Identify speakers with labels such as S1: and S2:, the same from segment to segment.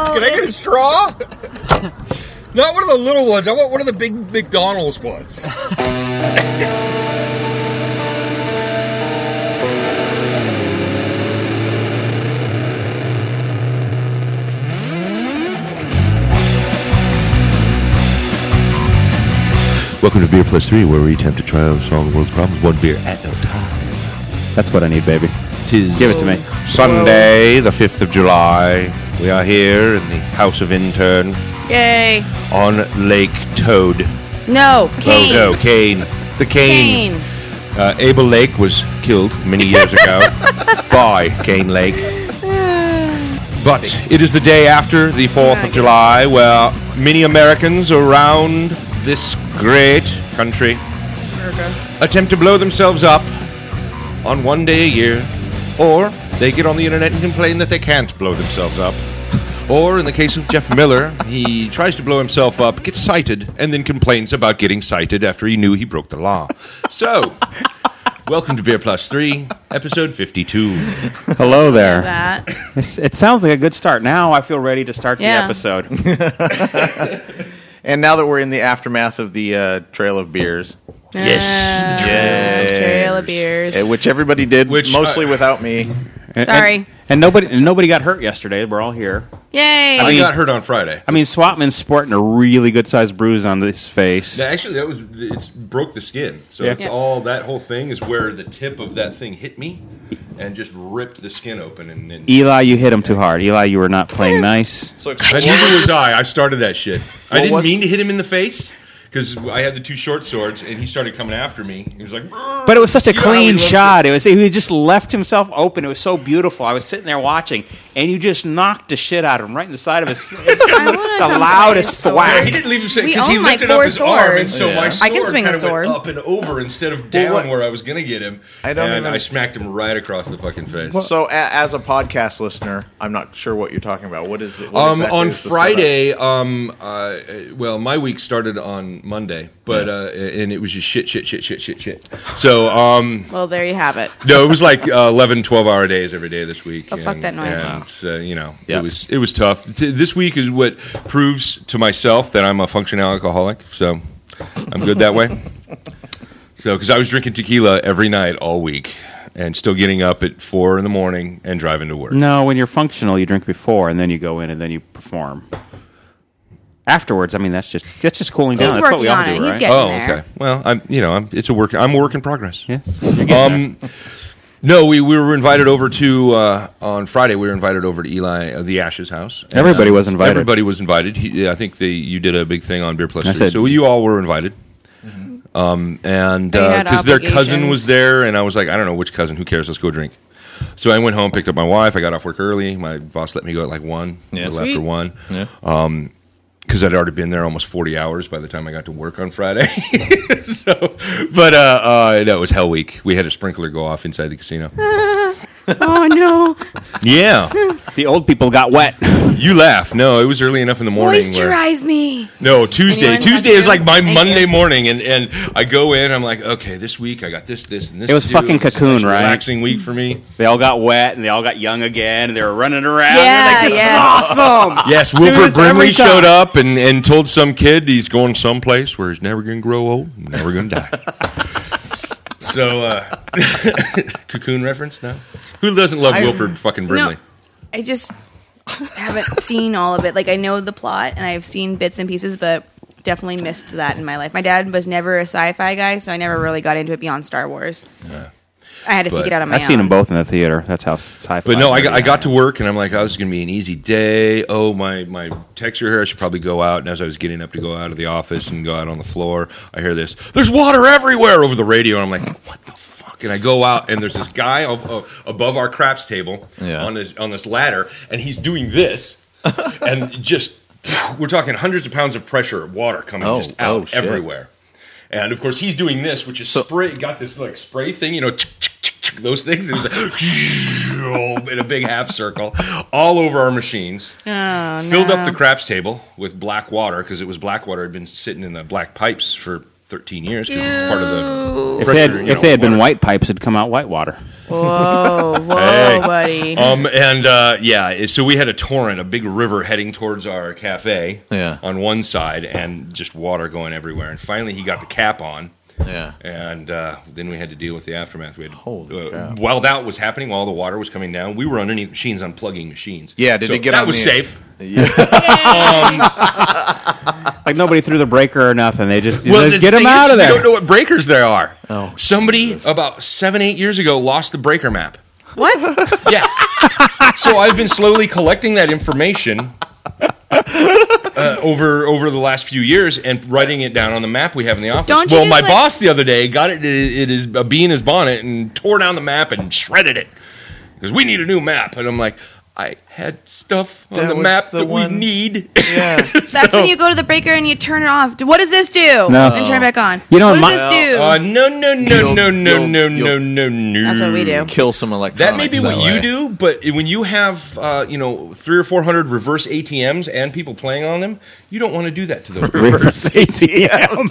S1: Can I get a straw? Not one of the little ones. I want one of the big McDonald's ones.
S2: Welcome to Beer Plus Three, where we attempt to try to solve the world's problems one beer at a time.
S3: That's what I need, baby.
S2: Tis
S3: Give it to me.
S2: Sunday, the fifth of July. We are here in the House of Intern
S4: Yay.
S2: on Lake Toad.
S4: No, Kane.
S2: Logo, Kane. The Kane.
S4: Kane.
S2: Uh, Abel Lake was killed many years ago by Kane Lake. But it is the day after the 4th of July where many Americans around this great country attempt to blow themselves up on one day a year, or they get on the internet and complain that they can't blow themselves up. Or in the case of Jeff Miller, he tries to blow himself up, gets cited, and then complains about getting cited after he knew he broke the law. So, welcome to Beer Plus 3, episode 52.
S3: Hello there.
S4: That.
S3: It's, it sounds like a good start. Now I feel ready to start
S4: Yeah.
S3: the episode.
S5: And now that we're in the aftermath of the uh, Trail of Beers,
S2: Yes. Ah.
S4: Uh, Trail of beers.
S5: eh, which everybody did,
S2: Which,
S5: mostly
S2: uh,
S5: without me.
S3: And-
S4: Sorry.
S3: And, and nobody and nobody got hurt yesterday. We're all here.
S4: Yay.
S2: I got hurt on Friday.
S3: I mean, Swatman's sporting a really good sized bruise on his face.
S2: Now, actually, that was it's broke the skin. So
S3: Yeah.
S2: it's
S4: Yeah.
S2: all that whole thing is where the tip of that thing hit me and just ripped the skin open. And then
S3: Eli, you hit him too hard. Eli, you were not playing nice.
S5: So
S2: But
S5: explain,
S2: neither was I. I started that shit. I
S5: What
S2: didn't
S5: was-
S2: mean to hit him in the face because I had the two short swords, and he started coming after me. He was like,
S3: But it was such a
S2: You know how we
S3: clean
S2: love
S3: shot. It was he just left himself open. It was so beautiful. I was sitting there watching, and you just knocked the shit out of him right in the side of his face. the loudest
S4: sword.
S3: thwack.
S2: Yeah, he didn't leave him
S4: We
S2: because he
S4: own, like,
S2: lifted up
S4: four
S2: his arm, and so
S4: swords.
S2: my
S4: Yeah.
S2: sword
S4: I can swing a
S2: kind of
S4: sword.
S2: went up and over instead of down
S5: what-
S2: where I was going to get him.
S5: I don't
S2: and
S5: even-
S2: I smacked him right across the fucking face.
S5: so a, as a podcast listener, I'm not sure what you're talking about. What is it? what
S2: Um,
S5: exactly
S2: on
S5: is the
S2: Friday, um, uh, well, my week started on Monday, but uh, and it was just shit, shit, shit, shit, shit, shit. So, um,
S4: well, there you have it.
S2: no, it was like uh, 11, 12 hour days every day this week.
S4: Oh, fuck that noise.
S2: and, uh, you know,
S5: Yeah.
S2: it was it was tough. T- This week is what proves to myself that I'm a functional alcoholic. So I'm good that way. So because I was drinking tequila every night all week and still getting up at four in the morning and driving to work.
S3: No, when you're functional, you drink before, and then you go in, and then you perform. Afterwards, I mean, that's just that's just cooling down.
S4: He's
S3: that's what we
S4: working
S3: all
S4: on
S3: do,
S4: it.
S3: right?
S4: He's getting
S2: Oh,
S4: there.
S2: okay. Well, I'm you know I'm it's a work I'm a work in progress.
S3: Yes. You're getting there.
S2: Um, no, we, we were invited over to uh, on Friday. We were invited over to Eli uh, the Ashes house. And,
S3: Everybody
S2: uh,
S3: was invited.
S2: Everybody was invited. He, yeah, I think they, you did a big thing on Beer Plus.
S3: I
S2: Three,
S3: said-
S2: so you all were invited. Um, and
S4: Mm-hmm. They had
S2: because their cousin
S4: obligations.
S2: was there, and I was like, I don't know which cousin. Who cares? Let's go drink. So I went home, picked up my wife. I got off work early. My boss let me go at like one,
S5: Yeah.
S2: little
S4: Sweet.
S2: after one,
S5: setup?
S2: because I'd already been there almost forty hours by the time I got to work on Friday. so, but uh, uh, no, it was hell week. We had a sprinkler go off inside the casino.
S4: Oh, no.
S2: Yeah,
S3: the old people got wet.
S2: you laugh. No, it was early enough in the morning. where-
S4: Moisturize me.
S2: no, Tuesday.
S4: Anyone
S2: Tuesday is
S4: have
S2: like
S4: to?
S2: my
S4: Thank
S2: Monday
S4: you.
S2: morning, and, and I go in. I'm like, okay, this week I got this, this, and this.
S3: It was
S2: to do.
S3: fucking
S2: It's a
S3: cocoon,
S2: nice
S3: right?
S2: Relaxing week for me.
S3: They all got wet, and they all got young again. And they were running around.
S4: Yeah,
S3: They're like, this is
S4: yeah.
S3: awesome.
S2: Yes,
S3: Do
S2: Wilbur
S3: this every
S2: Brimley
S3: time.
S2: showed up and, and told some kid he's going someplace where he's never going to grow old, and never going to die. so, uh, cocoon reference? No. Who doesn't love
S5: I-
S2: Wilford fucking Brimley?
S4: I just haven't seen all of it. Like I know the plot and I've seen bits and pieces, but definitely missed that in my life. My dad was never a sci-fi guy, so I never really got into it beyond Star Wars. I had to
S2: But
S4: seek it out on my
S3: I've seen
S4: own.
S3: them both in the theater. That's how sci-fi.
S2: But no, I, got- I got to work and I'm like, oh, this is going to be an easy day. Oh, my, my texts are here. I should probably go out. And as I was getting up to go out of the office and go out on the floor, I hear this, there's water everywhere over the radio. And I'm like, what the fuck? And I go out and there's this guy ab- uh, above our craps table
S5: Yeah.
S2: on, this, on this ladder and he's doing this and just, we're talking hundreds of pounds of pressure, water coming
S5: Oh,
S2: just out
S5: oh, shit.
S2: everywhere. And of course, he's doing this, which is spray. Got this like spray thing, you know, those things. It was like in a big half circle, all over our machines. Filled up the craps table with black water because it was black water had been sitting in the black pipes for 13 years because it's part of the.
S3: If they had,
S2: pressure, you
S3: if
S2: know,
S3: they had been
S2: water.
S3: white pipes, it'd come out white water.
S4: Oh, Whoa, whoa,
S2: Hey.
S4: buddy.
S2: Um, and uh, yeah, so we had a torrent, a big river heading towards our cafe
S5: Yeah.
S2: on one side, and just water going everywhere. And finally, he got the cap on.
S5: Yeah.
S2: And uh, then we had to deal with the aftermath. We had
S5: Holy
S2: uh,
S5: crap.
S2: while that was happening, while the water was coming down, we were underneath machines unplugging machines.
S5: Yeah, did
S2: so
S5: it get
S2: that
S5: on
S2: was
S5: the-
S2: safe?
S3: Like nobody threw the breaker or nothing. They just
S2: Well,
S3: they
S2: the
S3: get
S2: thing
S3: them out
S2: is, We
S3: of there.
S2: don't know what breakers there are.
S5: Oh,
S2: Somebody about seven, eight years ago lost the breaker map.
S4: what?
S2: Yeah. so I've been slowly collecting that information uh, over over the last few years and writing it down on the map we have in the office.
S4: Don't you
S2: well,
S4: just,
S2: my
S4: like-
S2: boss the other day got it. It is a bee in his bonnet and tore down the map and shredded it because we need a new map. And I'm like, I had stuff on
S5: That
S2: the
S5: was
S2: map
S5: the
S2: that we
S5: one-
S2: need.
S5: Yeah.
S4: That's when you go to the breaker and you turn it off. What does this do?
S3: No.
S4: And turn it back on.
S3: You know,
S4: what
S3: my-
S4: does this do?
S2: Uh, no, no, no,
S5: You'll-
S2: no, no,
S5: you'll-
S2: no,
S5: you'll-
S2: no, no, no.
S4: That's what we do.
S5: Kill some electronics.
S2: That may be what
S5: way.
S2: you do, but when you have uh, you know three or four hundred reverse ATMs and people playing on them, you don't want to do that to those. people.
S3: Reverse ATM.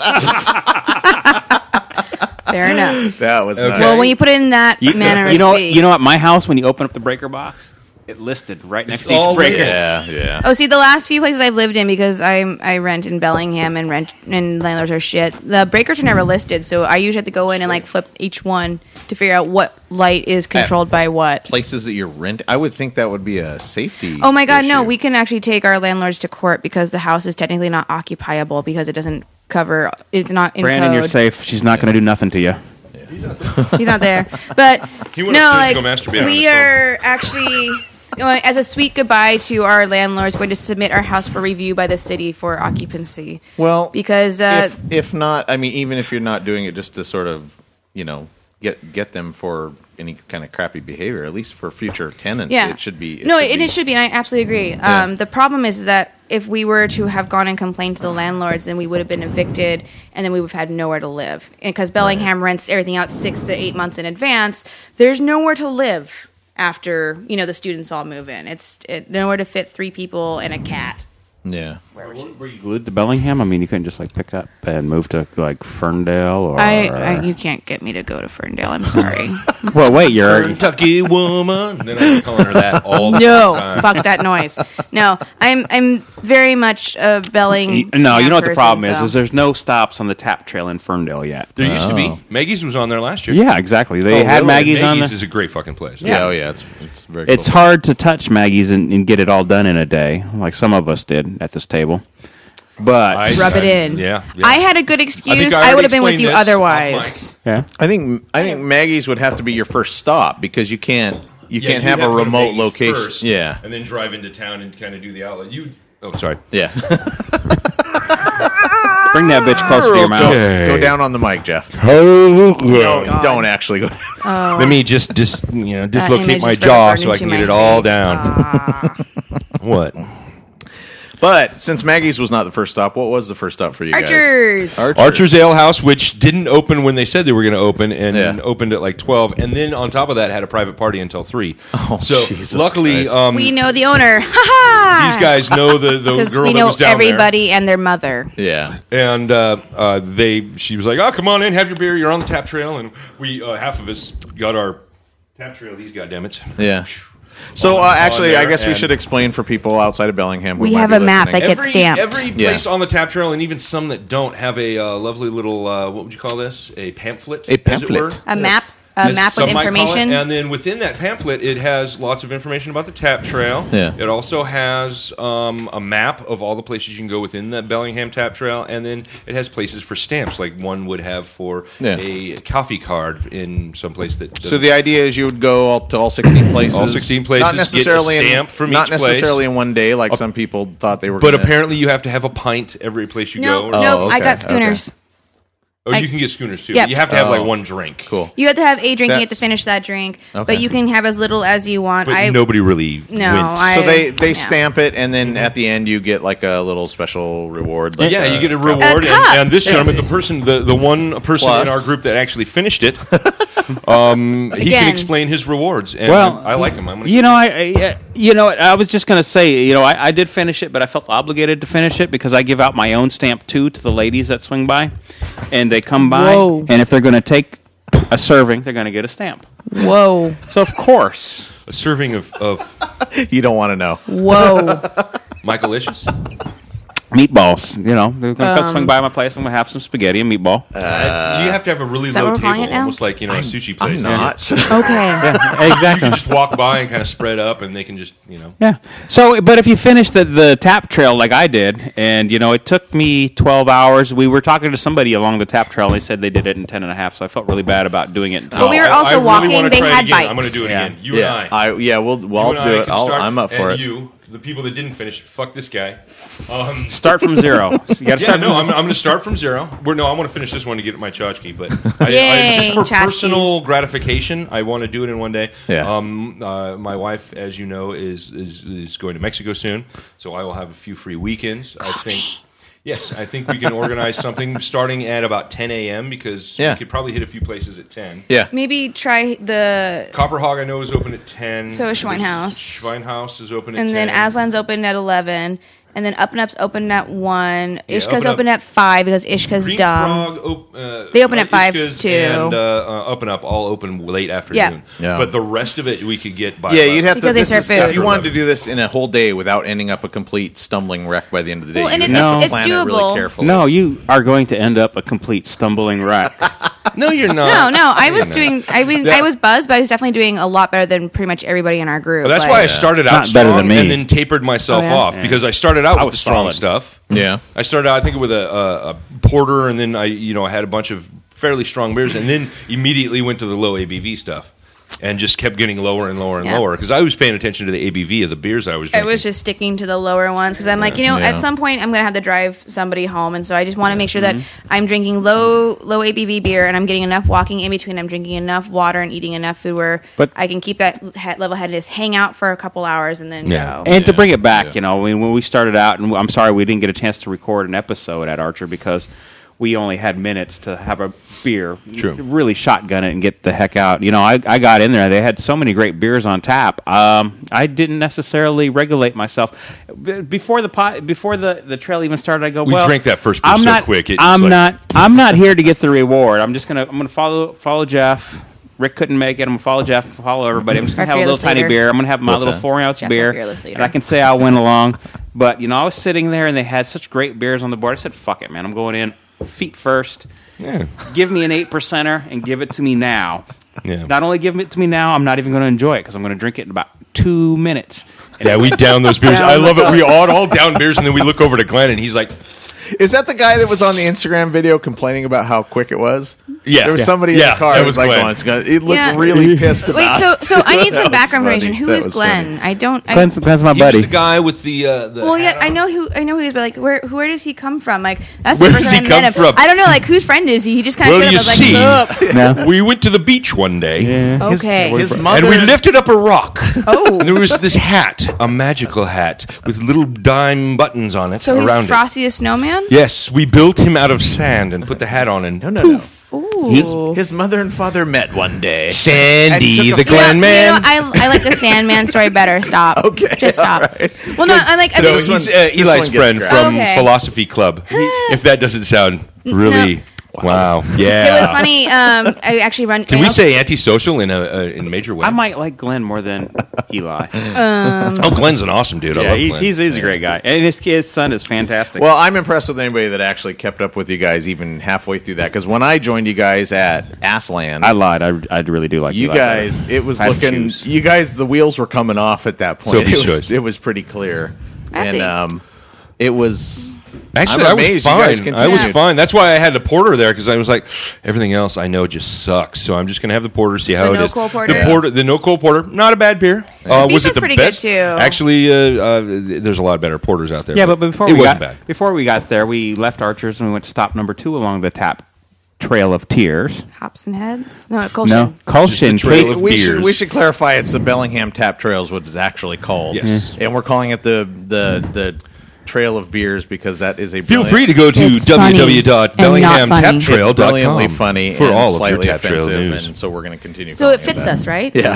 S4: Fair enough.
S5: That was
S2: Okay.
S5: nice.
S4: Well, when you put it in that
S3: You,
S4: manner of
S3: you know,
S4: speech.
S3: you know, at my house, when you open up the breaker box, it listed right next
S2: It's
S3: to each
S2: all
S3: breaker.
S2: there.
S5: yeah, yeah.
S4: Oh, see, the last few places I've lived in because I I rent in Bellingham and rent and landlords are shit. The breakers are never listed, so I usually have to go in and like flip each one to figure out what light is controlled by what.
S5: Places that you're renting, I would think that would be a safety.
S4: Oh my god, no!
S5: issue.
S4: We can actually take our landlords to court because the house is technically not occupiable because it doesn't cover. It's not in
S3: Brandon, you're
S4: code.
S3: safe. She's not going to do nothing to you.
S4: He's not there. But
S2: He
S4: no,
S2: went upstairs
S4: like
S2: to go masturbate on his
S4: we
S2: phone.
S4: are actually s- going as a sweet goodbye to our landlords, going to submit our house for review by the city for occupancy.
S5: Well,
S4: because uh,
S5: if, if not, I mean, even if you're not doing it just to sort of, you know, get get them for any kind of crappy behavior, at least for future tenants,
S4: yeah,
S5: it should be.
S4: no,
S5: should
S4: and
S5: be-
S4: it should be. And I absolutely agree.
S5: Yeah.
S4: Um, the problem is that if we were to have gone and complained to the landlords, then we would have been evicted, and then we would have had nowhere to live. And because Bellingham rents everything out six to eight months in advance, there's nowhere to live after you know the students all move in. It's it, nowhere to fit three people and a cat.
S5: Yeah.
S3: Were you glued to Bellingham? I mean, you couldn't just like pick up and move to like Ferndale or.
S4: I, I you can't get me to go to Ferndale. I'm sorry.
S3: well, wait, you're already-
S2: Kentucky woman. Then I'm calling her that all the
S4: no,
S2: time.
S4: fuck that noise. No, I'm I'm very much a belling.
S3: No, you know what the
S4: person,
S3: problem is?
S4: so-
S3: Is there's no stops on the tap trail in Ferndale yet. Uh,
S2: There used to be. Maggie's was on there last year.
S3: Yeah, exactly. They
S2: Oh,
S3: had
S2: really?
S3: Maggie's, on.
S2: Maggie's
S3: The,
S2: is a great fucking place.
S5: Yeah. Oh yeah. It's it's very.
S3: it's
S5: cool.
S3: hard to touch Maggie's and, and get it all done in a day, like some of us did at this table. But
S2: I-
S4: rub it in.
S2: Yeah, yeah.
S4: I had a good excuse.
S2: I
S4: I,
S2: already
S4: would have been with
S2: explained
S4: you
S2: this off
S4: otherwise.
S3: yeah,
S5: I think I think Maggie's would have to be your first stop because you can't you
S2: Yeah,
S5: can't
S2: you'd
S5: have a
S2: to go to
S5: remote
S2: Maggie's
S5: location.
S2: first
S5: yeah.
S2: and then drive into town and kind of do the outlet. You. Oh, sorry.
S5: Yeah.
S3: bring that bitch closer to your mouth.
S5: go, go down on the mic, Jeff. No,
S4: Oh, God.
S5: don't actually go.
S2: Let me just dis, you know
S4: That image
S2: dislocate my
S4: is
S2: jaw
S4: forever
S2: so I can get
S4: burned
S2: it
S4: into
S2: all
S4: my
S2: down.
S4: face. Ah.
S2: What?
S5: But since Maggie's was not the first stop, what was the first stop for you
S4: Archers.
S5: guys? Archers.
S2: Archer's Ale House, which didn't open when they said they were going to open, and
S5: Yeah.
S2: then opened at like twelve, and then on top of that had a private party until three.
S5: Oh,
S2: so
S5: Jesus
S2: luckily,
S5: Christ.
S2: um,
S4: we
S2: these
S4: know the owner. Ha ha.
S2: guys know the the
S4: because
S2: girl
S4: we
S2: that
S4: know
S2: was down
S4: everybody and their mother.
S5: Yeah.
S2: there, and uh, uh, they she was like, "Oh, come on in, have your beer. You're on the tap trail," and we uh, half of us got our tap trail. These goddammits.
S5: Yeah. So uh, actually, I
S2: there
S5: guess we
S2: and-
S5: should explain for people outside of Bellingham. who
S4: We
S5: might
S4: have
S5: be
S4: a map
S5: listening.
S4: that gets-
S2: Every,
S4: stamped.
S2: every
S5: Yeah.
S2: place on the tap trail, and even some that don't, have a uh, lovely little uh, what would you call this? A pamphlet,
S5: A
S2: as it
S5: pamphlet.
S2: were.
S4: A map. A
S2: as
S4: map with
S2: some might call it.
S4: information.
S2: And then within that pamphlet, it has lots of information about the tap trail.
S5: Yeah.
S2: It also has um, a map of all the places you can go within the Bellingham tap trail, and then it has places for stamps, like one would have for
S5: Yeah.
S2: a coffee card in some place that.
S5: So the idea is you would go all to all sixteen places,
S2: All 16 places,
S5: not
S2: get a
S5: necessarily
S2: stamp
S5: in,
S2: from
S5: not
S2: each place.
S5: necessarily in one day, like some people thought they were.
S2: but
S5: gonna-
S2: apparently, you have to have a pint every place you
S4: no,
S2: go.
S4: no,
S5: Oh,
S4: I
S5: okay,
S4: got schooners.
S2: or
S4: I-
S2: Oh, you can get schooners too.
S4: Yep.
S2: but You have to have
S5: Oh.
S2: like one drink.
S5: cool.
S4: You have to have a drink. you have to
S5: That's-
S4: finish that drink,
S5: Okay.
S4: but you can have as little as you want.
S2: But
S4: I
S2: nobody really.
S4: no,
S2: went.
S4: I
S5: So they they
S4: yeah.
S5: stamp it, and then at the end you get like a little special reward. Like
S2: Mm-hmm. yeah, you get a
S5: Uh, cup.
S2: reward, and,
S4: cup.
S2: and this gentleman, the person, the, the one person
S5: Plus.
S2: in our group that actually finished it, Um, he can
S4: Again.
S2: explain his rewards, and
S3: Well,
S2: I like him. I'm gonna
S3: You know, I, I you know, I was just gonna say, you know, I, I did finish it, but I felt obligated to finish it because I give out my own stamp too to the ladies that swing by, and they come by,
S6: Whoa.
S3: and if they're gonna take a serving, they're gonna get a stamp.
S6: Whoa,
S3: So of course,
S2: a serving of, of
S5: You don't want to know.
S6: whoa.
S2: Michael Ish's.
S5: Uh,
S3: meatballs. You know, they're gonna come swing by my place. I'm gonna have some spaghetti and meatball.
S2: It's- you have to have a really
S4: Is that
S2: low
S4: what we're calling
S2: table,
S4: it now?
S2: almost like you know a sushi
S5: I'm
S2: place.
S5: not.
S6: Okay.
S2: You
S3: exactly.
S2: can just walk by and kind of spread up, and they can just you know.
S3: Yeah. So, but if you finish the, the tap trail like I did, and you know, it took me 12 hours. We were talking to somebody along the tap trail, and they said they did it in 10 and a half, so I felt really bad about doing it in 12.
S4: But we were
S2: I- I
S4: also
S2: really
S4: walking,
S2: wanna
S4: they
S2: try it
S4: had
S2: again. I'm going to do it
S4: bikes.
S2: again. You
S5: yeah,
S2: and I.
S5: I, yeah, we'll, well, I'll
S2: You and
S5: do
S2: I
S5: it.
S2: can
S5: I'll,
S2: start,
S5: I'm up for
S2: and
S5: it.
S2: You, the people that didn't finish, fuck this guy. Um,
S3: Start from zero. You got to
S2: Yeah,
S3: start from
S2: no, I'm, I'm going to start from zero. We're, no, I want to finish this one to get my tchotchke, but I, I, just
S4: Yay,
S2: for
S4: tchotchkes.
S2: personal gratification, I want to do it in one day.
S5: Yeah.
S2: Um, uh, my wife, as you know, is, is is going to Mexico soon, so I will have a few free weekends. I think. Yes, I think we can organize something starting at about 10 a.m. because
S5: Yeah.
S2: we could probably hit a few places at 10.
S5: Yeah,
S4: Maybe try the
S2: Copper Hog, I know, is open at 10.
S4: So is Schweinhaus.
S2: Schweinhaus is open at
S4: and
S2: 10.
S4: then Aslan's open at eleven, and then Up and Up's open at one.
S2: Yeah,
S4: Ishka's
S2: Up and Up-
S4: open at five because Ishka's
S2: Green
S4: dumb.
S2: Frog, op- uh,
S4: They open at
S2: Ishka's
S4: five, too.
S2: And uh, uh, up and up, all open late afternoon.
S5: Yeah. Yeah.
S2: But the rest of it we could get by.
S5: yeah.
S2: bus.
S5: You'd have
S4: Because
S5: to.
S4: they
S5: This
S4: serve
S5: is,
S4: food.
S5: if you wanted to do this in a whole day without ending up a complete stumbling wreck by the end of the day,
S4: Well, and
S5: you
S4: it-
S5: have
S3: it's-
S5: to
S3: it's
S5: plan it really
S4: doable.
S5: carefully.
S3: No, you are going to end up a complete stumbling wreck.
S2: No, you're
S4: No,
S2: not.
S4: no, I was doing. I was. I was buzzed, but I was definitely doing a lot better than pretty much everybody in our group.
S2: But that's
S4: Like,
S2: why I started out
S3: Not better
S2: strong
S3: than me.
S2: and then tapered myself
S6: Oh, yeah?
S2: off because I started out
S3: I
S2: with
S3: was
S2: the strong
S3: solid.
S2: stuff.
S5: Yeah.
S2: I started out, I think, with a, a, a porter, and then I, you know, I had a bunch of fairly strong beers, and then immediately went to the low ABV stuff. And just kept getting lower and lower and
S4: Yeah.
S2: lower because I was paying attention to the ABV of the beers I was
S4: I
S2: drinking.
S4: was just sticking to the lower ones because I'm like, you know,
S5: Yeah.
S4: at some point I'm gonna have to drive somebody home, and so I just want to make sure that
S2: Mm-hmm.
S4: I'm drinking low low ABV beer and I'm getting enough walking in between. I'm drinking enough water and eating enough food where
S3: But-
S4: I can keep that he- level headedness, hang out for a couple hours, and then
S2: Yeah.
S4: go.
S3: And to
S5: Yeah,
S3: bring it back,
S5: yeah.
S3: you know, I mean, when we started out, and I'm sorry we didn't get a chance to record an episode at Archer because we only had minutes to have a beer,
S2: True.
S3: really shotgun it and get the heck out. You know, I, I got in there; they had so many great beers on tap. Um, I didn't necessarily regulate myself B- before the pot, before the, the trail even started. I go,
S2: We
S3: well,
S2: drank that first beer
S3: I'm
S2: so
S3: not,
S2: quick, it was
S3: I'm
S2: like-
S3: not, I'm not here to get the reward. I'm just gonna, I'm gonna follow follow Jeff. Rick couldn't make it. I'm gonna follow Jeff, follow everybody. I'm just
S4: Our
S3: gonna have a little
S4: fearless
S3: tiny
S4: leader.
S3: beer. I'm gonna have my
S5: What's
S3: little
S5: that?
S3: four ounce
S4: Jeff, our
S3: beer,
S4: fearless
S3: and
S4: leader.
S3: I can say I went along. But you know, I was sitting there and they had such great beers on the board. I said, "Fuck it, man! I'm going in feet first.
S2: yeah.
S3: Give me an eight percenter and give it to me now.
S2: Yeah.
S3: Not only give it to me now, I'm not even going to enjoy it because I'm going to drink it in about two minutes. And
S2: Yeah, we down those beers.
S3: Down
S2: I love it. We all, all down beers, and then we look over to Glenn, and he's like,
S5: Is that the guy that was on the Instagram video complaining about how quick it was?
S2: Yeah.
S5: there was
S2: Yeah.
S5: somebody in
S2: Yeah,
S5: the car.
S2: that
S5: who was
S2: was
S5: like,
S2: Glenn.
S5: oh, it's gonna, it looked
S4: Yeah.
S5: really pissed about.
S4: Wait, so so I need some
S5: That was
S4: background
S5: funny.
S4: information. Who
S5: That
S4: is
S5: was
S4: Glenn?
S5: funny.
S4: I don't. I,
S3: Glenn's, Glenn's my
S2: He was
S3: buddy.
S2: the guy with the. Uh, the
S4: Well,
S2: hat
S4: yeah, I
S2: on.
S4: know who I know who he is, but like, where where does he come from? Like, that's
S2: Where
S4: the first
S2: does
S4: time
S2: he
S4: I met him.
S2: come from?
S4: I don't know, like, whose friend is he? He just kind of
S2: Well,
S4: showed up. I
S2: you
S4: was
S2: see.
S4: like,
S3: No.
S2: We went to the beach one day,
S3: Yeah.
S5: His-
S4: okay.
S5: his mother.
S2: and we lifted up a rock.
S4: Oh.
S2: and there was this hat, a magical hat with little dime buttons on it
S4: so
S2: around
S4: he's Frosty the Snowman.
S2: it. Yes, we built him out of sand and put the hat on, and
S5: No, no, no.
S4: Ooh.
S5: His mother and father met one day.
S2: Sandy
S5: And took a photo.
S2: the
S4: You know-
S2: Glenn man.
S4: You know, I, I like the Sandman story better. Stop.
S5: Okay,
S4: Just stop. Well, no, I'm like, I'm
S2: no,
S4: just,
S5: one-
S2: he's uh,
S5: this one
S2: Eli's
S5: gets
S2: friend
S5: grabbed.
S2: from
S4: Okay.
S2: Philosophy Club. if that doesn't sound really wow, yeah,
S4: it was funny. Um, I actually run.
S2: Can we say antisocial in a uh, in a major way?
S3: I might like Glenn more than Eli.
S2: oh, Glenn's an awesome dude. I
S3: yeah,
S2: love
S3: he's,
S2: Glenn.
S3: he's he's a great guy, and his his son is fantastic.
S5: Well, I'm impressed with anybody that actually kept up with you guys even halfway through that. Because when I joined you guys at Aslan,
S3: I lied. I, I really do like
S5: you
S3: Eli
S5: guys,
S3: better.
S5: it was
S3: I had to
S5: looking.
S3: choose.
S5: You guys, the wheels were coming off at that point.
S2: Sophie's
S5: it, was,
S2: choice.
S5: it was pretty clear,
S4: I
S5: and
S4: think-
S5: um, it was.
S2: Actually,
S5: I'm
S2: I
S5: amazed
S2: was
S5: you guys
S2: fine. I was
S5: continued.
S2: fine. That's why I had the porter there because I was like, everything else I know just sucks. So I'm just gonna have the porter see how
S4: The
S2: it is.
S4: no-coal porter?
S2: The porter, the no cold porter, not a bad beer. Uh, was
S4: Fifa's
S2: it the
S4: pretty good,
S2: best?
S4: too.
S2: Actually, uh, uh, there's a lot of better porters out there.
S3: Yeah, but before
S2: it
S3: we
S2: wasn't
S3: got
S2: bad.
S3: before we got there, we left Archers and we went to stop number two along the tap trail of tears.
S4: hops and heads? No, Colson.
S3: No, Colshin
S2: Just the trail
S3: Trail.
S2: of-
S5: We should,
S2: beers.
S5: we should clarify it's the Bellingham Tap Trails, what it's actually called. Mm-hmm.
S2: Yes.
S5: And we're calling it the the the trail of beers because that is a
S2: Feel
S5: brilliant-
S2: free to go to
S6: It's funny and not funny.
S2: www.bellinghamtaptrail.com
S5: it's brilliantly funny
S2: for
S5: and
S2: all of your
S5: slightly
S2: tap trail
S5: offensive,
S2: news.
S5: and so we're going to continue.
S4: So
S5: calling
S4: it fits
S5: that.
S4: us, right?
S5: Yeah,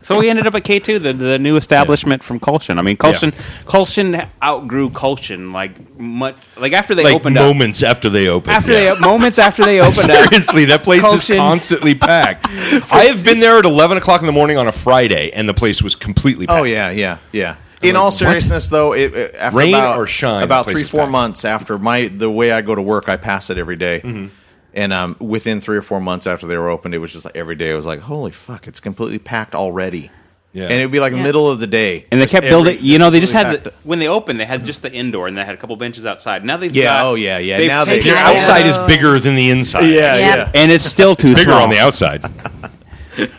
S3: So we ended up at K two, the, the new establishment from Colshan. I mean, Colshan Colshan outgrew Colshan like much. Like after they
S2: like
S3: opened
S2: moments after they open.
S3: up, after
S2: yeah.
S3: they moments after they opened up,
S2: Seriously, that place
S3: Colshan.
S2: is constantly packed. I have been there at eleven o'clock in the morning on a Friday, and the place was completely packed.
S5: Oh yeah, yeah, yeah. In all seriousness, though, it, it- after
S2: Rain
S5: about,
S2: or shine,
S5: about
S2: the place
S5: three
S2: is
S5: four
S2: packed.
S5: months after my the way I go to work, I pass it every day.
S3: Mm-hmm.
S5: and um, within three or four months after they were opened, it was just like every day. I was like, holy fuck, it's completely packed already.
S2: Yeah.
S5: and it'd be like
S4: Yeah.
S5: middle of the day,
S3: and they
S5: Just
S3: kept
S5: every-
S3: building. You know, they just had
S5: completely
S3: the,
S5: packed.
S3: when they opened, they had just the indoor, and they had a couple benches outside. Now they've
S5: Yeah,
S3: got,
S5: oh, yeah, yeah.
S3: They've
S5: Now they-
S3: taken
S2: Your
S5: Yeah.
S3: all
S2: outside
S3: the-
S2: is bigger than the inside.
S5: yeah,
S4: Yeah.
S5: yeah.
S3: and it's still too
S2: bigger
S3: small.
S2: on the outside.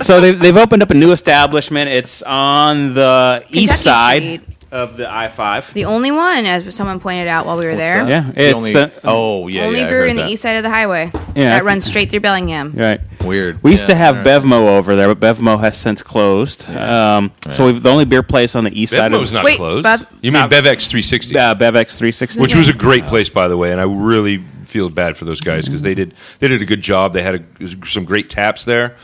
S3: so they've, they've opened up a new establishment. It's on the
S4: Kentucky
S3: east side
S4: Street.
S3: of the I five.
S4: The only one, as someone pointed out while we were there.
S5: What's
S3: Yeah,
S5: that?
S3: it's,
S5: The only,
S3: uh,
S5: oh yeah,
S4: Only
S5: yeah, I
S4: brewery
S5: heard
S4: on the
S5: that.
S4: east side of the highway.
S3: Yeah, I
S4: that
S3: think-
S4: runs straight through Bellingham.
S3: Right.
S5: Weird.
S3: We used to
S5: Yeah,
S3: have
S5: all right.
S3: Bevmo over there, but Bevmo has since closed. Um, So we've the only beer place on the east side
S2: Bevmo's
S3: of
S2: not
S4: Wait,
S2: closed.
S4: Bev-
S2: you mean Bevex 360,
S3: uh, BevX 360.
S2: which was a great place, by the way, and I really feel bad for those guys because they did they did a good job. They had a, some great taps there,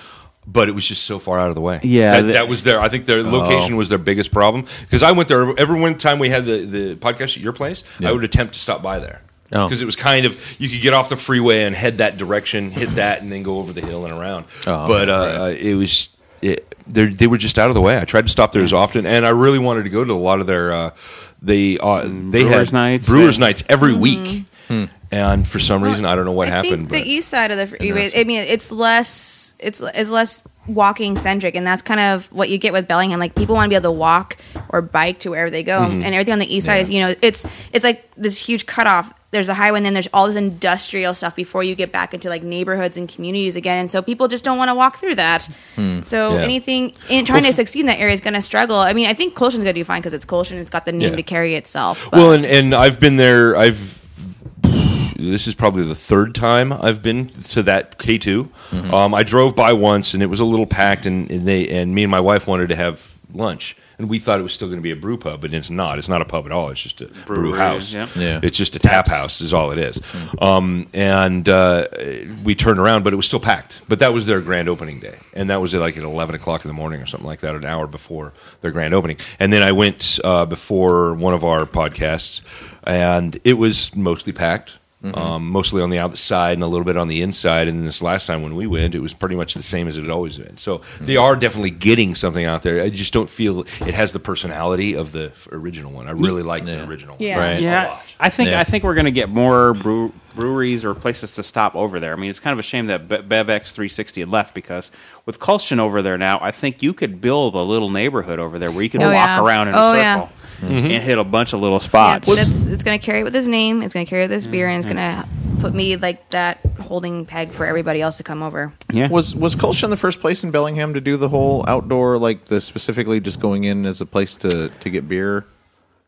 S2: but it was just so far out of the way. that,
S3: Yeah, the-
S2: that was their. I think their location was their biggest problem because I went there every one time we had the, the podcast at your place. I would attempt to stop by there.
S5: Oh.
S2: Because it was kind of you could get off the freeway and head that direction, hit that, and then go over the hill and around.
S5: Oh,
S2: but uh, uh, it was it, they're- they were just out of the way. I tried to stop there as often, and I really wanted to go to a lot of their uh, they uh, they
S3: Brewers
S2: had
S3: nights,
S2: brewers
S3: uh,
S2: nights every week, and for some reason I don't know what
S4: Mm-hmm. I
S2: happened.
S4: Think the
S2: but-
S4: east side of the freeway. I mean, it's less. It's it's less walking centric, and that's kind of what you get with Bellingham. Like people want to be able to walk or bike to wherever they go, and everything on the east side is you know it's it's like this huge cutoff. There's the highway, and then there's all this industrial stuff before you get back into like neighborhoods and communities again. And so people just don't want to walk through that. So
S5: Yeah.
S4: anything in trying to succeed in that area is going to struggle. I mean, I think Colshan's going to do fine because it's Colshan. It's got the name
S2: Yeah.
S4: to carry itself. but-
S2: well, and, and I've been there. I've this is probably the third time I've been to that K 2 Um, I drove by once and it was a little packed, and, and they and me and my wife wanted to have lunch. And we thought it was still going to be a brew pub, and it's not. It's not a pub at all. It's just a brew
S3: Brewery,
S2: house.
S3: yeah.
S5: Yeah.
S2: It's just a tap house, is all it is. Um, and uh, we turned around, but it was still packed. But that was their grand opening day, and that was at like at eleven o'clock in the morning or something like that, an hour before their grand opening. And then I went uh, before one of our podcasts, and it was mostly packed. Um, mostly on the outside and a little bit on the inside. And this last time when we went, it was pretty much the same as it had always been. So they are definitely getting something out there. I just don't feel it has the personality of the original one. I really like the original
S4: Yeah.
S2: one.
S5: Right.
S2: A
S3: Yeah,
S2: lot.
S3: I think
S5: Yeah.
S3: I think we're going to get more brew, breweries or places to stop over there. I mean, it's kind of a shame that Be- BevX 360 had left because with Culshan over there now, I think you could build a little neighborhood over there where you can
S4: Oh,
S3: walk
S4: yeah.
S3: around in
S4: Oh,
S3: a
S4: yeah.
S3: circle and hit a bunch of little
S4: Yeah,
S3: spots.
S4: that's, it's going to carry it with his name. It's going to carry it with his beer, and it's going to put me like that holding peg for everybody else to come over.
S3: yeah.
S5: Was was Colshan the first place in Bellingham to do the whole outdoor, like the specifically just going in as a place to to get beer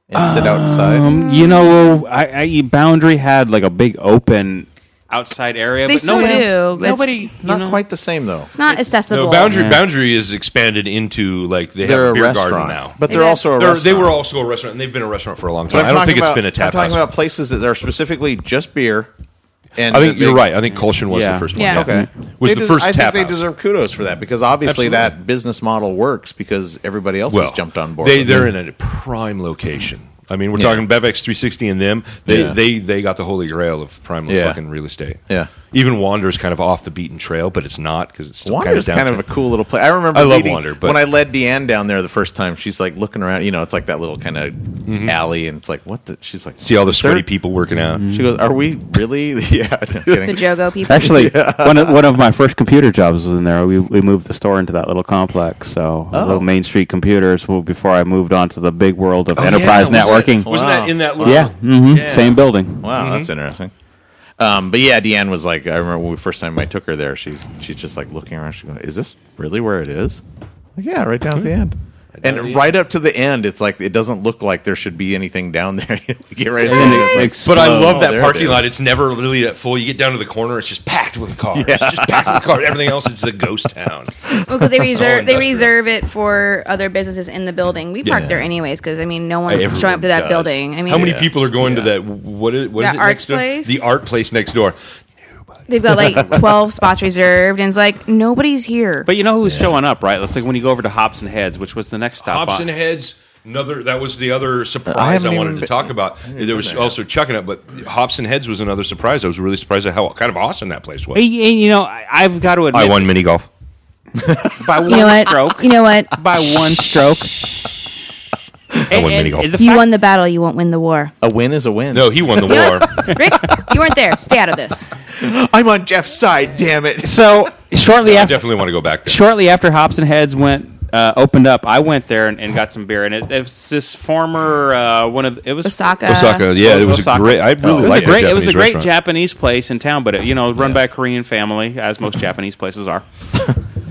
S5: and sit
S3: Uh,
S5: outside?
S3: Um, You know, I, I Boundary had like a big open outside area.
S4: They
S3: but
S4: still
S3: nobody,
S4: do, but
S3: nobody,
S4: it's
S3: you
S5: Not
S3: know-
S5: quite the same though.
S4: It's not accessible.
S2: No, boundary boundary is expanded into like they
S5: They're
S2: have a
S5: a
S2: beer
S5: restaurant
S2: garden now.
S5: but they're
S4: They
S5: also a
S2: They're-
S5: restaurant.
S2: they were also a restaurant, and they've been a restaurant for a long
S5: But
S2: time.
S5: I'm
S2: I don't
S5: talking
S2: think
S5: about-
S2: it's been a
S5: I'm
S2: tap
S5: talking
S2: house.
S5: about places that are specifically just beer. And
S2: I think
S5: the
S2: you're
S5: big-
S2: right. I think Colshan was
S3: Yeah.
S2: the first one. Mm-hmm.
S4: Yeah.
S5: Okay,
S2: was
S5: They
S2: the
S5: des-
S2: first
S5: I think
S2: tap
S5: they
S2: house.
S5: deserve kudos for that because obviously
S2: Absolutely.
S5: that business model works because everybody else has jumped on board.
S2: They,
S5: with
S2: they're
S5: it.
S2: in a prime location. I mean, we're
S5: Yeah.
S2: talking Bevex 360 and them. They,
S5: Yeah.
S2: they they got the holy grail of prime
S5: Yeah.
S2: fucking real estate.
S5: Yeah.
S2: Even Wander's kind of off the beaten trail, but it's not because it's still
S5: Wander's
S2: kind of
S5: kind of a cool little place. I remember
S2: I love
S5: leading-
S2: Wander, but-
S5: when I led Deanne down there the first time, she's like looking around. You know, it's like that little kind of alley, and it's like, what the? She's like,
S2: Mm-hmm. see all the
S5: "Is there-"
S2: sweaty people working out.
S5: She goes, "Are we really?" yeah, no, kidding.
S4: the Jogo people.
S3: Actually, one, of, one of my first computer jobs was in there. We, we moved the store into that little complex. So,
S5: Oh.
S3: little Main Street computers well, before I moved on to the big world of enterprise
S2: wasn't
S3: networking.
S5: Wow.
S2: Oh, that in that little?
S3: yeah, hmm same building.
S5: Wow, that's interesting. Um, but yeah, Deanne was like, I remember when we first time I took her Hmm. there. She's she's just like looking around. She goes, "Is this really where it is?" Like, yeah, right down at the end. And right up to the end, it's like it doesn't look like there should be anything down there. Get right
S3: And
S5: there,
S3: then
S5: it's
S3: it
S5: like,
S2: But I
S3: Explode.
S2: love
S5: Oh,
S2: that
S5: there it
S2: parking lot.
S5: is.
S2: It's never really that full. You get down to the corner, it's just packed with cars. It's just packed with cars. Everything else is a ghost town.
S4: Well, because they reserve they
S2: industrial.
S4: reserve it for other businesses in the building. We park
S2: Yeah.
S4: there anyways because I mean, no one's
S2: Everyone
S4: showing up to that
S2: does.
S4: building. I mean,
S2: how many
S5: Yeah.
S2: people are going to that? What is, what is
S4: That
S2: it
S4: art
S2: next door?
S4: place?
S2: The art place next door.
S4: they've got like twelve spots reserved, and it's like nobody's here.
S3: But you know who's showing up, right? Let's like when you go over to Hobson Heads, which was the next stop.
S2: Hobson
S3: on-
S2: Heads. Another that was the other
S5: I
S2: surprise
S5: haven't
S2: I, wanted
S5: even
S2: to
S5: been-
S2: talk about. There was also chucking it, but Hobson Heads was another surprise. I was really surprised at how kind of awesome that place was.
S3: And, and, you know, I, I've got to admit,
S2: mini golf.
S3: by one
S4: you know what?
S3: stroke.
S4: You know what?
S3: by one stroke.
S2: I won mini golf.
S3: the
S4: You
S3: fact-
S4: won the battle. You won't win the war.
S5: a win is a win.
S2: No, he won the war.
S4: Rick, you weren't there. Stay out of this.
S5: I'm on Jeff's side. Damn it!
S3: so shortly
S2: I
S3: after,
S2: definitely want to go back there.
S3: shortly after Hobson Heads went uh, opened up, I went there and, and got some beer, and it, it was this former uh, one of it was
S4: Osaka.
S2: Osaka, Uh, yeah, it was
S3: Osaka.
S2: a great. I
S3: it
S2: really
S3: was
S2: liked
S3: a great.
S2: that
S3: It was a
S2: Japanese
S3: great
S2: restaurant.
S3: Japanese place in town, but it, you know, run by a Korean family, as most Japanese places are.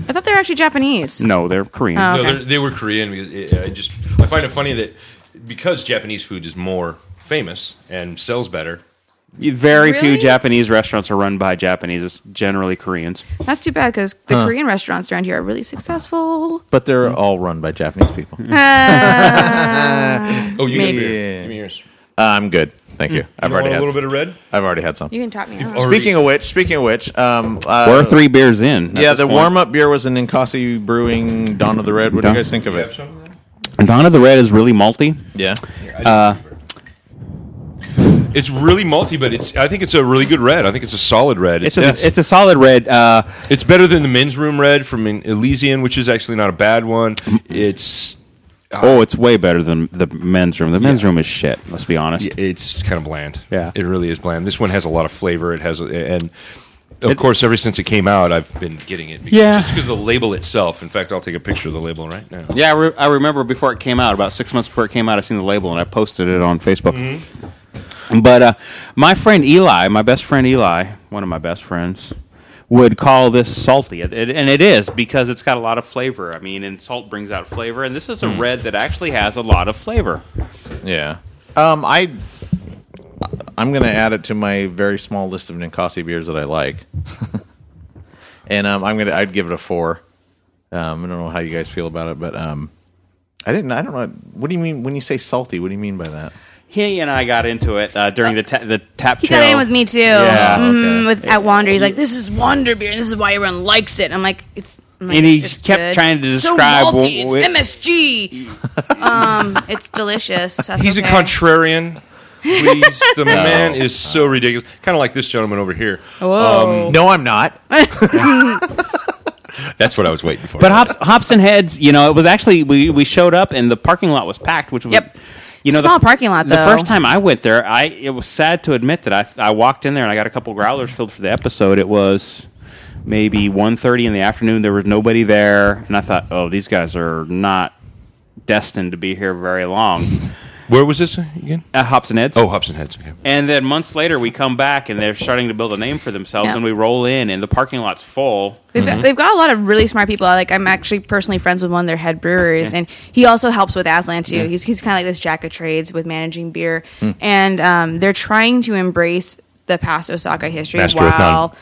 S4: I thought they were actually Japanese.
S3: No, they're Korean.
S4: Oh.
S2: No,
S4: Okay.
S2: they're- they were Korean because it, I just I find it funny that because Japanese food is more famous and sells better.
S3: Very few
S4: Really?
S3: Japanese restaurants are run by Japanese. It's generally Koreans.
S2: Uh,
S4: That's too bad because the Korean restaurants around here are really successful. Uh,
S5: But they're all run by Japanese people.
S2: Oh, you give me
S4: Maybe.
S2: your- give me yours.
S5: I'm good. Thank Hmm. you. I've
S2: You
S5: already
S2: want a
S5: had
S2: little
S5: some.
S2: bit of red.
S5: I've already had some.
S4: You can talk me out.
S2: already-
S5: Speaking of which, speaking of which, um, uh,
S3: We're three beers in.
S5: yeah, the warm up beer was an Ninkasi Brewing Dawn of the Red. What do you
S3: Dawn-
S5: guys think of
S2: You have
S5: it?
S2: some of that?
S3: Dawn of the Red is really malty.
S5: Yeah,
S2: It's really malty, but it's. I think it's a really good red. I think it's a solid red.
S3: It's a, it's a solid red. Uh,
S2: It's better than the men's room red from in- Elysian, which is actually not a bad one.
S3: Mm.
S2: It's
S3: oh, it's way better than the men's room. The men's room is shit. Let's be honest.
S2: it's kind of bland.
S3: Yeah.
S2: it really is bland. This one has a lot of flavor. It has, a, and of course, ever since it came out, I've been getting it. Because,
S3: Yeah.
S2: just because of the label itself. In fact, I'll take a picture of the label right now.
S3: Yeah, I, re- I remember before it came out, about six months before it came out, I seen the label and I posted it on Facebook.
S4: Mm-hmm.
S3: But uh, my friend Eli, my best friend Eli, one of my best friends, would call this salty, It- it- and it is because it's got a lot of flavor. I mean, and salt brings out flavor, and this is
S4: Mm.
S3: a red that actually has a lot of flavor.
S5: yeah. Um, I I'm gonna add it to my very small list of Ninkasi beers that I like, and um, I'm gonna I'd give it a four. Um, I don't know how you guys feel about it, but um, I didn't. I don't know. What do you mean when you say salty? What do you mean by that?
S3: He and I got into it uh, during the ta- the tap.
S4: He got
S3: trail.
S4: in with me too.
S5: Yeah,
S4: Mhm,
S5: okay.
S4: with at Wander, he's like, "This is Wander beer. and This is why everyone likes it." I'm like, "It's." I'm like,
S3: And he
S4: "It's- it's
S3: kept
S4: good.
S3: trying to
S4: It's
S3: describe
S4: So
S3: what-
S4: malty.
S3: what-
S4: it's MSG. um, it's delicious. That's
S2: He's
S4: okay.
S2: a contrarian. Please, the man is so ridiculous. Kind of like this gentleman over here.
S4: Oh, Whoa.
S5: No, I'm not.
S2: That's what I was waiting for.
S3: But Hops- Hobson Heads, you know, it was actually we, we showed up and the parking lot was packed, which was
S4: Yep.
S3: you know
S4: Small parking lot,
S3: The
S4: though.
S3: first time I went there, I it was sad to admit that I I walked in there and I got a couple growlers filled for the episode. It was maybe 1.30 in the afternoon. There was nobody there, and I thought, oh, these guys are not destined to be here very long
S2: where was this again?
S3: at Hobson Heads.
S2: Oh, Hobson Heads. Okay.
S3: And then months later, we come back and they're starting to build a name for themselves,
S4: Yeah.
S3: and we roll in, and the parking lot's full.
S4: They've,
S2: Mm-hmm.
S4: got, they've got a lot of really smart people. Like I'm actually personally friends with one of their head brewers, and he also helps with Aslan too. He's he's kind of like this jack of trades with managing beer,
S2: Hmm.
S4: and um, they're trying to embrace the past Osaka history
S2: Master of none.
S4: while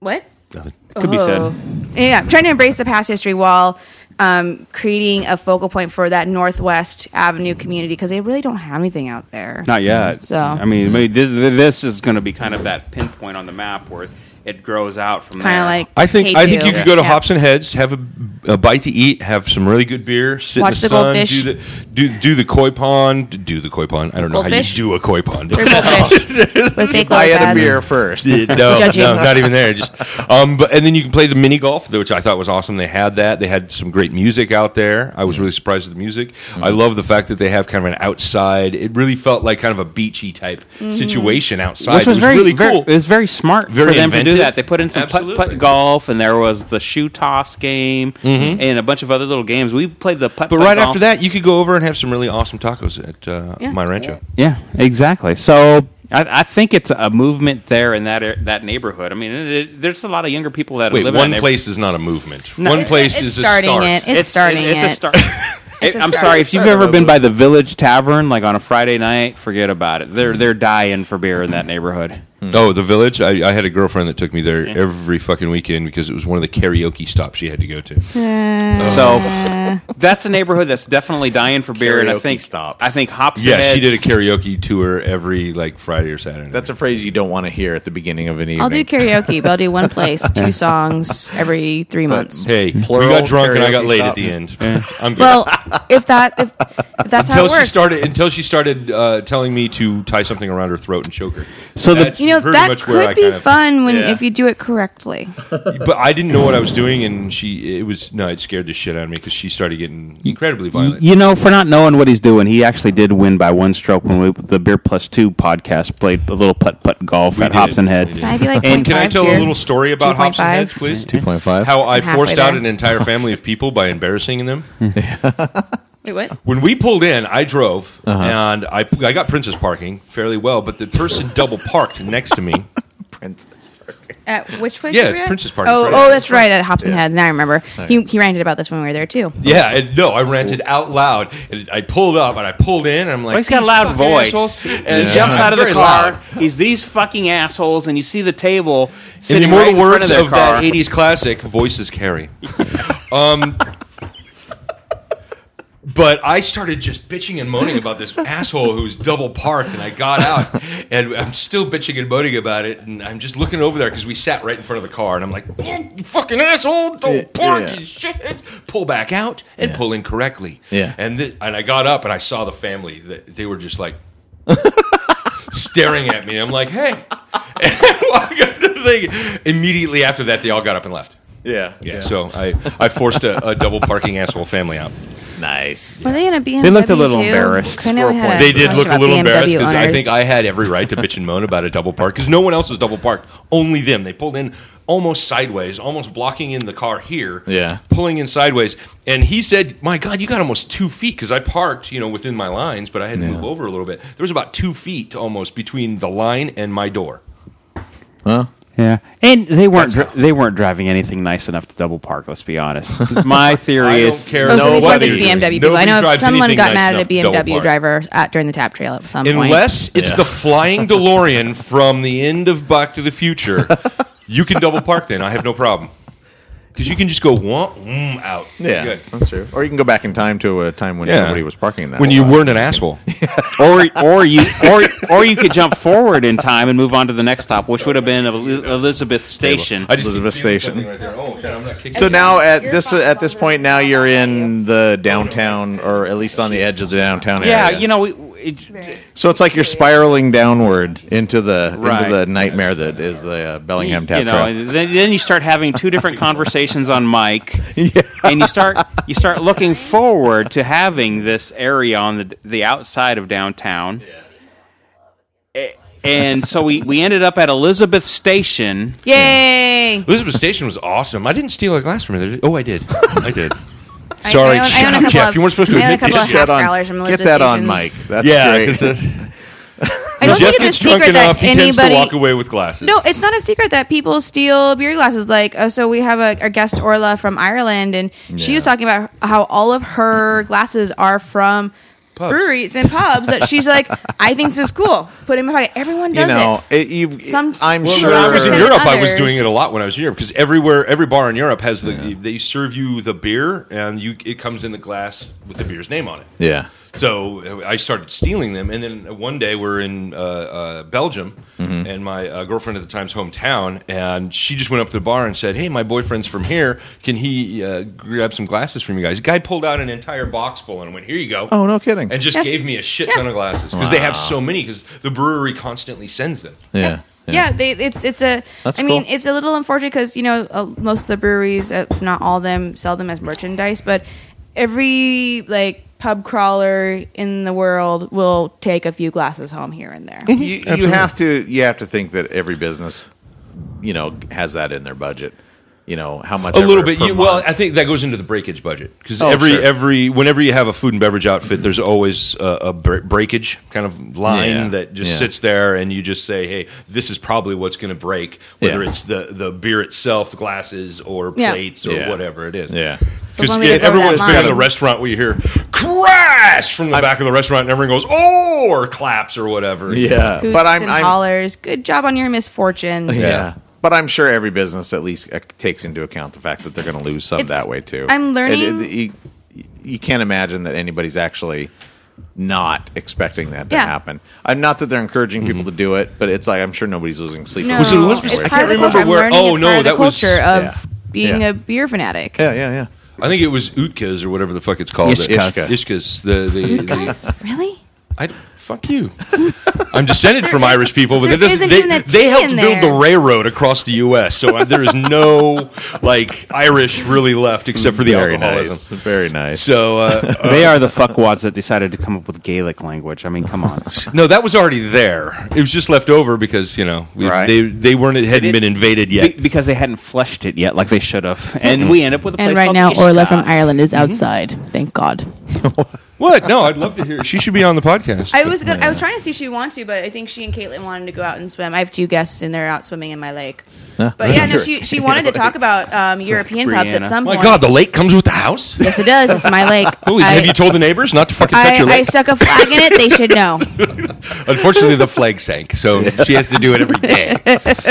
S4: what
S2: Nothing.
S3: Could be said.
S4: Oh. Yeah, trying to embrace the past history while um, creating a focal point for that Northwest Avenue community because they really don't have anything out there.
S3: Not yet. Mm-hmm.
S4: So-
S3: I mean, maybe thi- thi- this is going to be kind of that pinpoint on the map where it grows out from
S4: kind
S3: there.
S4: of like
S2: I think I think
S4: K2.
S2: you could go to
S4: Yeah.
S2: Hobson Heads, have a, a bite to eat, have some really good beer, sit
S4: Watch
S2: in the,
S4: the
S2: sun,
S4: goldfish.
S2: do the do do the koi pond, do the koi pond. I don't know
S4: Goldfish?
S2: how you do a koi pond.
S4: They're goldfish with fake
S5: I
S4: lily
S5: had a
S4: pads.
S5: beer first.
S2: no, no,
S4: Judging.
S2: not even there. Just um, but and then you can play the mini golf, which I thought was awesome. They had that. They had some great music out there. I
S3: Mm-hmm.
S2: was really surprised with the music. I love the fact that they have kind of an outside. It really felt like kind of a beachy type
S4: Mm-hmm.
S2: situation outside,
S3: which was,
S2: It
S3: very,
S2: really
S3: very-
S2: cool.
S3: It was very smart
S2: Very
S3: for them to
S2: inventive.
S3: do that. They put in some putt
S2: Absolutely.
S3: putt golf, and there was the shoe toss game, and a bunch of other little games. We played the putt.
S2: but right after that, you could go over and have some really awesome tacos at uh, my rancho.
S3: yeah, exactly. So I, I think it's a movement there in that ar- that neighborhood. I mean, it, it, there's a lot of younger people that
S2: Wait,
S3: live in
S2: one
S3: that
S2: place is not a movement.
S3: No.
S2: one
S3: It's-
S2: place
S4: it's
S2: is
S4: starting
S2: a start.
S4: it. It's
S3: neighborhood.
S4: starting
S3: it's, it's
S4: it.
S3: a start.
S4: It's a
S3: I'm
S4: start.
S3: sorry if you've ever
S5: little
S3: been
S5: bit.
S3: by the Village Tavern, like on a Friday night, forget about it. They're they're dying for beer in that neighborhood.
S2: Oh, the village. I, I had a girlfriend that took me there every fucking weekend because it was one of the karaoke stops she had to go to.
S4: Mm.
S3: So
S4: Uh.
S3: that's a neighborhood that's definitely dying for beer, and I
S5: Karaoke
S3: think
S5: stops.
S3: I think hops.
S2: yeah,
S3: and
S2: she did a
S3: Heads-
S2: karaoke tour every like Friday or Saturday.
S5: That's a phrase you don't want to hear at the beginning of an evening.
S4: I'll do karaoke, but I'll do one place, two songs every three months.
S2: hey.
S5: Plural
S2: we got drunk and I got
S5: karaoke
S2: late at
S5: stops.
S2: the end. I'm good.
S4: Well, if that if, if that's how
S2: until
S4: it
S2: she
S4: works,
S2: started until she started uh, telling me to tie something around her throat and choke her.
S3: So the-
S2: That's
S4: you know
S2: pretty
S4: that
S2: much where I
S4: could be
S2: kind of-
S4: fun when
S5: Yeah.
S4: if you do it correctly.
S2: But I didn't know what I was doing, and she it was no, it scared the shit out of me because she started getting incredibly violent.
S3: You know, for not knowing what he's doing, he actually did win by one stroke when we, the Beer Plus Two podcast played a little putt putt golf
S2: We
S3: at
S2: did.
S3: Hops and Heads.
S2: We did.
S4: Can I be like
S3: And
S2: Can I
S4: 0.5
S2: tell
S4: here?
S2: a little story about hops and heads,
S4: 2.5?
S2: please?
S5: Two point five.
S2: How I
S4: Halfway
S2: forced out
S4: there.
S2: an entire family of people by embarrassing them.
S4: Wait, what?
S2: When we pulled in, I drove and I I got Princess parking fairly well, but the person double parked next to me.
S5: Princess.
S4: At which place?
S2: Yeah,
S4: were
S2: it's
S4: we at?
S2: Princess Party,
S4: Oh,
S2: right.
S4: oh, that's right. That Hops and Heads. Now I remember. He he ranted about this when we were there too.
S2: Yeah, and no, I ranted out loud. And I pulled up and I pulled in and I'm like,
S3: Well, he's got a
S2: "These
S3: loud
S2: fucking
S3: voice.
S2: assholes."
S3: And
S2: Yeah.
S3: he jumps out of the
S2: Very
S3: car.
S2: loud.
S3: He's these fucking assholes, and you see the table
S2: In the
S3: sitting
S2: immortal
S3: right in front of
S2: words
S3: their
S2: of,
S3: car.
S2: that 80s classic, voices carry. um, but I started just bitching and moaning about this asshole who was double parked, and I got out, and I'm still bitching and moaning about it, and I'm just looking over there because we sat right in front of the car, and I'm like, "Man, you fucking asshole, double
S5: Yeah,
S2: park,
S5: yeah.
S2: you shit, pull back out and
S5: Yeah.
S2: pull in correctly."
S5: Yeah.
S2: and th- and I got up and I saw the family that they were just like staring at me. I'm like, "Hey." And walk up to the thing. Immediately after that, they all got up and left.
S5: Yeah.
S2: Yeah. So I, I forced a, a double parking asshole family out.
S5: Nice.
S4: Were they in a BMW?
S3: They looked a little
S4: too?
S3: embarrassed.
S4: I know we had a
S2: They did
S4: discussion
S2: look a
S4: about
S2: little
S4: BMW
S2: embarrassed because I
S4: owners.
S2: think I had every right to bitch and moan about a double park because no one else was double parked. Only them. They pulled in almost sideways, almost blocking in the car here.
S5: Yeah.
S2: Pulling in sideways, and he said, "My God, you got almost two feet because I parked, you know, within my lines, but I had to move over a little bit. There was about two feet almost between the line and my door."
S3: Yeah, and they weren't dri- they weren't driving anything nice enough to double park. Let's be honest. My
S2: I
S3: theory
S2: don't
S3: is
S2: care.
S4: Oh, so these were the
S2: nobody-
S4: BMW people.
S2: nobody
S4: I know
S2: drives
S4: someone
S2: anything
S4: got
S2: nice
S4: mad at
S2: enough
S4: a
S2: to double
S4: BMW
S2: park.
S4: driver at, during the tap trail at some point.
S2: Unless it's the flying DeLorean from the end of Back to the Future, you can double park then. I have no problem. Because you can just go womp, mm, out.
S5: Yeah,
S2: Good.
S5: that's true. Or you can go back in time to a time when
S2: Yeah.
S5: nobody was parking that.
S2: When you
S5: lot.
S2: weren't an asshole.
S3: or or you or or you could jump forward in time and move on to the next stop, which would have been El- Elizabeth Station.
S2: I just
S5: Elizabeth
S2: keep feeling something
S5: Station.
S2: right there. Oh, God, I'm not kicking
S5: So
S2: it.
S5: now at this at this point now you're in the downtown or at least on the edge of the downtown area.
S3: yeah, you know, we- we- it,
S5: So it's like you're spiraling downward into the
S3: Right.
S5: into the nightmare that is the uh, Bellingham
S3: you
S5: Tap
S3: know,
S5: Trail.
S3: and then, then you start having two different conversations on mic, and you start you start looking forward to having this area on the the outside of downtown. A- And so we, we ended up at Elizabeth Station.
S4: yay!
S2: Elizabeth Station was awesome. I didn't steal a glass from her. did I? Oh, I did. I did.
S4: I-
S2: Sorry,
S4: I own- I
S2: shut
S4: own a
S2: up,
S4: couple
S2: Jeff.
S4: of-
S2: You weren't supposed to
S4: I own a
S2: admit
S4: couple
S2: this.
S4: of
S5: Get that on-
S4: half-growlers from
S5: Get
S4: Elizabeth
S5: that on Mike.
S4: Stations.
S5: That's
S2: Yeah,
S5: great.
S2: 'cause that's-
S4: I don't
S2: Jeff
S4: think
S2: gets
S4: it's a
S2: drunk
S4: secret
S2: enough.
S4: that
S2: He tends to
S4: anybody.
S2: walk away with glasses.
S4: No, it's not a secret that people steal beer glasses. Like, oh, so we have a, our guest Orla from Ireland, and she was talking about how all of her glasses are from breweries and pubs. That she's like, I think this is cool. Put it in my pocket. Everyone
S5: You
S4: does
S5: know,
S4: it.
S5: it, you've,
S4: Some-
S5: I'm
S4: Well,
S5: sure.
S2: when I was in
S4: Sure.
S2: Europe, I was
S4: Others.
S2: doing it a lot when I was in Europe because everywhere, every bar in Europe has the they serve you the beer and you it comes in the glass with the beer's name on it.
S5: Yeah.
S2: So uh, I started stealing them, and then one day we're in uh, uh, Belgium,
S4: Mm-hmm.
S2: and my uh, girlfriend at the time's hometown, and she just went up to the bar and said, "Hey, my boyfriend's from here. Can he uh, grab some glasses from you guys?" The guy pulled out an entire box full and went, "Here you go."
S5: Oh, no kidding.
S2: And just
S4: Yeah.
S2: gave me a shit ton of glasses because they have so many because the brewery constantly sends them.
S5: Yeah.
S4: Yeah, they, it's it's a. I
S5: That's
S4: mean,
S5: cool.
S4: it's a little unfortunate because you know uh, most of the breweries, uh, if not all of them, sell them as merchandise. But every like pub crawler in the world will take a few glasses home here and there.
S5: You, you have to you have to think that every business, you know, has that in their budget. you know how much
S2: a little
S5: ever
S2: bit.
S5: per
S2: You, well,
S5: month.
S2: I think that goes into the breakage budget because
S5: Oh,
S2: every
S5: sure.
S2: every whenever you have a food and beverage outfit, there's always a, a bre- breakage kind of line
S5: Yeah.
S2: that just
S5: Yeah.
S2: sits there, and you just say, "Hey, this is probably what's going to break, whether
S5: Yeah.
S2: it's the the beer itself, glasses, or
S4: Yeah.
S2: plates, or
S5: Yeah.
S2: whatever it is."
S5: yeah,
S4: So as
S2: Because
S4: long as it's
S2: everyone's
S4: that
S2: been in
S4: line.
S2: the restaurant where you hear crash from the back of the restaurant, and everyone goes, "Oh!" or claps or whatever.
S5: yeah.
S4: Hoots
S5: But I'm,
S4: and
S5: I'm
S4: hollers. Good job on your misfortune.
S5: yeah. But I'm sure every business at least uh, takes into account the fact that they're going to lose some
S4: It's-
S5: that way too.
S4: I'm learning-
S5: you, you can't imagine that anybody's actually not expecting that to
S4: Yeah.
S5: happen. I'm not that they're encouraging people to do it, but it's like I'm sure nobody's losing sleep.
S4: No,
S5: over
S2: Was it Elizabeth?
S4: it's
S2: I
S4: part
S2: can't
S4: of the
S2: remember
S4: culture. I'm
S2: where-
S4: learning
S2: oh,
S4: it's
S2: no,
S4: part of the
S2: that was-
S4: culture of
S5: Yeah.
S4: being
S5: Yeah.
S4: a beer fanatic.
S5: Yeah, yeah, yeah.
S2: I think it was Utkas or whatever the fuck it's called.
S3: Ishkas.
S2: Ishkas. The, the, the,
S4: Guys, really?
S2: I, fuck you. I'm descended from Irish people, but
S4: There
S2: that doesn't,
S4: isn't
S2: they,
S4: even a
S2: they
S4: T
S2: helped
S4: in
S2: build
S4: there.
S2: the railroad across the U.S., so uh, there is no like Irish really left except for the
S5: Very
S2: alcoholism.
S5: nice. Very nice.
S2: So uh,
S3: They are the fuckwads that decided to come up with Gaelic language. I mean, come on.
S2: no, that was already there. It was just left over because you know we,
S3: Right.
S2: they they weren't it hadn't been invaded yet.
S3: Be- because they hadn't fleshed it yet, like they should have. And we end up with a place
S6: And right
S3: called
S6: now, Orla from
S3: Ishkas.
S6: Ireland
S5: Mm-hmm.
S6: is outside. Thank God.
S2: what? No, I'd love to hear. She should be on the podcast.
S4: I was gonna, I was trying to see if she wanted to, but I think she and Caitlin wanted to go out and swim. I have two guests and they're out swimming in my lake. But yeah, no, she she wanted to talk about um, European pubs at
S3: Brianna.
S4: some
S2: my
S4: point.
S2: God, the lake comes with the house.
S4: Yes, it does. It's my lake.
S2: Holy,
S4: I,
S2: have you told the neighbors not to fucking touch
S4: I,
S2: your
S4: I
S2: lake?
S4: stuck a flag in it. They should know.
S2: Unfortunately, the flag sank, so she has to do it every day.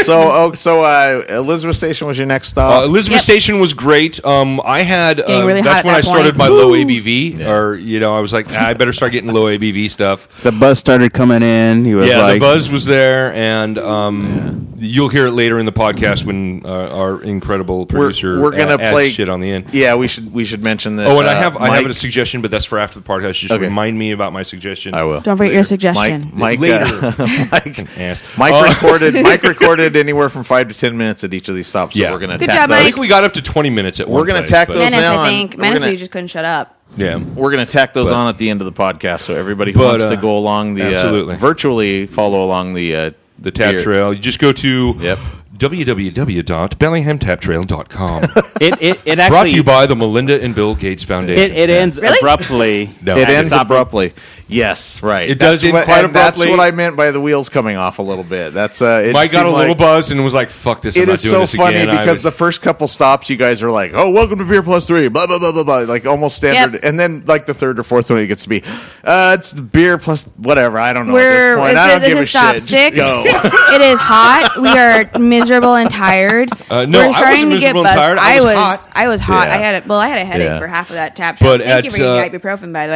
S5: so, oh, so uh, Elizabeth Station was your next
S2: Uh,
S5: stop.
S2: Elizabeth
S4: Yep.
S2: Station was great. Um, I had uh,
S4: Getting really hot
S2: that's
S4: at
S2: when
S4: that
S2: I started my
S4: point.
S2: low ABV, or you know, I was like, "Ah, I better start getting low ABV stuff.
S3: The buzz started coming in. He was
S2: Yeah,
S3: like,
S2: the buzz was there, and um, you'll hear it later in the podcast when uh, our incredible producer
S5: we're gonna
S2: a- adds
S5: play-
S2: shit on the end.
S5: yeah, we should we should mention that.
S2: Oh, and I
S5: uh,
S2: have I have
S5: Mike-
S2: a suggestion, but that's for after the podcast. Just
S5: Okay.
S2: remind me about my suggestion.
S5: I will.
S6: Don't forget your
S5: Mike,
S6: suggestion.
S5: Mike,
S2: Later.
S5: uh, Mike,
S2: Ass.
S5: Mike
S2: Uh,
S5: recorded. Mike recorded anywhere from five to ten minutes at each of these stops. So
S2: Yeah.
S5: we're gonna
S4: Good
S5: tack
S4: job,
S5: those.
S2: I
S4: Mike.
S2: think we got up to twenty minutes at
S5: We're
S2: one
S5: gonna
S2: place,
S5: tack
S2: but-
S5: those
S4: Menace,
S5: now on-
S4: I think.
S5: we're
S4: Menace,
S5: gonna-
S4: we just couldn't shut up.
S2: Yeah,
S5: We're gonna tack those
S2: But-
S5: on at the end of the podcast, so everybody who
S2: But,
S5: wants to
S2: uh,
S5: go along the
S2: absolutely.
S5: uh, virtually follow along the uh,
S2: the tap
S5: beer-
S2: trail. You just go to
S5: Yep.
S2: www.bellinghamtaptrail.com.
S3: it, it, it actually.
S2: Brought to you by the Melinda and Bill Gates Foundation.
S3: It, it ends
S4: Really?
S3: abruptly.
S2: No.
S5: It
S3: at
S5: ends
S3: the top of-
S5: abruptly. Yes, right.
S2: It does
S5: That's
S2: end
S5: what-
S2: quite
S5: and That's
S2: abruptly.
S5: what I meant by the wheels coming off a little bit. That's uh, it
S2: Mike got
S5: seemed
S2: a little
S5: like-
S2: buzz and was like, "Fuck this!" I'm
S5: It
S2: not
S5: is
S2: doing
S5: so
S2: this
S5: funny
S2: again. I
S5: because
S2: was-
S5: the first couple stops, you guys are like, "Oh, welcome to Beer Plus Three, blah blah blah blah blah," like almost standard.
S4: Yep.
S5: And then like the third or fourth one, it gets to be, uh, "It's the Beer Plus whatever." I don't know at this
S4: We're
S5: point.
S4: it's
S5: I
S4: a,
S5: don't
S4: this
S5: give
S4: is
S5: a
S4: stop
S5: shit. Just
S4: six.
S5: go.
S4: it is hot. We are miserable and tired.
S2: Uh, no, I
S4: We're
S2: wasn't
S4: starting to get
S2: miserable and tired.
S4: buzzed.
S2: I was hot.
S4: I was hot.
S5: Yeah.
S4: I had a, well, I had a headache
S5: Yeah.
S4: for half of that tap.
S2: But
S4: Thank you
S2: at,
S4: for your
S2: uh,
S4: ibuprofen, by the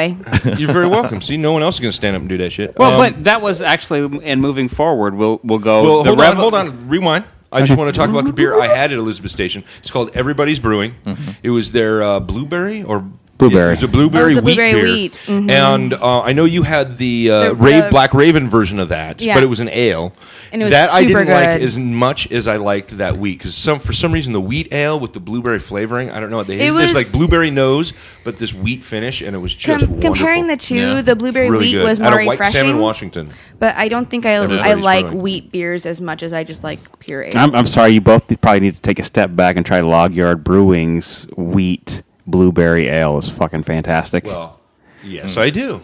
S4: way.
S2: you're very welcome. See, no one else is going to stand up and do that shit.
S3: Well,
S2: Um,
S3: but that was actually, and moving forward, we'll we'll go.
S2: well,
S3: Oh, the
S2: hold on,
S3: rev-
S2: hold on, rewind. I just want to talk about the beer I had at Elizabeth Station. It's called Everybody's Brewing. It was their uh, blueberry or
S3: Mm-hmm. Blueberry.
S2: It was a blueberry,
S4: Oh, the
S2: wheat,
S4: blueberry
S2: beer.
S4: wheat. Mhm.
S2: And uh, I know you had the, uh,
S4: The-
S2: Ra-
S4: the-
S2: Black Raven version of that,
S4: Yeah.
S2: but it was an ale.
S4: And it was
S2: that I
S4: super
S2: didn't like
S4: good.
S2: as much as I liked that wheat because some for some reason the wheat ale with the blueberry flavoring. I don't know. They
S4: It
S2: it was
S4: was-
S2: like blueberry nose, but this wheat finish, and it was just
S4: Com- comparing
S2: wonderful.
S4: the two,
S5: Yeah.
S4: the blueberry
S2: really
S4: wheat
S2: good.
S4: was
S2: Out
S4: more
S2: of White Salmon,
S4: refreshing.
S2: Washington.
S4: But I don't think I I
S2: Everybody's
S4: like
S2: brewing.
S4: wheat beers as much as I just like pure ale.
S3: I'm, I'm sorry, you both probably need to take a step back and try Log Yard Brewing's wheat blueberry ale. is fucking fantastic.
S2: Well, yes,
S3: Mm.
S2: I do.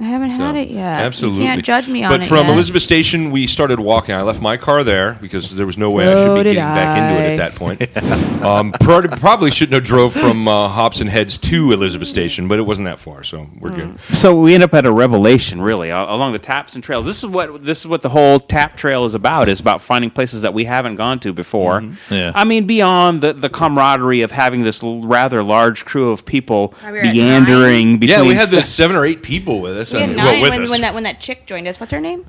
S4: I haven't
S2: So,
S4: had it yet.
S2: Absolutely.
S4: you can't judge me on
S2: but
S4: it.
S2: from
S4: yet.
S2: Elizabeth Station, we started walking. I left my car there because there was no way I
S4: So
S2: should be
S4: did
S2: getting back into it at
S4: I.
S2: that point. um, pro- probably shouldn't have drove from uh, Hops and Heads to Elizabeth Station, but it wasn't that far, so we're
S4: Hmm.
S2: good.
S3: So we end up at a revelation, really, a- along the taps and trails. This is what this is what the whole tap trail is about. Is about finding places that we haven't gone to before.
S2: Mm-hmm.
S5: Yeah.
S3: I mean, beyond the, the camaraderie of having this l- rather large crew of people
S4: Probably we're at
S3: meandering between.
S2: Yeah, we had
S3: se-
S2: the seven or eight people with us.
S4: we had
S2: and-
S4: nine
S2: well, with
S4: when,
S2: us.
S4: when that when that chick joined us. What's her name?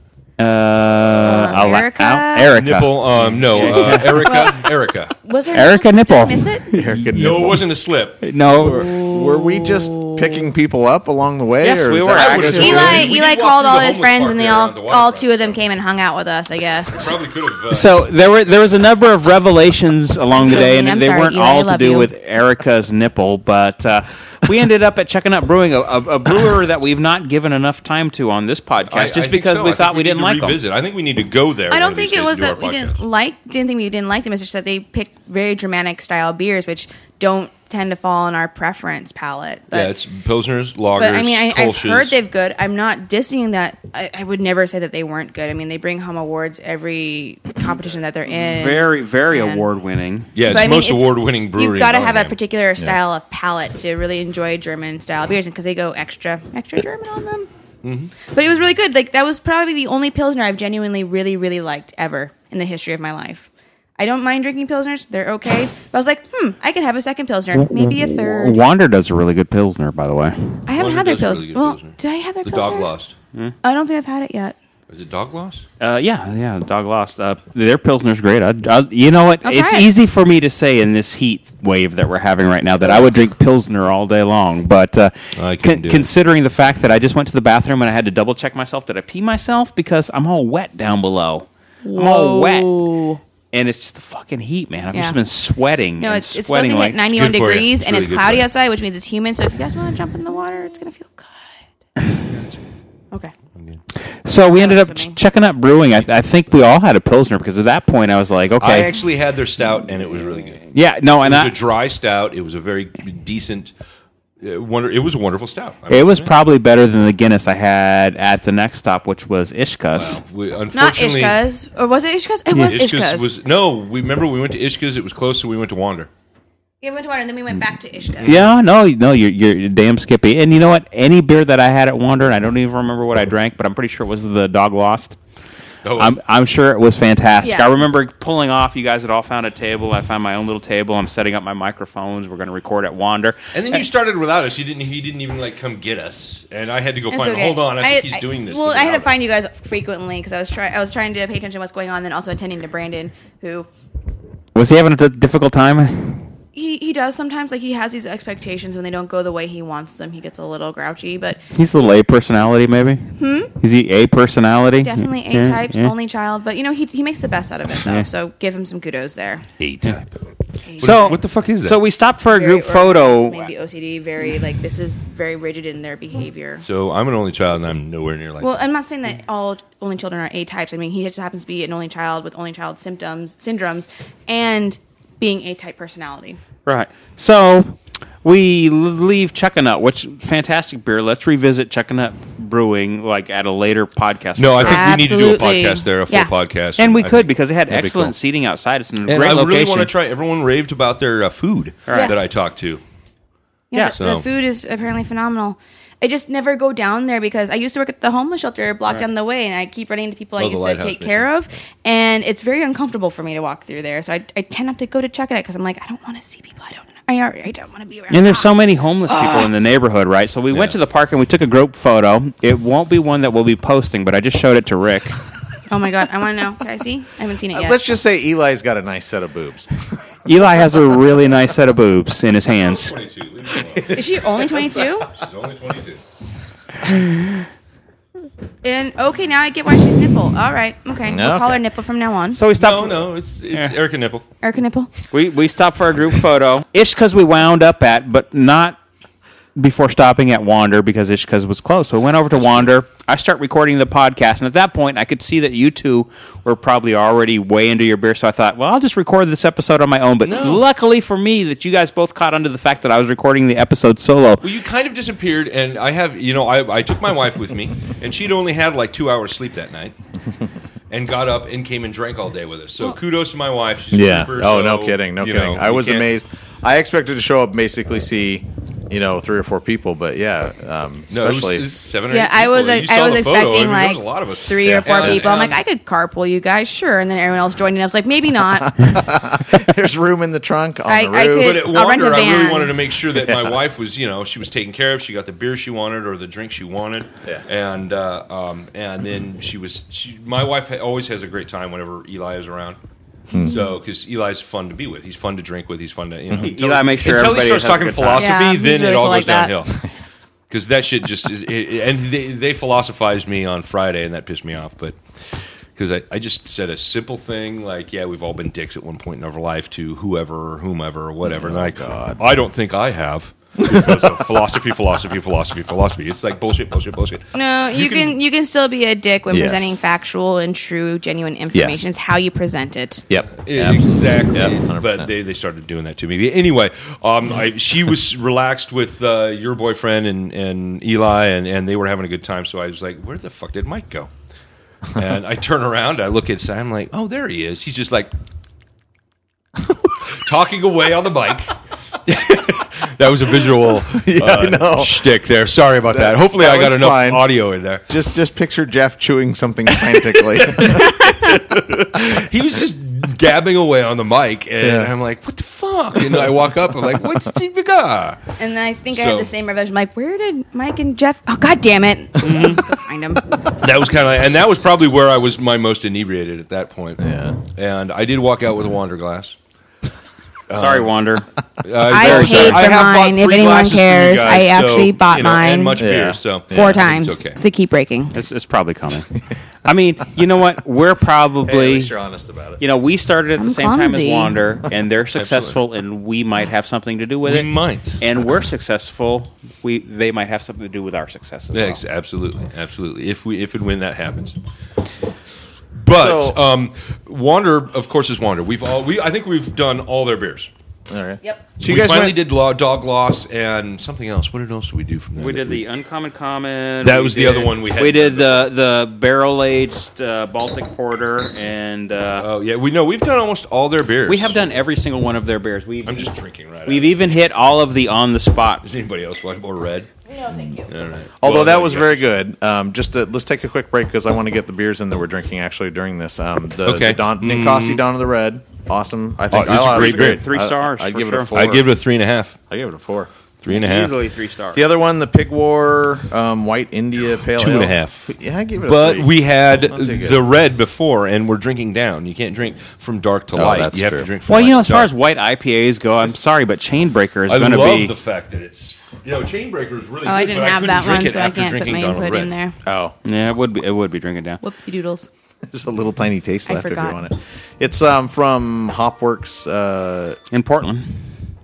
S3: uh, Ala-
S4: Erica?
S3: Al- Erica.
S2: Nipple, um, no, uh, Erica, Erica.
S4: Was her
S3: Erica
S4: nipple?
S3: Nipple.
S4: Did I miss it?
S5: Erica
S2: No, it
S5: Nipple.
S2: wasn't a slip.
S3: No,
S5: Were we just picking people up along the way?
S3: Yes,
S5: or
S3: we
S5: is
S3: were
S5: that-
S1: was
S3: actually.
S1: Really?
S4: Eli,
S1: We did
S4: Eli
S1: walk
S4: called
S1: through
S4: all
S1: the
S4: his
S1: homeless
S4: friends,
S1: park
S4: and they
S1: there
S4: all
S1: around the water
S4: all
S1: front,
S4: two of them
S1: so.
S4: came and hung out with us. I guess.
S1: Probably could have. Uh,
S3: So there were there was a number of revelations along the
S4: so
S3: day,
S4: mean. I'm
S3: and they
S4: sorry,
S3: weren't
S4: Eli, I
S3: all to
S4: love
S3: do
S4: you.
S3: with Erica's nipple. But uh, we ended up at Checking Up Brewing, a, a, a brewer that we've not given enough time to on this podcast,
S2: I- I
S3: just
S2: think
S3: because
S2: so. I
S3: we
S2: think
S3: thought we
S2: need
S3: didn't
S2: to
S3: like them.
S2: revisit. I think we need to go there.
S4: I
S2: one
S4: don't
S2: of these
S4: think
S2: days
S4: it was
S2: to do
S4: that we
S2: our
S4: didn't
S2: podcast.
S4: like didn't think we didn't like them. It's just that they picked very dramatic style beers, which don't tend to fall in our preference palette. But,
S2: Yeah, it's pilsners, lagers,
S4: but I mean, I, I've
S2: Kolsch's.
S4: heard they've good. I'm not dissing that. I, I would never say that they weren't good. I mean, they bring home awards every competition that they're in.
S3: Very, very
S4: And-
S3: award winning.
S2: Yeah, it's
S4: But, I mean,
S2: most
S4: it's-
S2: award-winning brewery.
S4: You've got to
S2: in
S4: have a
S2: Nottingham.
S4: particular style of palate to really enjoy German style beers, and because they go extra, extra German on them.
S2: Mm-hmm.
S4: But it was really good. Like that was probably the only pilsner I've genuinely really, really liked ever in the history of my life. I don't mind drinking pilsners; they're okay. But I was like, hmm, I could have a second pilsner, maybe a third.
S3: Wander does a really good pilsner, by the way.
S4: I
S2: Wander
S4: haven't had their
S2: does a really
S4: pilsner.
S2: good
S4: well,
S2: Pilsner.
S4: did I have their
S2: The
S4: pilsner?
S2: dog lost.
S4: I don't think I've had it yet.
S2: Is it dog lost?
S3: Uh, yeah, yeah. Dog lost. Uh, their pilsner's great. I, I, you know what?
S4: I'll try
S3: it's
S4: it.
S3: easy for me to say in this heat wave that we're having right now that I would drink pilsner all day long, but uh,
S2: I couldn't do it.
S3: considering the fact that I just went to the bathroom and I had to double check myself, did I pee myself? Because I'm all wet down below. I'm all wet,
S6: Whoa.
S3: and it's just the fucking heat, man. I've
S4: Yeah.
S3: just been sweating.
S4: No,
S3: and
S4: it's, it's supposed
S3: sweating
S4: to
S3: like
S4: hit 91
S2: It's good for you.
S4: degrees,
S2: It's
S4: and
S2: really
S4: it's
S2: good for
S4: cloudy
S2: you.
S4: outside, which means it's humid. So if you guys want to jump in the water, it's gonna feel good. Okay.
S3: So we ended
S4: it's
S3: up
S4: swimming.
S3: ch- checking out brewing. I, I think we all had a pilsner because at that point I was like, okay,
S2: I actually had their stout, and it was really good.
S3: yeah, no, and
S2: It was
S3: I,
S2: a dry stout. It was a very decent. Uh, wonder, it was a wonderful stout. I
S3: It
S2: mean,
S3: was
S2: yeah.
S3: probably better than the Guinness I had at the next stop, which was Ishka's.
S2: We,
S4: Not
S2: unfortunately,
S4: Ishka's. Or was it Ishka's? It
S2: Yeah,
S4: was Ishka's.
S2: was no. We remember we went to Ishka's. It was close, so we went to Wander.
S4: Yeah, we went to water and then we went back to Ishka's.
S3: Yeah, no, no, you're you're damn skippy. And you know what? Any beer that I had at Wander, and I don't even remember what I drank, but I'm pretty sure it was the Dog Lost.
S2: Oh,
S3: I'm I'm sure it was fantastic.
S4: Yeah.
S3: I remember pulling off. You guys had all found a table. I found my own little table. I'm setting up my microphones. We're going to record at Wander.
S2: and then you started without us. You didn't. He didn't even like come get us. And I had to go
S4: It's
S2: find.
S4: okay.
S2: Hold on. I, think he's doing this.
S4: Well, I had to
S2: without
S4: find you guys frequently because I was trying. I was trying to pay attention to what's going on, then also attending to Brandon, who
S3: Was he having a d- difficult time?
S4: he, he does sometimes. Like he has these expectations when they don't go the way he wants them, he gets a little grouchy. But
S3: He's a little A personality, maybe. Hmm. Is he A personality?
S4: definitely
S2: Mm-hmm.
S3: Yeah,
S4: A types,
S3: yeah.
S4: only child. But you know he he makes the best out of it though.
S3: Yeah.
S4: So give him some kudos there.
S2: A type.
S3: So
S2: What the fuck is that?
S3: So we stopped for a
S4: Very
S3: group photo.
S4: organized, maybe OCD. Very like this is very rigid in their behavior.
S2: So I'm an only child, and I'm nowhere near like.
S4: Well, I'm not saying that all only children are A types. I mean, he just happens to be an only child with only child symptoms, syndromes, and being A type personality.
S3: Right. So we l- leave Chuckanut, which fantastic beer. Let's revisit Chuckanut Brewing like at a later podcast.
S2: no, I think we need to do
S4: Absolutely.
S2: a podcast there, a full
S4: Yeah.
S2: podcast,
S3: and we
S2: I
S3: could
S2: think
S3: because they had
S2: that'd be
S3: excellent
S2: cool.
S3: seating outside. It's in a
S2: And
S3: great
S2: I
S3: location.
S2: really want to try. Everyone raved about their uh, food
S4: right.
S2: that I talked to.
S4: Yeah, the,
S2: So-
S4: the food is apparently phenomenal. I just never go down there because I used to work at the homeless shelter a block down the way, and I keep running into people
S2: Oh,
S4: I
S2: the
S4: used to
S2: lighthouse
S4: take
S2: mission.
S4: care of, and it's very uncomfortable for me to walk through there. So I, I tend not to go to check it out because I'm like, I don't want to see people. I don't. I, already, I don't want to be around.
S3: And there's so
S4: them.
S3: many homeless
S4: Ah.
S3: people in the neighborhood, right? So we went
S2: Yeah.
S3: to the park and we took a group photo. It won't be one that we'll be posting, but I just showed it to Rick.
S4: Oh my god, I want to know. Can I see? I haven't seen it yet.
S5: Let's just say Eli's got a nice set of boobs.
S3: Eli has a really nice set of boobs in his hands.
S2: Twenty-two.
S4: is she only 22?
S2: She's only twenty-two.
S4: And okay, now I get why she's nipple. All right, okay. We'll call
S5: Okay.
S4: her nipple from now on.
S3: So we stopped.
S2: No, no, it's it's
S3: Yeah.
S2: Erica Nipple.
S4: Erica nipple.
S3: We we stopped for a group photo. Ishka's we wound up at, but not before stopping at Wander because Ishka's was closed. So we went over to Wander. I start recording the podcast, and at that point, I could see that you two were probably already way into your beer. So I thought, well, I'll just record this episode on my own. But luckily for me, that you guys both caught on to the fact that I was recording the episode solo.
S2: Well, you kind of disappeared, and I have, you know, I, I took my wife with me, and she'd only had like two hours sleep that night, and got up and came and drank all day with us. So kudos to my wife. She's
S5: Yeah.
S2: super,
S5: Oh,
S2: so,
S5: no kidding. No
S2: you
S5: kidding.
S2: know,
S5: I
S2: we
S5: was
S2: can't-
S5: amazed. I expected to show up basically see, you know, three or four people, but yeah, um,
S2: No, it was-
S5: especially
S2: it was seven or
S4: Yeah,
S2: eight
S4: I was
S2: people.
S4: I,
S2: You
S4: I
S2: saw
S4: was
S2: the photo. I
S4: expecting
S2: mean, there was
S4: like
S2: a lot of us.
S4: three or four
S2: And-
S4: people. I'm
S2: and-
S4: like, I could carpool you guys, sure. And then everyone else joined in. I was like, maybe not.
S5: there's room in the trunk on
S4: I-
S5: the
S4: I
S5: roof.
S2: But
S4: could-
S2: at
S4: I'll rent a
S2: Wander, I
S4: van.
S2: really wanted to make sure that my wife was, you know, she was taken care of. She got the beer she wanted or the drink she wanted,
S5: Yeah.
S2: and uh, um, and then she was. She, my wife ha- always has a great time whenever Eli is around. So, because Eli's fun to be with, he's fun to drink with, he's fun to you know.
S3: Eli makes sure
S2: until he
S3: everybody
S2: starts
S3: has a
S2: talking
S3: good time.
S2: philosophy,
S4: Yeah, he's
S2: then
S4: really
S2: it all
S4: cool
S2: goes
S4: like that.
S2: downhill. because that shit just is, it, and they, they philosophized me on Friday and that pissed me off, but because I, I just said a simple thing like, yeah, we've all been dicks at one point in our life to whoever or whomever or whatever, and I, I don't think I have. because of philosophy, philosophy, philosophy, philosophy. It's like bullshit, bullshit, bullshit.
S4: No, you, can, you can still be a dick when
S5: Yes.
S4: presenting factual and true, genuine information. It's how you present it.
S5: Yep.
S2: Yeah, Exactly.
S5: Yeah, 100%.
S2: but they, they started doing that to me. Anyway, um, I, she was relaxed with uh, your boyfriend and, and Eli, and, and they were having a good time. So I was like, where the fuck did Mike go? And I turn around, I look at Sam, like, oh, there he is. He's just like talking away on the bike. that was a visual uh, shtick there. Sorry about that. Hopefully,
S5: that
S2: I got
S5: was
S2: enough
S5: fine.
S2: audio in there.
S5: Just just picture Jeff chewing something frantically.
S2: he was just gabbing away on the mic, and
S5: Yeah.
S2: I'm like, "What the fuck?" And I walk up, I'm like, "What's the bigger?"
S4: And I think I
S2: So-
S4: had the same revelation. Like, where did Mike and Jeff? Oh, god damn it!
S2: Mm-hmm.
S4: Go find them.
S2: That was kind of, and that was probably where I was my most inebriated at that point.
S5: Yeah.
S2: and I did walk out with a wander glass.
S3: Sorry, Wander.
S2: Uh, I,
S4: paid for mine, if anyone cares. I actually bought
S2: and
S4: mine.
S2: much
S5: Yeah.
S2: beer. So
S4: Four
S2: it's
S4: times.
S2: okay.
S4: Because they keep breaking.
S3: It's, it's probably coming. I mean, you know what? We're probably.
S5: honest about it.
S3: you know, we started at the
S4: I'm
S3: same time as
S4: clumsy.
S3: Wander, and they're successful, and we might have something to do with
S2: We
S3: it.
S2: might.
S3: and we're successful. We they might have something to do with our success as
S2: Yeah,
S3: well.
S2: ex- absolutely, absolutely. If we if and when that happens. But
S5: So-
S2: um, Wander, of course, is Wander. We've all we I think we've done all their beers.
S5: All right.
S4: Yep.
S5: So you
S2: we
S5: guys
S2: finally
S5: went-
S2: did law, dog loss and something else. What else did we do from there?
S3: We did the uncommon common.
S2: That
S3: we
S2: was the
S3: did-
S2: other one we had.
S3: We did the the barrel aged uh, Baltic porter, and uh,
S2: Oh yeah, we know we've done almost all their beers.
S3: we have done every single one of their beers. We
S2: Oh, I'm just drinking right.
S3: we've
S2: out.
S3: even hit all of the on the spot.
S2: Does anybody else want more red?
S4: No, thank you.
S2: All right.
S5: Although
S2: Well,
S5: that
S2: there
S5: was
S2: you go.
S5: very good. Um, just to, let's take a quick break because I want to get the beers in that we're drinking actually during this. Um, the, the
S2: Okay. Mm.
S5: Don, Ninkasi Dawn of the Red, awesome. I think
S2: Oh, it's
S5: I- I-
S2: great
S5: it's
S2: beer.
S5: good.
S3: Three
S5: I-
S3: stars
S5: I'd
S3: for
S5: give it
S3: sure.
S5: a four.
S2: I'd give it a three and a half.
S5: I give it a four.
S2: Three and a half.
S3: Easily three stars.
S5: The other one, the Pig War um, White India Pale
S2: Two and a
S5: Ale.
S2: half.
S5: Yeah, I give it. a
S2: But
S5: three.
S2: we had
S5: I'll take it.
S2: the red before, and we're drinking down. You can't drink from dark to
S5: Oh,
S2: light.
S5: that's
S2: you have
S5: true.
S2: to drink. From
S3: well, you
S2: light
S3: know,
S2: to
S3: as far
S2: dark.
S3: as white IPAs go, I'm sorry, but Chainbreaker is
S2: I
S3: going to
S2: love
S3: be.
S2: the fact that it's you know Chainbreaker is really.
S4: Oh, I
S2: good,
S4: didn't
S2: but
S4: have
S2: couldn't
S4: that
S2: drink
S4: one,
S2: it
S4: so I
S2: after
S4: can't put
S2: drinking
S4: my
S2: Donald
S4: input
S2: Red.
S4: in there.
S5: oh,
S3: yeah, it would be it would be drinking down.
S4: Whoopsie doodles.
S5: there's a little tiny taste
S4: I
S5: left if you
S4: forgot.
S5: want it. It's um, from Hopworks uh,
S3: in Portland.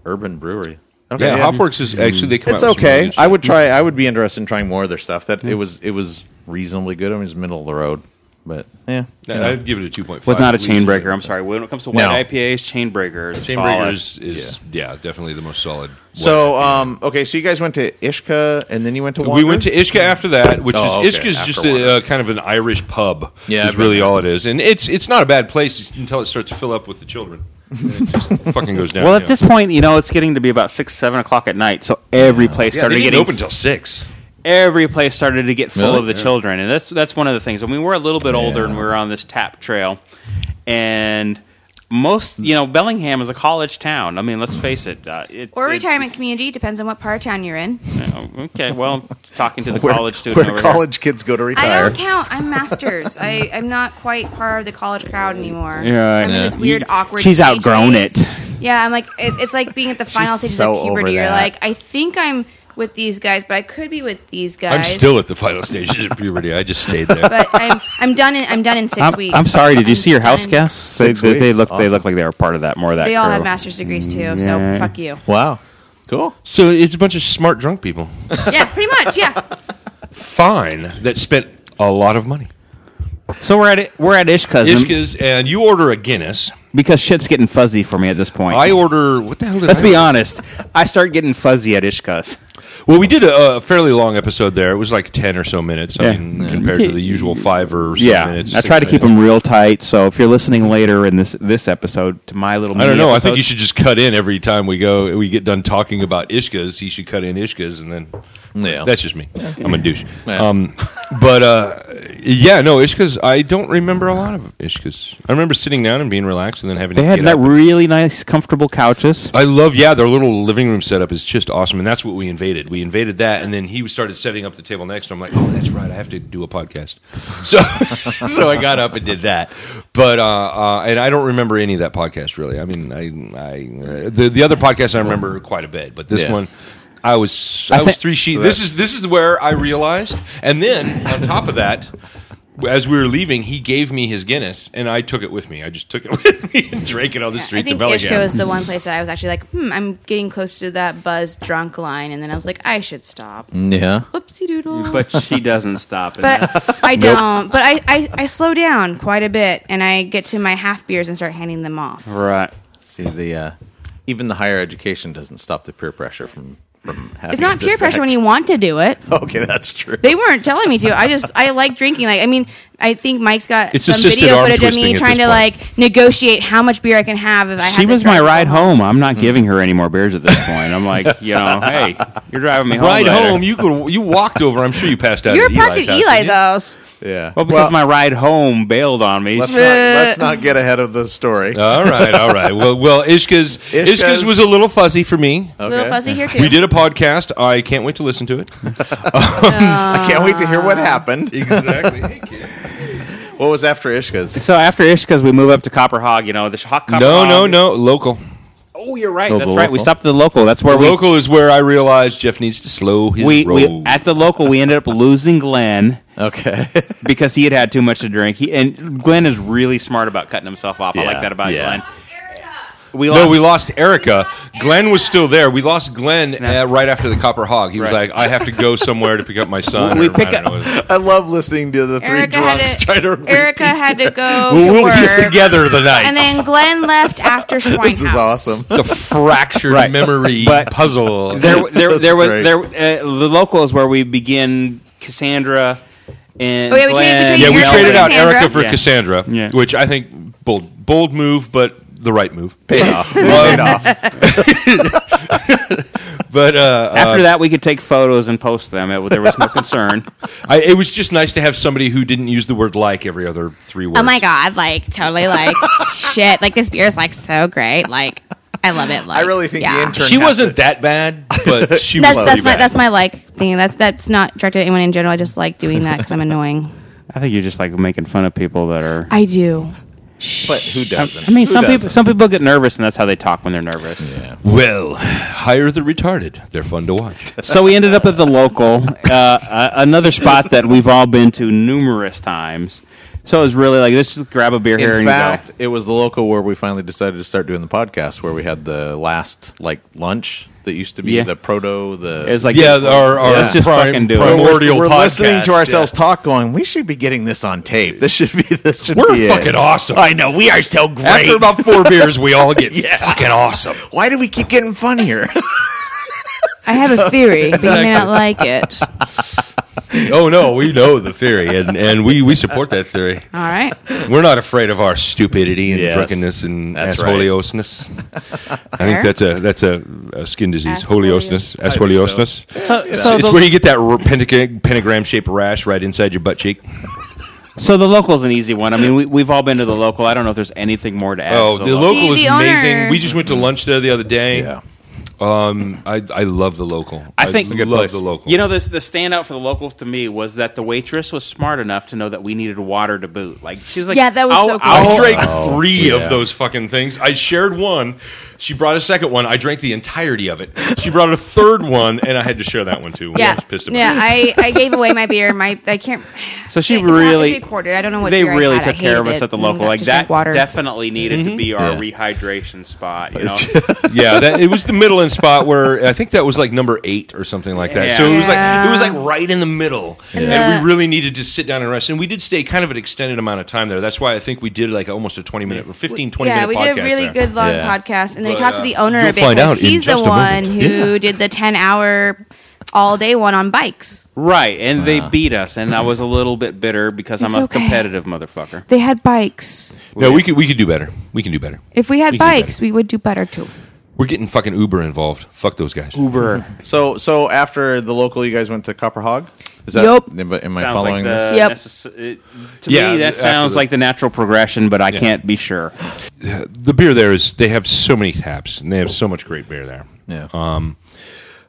S5: Urban Brewery.
S2: Yeah, Hopworks is actually they come
S5: Mm. It's
S2: out with some really
S5: okay.
S2: good shit.
S5: I would try. I would be interested in trying more of their stuff. That it was it was reasonably good. I mean, it's middle of the road, but yeah.
S2: No,
S5: Yeah.
S2: I'd give it a two point five.
S3: But not a Chainbreaker. I'm sorry. When it comes to white
S5: No.
S3: IPAs, Chainbreaker is
S2: Chainbreaker
S3: solid.
S2: is, is yeah. definitely the most solid. one.
S5: So um, okay, so you guys went to Ishka, and then you went to
S2: we
S5: Wander?
S2: went to Ishka after that, which
S5: Oh,
S2: is
S5: okay,
S2: Ishka is
S5: after
S2: just
S5: Wander.
S2: a, uh kind of an Irish pub.
S5: Yeah,
S2: is
S5: I've been
S2: really
S5: there.
S2: all it is, and it's it's not a bad place until it starts to fill up with the children. And it just fucking goes down.
S3: Well, at this point, you know it's getting to be about six, seven o'clock at night, so every place started
S2: they didn't
S3: getting
S2: open till six.
S3: every place started to get full
S5: Really?
S3: of the children, and that's that's one of the things. I mean, we're a little bit older, and we were on this tap trail, and most you know Bellingham is a college town. I mean, let's face it. Uh, it
S4: Or
S3: it-
S4: retirement community, depends on what part of town you're in.
S3: yeah, okay, well, talking to the
S5: where,
S3: college student
S5: where
S3: over
S5: college kids go to retire.
S4: I don't count. I'm masters. I, I'm not quite part of the college crowd anymore.
S3: Yeah, I
S4: I'm
S3: know.
S4: in this weird,
S3: You-
S4: awkward.
S3: she's
S4: stage
S3: outgrown
S4: phase.
S3: it.
S4: Yeah, I'm like it, it's like being at the final stages
S5: so
S4: of
S5: over
S4: puberty. You're
S5: that.
S4: like, I think I'm with these guys, but I could be with these guys.
S2: I'm still at the final stages of puberty. I just stayed there.
S4: But I'm I'm done. In, I'm done in 6
S3: here. I'm,
S4: weeks.
S3: I'm sorry. Did you
S4: I'm
S3: see your
S4: done.
S3: house guests? They,
S5: Six
S3: they, they
S5: weeks.
S3: look they
S5: Awesome.
S3: look like they are part of that more of that.
S4: They all have
S3: crew.
S4: master's degrees too.
S3: Yeah.
S4: So fuck you.
S5: Wow, cool.
S2: so it's a bunch of smart drunk people.
S4: Yeah, pretty much. Yeah.
S2: Fine, that spent a lot of money.
S3: So we're at we're at Ishka's and-
S2: Ishka's, and you order a Guinness.
S3: because shit's getting fuzzy for me at this point.
S2: I order what the hell did
S3: Let's
S2: I
S3: be
S2: order?
S3: honest. I start getting fuzzy at Ishka's.
S2: Well, we did a, a fairly long episode there. It was like ten or so minutes. I
S3: Yeah.
S2: mean, compared to the usual five or so
S3: yeah,
S2: minutes.
S3: I
S2: six
S3: try to keep
S2: minutes.
S3: them real tight. So if you're listening later in this this episode to my little,
S2: I don't
S3: mini
S2: know. I think
S3: episodes-
S2: you should just cut in every time we go. We get done talking about Ishkas. You should cut in Ishkas, and then
S5: Yeah.
S2: that's just me. I'm a douche.
S5: Yeah.
S2: Um, but uh, yeah, no Ishkas. I don't remember a lot of Ishkas. I remember sitting down and being relaxed, and then having
S3: They
S2: to
S3: had
S2: get
S3: that
S2: up.
S3: really nice, comfortable couches.
S2: I love, yeah, their little living room setup is just awesome, and that's what we invaded. We invaded that, and then he started setting up the table next. I'm like, oh, that's right, I have to do a podcast. So, so I got up and did that. But uh, uh, and I don't remember any of that podcast really. I mean, I, I uh, the the other podcast I remember quite a bit, but this
S5: Yeah.
S2: one. I was
S3: I
S2: I, was
S3: think-
S2: three sheets. This is this is where I realized. And then on top of that, as we were leaving, he gave me his Guinness, and I took it with me. I just took it with me and drank it on the
S4: I
S2: streets
S4: think
S2: of
S4: Ishko
S2: Bellingham.
S4: is the one place that I was actually like, hmm, I'm getting close to that buzz drunk line, and then I was like, I should stop.
S5: Yeah.
S4: Whoopsie doodles.
S3: Mm. but she doesn't stop. And that-
S4: but I don't. But I, I, I slow down quite a bit, and I get to my half beers and start handing them off.
S3: right.
S5: See the uh, even the higher education doesn't stop the peer pressure from from having.
S4: It's not
S5: its
S4: peer pressure when
S5: effect.
S4: you want to do it.
S5: Okay, that's true.
S4: They weren't telling me to. I just I like drinking. Like I mean, I think Mike's got
S2: It's
S4: some
S2: assisted
S4: video
S2: arm
S4: footage of
S2: twisting
S4: me
S2: at
S4: trying
S2: this
S4: to like negotiate how much beer I can have if I.
S3: She
S4: had to
S3: was my
S4: drive
S3: ride home. I'm
S2: Mm.
S3: not giving her any more beers at this point. I'm like, you know, hey, you're driving me home.
S2: Ride
S3: later.
S2: home, you could, you walked over. I'm sure you passed out.
S4: You're
S2: at Eli's
S4: parked at
S2: house,
S4: Eli's
S2: didn't you?
S4: house.
S5: Yeah.
S3: Well, because my ride home bailed on me.
S5: let's not, let's not get ahead of the story.
S2: All right, all right. Well, well, Ishka's, Ishka's
S5: Ishka's-
S2: was a little fuzzy for me.
S4: Little fuzzy here too.
S2: We did a podcast. I can't wait to listen to it.
S5: I can't wait to hear what happened.
S2: Exactly. Hey, kid.
S5: What was after Ishka's?
S3: So after Ishka's, we move up to Copper Hog. You know, the sh- hot Copper
S2: No,
S3: Hog.
S2: no, no. Local.
S3: Oh, you're right.
S5: Oh,
S3: That's
S5: the
S3: right. We
S5: local.
S3: stopped at the local. That's where we
S2: Local is where I realized Jeff needs to slow his
S3: we,
S2: roll.
S3: we at the local. We ended up losing Glenn
S5: Okay.
S3: because he had had too much to drink. He and Glenn is really smart about cutting himself off. I
S5: Yeah,
S3: like that about
S5: yeah.
S3: Glenn. We lost.
S2: no, we lost Erica. Glenn was still there. We lost Glenn uh, right after the Copper Hog. He was
S3: Right.
S2: like, "I have to go somewhere to pick up my son."
S3: We
S2: or
S3: pick
S2: I don't
S3: up-
S2: know what it is.
S5: I love listening to the three
S4: Erica had
S5: drunks
S4: to-
S5: try to.
S4: Erica had to go to
S2: We'll piece
S4: work,
S2: together the night.
S4: and then Glenn left after Schweinhouse.
S5: This is awesome.
S2: it's a fractured
S3: Right.
S2: memory
S3: But-
S2: puzzle.
S3: there, there,
S5: That's
S3: there was
S5: great.
S3: there. Uh, the local is where we begin. Cassandra and
S4: Oh, yeah, we traded- we
S3: Glenn
S4: traded
S2: Yeah, we
S4: Erica
S3: Melvin.
S2: traded out
S4: Cassandra.
S2: Erica for
S3: Yeah.
S2: Cassandra,
S3: Yeah.
S2: which I think bold, bold move, but the right move. Paid off. but uh,
S3: After that, we could take photos and post them. It, there was no concern.
S2: I, it was just nice to have somebody who didn't use the word like every other three words.
S4: Oh my god, like totally like shit. Like this beer is like so great. Like I love it. Like
S5: I really think
S4: yeah.
S5: the intern.
S2: She
S5: has
S2: wasn't that bad, but she
S4: That's
S2: was
S4: that's my
S2: pretty
S4: that's my like thing. That's that's not directed at anyone in general. I just like doing that because I'm annoying.
S3: I think you're just like making fun of people that are.
S4: I do.
S5: to- But who doesn't?
S3: I mean,
S5: Who
S3: some people
S5: doesn't?
S3: some people get nervous, and that's how they talk when they're nervous.
S2: bad. Well, hire the retarded. They're fun to watch.
S3: So we ended up at the local, uh, uh, another spot that we've all been to numerous times. So it was really like let's just grab a beer here
S5: In
S3: and
S5: fact, it was the local where we finally decided to start doing the podcast, where we had the last like lunch that used to be
S3: Yeah.
S5: the proto. The
S3: go. It was like
S2: yeah, our, our
S3: let's just
S2: prime-
S3: fucking do
S5: We're-
S3: it.
S5: we're-
S2: primordial
S5: We're,
S2: podcast.
S5: listening to ourselves
S2: Yeah.
S5: talk, going, "We should be getting this on tape. This should be. This should
S2: We're
S5: be it."
S2: fucking awesome.
S5: I know we are so great.
S2: After about four beers, we all get
S5: Yeah.
S2: fucking awesome.
S5: Why do we keep getting funnier?
S4: I have a theory, but you may not like it. All
S2: Oh no, we know the theory, and, and we, we support that theory.
S4: right.
S2: We're not afraid of our stupidity and
S5: Yes.
S2: drunkenness and
S5: That's
S2: assholiousness. I think
S4: Fair.
S2: that's a that's a, a skin disease. Holiousness,
S4: Asholiosis.
S2: asholiousness.
S3: So,
S2: So
S3: so,
S2: it's where
S3: the,
S2: you get that r- pentagram, pentagram shaped rash right inside your butt cheek.
S3: so the local's an easy one. I mean, we, we've all been to the local. I don't know if there's anything more to add.
S2: Oh,
S3: to
S2: the local
S4: The-
S2: is
S4: the
S2: amazing.
S4: owner-
S2: We just went to lunch there the other day. Um, I I love the local.
S3: I think
S2: love the local.
S3: You know, this the standout for the local to me was that the waitress was smart enough to know that we needed water to boot. Like she was like,
S4: Yeah, that was
S3: "I'll-
S4: so cool.
S2: I
S3: I'll-
S2: drank three of those fucking things. I shared one. She brought a second one. I drank the entirety of it. She brought a third one, and I had to share that one too. I
S4: Yeah.
S2: was pissed about
S4: Yeah.
S2: it.
S4: I, I gave away my beer. My I can't.
S3: So she
S4: It's not- it's
S3: really
S4: recorded. I don't know what
S3: they
S4: beer I
S3: really
S4: had. I
S3: took care of
S4: hated
S3: us
S4: it.
S3: at the
S4: Mm,
S3: local.
S4: I
S3: Like
S4: just
S3: that
S4: drank water.
S3: definitely needed to be our
S5: Yeah.
S3: rehydration spot. You know,
S2: yeah, that, it was the middle end spot where I think that was like number eight or something like that.
S3: Yeah.
S2: So it was like
S4: Yeah.
S2: it was like right in the middle, and,
S4: the-
S2: we really needed to sit down and rest. And we did stay kind of an extended amount of time there. That's why I think we did like almost a twenty minute, 15, 20
S4: yeah,
S2: minute
S4: we
S2: podcast.
S4: did a really
S2: there.
S4: good long
S5: Yeah.
S4: podcast, and then we
S2: But,
S4: talked
S2: uh,
S4: to the owner
S2: you'll
S4: of it
S2: find out
S4: because
S2: in
S4: he's the
S2: just a
S4: one
S2: moment.
S4: who did the ten-hour all-day one on bikes.
S3: right? And they beat us, and I was a little bit bitter because
S4: It's
S3: I'm a
S4: okay.
S3: competitive motherfucker.
S4: They had bikes.
S2: No, we could we could do better. We can do better.
S4: If we had
S2: We can do
S4: bikes, we would do better too.
S2: We're getting fucking Uber involved. Fuck those guys.
S3: Uber.
S5: so, so after the local, you guys went to Copper Hog. Is that?
S4: Yup.
S5: Am, I- am I
S3: Sounds like
S5: following
S3: the
S4: Yep.
S3: necess- it- to
S2: Yeah,
S3: me that
S2: after
S3: sounds
S2: the-
S3: like the natural progression, but I can't be sure.
S2: the beer there is they have so many taps and they have so much great beer there.
S5: this? Yeah.
S2: Um,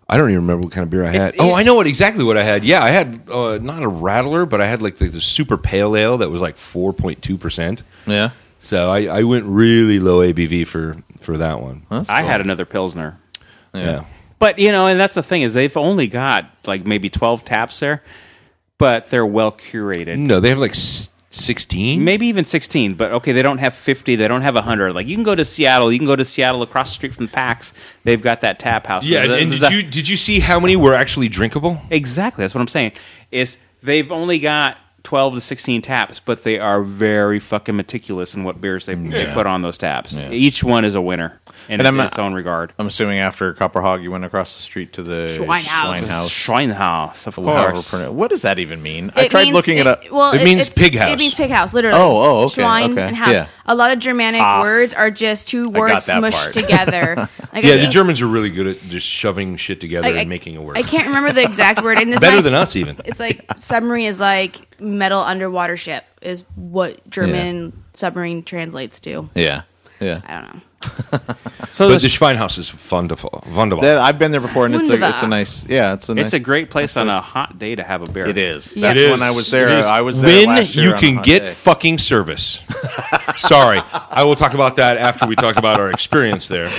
S2: I don't even remember what kind of beer I had.
S3: It's-
S2: oh, I
S3: it's-
S2: know what exactly what I had. Yeah, I had uh, not a rattler, but I had like the, the super pale ale that was like four point two percent.
S5: yeah.
S2: So I, I went really low ABV for for that one.
S5: That's
S3: I
S5: cool.
S3: had another pilsner.
S5: Yeah.
S2: Yeah.
S3: But you know, and that's the thing is they've only got like maybe twelve taps there, but they're well curated.
S2: No, they have like s- 16.
S3: Maybe even sixteen, but okay, they don't have fifty, they don't have hundred. Like you can go to Seattle, you can go to Seattle across the street from PAX. They've got that tap house.
S2: Yeah, and,
S3: There's a-
S2: and
S3: there's
S2: did
S3: a-
S2: you did you see how many were actually drinkable?
S3: Exactly. That's what I'm saying. Is they've only got 12 to 16 taps, but they are very fucking meticulous in what beers they, they put on those taps. Each one is a winner in
S5: And I'm not-
S3: its own regard.
S5: I'm assuming after Copper Hog, you went across the street to the
S6: Schweinhaus.
S5: Schweinhaus,
S3: Schweinhaus, of
S5: however
S3: course.
S5: pronoun- What does that even mean? I
S4: It
S5: tried
S4: means-
S5: looking it, up.
S4: Well,
S2: It means
S4: it's-
S2: pig house.
S4: It means pig house, literally.
S5: Oh, oh, okay,
S4: Schwein
S5: okay,
S4: and house.
S5: yeah.
S4: A lot of Germanic
S3: House.
S4: words are just two words
S5: that
S4: smushed
S5: part.
S4: together. Like, I
S2: Yeah, the
S4: think-
S2: Germans are really good at just shoving shit together
S4: like, I-
S2: and making it work.
S4: I can't remember the exact word. And this
S2: Better
S4: might-
S2: than us, even.
S4: It's like submarine is like metal underwater ship is what German submarine translates to.
S5: Yeah, yeah.
S4: I don't know.
S3: So
S2: But
S3: this,
S2: the Schweinhaus is wonderful. wonderful.
S5: That, I've been there before, and it's a,
S4: Wunderbar.
S5: it's a nice. Yeah, it's a. Nice,
S3: it's a great place on a hot day to have a beer.
S5: It is.
S4: Yeah.
S5: That's
S4: It
S5: when I was there.
S2: It is.
S5: I was there
S2: When
S5: last year
S2: you
S5: on a
S2: can
S5: hot
S2: get
S5: day.
S2: fucking service. Sorry, I will talk about that after we talk about our experience there.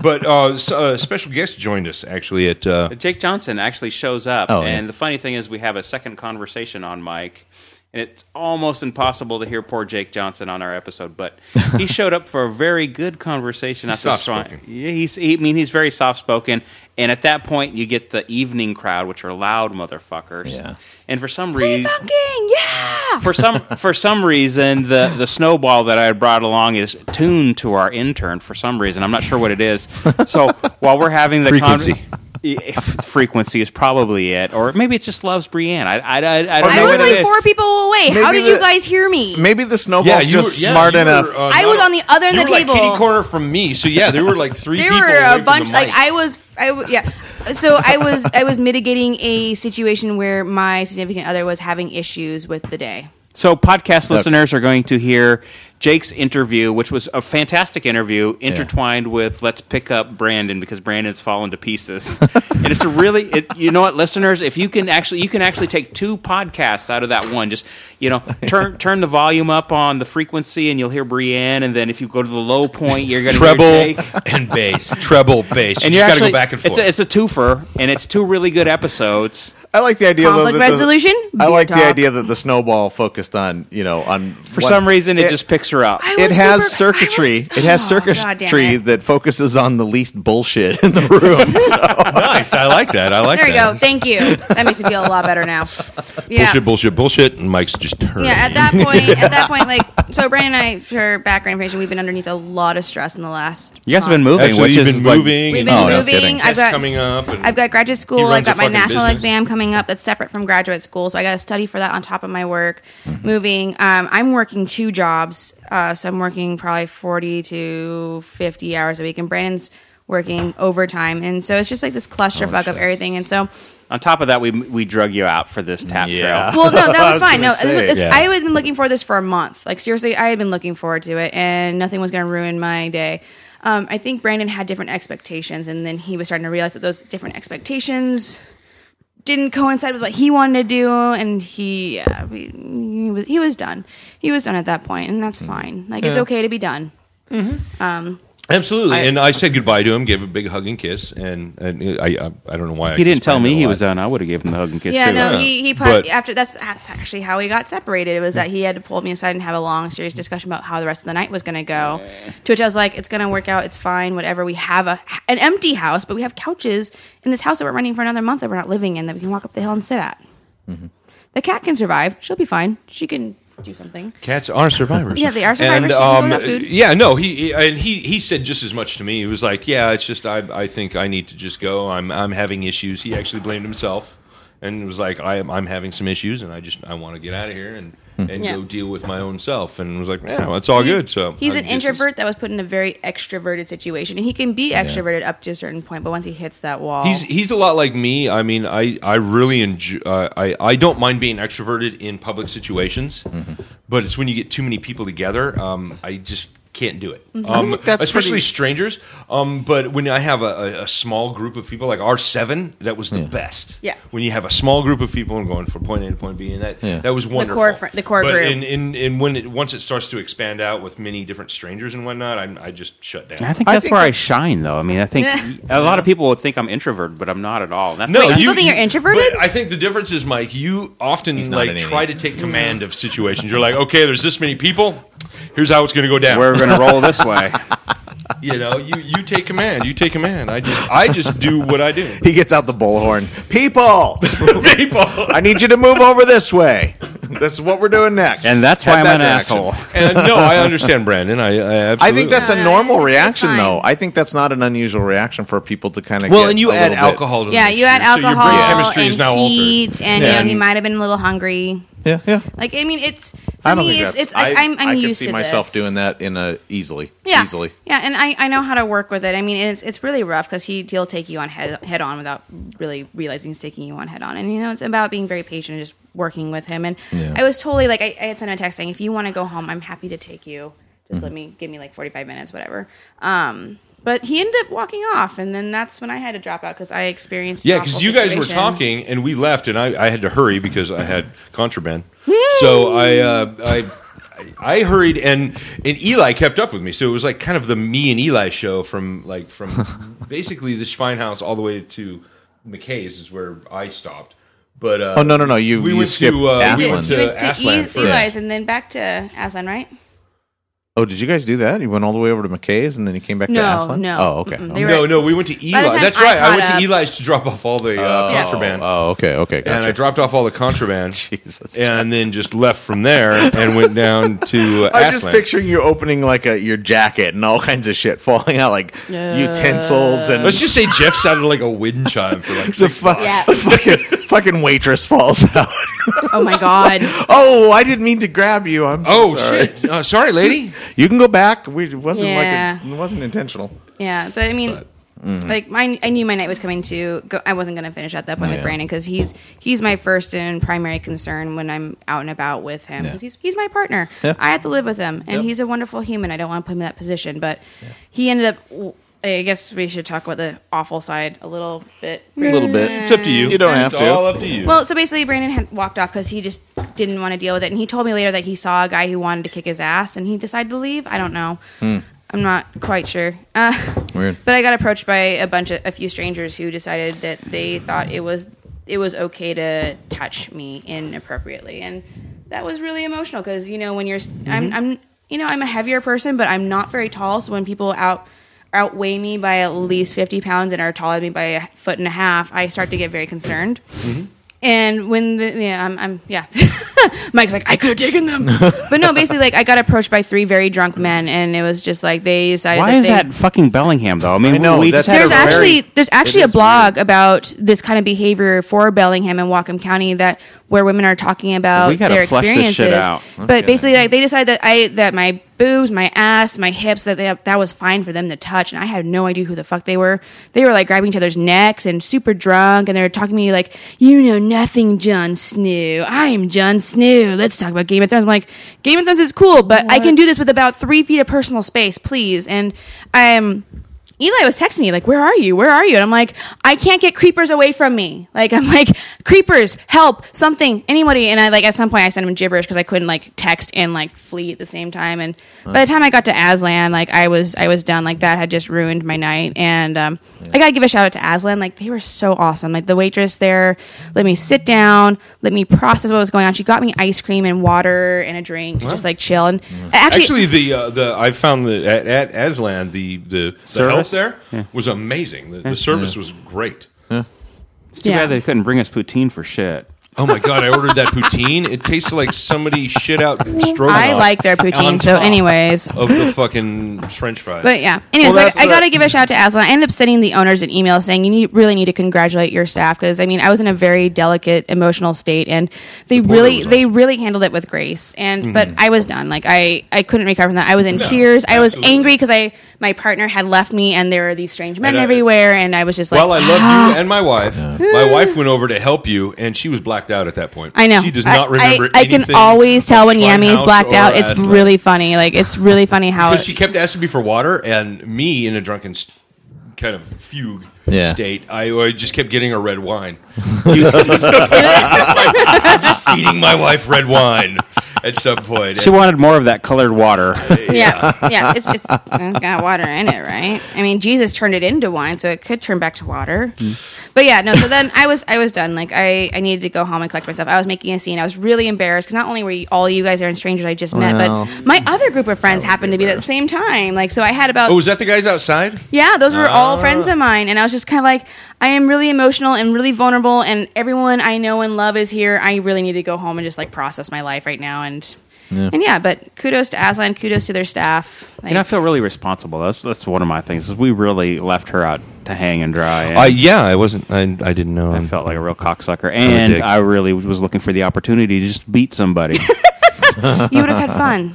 S2: But uh, s- uh, special guest joined us actually at uh,
S3: Jake Johnson actually shows up,
S5: Oh, yeah.
S3: and the funny thing is, we have a second conversation on Mike, and it's almost impossible to hear poor Jake Johnson on our episode. But he showed up for a very good conversation. after
S2: soft-spoken.
S3: Swan- Yeah, he's. He, I mean, he's very soft spoken, and at that point, you get the evening crowd, which are loud motherfuckers.
S5: Yeah.
S3: And for some
S4: Hey,
S3: reason,
S4: fucking yeah!
S3: for some for some reason the the snowball that I had brought along is tuned to our intern for some reason. I'm not sure what it is. So while we're having the
S2: Frequency.
S3: Con- frequency is probably it, or maybe it just loves Brienne. I I, I, I don't
S5: Or
S4: I
S3: know
S5: maybe
S4: was
S3: what it
S4: like
S3: is.
S4: four people away. How
S5: Maybe
S4: did you
S5: the-
S4: guys hear me?
S5: Maybe the snowball's just
S2: were- yeah,
S5: smart
S2: you were,
S5: enough.
S2: uh,
S4: I was on the other end
S2: you
S4: of the
S2: were
S4: table.
S2: like kitty corner from me. So yeah, there were like three.
S4: there
S2: people
S4: were
S2: away
S4: a
S2: from
S4: bunch
S2: the
S4: like
S2: mic.
S4: i was i w- yeah so i was i was mitigating a situation where my significant other was having issues with the day
S3: So podcast listeners are going to hear Jake's interview, which was a fantastic interview, intertwined with let's pick up Brandon because Brandon's fallen to pieces. and it's a really, it, you know what, listeners, if you can actually, you can actually take two podcasts out of that one. Just you know, turn turn the volume up on the frequency, and you'll hear Brienne. And then if you go to the low point, you're going to hear
S2: treble
S3: Jake.
S2: and bass, treble bass.
S3: And
S2: you
S3: you're
S2: just got to
S3: actually,
S2: go back and forth.
S3: It's a, it's a twofer, and it's two really good episodes.
S5: I like the idea.
S4: Conflict
S5: though, that the-
S4: resolution?
S5: I
S4: Be
S5: like
S4: a
S5: the
S4: top.
S5: idea that the snowball focused on you know on
S3: For some reason, it, just picks her up.
S4: I
S5: It
S4: was
S5: has
S4: super- I was-
S5: circuitry. it has
S4: Oh, God damn
S5: circuitry
S4: it.
S5: that focuses on the least bullshit in the room. So.
S2: nice. I like that. I like
S4: there we
S2: that.
S4: go thank you that makes me feel a lot better now yeah
S2: Bullshit, bullshit, bullshit, and Mike's just turning.
S4: yeah at that point at that point like so brandon and i for background information we've been underneath a lot of stress in the last
S3: You guys have
S4: month.
S3: been moving,
S2: Actually,
S3: which
S2: you've
S3: is
S2: been
S3: like-
S2: moving.
S4: We've
S2: and
S4: been
S5: Oh, no
S4: moving.
S5: kidding.
S4: I've
S2: tests
S4: got
S2: coming up. And
S4: I've got graduate
S2: He
S4: school.
S2: runs
S4: I've got
S2: a
S4: my
S2: fucking
S4: national
S2: business.
S4: exam coming up that's separate from graduate school. So I got to study for that on top of my work.
S2: Mm-hmm.
S4: Moving, um, I'm working two jobs. Uh, so I'm working probably 40 to 50 hours a week, and Brandon's working overtime. And so it's just like this
S2: Oh,
S4: clusterfuck of everything. And so,
S3: On top of that, we we drug you out for this tap
S5: Yeah.
S3: trail.
S4: well, no, that
S5: I
S4: was,
S5: was
S4: fine. No,
S5: gonna
S4: this was,
S5: say,
S4: this,
S2: yeah.
S4: I had been looking for this for a month. Like seriously, I had been looking forward to it, and nothing was going to ruin my day. Um, I think Brandon had different expectations, and then he was starting to realize that those different expectations didn't coincide with what he wanted to do, and he uh, he he was he was done. He was done at that point, and
S5: Hmm.
S4: that's fine. Like it's okay to be done.
S2: absolutely. and I said goodbye to him, gave a big hug and kiss, and, and I, I I don't know why I
S3: He didn't tell me he was
S2: out.
S3: on. I would have given him the hug and kiss
S4: Yeah,
S3: too.
S4: no,
S2: Yeah.
S4: he he probably,
S2: But-
S4: after that's that's actually how we got separated. It was that he had to pull me aside and have a long, serious discussion about how the rest of the night was going to go. To which I was like, "It's going to work out. It's fine. Whatever. We have a an empty house, but we have couches in this house that we're renting for another month that we're not living in that we can walk up the hill and sit at.
S2: Mm-hmm.
S4: The cat can survive. She'll be fine. She can do something.
S2: Cats are survivors.
S4: Yeah, they are survivors. They can go without food.
S2: um, yeah, no, he he- and he he said just as much to me. He was like, "Yeah, it's just I I think I need to just go. I'm I'm having issues." He actually blamed himself and was like, "I am I'm having some issues, and I just I want to get out of here and and
S4: Hmm. Yeah.
S2: go deal with my own self." And was like, "Yeah, well, it's all
S4: He's-
S2: good." So
S4: he's
S2: I
S4: an
S2: guess it's-
S4: introvert that was put in a very extroverted situation, and he can be extroverted up to a certain point, but once he hits that wall,
S2: He's he's a lot like me. I mean, I I really enjoy. Uh, I I don't mind being extroverted in public situations, but it's when you get too many people together. Um, I just Can't do it.
S4: Mm-hmm.
S2: Um,
S5: think that's
S2: especially
S5: pretty-
S2: strangers. Um, but when I have a, a, a small group of people, like our seven, that was the best.
S4: Yeah.
S2: When you have a small group of people and going from point A to point B, and that
S5: Yeah.
S2: that was wonderful.
S4: core fr- the core
S2: but
S4: group.
S2: In, in, in when it, once it starts to expand out with many different strangers and whatnot, I'm, I just shut down.
S3: I think
S5: I
S3: that's
S5: think
S3: where I
S5: it's-
S3: shine, though. I mean, I think
S4: Yeah.
S3: a lot of people would think I'm introverted, but I'm not at all. That's
S2: No,
S3: that's-
S4: people think you're introverted?
S2: but I think the difference is, Mike. You often
S5: He's not
S2: like
S5: an idiot.
S2: try to take command of situations. You're like, okay, there's this many people. Here's how it's going to go down.
S3: we're going to roll this way.
S2: you know, you you take command. You take command. I just I just do what I do.
S5: He gets out the bullhorn. People,
S2: people.
S5: I need you to move over this way. This is what we're doing next.
S3: And that's why
S5: Head
S3: I'm
S5: that
S3: an
S5: direction.
S3: asshole.
S2: And no, I understand, Brandon. I, I
S5: I
S2: absolutely.
S5: think that's
S4: No,
S5: a
S4: no,
S5: normal
S4: it's- it's
S5: reaction,
S4: fine.
S5: though. I think that's not an unusual reaction for people to kind of
S2: well, and you add alcohol to the
S4: Yeah, you add
S2: mixture, so your brain
S4: alcohol
S2: chemistry is
S4: and
S2: now altered.
S4: heat, and
S5: Yeah.
S4: you know he might have been a little hungry.
S5: Yeah, yeah.
S4: Like I mean, it's for
S5: I don't
S4: me,
S5: think
S4: it's
S5: that's.
S4: it's like,
S5: I,
S4: I, am I'm
S5: I
S4: used
S5: could see
S4: to
S5: myself
S4: this.
S5: doing that in a easily,
S4: Yeah,
S5: easily.
S4: Yeah, and I, I know how to work with it. I mean, it's it's really rough because he he'll take you on head head on without really realizing he's taking you on head on. And you know, it's about being very patient and just working with him. And I was totally like, I, I had sent a text saying, if you want to go home, I'm happy to take you. Just
S2: Mm-hmm.
S4: let me give me like 45 minutes, whatever. Um, but he ended up walking off, and then that's when I had to drop out because I experienced an
S2: Yeah, because
S4: awful
S2: you guys were
S4: situation.
S2: talking and we left, and I, I had to hurry because I had contraband. so I, uh, I I hurried, and and Eli kept up with me. So it was like kind of the me and Eli show from like from basically the Schweinhaus all the way to McKay's is where I stopped. But uh,
S5: Oh, no, no, no, you- you skipped
S2: we
S5: Ashland.
S2: went
S4: You
S2: to
S4: went to
S2: Ashland
S4: E-
S2: first.
S4: Eli's and then back to Aslan, right?
S5: Oh, did you guys do that? You went all the way over to McKay's and then you came back
S4: No,
S5: to Aslan?
S4: no.
S5: Oh, okay.
S4: Mm-mm.
S5: Oh,
S4: They were-
S2: No, no, we went to
S4: By the
S2: Eli.
S4: time
S2: That's
S4: I
S2: right. I
S4: caught
S2: went
S4: up-
S2: to Eli's to drop off all the uh,
S5: Yeah.
S2: contraband.
S5: Oh, okay, okay. Gotcha.
S2: And I dropped off all the contraband,
S5: Jesus.
S2: and then just left from there and went down to. Uh,
S5: I'm just
S2: Ashland.
S5: picturing you opening like a your jacket and all kinds of shit falling out, like utensils and
S2: Let's just say Jeff sounded like a wind chime for like
S5: the
S2: six
S5: fu-
S4: Yeah.
S5: the fucking fucking waitress falls out.
S4: Oh my god.
S5: oh, I didn't mean to grab you. I'm so
S2: Oh
S5: sorry.
S2: shit! Uh, sorry, lady.
S5: You can go back. We, it wasn't
S4: Yeah.
S5: like a, it wasn't intentional.
S4: Yeah, but I mean, mm-hmm. like my, I knew my night was coming to. Go, I wasn't going to finish at that point
S5: Yeah.
S4: with Brandon because he's he's my first and primary concern when I'm out and about with him. 'Cause He's he's my partner. I have to live with him, and he's a wonderful human. I don't want to put him in that position, but he ended up. I guess we should talk about the awful side a little bit.
S5: A little bit.
S2: It's up to you.
S5: You don't have
S2: it's
S5: to.
S2: All up to you.
S4: Well, so basically, Brandon had walked off because he just didn't want to deal with it, and he told me later that he saw a guy who wanted to kick his ass, and he decided to leave. I don't know. I'm not quite sure. Uh,
S5: Weird.
S4: But I got approached by a bunch of a few strangers who decided that they thought it was it was okay to touch me inappropriately, and that was really emotional because you know when you're I'm, I'm you know I'm a heavier person, but I'm not very tall, so when people out outweigh me by at least 50 pounds and are taller than me by a foot and a half, I start to get very concerned. And when the yeah, I'm, I'm yeah, Mike's like I could have taken them, but no, basically like I got approached by three very drunk men, and it was just like they decided.
S3: Why
S4: that
S3: is
S4: they,
S3: that fucking Bellingham, though? I mean,
S5: I know,
S3: we just
S5: that's-
S3: had
S4: there's
S3: a very-
S4: actually there's actually a
S5: is
S4: blog about this kind of behavior for Bellingham and Whatcom County that where women are talking about
S3: We gotta
S4: their
S3: flush this shit
S4: experiences.
S3: out.
S4: But basically, like they decided that I that my boobs, my ass, my hips that they that was fine for them to touch, and I had no idea who the fuck they were. They were like grabbing each other's necks and super drunk, and they were talking to me like, "You know nothing, Jon Snow. I am Jon Snow. Let's talk about Game of Thrones." I'm like, "Game of Thrones is cool, but I can do this with about three feet of personal space, please." And I'm. Eli was texting me like, "Where are you? Where are you?" And I'm like, "I can't get creepers away from me." Like I'm like, "Creepers, help, something, anybody." And I like at some point I sent him gibberish because I couldn't like text and like flee at the same time. And by the time I got to Aslan, like I was I was done. Like that had just ruined my night. And um, I gotta give a shout out to Aslan. Like they were so awesome. Like the waitress there let me sit down, let me process what was going on. She got me ice cream and water and a drink to just like chill. And
S2: Actually, the uh, the I found the at, at Aslan the the, the help
S3: Service?
S2: there was amazing. The, the service was great.
S3: Too bad they couldn't bring us poutine for shit.
S2: Oh my god! I ordered that poutine. It tasted like somebody shit out stroganoff.
S4: I like their poutine.
S2: on
S4: So,
S2: top
S4: anyways.
S2: of the fucking French fries.
S4: But yeah. Anyway,
S5: Well,
S4: so
S5: that's
S4: I, I
S5: a-
S4: got to give a shout out to Aslan. I ended up sending the owners an email saying you need, really need to congratulate your staff because I mean I was in a very delicate emotional state and they really
S2: was
S4: they really handled it with grace.
S2: Mm-hmm.
S4: And but I was done. Like I I couldn't recover from that. I was in tears. I was
S2: absolutely.
S4: angry because I my partner had left me and there were these strange men
S2: And I-
S4: everywhere and I was just like
S2: Well, I love you and my wife. My wife went over to help you, and she was black blacked out at that point.
S4: I know.
S2: She does
S4: I-
S2: not remember.
S4: I, I can
S2: anything
S4: always tell
S2: of
S4: when Yami's
S2: Funhouse
S4: blacked
S2: or
S4: out. It's
S2: Aslan.
S4: really funny. Like it's really funny how
S2: Because she kept asking me for water, and me in a drunken st- kind of fugue
S5: Yeah.
S2: state, I, I just kept getting her red wine. I'm just feeding my wife red wine at some point.
S3: She wanted more of that colored water.
S4: yeah, yeah. It's just it's got water in it, right? I mean, Jesus turned it into wine, so it could turn back to water. But yeah, no. So then I was I was done. Like I I needed to go home and collect myself. I was making a scene. I was really embarrassed because not only were you, all you guys there and strangers I just met,
S5: Well,
S4: but my other group of friends happened to be at the same time. Like so, I had about
S2: oh, was that the guys outside?
S4: yeah, those were all friends of mine. And I was just kind of like, I am really emotional and really vulnerable, and everyone I know and love is here. I really need to go home and just like process my life right now. And and yeah, but kudos to Aslan, kudos to their staff. Like,
S3: And I feel really responsible. That's that's one of my things. Is we really left her out to hang and dry. And
S2: Uh, yeah, I wasn't. I, I didn't know.
S3: I felt like a real cocksucker, and
S2: dick.
S3: I really was looking for the opportunity to just beat somebody.
S4: you would have had fun.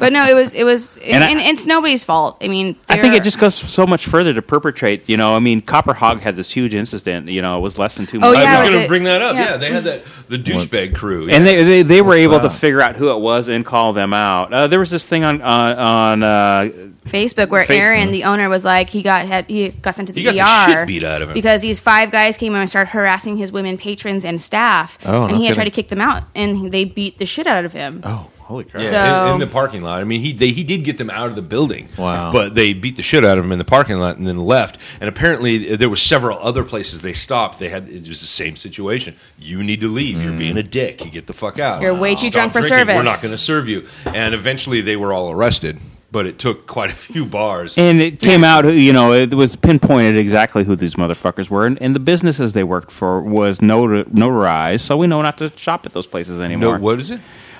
S4: but no, it was it was, and,
S3: And I-
S4: it's nobody's fault. I mean,
S3: I think it
S4: they're-
S3: just goes so much further to perpetrate. You know, I mean, Copper Hog had this huge incident. You know, it was less than two.
S4: Oh,
S3: months.
S2: I
S4: yeah,
S2: was going
S4: the-
S2: to bring that up.
S4: yeah.
S2: Yeah. they had that the douchebag crew.
S3: and they, they, they were able to figure out who it was and call them out. Uh, there was this thing on on, on uh,
S4: Facebook where
S3: Fa-
S4: Aaron, the owner, was like he got had, he got sent to the
S2: He got
S4: ER
S2: the shit beat out of him.
S4: because these five guys came in and started harassing his women patrons and staff,
S5: Oh,
S4: and
S5: no
S4: he had tried to
S5: kidding.
S4: kick them out, and they beat the shit out of him.
S5: Oh, holy crap!
S2: Yeah,
S4: So-
S2: in, in the parking lot. I mean, he they, he did get them out of the building.
S5: Wow.
S2: But they beat the shit out of him in the parking lot and then left. And apparently, uh, there were several other places they stopped. They had it was the same situation. You need to leave. You're being a dick. You get the fuck out.
S4: Mm. You're way too
S2: Stop
S4: drunk for
S2: drinking. We're
S4: service.
S2: not going to serve you. And eventually, they were all arrested. But it took quite a few bars.
S3: And it came out, you know, it was pinpointed exactly who these motherfuckers were, and, and the businesses they worked for was notar- notarized, so we know not to shop at those places
S2: no,
S3: anymore.
S2: what is it?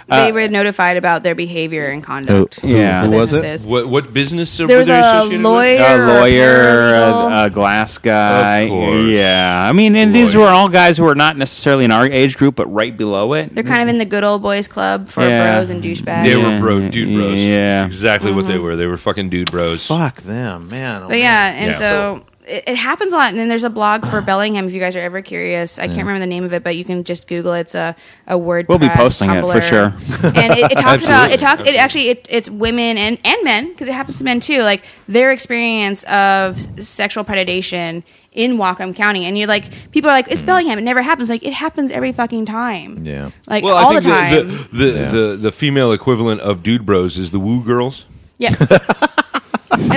S4: they were notified about their behavior and conduct.
S3: who- oh, Yeah. who
S4: The
S5: was it?
S4: businesses.
S2: What what business?
S4: There was a lawyer,
S3: a
S4: or a
S3: lawyer, uh, a,
S4: paralegal.
S3: a glass guy,
S2: Of course.
S3: yeah. I mean, and these
S2: Lawyer.
S3: were all guys who were not necessarily in our age group, but right below it.
S4: they're kind of in the good old boys club for
S3: Yeah.
S4: bros and douchebags.
S2: They
S3: Yeah.
S2: were bro, dude bros.
S3: Yeah.
S2: That's exactly what
S4: Mm-hmm.
S2: they were. They were fucking dude bros.
S5: Fuck them, man. oh,
S4: But yeah, and
S2: Yeah.
S4: so, it, it happens a lot. And then there's a blog for Bellingham if you guys are ever curious. I can't remember the name of it, but you can just Google it. It's a a WordPress.
S3: We'll be posting it for
S4: Tumblr.
S3: sure.
S4: And it, it talks about
S2: Absolutely.
S4: it talks it actually it, it's women and and men because it happens to men too. Like their experience of sexual predation in Whatcom County, and you're like people are like
S3: Hmm.
S4: it's Bellingham. It never happens. Like it happens every fucking time.
S5: Yeah.
S4: Like all the time.
S2: The the, the, the the female equivalent of dude bros is the woo girls.
S4: yeah. and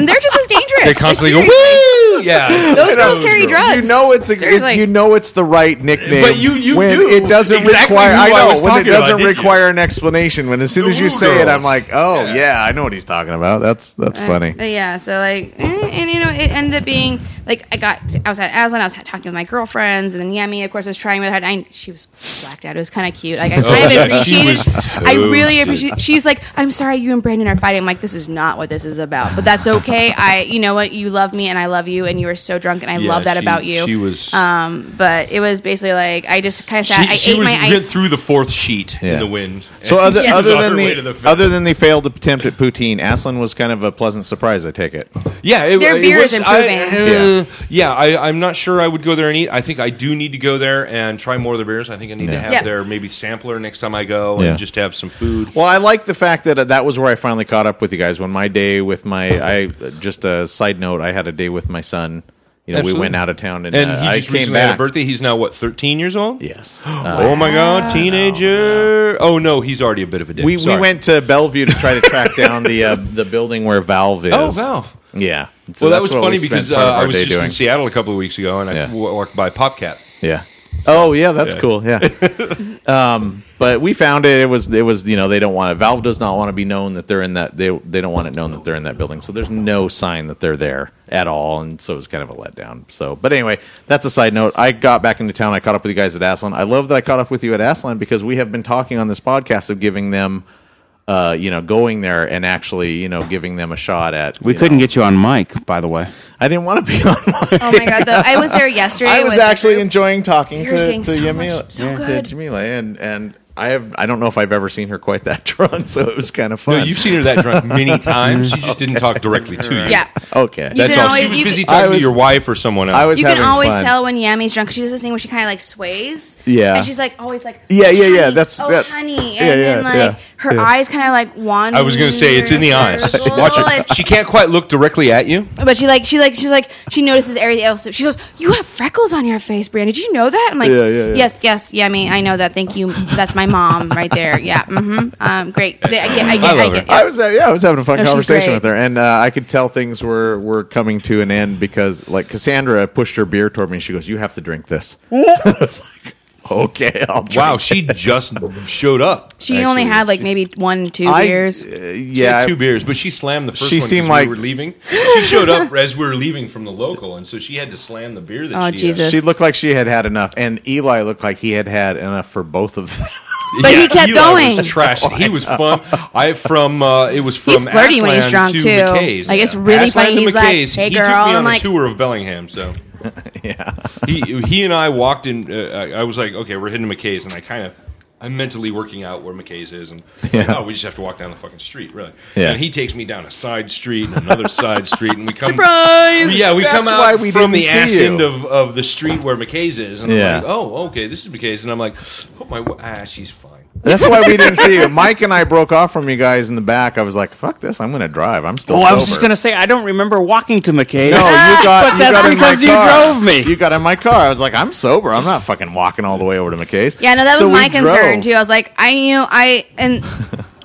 S4: they're just as dangerous.
S2: They
S4: Like,
S2: constantly go
S4: seriously.
S2: woo. Yeah,
S4: Those girls carry drugs.
S5: You know it's a,
S4: Seriously.
S5: it- you know it's the right nickname,
S2: But you- you
S5: when
S2: knew
S5: it doesn't
S2: exactly
S5: require.
S2: who
S5: I
S2: I
S5: know
S2: was
S5: when it
S2: talking about,
S5: doesn't
S2: didn't you?
S5: require an explanation. When as soon
S2: The
S5: as you
S2: Woo
S5: say it, I'm
S2: Girls.
S5: like, oh
S2: Yeah.
S5: yeah. I know what he's talking about. That's that's funny.
S4: But yeah, so like, eh, and you know, it ended up being like I got, I was at Aslan, I was talking with my girlfriends, and then Yami, of course, was trying with her. And I, she was blacked out. It was kind of cute. Like I kind
S2: Oh, yeah,
S4: of appreciated.
S2: she was
S4: I really
S2: toasted.
S4: appreciate. She's like, I'm sorry, you and Brandon are fighting. I'm like, this is not what this is about. But that's okay. I, you know what, you love me, and I love you, and you were so drunk, and I
S2: Yeah,
S4: love that
S2: she-
S4: about you. Um,
S2: She was.
S4: but it was basically like I just kind of
S2: she,
S4: sat. I
S2: she
S4: ate
S2: was
S4: my
S2: went
S4: ice.
S2: through the fourth sheet
S5: Yeah.
S2: in the wind.
S5: So other,
S4: Yeah.
S5: other
S2: She was on
S5: than
S2: her way
S5: the,
S2: to the fifth.
S5: other than the failed attempt at poutine, Aslan was kind of a pleasant surprise. I take it.
S2: yeah, it,
S4: Their
S2: it
S4: beer
S2: was-
S4: is
S2: I, uh, yeah, I, I'm not sure I would go there and eat. I think I do need to go there and try more of their beers. I think I need to
S5: Yeah.
S2: have
S4: Yeah.
S2: their maybe sampler next time I go
S5: Yeah.
S2: and just have some food.
S5: Well, I like the fact that uh, that was where I finally caught up with you guys. When my day with my, I just a side note, I had a day with my son. You know,
S2: Absolutely.
S5: we went out of town and,
S2: And
S5: uh,
S2: he
S5: I
S2: just
S5: came
S2: recently
S5: back.
S2: had a birthday. He's now what, 13 years old?
S5: Yes. Uh,
S2: oh my God, teenager! Oh no, he's already a bit of a dick.
S5: we we
S2: Sorry.
S5: went to Bellevue to try to track down the uh, the building where Valve is.
S2: Oh, Valve.
S5: Yeah. So
S2: Well, that
S5: that's
S2: was
S5: what we
S2: funny
S5: spent
S2: because uh,
S5: part of our
S2: I was
S5: day
S2: just in Seattle a couple of weeks ago, and I
S5: Yeah.
S2: w- walked by PopCat.
S5: Yeah. Oh yeah, that's
S2: Yeah.
S5: cool. Yeah. um, but we found it. It was it was you know they don't want it. Valve does not want to be known that they're in that they they don't want it known that they're in that building. So there's no sign that they're there at all, and so it was kind of a letdown. So, but anyway, that's a side note. I got back into town. I caught up with you guys at Aslan. I love that I caught up with you at Aslan because we have been talking on this podcast of giving them. Uh, you know, going there and actually, you know, giving them a shot at.
S3: we
S5: you
S3: couldn't
S5: know-
S3: get you on mic, by the way.
S5: I didn't want to be on
S4: Oh my god! though I was there yesterday.
S5: I was
S4: with a
S5: actually
S4: group.
S5: enjoying talking
S4: Yours
S5: to,
S4: getting
S5: to
S4: so
S5: Yamil,
S4: much- so
S5: yeah,
S4: good.
S5: to Jamila, and and I have. I don't know if I've ever seen her quite that drunk, so it was kind of fun.
S2: No, you've seen her that drunk many times. She just didn't talk directly to you.
S4: Yeah.
S5: okay.
S4: You
S2: That's
S4: can
S2: all.
S4: always-
S2: she was
S4: you
S2: busy
S4: can-
S2: talking
S5: I was-
S2: to your wife or someone else.
S5: I was
S4: You can
S5: having
S4: always
S5: fun.
S4: tell when Yammy's drunk 'cause she does this thing where she kind of like sways.
S5: Yeah.
S4: And she's like always like.
S5: Yeah, yeah, yeah,
S4: "Honey,
S5: that's-
S4: oh,
S5: that's-
S4: honey.
S5: yeah,
S4: And
S5: yeah,
S4: then like
S5: yeah,
S4: her eyes kind of like wander.
S2: I was going to say it's in the eyes.
S4: circle,
S2: Watch
S4: and-
S2: it. She can't quite look directly at you.
S4: But she like she like she's like she notices everything else. She goes, "You have freckles on your face, Brian. Did you know that?" I'm like,
S5: Yeah, yeah, yeah.
S4: "Yes, yes, Yummy. I know that. Thank you. That's my mom right there. Yeah. Mm-hmm. Um, great. I get. I get.
S2: I
S4: I,
S2: love
S4: get.
S2: her.
S5: I was uh, yeah, I was having a fun
S4: No, she's
S5: conversation with
S4: great.
S5: her, and uh, I could tell things were were coming to an end because like Cassandra pushed her beer toward me. and She goes, "You have to drink this." I was like, "Okay, I'll." Drink
S2: Wow,
S5: it."
S2: she just showed up.
S4: She only
S2: actually.
S4: had like maybe one, two
S5: I-
S4: beers.
S5: uh,
S2: She
S5: yeah,
S2: had
S5: I-
S2: two beers, but she slammed the first
S5: She
S2: one 'cause
S5: seemed like-
S2: we were leaving. She showed up as we were leaving from the local, and so she had to slam the beer that
S4: Oh,
S2: she
S4: Jesus.
S5: she looked like she had had enough, and Eli looked like he had had enough for both of them.
S2: Had.
S4: But he kept
S2: Eli was
S4: going.
S2: trash.
S5: Oh,
S2: He was fun. I from uh, it was from
S4: He's flirty when he's
S2: Ashland
S4: drunk,
S2: to
S4: too.
S2: McKay's.
S4: Like, it's really
S2: Ashland
S4: funny.
S2: to
S4: He's like,
S2: McKay's.
S4: "Hey,
S2: he
S4: girl,"
S2: took me on
S4: I'm
S2: a
S4: like-
S2: tour of Bellingham. So
S5: yeah,
S2: he he and I walked in. Uh, I- I was like, okay, we're heading to McKay's, and I kind of. I'm mentally working out where McKay's is, and
S5: Yeah.
S2: oh, we just have to walk down the fucking street, really.
S5: Yeah.
S2: And he takes me down a side street and another side street, and we come
S4: Surprise!
S2: Yeah, we
S5: That's
S2: come out
S5: why we didn't
S2: from the
S5: see
S2: ass
S5: you.
S2: end of, of the street where McKay's is, and
S5: Yeah.
S2: I'm like, oh, okay, this is McKay's, and I'm like, oh my, wa- ah, she's fine.
S5: that's why we didn't see you. Mike and I broke off from you guys in the back. I was like, "Fuck this! I'm going to drive. I'm still."
S3: Oh, I was just
S5: sober."
S3: gonna say I don't remember walking to McKay.
S5: No, you got. you
S3: that's
S5: got in my
S3: because you
S5: car.
S3: drove me.
S5: You got in my car. I was like, I'm sober. I'm not fucking walking all the way over to McKay's.
S4: Yeah, no, that
S5: So
S4: was my
S5: we
S4: concern
S5: drove.
S4: too. I was like, I, you know, I and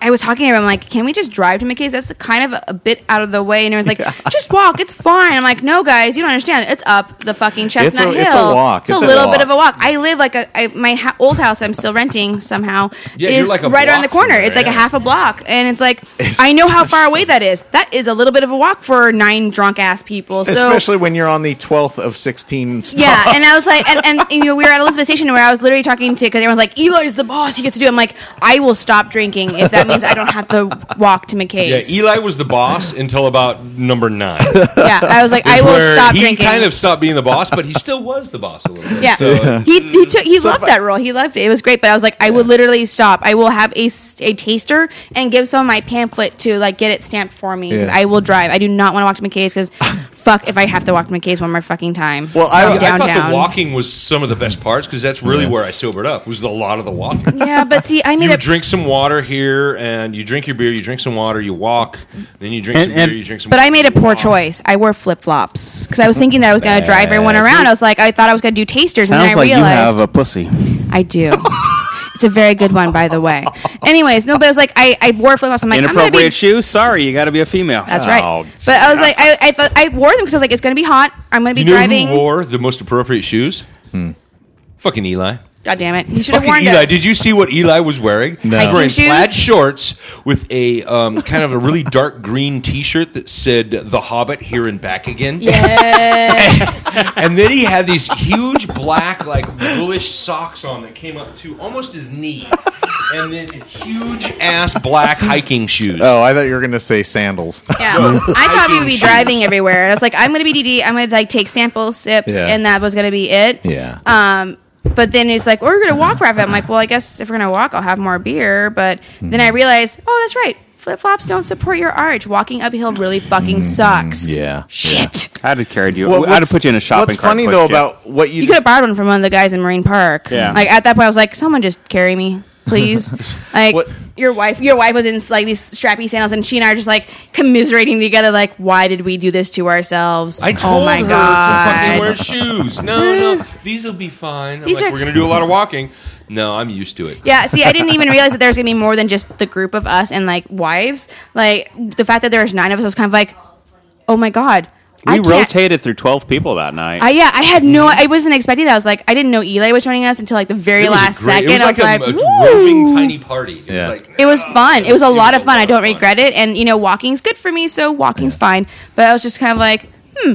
S4: I was talking to him. I'm like, can we just drive to McKay's? That's kind of a bit out of the way. And he was like, just walk. It's fine. I'm like, no, guys, you don't understand. It's up the fucking Chestnut
S5: It's a-
S4: Hill.
S5: it's a walk.
S4: It's
S5: It's a
S4: a little bit
S5: walk.
S4: of a walk. I live like a I, my ha- old house. I'm still renting somehow.
S2: Yeah,
S4: is
S2: you're like a
S4: right around the
S2: block from
S4: corner.
S2: there,
S4: it's like a
S2: yeah.
S4: half a block, and it's like I know how far away that is. That is a little bit of a walk for nine drunk ass people. So
S5: Especially when you're on the 12th of 16 stops.
S4: yeah, and I was like, and, and you know, we were at Elizabeth Station where I was literally talking to because everyone's like, Eli's the boss, he gets to do. it." I'm like, I will stop drinking if that means I don't have to walk to
S2: Yeah,
S4: McKay's.
S2: Eli was the boss until about number nine.
S4: Yeah, I was like, I will
S2: Where
S4: stop
S2: he
S4: drinking.
S2: kind of stopped being the boss, but he still was the boss a little bit.
S4: yeah,
S2: So,
S4: he he took he loved that role. He loved it. It was great. But I was like, I will literally stop. I will have a, s- a taster and give some of my pamphlet to like get it stamped for me because
S5: Yeah.
S4: I will drive. I do not want to walk to McKay's because fuck if I have to walk to McKay's one more fucking time.
S5: Well, I-
S4: From
S5: I
S2: I
S4: downtown.
S2: thought the walking was some of the best parts because that's really where I sobered up. Was a lot of the walking.
S4: yeah, but see, I made
S2: You
S4: a
S2: drink some water here, and you drink your beer. You drink some water. You walk, then you drink
S3: And-
S2: some beer.
S3: and-
S2: You drink some.
S4: But I made a
S2: water, you
S4: poor
S2: walk.
S4: choice. I wore flip flops because I was thinking that I was going to drive everyone around. I was like, I thought I was going to do tasters, and
S3: Sounds
S4: then I
S3: like you
S4: realized
S3: have a pussy.
S4: I do. it's a very good one, by the way. Anyways, no, but I was like, I, I wore flip flops. I'm like, I'm going to
S3: Inappropriate
S4: be.
S3: shoes. Sorry, you got to be a female.
S4: That's right.
S5: Oh,
S4: but I was like, I, I, thought, I wore them because I was like, it's going to be hot. I'm going to
S2: You
S4: be
S2: know
S4: driving.
S2: who wore the most appropriate shoes? Fucking Eli.
S4: God damn it! He should have
S2: Fucking
S4: worn
S2: Eli.
S4: those.
S2: Did you see what Eli was wearing? No.
S4: Hiking
S2: wearing
S4: shoes?
S2: plaid shorts with a um, kind of a really dark green T-shirt that said "The Hobbit" here and back again.
S4: Yes.
S2: And then he had these huge black, like woolish socks on that came up to almost his knee, and then huge ass black hiking shoes.
S5: Oh, I thought you were going to say sandals.
S4: yeah. I thought we would be
S2: shoes.
S4: driving everywhere. And I was like, I'm going to be DD. I'm going to like take sample sips,
S5: Yeah.
S4: and that was going to be it.
S5: yeah.
S4: Um, but then it's like, we're gonna walk for half that. I'm like, well, I guess if we're gonna walk, I'll have more beer. But then I
S5: Mm-hmm.
S4: realized, oh, that's right. Flip flops don't support your arch. Walking uphill really fucking sucks.
S5: Mm-hmm. yeah.
S4: Shit.
S3: I'd have carried you.
S5: Well,
S3: I'd have
S5: what's-
S3: put you in a shopping
S5: What's
S3: cart.
S5: funny,
S3: and
S5: though,
S3: pushed you.
S5: about what you,
S4: You could
S5: just-
S4: have borrowed one from one of the guys in Marine Park.
S3: Yeah.
S4: Like at that point, I was like, someone just carry me, please. like
S5: What-
S4: your wife, your wife was in like these strappy sandals, and she and I are just like commiserating together. Like, why did we do this to ourselves?
S2: I told
S4: oh my
S2: her
S4: god.
S2: to fucking wear shoes. No, no, these will be fine. I'm
S4: These
S2: like,
S4: are-
S2: we're gonna do a lot of walking. No, I'm used to it.
S4: Yeah, see, I didn't even realize that there was gonna be more than just the group of us and like wives. Like the fact that there was nine of us was kind of like, oh my god. I
S3: we
S4: can't-
S3: rotated through twelve people that night.
S4: I, yeah, I had no. I wasn't expecting that. I was like, I didn't know Eli was joining us until like the very
S2: Mm-hmm. It was a
S4: last
S2: great-
S4: second.
S2: It was
S4: I
S2: like,
S4: was
S2: a,
S4: like,
S2: a
S4: "Woo!"
S2: roving tiny party. It
S5: Yeah.
S2: was like
S4: It was fun. It was a
S2: It
S4: lot
S2: was
S4: of
S2: a
S4: fun.
S2: lot
S4: I don't
S2: of fun.
S4: regret it, and you know, walking's good for me, so walking's fine. But I was just kind of like, hmm,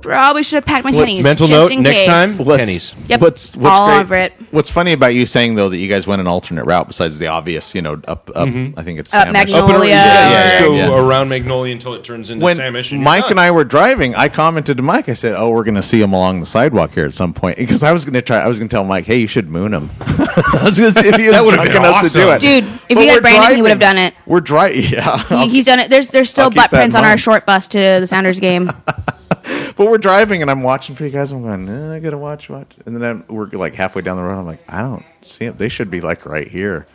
S4: probably should have packed my
S5: What-
S4: pennies
S2: mental
S4: just
S2: note,
S4: in
S2: next
S4: case.
S2: time?
S5: What's,
S2: Pennies.
S4: Yep.
S5: What's, what's
S4: All
S5: great-
S4: over it.
S5: What's funny about you saying though that you guys went an alternate route besides the obvious, you know, up up.
S3: Mm-hmm.
S5: I think it's
S4: Up
S5: Samish.
S4: Magnolia.
S2: Up and around, yeah, yeah,
S5: or-
S2: just go
S5: Yeah.
S2: around Magnolia until it turns into
S5: When
S2: Samish. And
S5: Mike and I were driving, I commented to Mike. I said, "Oh, we're going to see him along the sidewalk here at some point," because I was going to try. I was going to tell Mike, "Hey, you should moon him." I was going to see if he was
S2: That would've
S5: drunk
S2: been
S5: enough to do
S2: awesome.
S5: it,
S4: Dude, if he
S5: But
S4: had
S5: we're
S4: Brandon, he
S5: driving.
S4: would've done it.
S5: We're driving, yeah.
S4: He- he's done it. There's there's
S5: I'll
S4: still
S5: keep
S4: butt
S5: that in
S4: prints on our
S5: mind.
S4: short bus to the Sounders game.
S2: Uh,
S5: But we're driving, and I'm watching for you guys. I'm going, eh, I gotta watch, watch. And then I'm, we're like halfway down the road. I'm like, I don't see them. They should be like right here.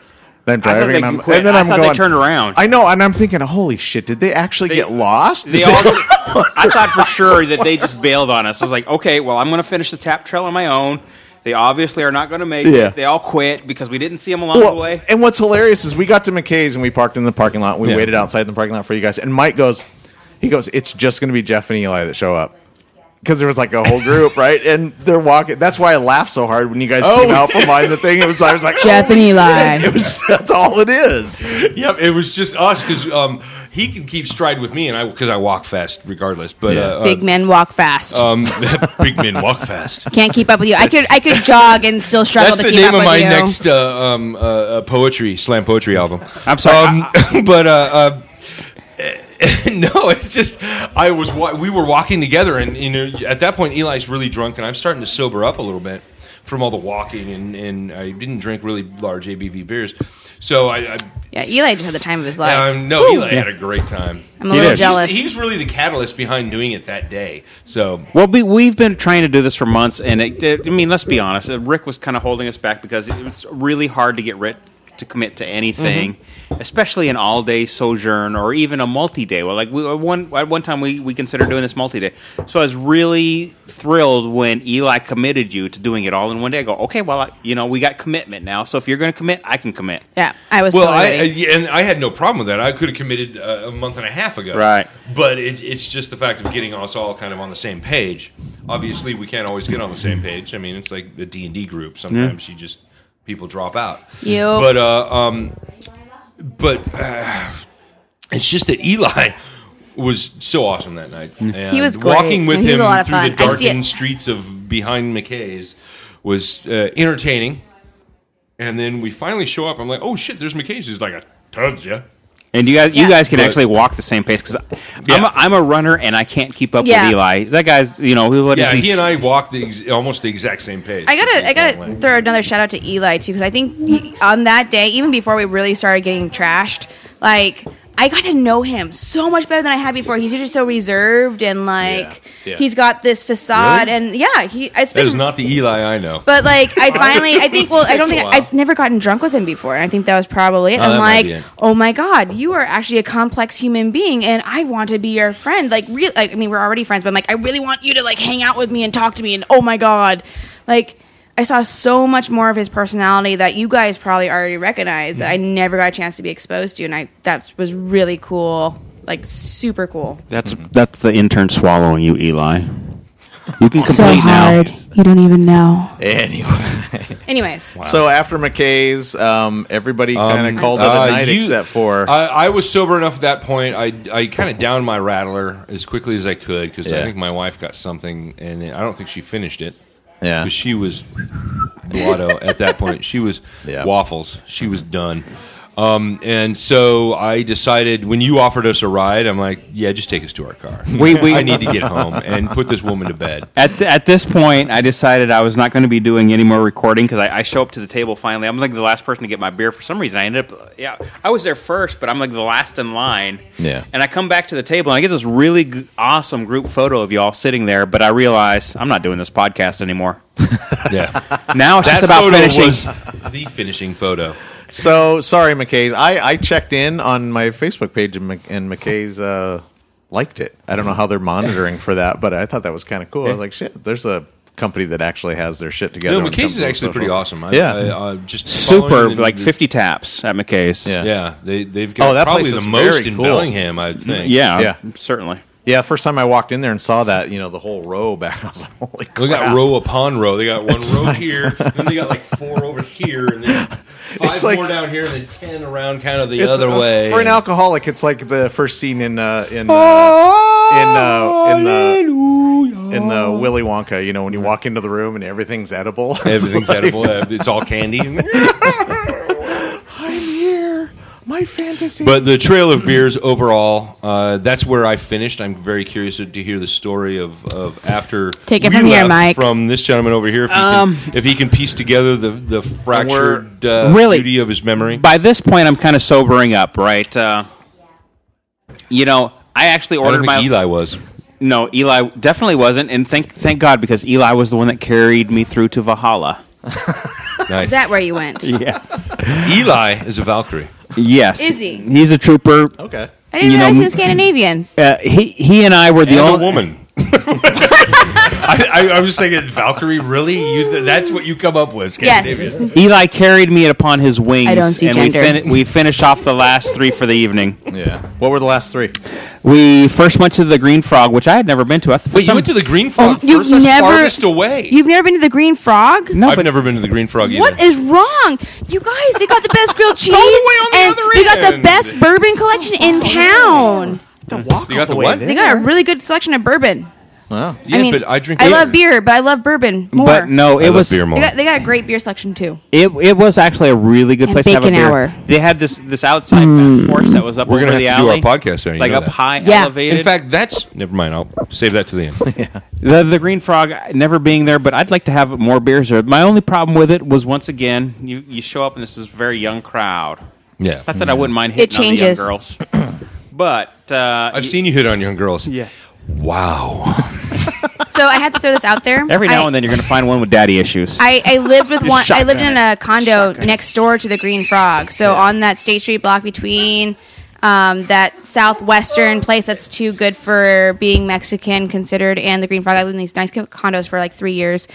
S5: And I'm
S3: thought
S5: driving,
S3: they
S5: and, I'm,
S3: quit.
S5: and then
S3: I
S5: am
S3: thought they
S5: going.
S3: turned around.
S5: I know, and I'm thinking, holy shit! Did they actually get lost?
S3: They
S5: Did
S3: all. I thought for sure that they just bailed on us. I was like, okay, well, I'm going to finish the tap trail on my own. They obviously are not going to make
S5: Yeah.
S3: it. They all quit because we didn't see them along the
S5: Well,
S3: way.
S5: and what's hilarious is we got to McKay's and we parked in the parking lot. We
S2: Yeah.
S5: waited outside the parking lot for you guys. And Mike goes, he goes, it's just going to be Jeff and Eli that show up. Because there was like a whole group, right? And they're walking. That's why I laughed so hard when you guys
S2: Oh.
S5: came out from behind the thing. It was, I was like,
S6: Jeff and
S5: "Holy
S6: Eli."
S5: shit." It was, that's all it is.
S2: Yep, it was just us because um, he can keep stride with me, and I because I walk fast regardless. But uh,
S4: Big men walk fast.
S2: uh, um, big men walk fast.
S4: Can't keep up with you. I could I could jog and still struggle
S2: That's
S4: to
S2: the
S4: keep
S2: name
S4: up
S2: of
S4: with
S2: my
S4: you.
S2: next uh, um, uh, uh, poetry slam poetry album.
S3: I'm sorry,
S2: um, but uh, uh, no, it's just I was wa- we were walking together, and you know at that point Eli's really drunk, and I'm starting to sober up a little bit from all the walking, and, and I didn't drink really large ABV beers, so I, I
S4: Yeah, Eli just had the time of his life.
S2: um, no Eli had a great time.
S4: I'm a little
S3: did.
S4: jealous.
S2: He's, he's really the catalyst behind doing it that day. So
S3: Well, we, we've been trying to do this for months, and it, it- I mean, let's be honest. uh, Rick was kind of holding us back because it was really hard to get Rick to commit to anything,
S4: Mm-hmm.
S3: especially an all-day sojourn or even a multi-day. Well, like we, at one at one time, we we considered doing this multi-day. So I was really thrilled when Eli committed you to doing it all in one day. I go, okay, well, I, you know, we got commitment now. So if you're going to commit, I can commit.
S4: yeah, I was
S2: Well,
S4: so
S2: I, I
S4: ready.
S2: yeah, and I had no problem with that. I could have committed uh, a month and a half ago,
S3: Right.
S2: But it, it's just the fact of getting us all kind of on the same page. Obviously, we can't always get on the same page. I mean, it's like the D and D group. Sometimes you just people drop out.
S4: Yep.
S2: But uh, um, but uh, it's just that Eli was so awesome that night. And
S4: Mm. He was great,
S2: walking with
S4: and he was
S2: him
S4: a lot of
S2: through the
S4: fun. I see it-
S2: darkened streets of behind McKay's was uh, entertaining. And then we finally show up. I'm like, oh shit, there's McKay's. He's like, I told you.
S3: And you guys, you
S4: Yeah.
S3: guys can
S2: But-
S3: actually walk the same pace because
S2: Yeah.
S3: I'm, a, I'm a runner and I can't keep up
S4: Yeah.
S3: with Eli. That guy's, you know, what is
S2: Yeah, he
S3: s-
S2: and I walked the ex- almost the exact same pace.
S4: I gotta, I
S2: Long
S4: gotta
S2: way.
S4: throw another shout out to Eli too, because I think he- on that day, even before we really started getting trashed, like I got to know him so much better than I had before. He's usually so reserved and like
S2: Yeah. Yeah.
S4: he's got this facade, and yeah, he. It's
S2: That is
S4: been,
S2: not the Eli I know.
S4: but like I finally, I think. Well, I don't
S2: Takes
S4: think
S2: a while.
S4: I've never gotten drunk with him before, and I think that was probably it.
S2: Oh, that
S4: I'm
S2: might
S4: like,
S2: be it.
S4: oh my god, you are actually a complex human being, and I want to be your friend. Like, real, like I mean, we're already friends, but I'm like, I really want you to like hang out with me and talk to me, and oh my god, like. I saw so much more of his personality that you guys probably already recognize that I never got a chance to be exposed to, and I that was really cool, like super cool.
S3: That's that's the intern swallowing you, Eli. You can
S6: So
S3: complete now.
S6: hard. You don't even know.
S5: Anyway.
S4: Anyways,
S5: So after McKay's, um, everybody kind of called it
S2: Uh,
S5: a night
S2: you-
S5: except for.
S2: I, I was sober enough at that point. I, I kind of downed my rattler as quickly as I could because I
S5: Yeah.
S2: think my wife got something, and I don't think she finished it.
S5: yeah.
S2: because she was blotto at that point. She was
S5: Yeah.
S2: waffles. She was done. Um, and so I decided when you offered us a ride, I'm like, yeah, just take us to our car.
S3: We- we-
S2: I need to get home and put this woman to bed.
S3: At, th- at this point, I decided I was not going to be doing any more recording because I, I show up to the table finally. I'm like the last person to get my beer for some reason. I ended up, yeah, I was there first, but I'm like the last in line.
S5: Yeah.
S3: And I come back to the table and I get this really g- awesome group photo of y'all sitting there, but I realize I'm not doing this podcast anymore.
S2: Yeah,
S3: Now it's
S2: that
S3: just about
S2: photo
S3: finishing.
S2: was the finishing photo.
S5: So sorry, McKay's. I, I checked in on my Facebook page and, Mc, and McKay's uh, liked it. I don't know how they're monitoring for that, but I thought that was kind of cool. I was like, shit, there's a company that actually has their shit together.
S2: No,
S5: when it comes
S2: McKay's is
S5: to
S2: actually
S5: social.
S2: pretty awesome. I, uh,
S5: Yeah.
S2: I, I just
S3: Super,
S2: following the-
S3: like 50 taps at McKay's.
S5: Yeah.
S2: Yeah, they they've got
S5: Oh, that
S2: probably
S5: place
S2: the
S5: is
S2: most
S5: very
S2: in
S5: cool.
S2: Bellingham, I think.
S3: Yeah,
S5: Yeah.
S3: certainly.
S5: Yeah, first time I walked in there and saw that, you know, the whole row back, I was like, holy crap.
S2: They got row upon row. They got one
S5: It's
S2: row
S5: like-
S2: here, then they got like four over here, and then five
S5: It's like-
S2: more down here, and then ten around kind of the
S5: It's,
S2: other
S5: uh,
S2: way.
S5: For an
S2: Oh.
S5: uh, alcoholic, it's like the first scene in uh, in uh, in uh, in the in the Willy Wonka, you know, when you walk into the room and everything's edible.
S2: Everything's edible. uh, It's all candy.
S5: I'm here. My fantasy.
S2: But the Trail of Beers overall, uh, that's where I finished. I'm very curious to, to hear the story of, of after.
S4: Take it
S2: we
S4: from here,
S2: left
S4: Mike.
S2: From this gentleman over here, if he,
S3: Um,
S2: can, if he can piece together the, the fractured uh,
S3: really-
S2: beauty of his memory.
S3: By this point, I'm kind of sobering up, right? Uh, you know, I actually
S2: I don't
S3: ordered
S2: think
S3: my
S2: Eli was.
S3: No, Eli definitely wasn't, and thank thank God because Eli was the one that carried me through to Valhalla.
S2: Nice.
S4: Is that where you went?
S3: Yes,
S2: Eli is a Valkyrie.
S3: yes,
S4: Is he?
S3: He's a trooper.
S5: okay.
S4: I didn't
S3: You know,
S4: realize
S3: we-
S4: he was Scandinavian.
S3: Uh, he he and I were the
S2: and
S3: only
S2: a woman. I, I, I was thinking, Valkyrie, really? You, th- that's what you come up with?
S4: Yes.
S2: Scandinavian?
S3: Eli carried me upon his wings,
S4: I don't see
S3: and we
S4: gender.
S3: fin- we finished off the last three for the evening.
S5: Yeah. What were the last three?
S3: We first went to the Green Frog, which I had never been to. I th-
S2: Wait, you
S3: some-
S2: went to the Green Frog
S4: you've
S2: first? That's
S4: Oh, never-
S2: farthest away.
S4: You've never been to the Green Frog?
S3: no,
S2: I've
S3: but
S2: never been to the Green Frog either.
S4: What is wrong? You guys, they got the best grilled cheese.
S2: all the way on the
S4: and
S2: other
S4: they got the
S2: end.
S4: best bourbon collection in town.
S5: The walk
S2: You got all the the way what? there?
S4: They got a really good selection of bourbon.
S5: Wow.
S2: Yeah,
S4: I mean,
S2: but I drink.
S4: I love beer, but I love bourbon more.
S3: but no,
S2: I
S3: it
S2: love
S3: was
S2: beer more.
S4: They got, they got a great beer selection too.
S3: It, it was actually a really good
S4: And
S3: place to have a
S4: bacon
S3: beer.
S4: hour. Hmm.
S3: They had this this outside back porch that was up
S2: We're
S3: over
S2: gonna
S3: the
S2: have to do
S3: alley,
S2: our podcast there, you
S3: like
S2: know
S3: up
S2: that.
S3: high,
S4: Yeah.
S3: elevated.
S2: In fact, that's Oh, never mind. I'll save that to the end.
S3: The, the Green Frog, never being there, but I'd like to have more beers there. My only problem with it was once again, you, you show up and this is a very young crowd.
S2: yeah,
S3: Not that I wouldn't mind hitting
S4: It changes.
S3: on the young girls, but uh,
S2: I've seen you hit on young girls.
S3: yes.
S2: Wow.
S4: So I had to throw this out there.
S3: Every now
S4: I-
S3: and then, you're going to find one with daddy issues.
S4: I, I lived with one. I lived
S3: shotgun
S4: in a condo next door to the Green Frog. So on that State Street block between um, that southwestern place that's too good for being Mexican considered and the Green Frog. I lived in these nice condos for like three years,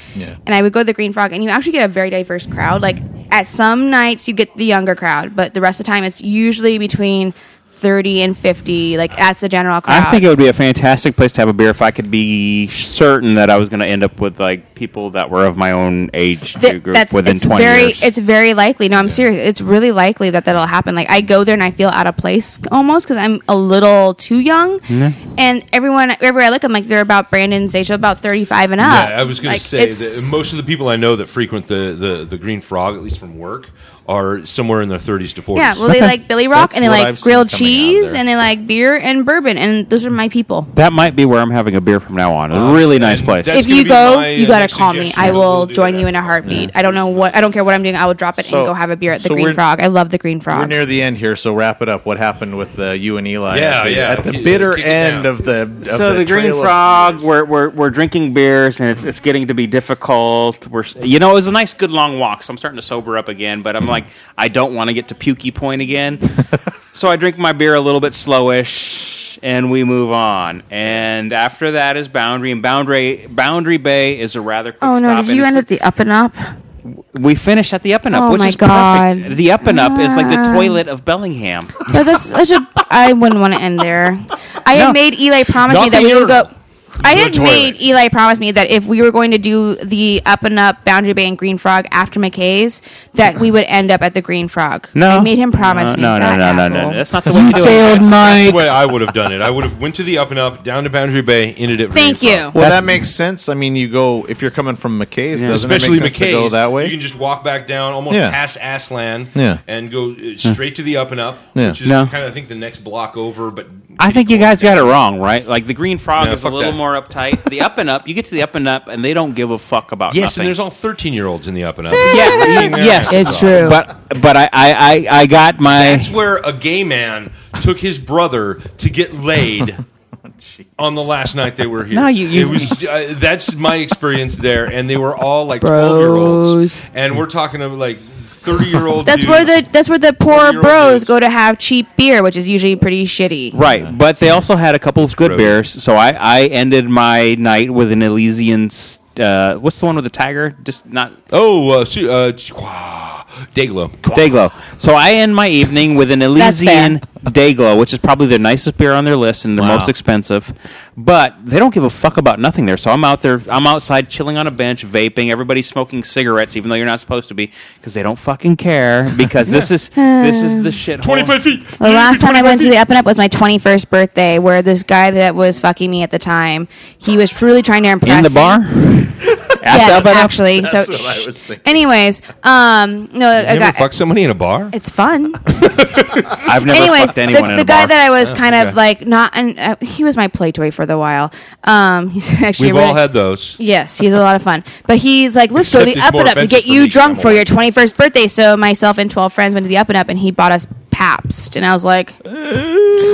S4: and I would go to the Green Frog, and you actually get a very diverse crowd. Like at some nights you get the younger crowd, but the rest of the time it's usually between. 30 and 50 like that's the general crowd
S3: I think it would be a fantastic place to have a beer if I could be certain that I was going to end up with like people that were of my own age
S4: Th-
S3: to group within
S4: it's
S3: 20
S4: very
S3: years.
S4: it's very likely no i'm serious it's really likely that that'll happen like i go there and i feel out of place almost because i'm a little too young and everyone everywhere i look i'm like they're about brandon's age they're about 35 and up
S2: Yeah, I was going
S4: Like,
S2: to say that
S4: it's-
S2: most of the people I know that frequent the, the, the Green Frog, at least from work, are somewhere in their 30s to 40s.
S4: yeah well they like billy rock
S5: That's
S4: and they
S5: what
S4: like
S5: I've seen
S4: grilled
S5: coming out of
S4: cheese
S5: there.
S4: and they like beer and bourbon and those are my people
S3: that might be where I'm having a beer from now on. It's a really nice
S2: and
S3: place.
S2: that's
S4: if
S2: gonna
S4: you
S2: be
S4: go
S2: my, uh,
S4: you gotta
S2: next
S4: call me
S2: suggestion.
S4: i
S2: We'll
S4: will
S2: do
S4: join
S2: that.
S4: you in a heartbeat i don't know what i don't care what i'm doing i will drop it
S5: So-
S4: and go have a beer at the
S5: so
S4: green
S5: we're-
S4: frog i love the green
S5: We're
S4: frog
S5: near the end here, so wrap it up. What happened with uh, you and Eli?
S2: Yeah,
S5: at the,
S2: yeah.
S5: At the
S2: Kick-
S5: bitter
S2: kick it
S5: end
S2: down.
S5: of the of
S3: so the Green
S5: trail of-
S3: Frog, we're, we're, we're drinking beers and it's, it's getting to be difficult. We're s- you know it was a nice good long walk, so I'm starting to sober up again. But I'm like I don't want to get to pukey point again, so I drink my beer a little bit slowish and we move on. And after that is Boundary and Boundary Boundary Bay is a rather quick
S4: oh
S3: stop.
S4: no did
S3: and
S4: you
S3: it's-
S4: end at the up and up
S3: we finished at the Up and Up,
S4: Oh
S3: which
S4: my
S3: is
S4: God. Ah.
S3: perfect. The Up and Up is like the toilet of Bellingham.
S4: No, that's such a. I wouldn't want to end there. I had
S3: No.
S4: made Eli promise
S2: Not
S4: me that
S2: the
S4: we would go.
S2: urinal.
S4: I had
S5: toilet.
S4: made Eli promise me that if we were going to do the up and up Boundary Bay and Green Frog after McKay's, that we would end up at the Green Frog. I made him promise
S3: no,
S4: me.
S3: No,
S4: that
S3: no, no, no,
S4: asshole.
S3: no. That's not the way to do it.
S6: Failed
S2: That's
S6: Mike.
S2: the way I would have done it. I would have went to the up and up, down to Boundary Bay, ended it. for
S4: Thank
S2: Green
S4: you.
S2: Frog.
S5: Well, that makes sense. I mean, you go if you're coming from McKay's, doesn't
S2: especially
S5: it make sense
S2: McKay's.
S5: to go that
S2: You
S5: way?
S2: can just walk back down, almost
S5: Yeah.
S2: past Aslan,
S5: Yeah.
S2: and go uh, straight to the up and up,
S5: Yeah.
S2: which is
S3: No.
S2: kind of I think the next block over. But
S3: I think you guys got it wrong, right? Like the Green Frog
S2: No,
S3: is a
S2: fuck
S3: little
S2: that.
S3: more uptight. The Up and Up, you get to the Up and Up, and they don't give a fuck about
S2: yes, and
S3: nothing.
S2: there's all 13 year olds in the up and up.
S3: yeah, yes,
S6: It's true.
S3: But but I I, I, I got my
S2: That's where a gay man took his brother to get laid. On the last night they were here,
S3: No, you-
S2: it
S3: you-
S2: was uh, that's my experience there, and they were all like twelve year olds,
S6: Bros.
S2: and we're talking of like thirty year old.
S4: That's where the that's where the poor
S2: Forty-year-old
S4: bros
S2: dudes.
S4: go to have cheap beer, which is usually pretty shitty.
S3: right. But they also had a couple of good
S2: Road.
S3: beers, so I I ended my night with an Elysian. s- Uh, what's the one with the tiger? Just not
S2: oh, uh, su- uh, Dayglow.
S3: Dayglow. So I end my evening with an
S4: That's fair.
S3: Elysian Dayglow, which is probably their nicest beer on their list and their
S5: Wow.
S3: most expensive. But they don't give a fuck about nothing there. So I'm out there, I'm outside chilling on a bench, vaping. Everybody's smoking cigarettes, even though you're not supposed to be, because they don't fucking care. Because this is
S4: Hmm.
S3: this is the shit.
S1: feet.
S4: The last time I went to the Up and Up was my 21st birthday, where this guy that was fucking me at the time, he was truly trying to impress
S3: in the
S4: me.
S3: bar. At the
S4: Yes,
S3: Up and Up?
S4: actually. so,
S5: what I was thinking.
S4: anyways, um, no, a
S2: You
S4: guy,
S2: ever fuck somebody in a bar?
S4: it's fun.
S3: I've never
S4: Anyways,
S3: fucked anyone
S4: the,
S3: in
S4: the
S3: a
S4: guy
S3: bar.
S4: that I was kind
S2: okay.
S4: of like not, and uh, he was my play toy for the while. Um, he's actually
S2: We've
S4: really-
S2: all had those.
S4: Yes, he's a lot of fun. But he's like, let's go
S2: Except
S4: to the
S2: it's
S4: Up
S2: more
S4: and Up and
S2: offensive
S4: get
S2: for
S4: you
S2: me,
S4: drunk for
S2: I'm
S4: your 21st birthday. So myself and 12 friends went to the Up and Up, and he bought us Pabst. And I was like, you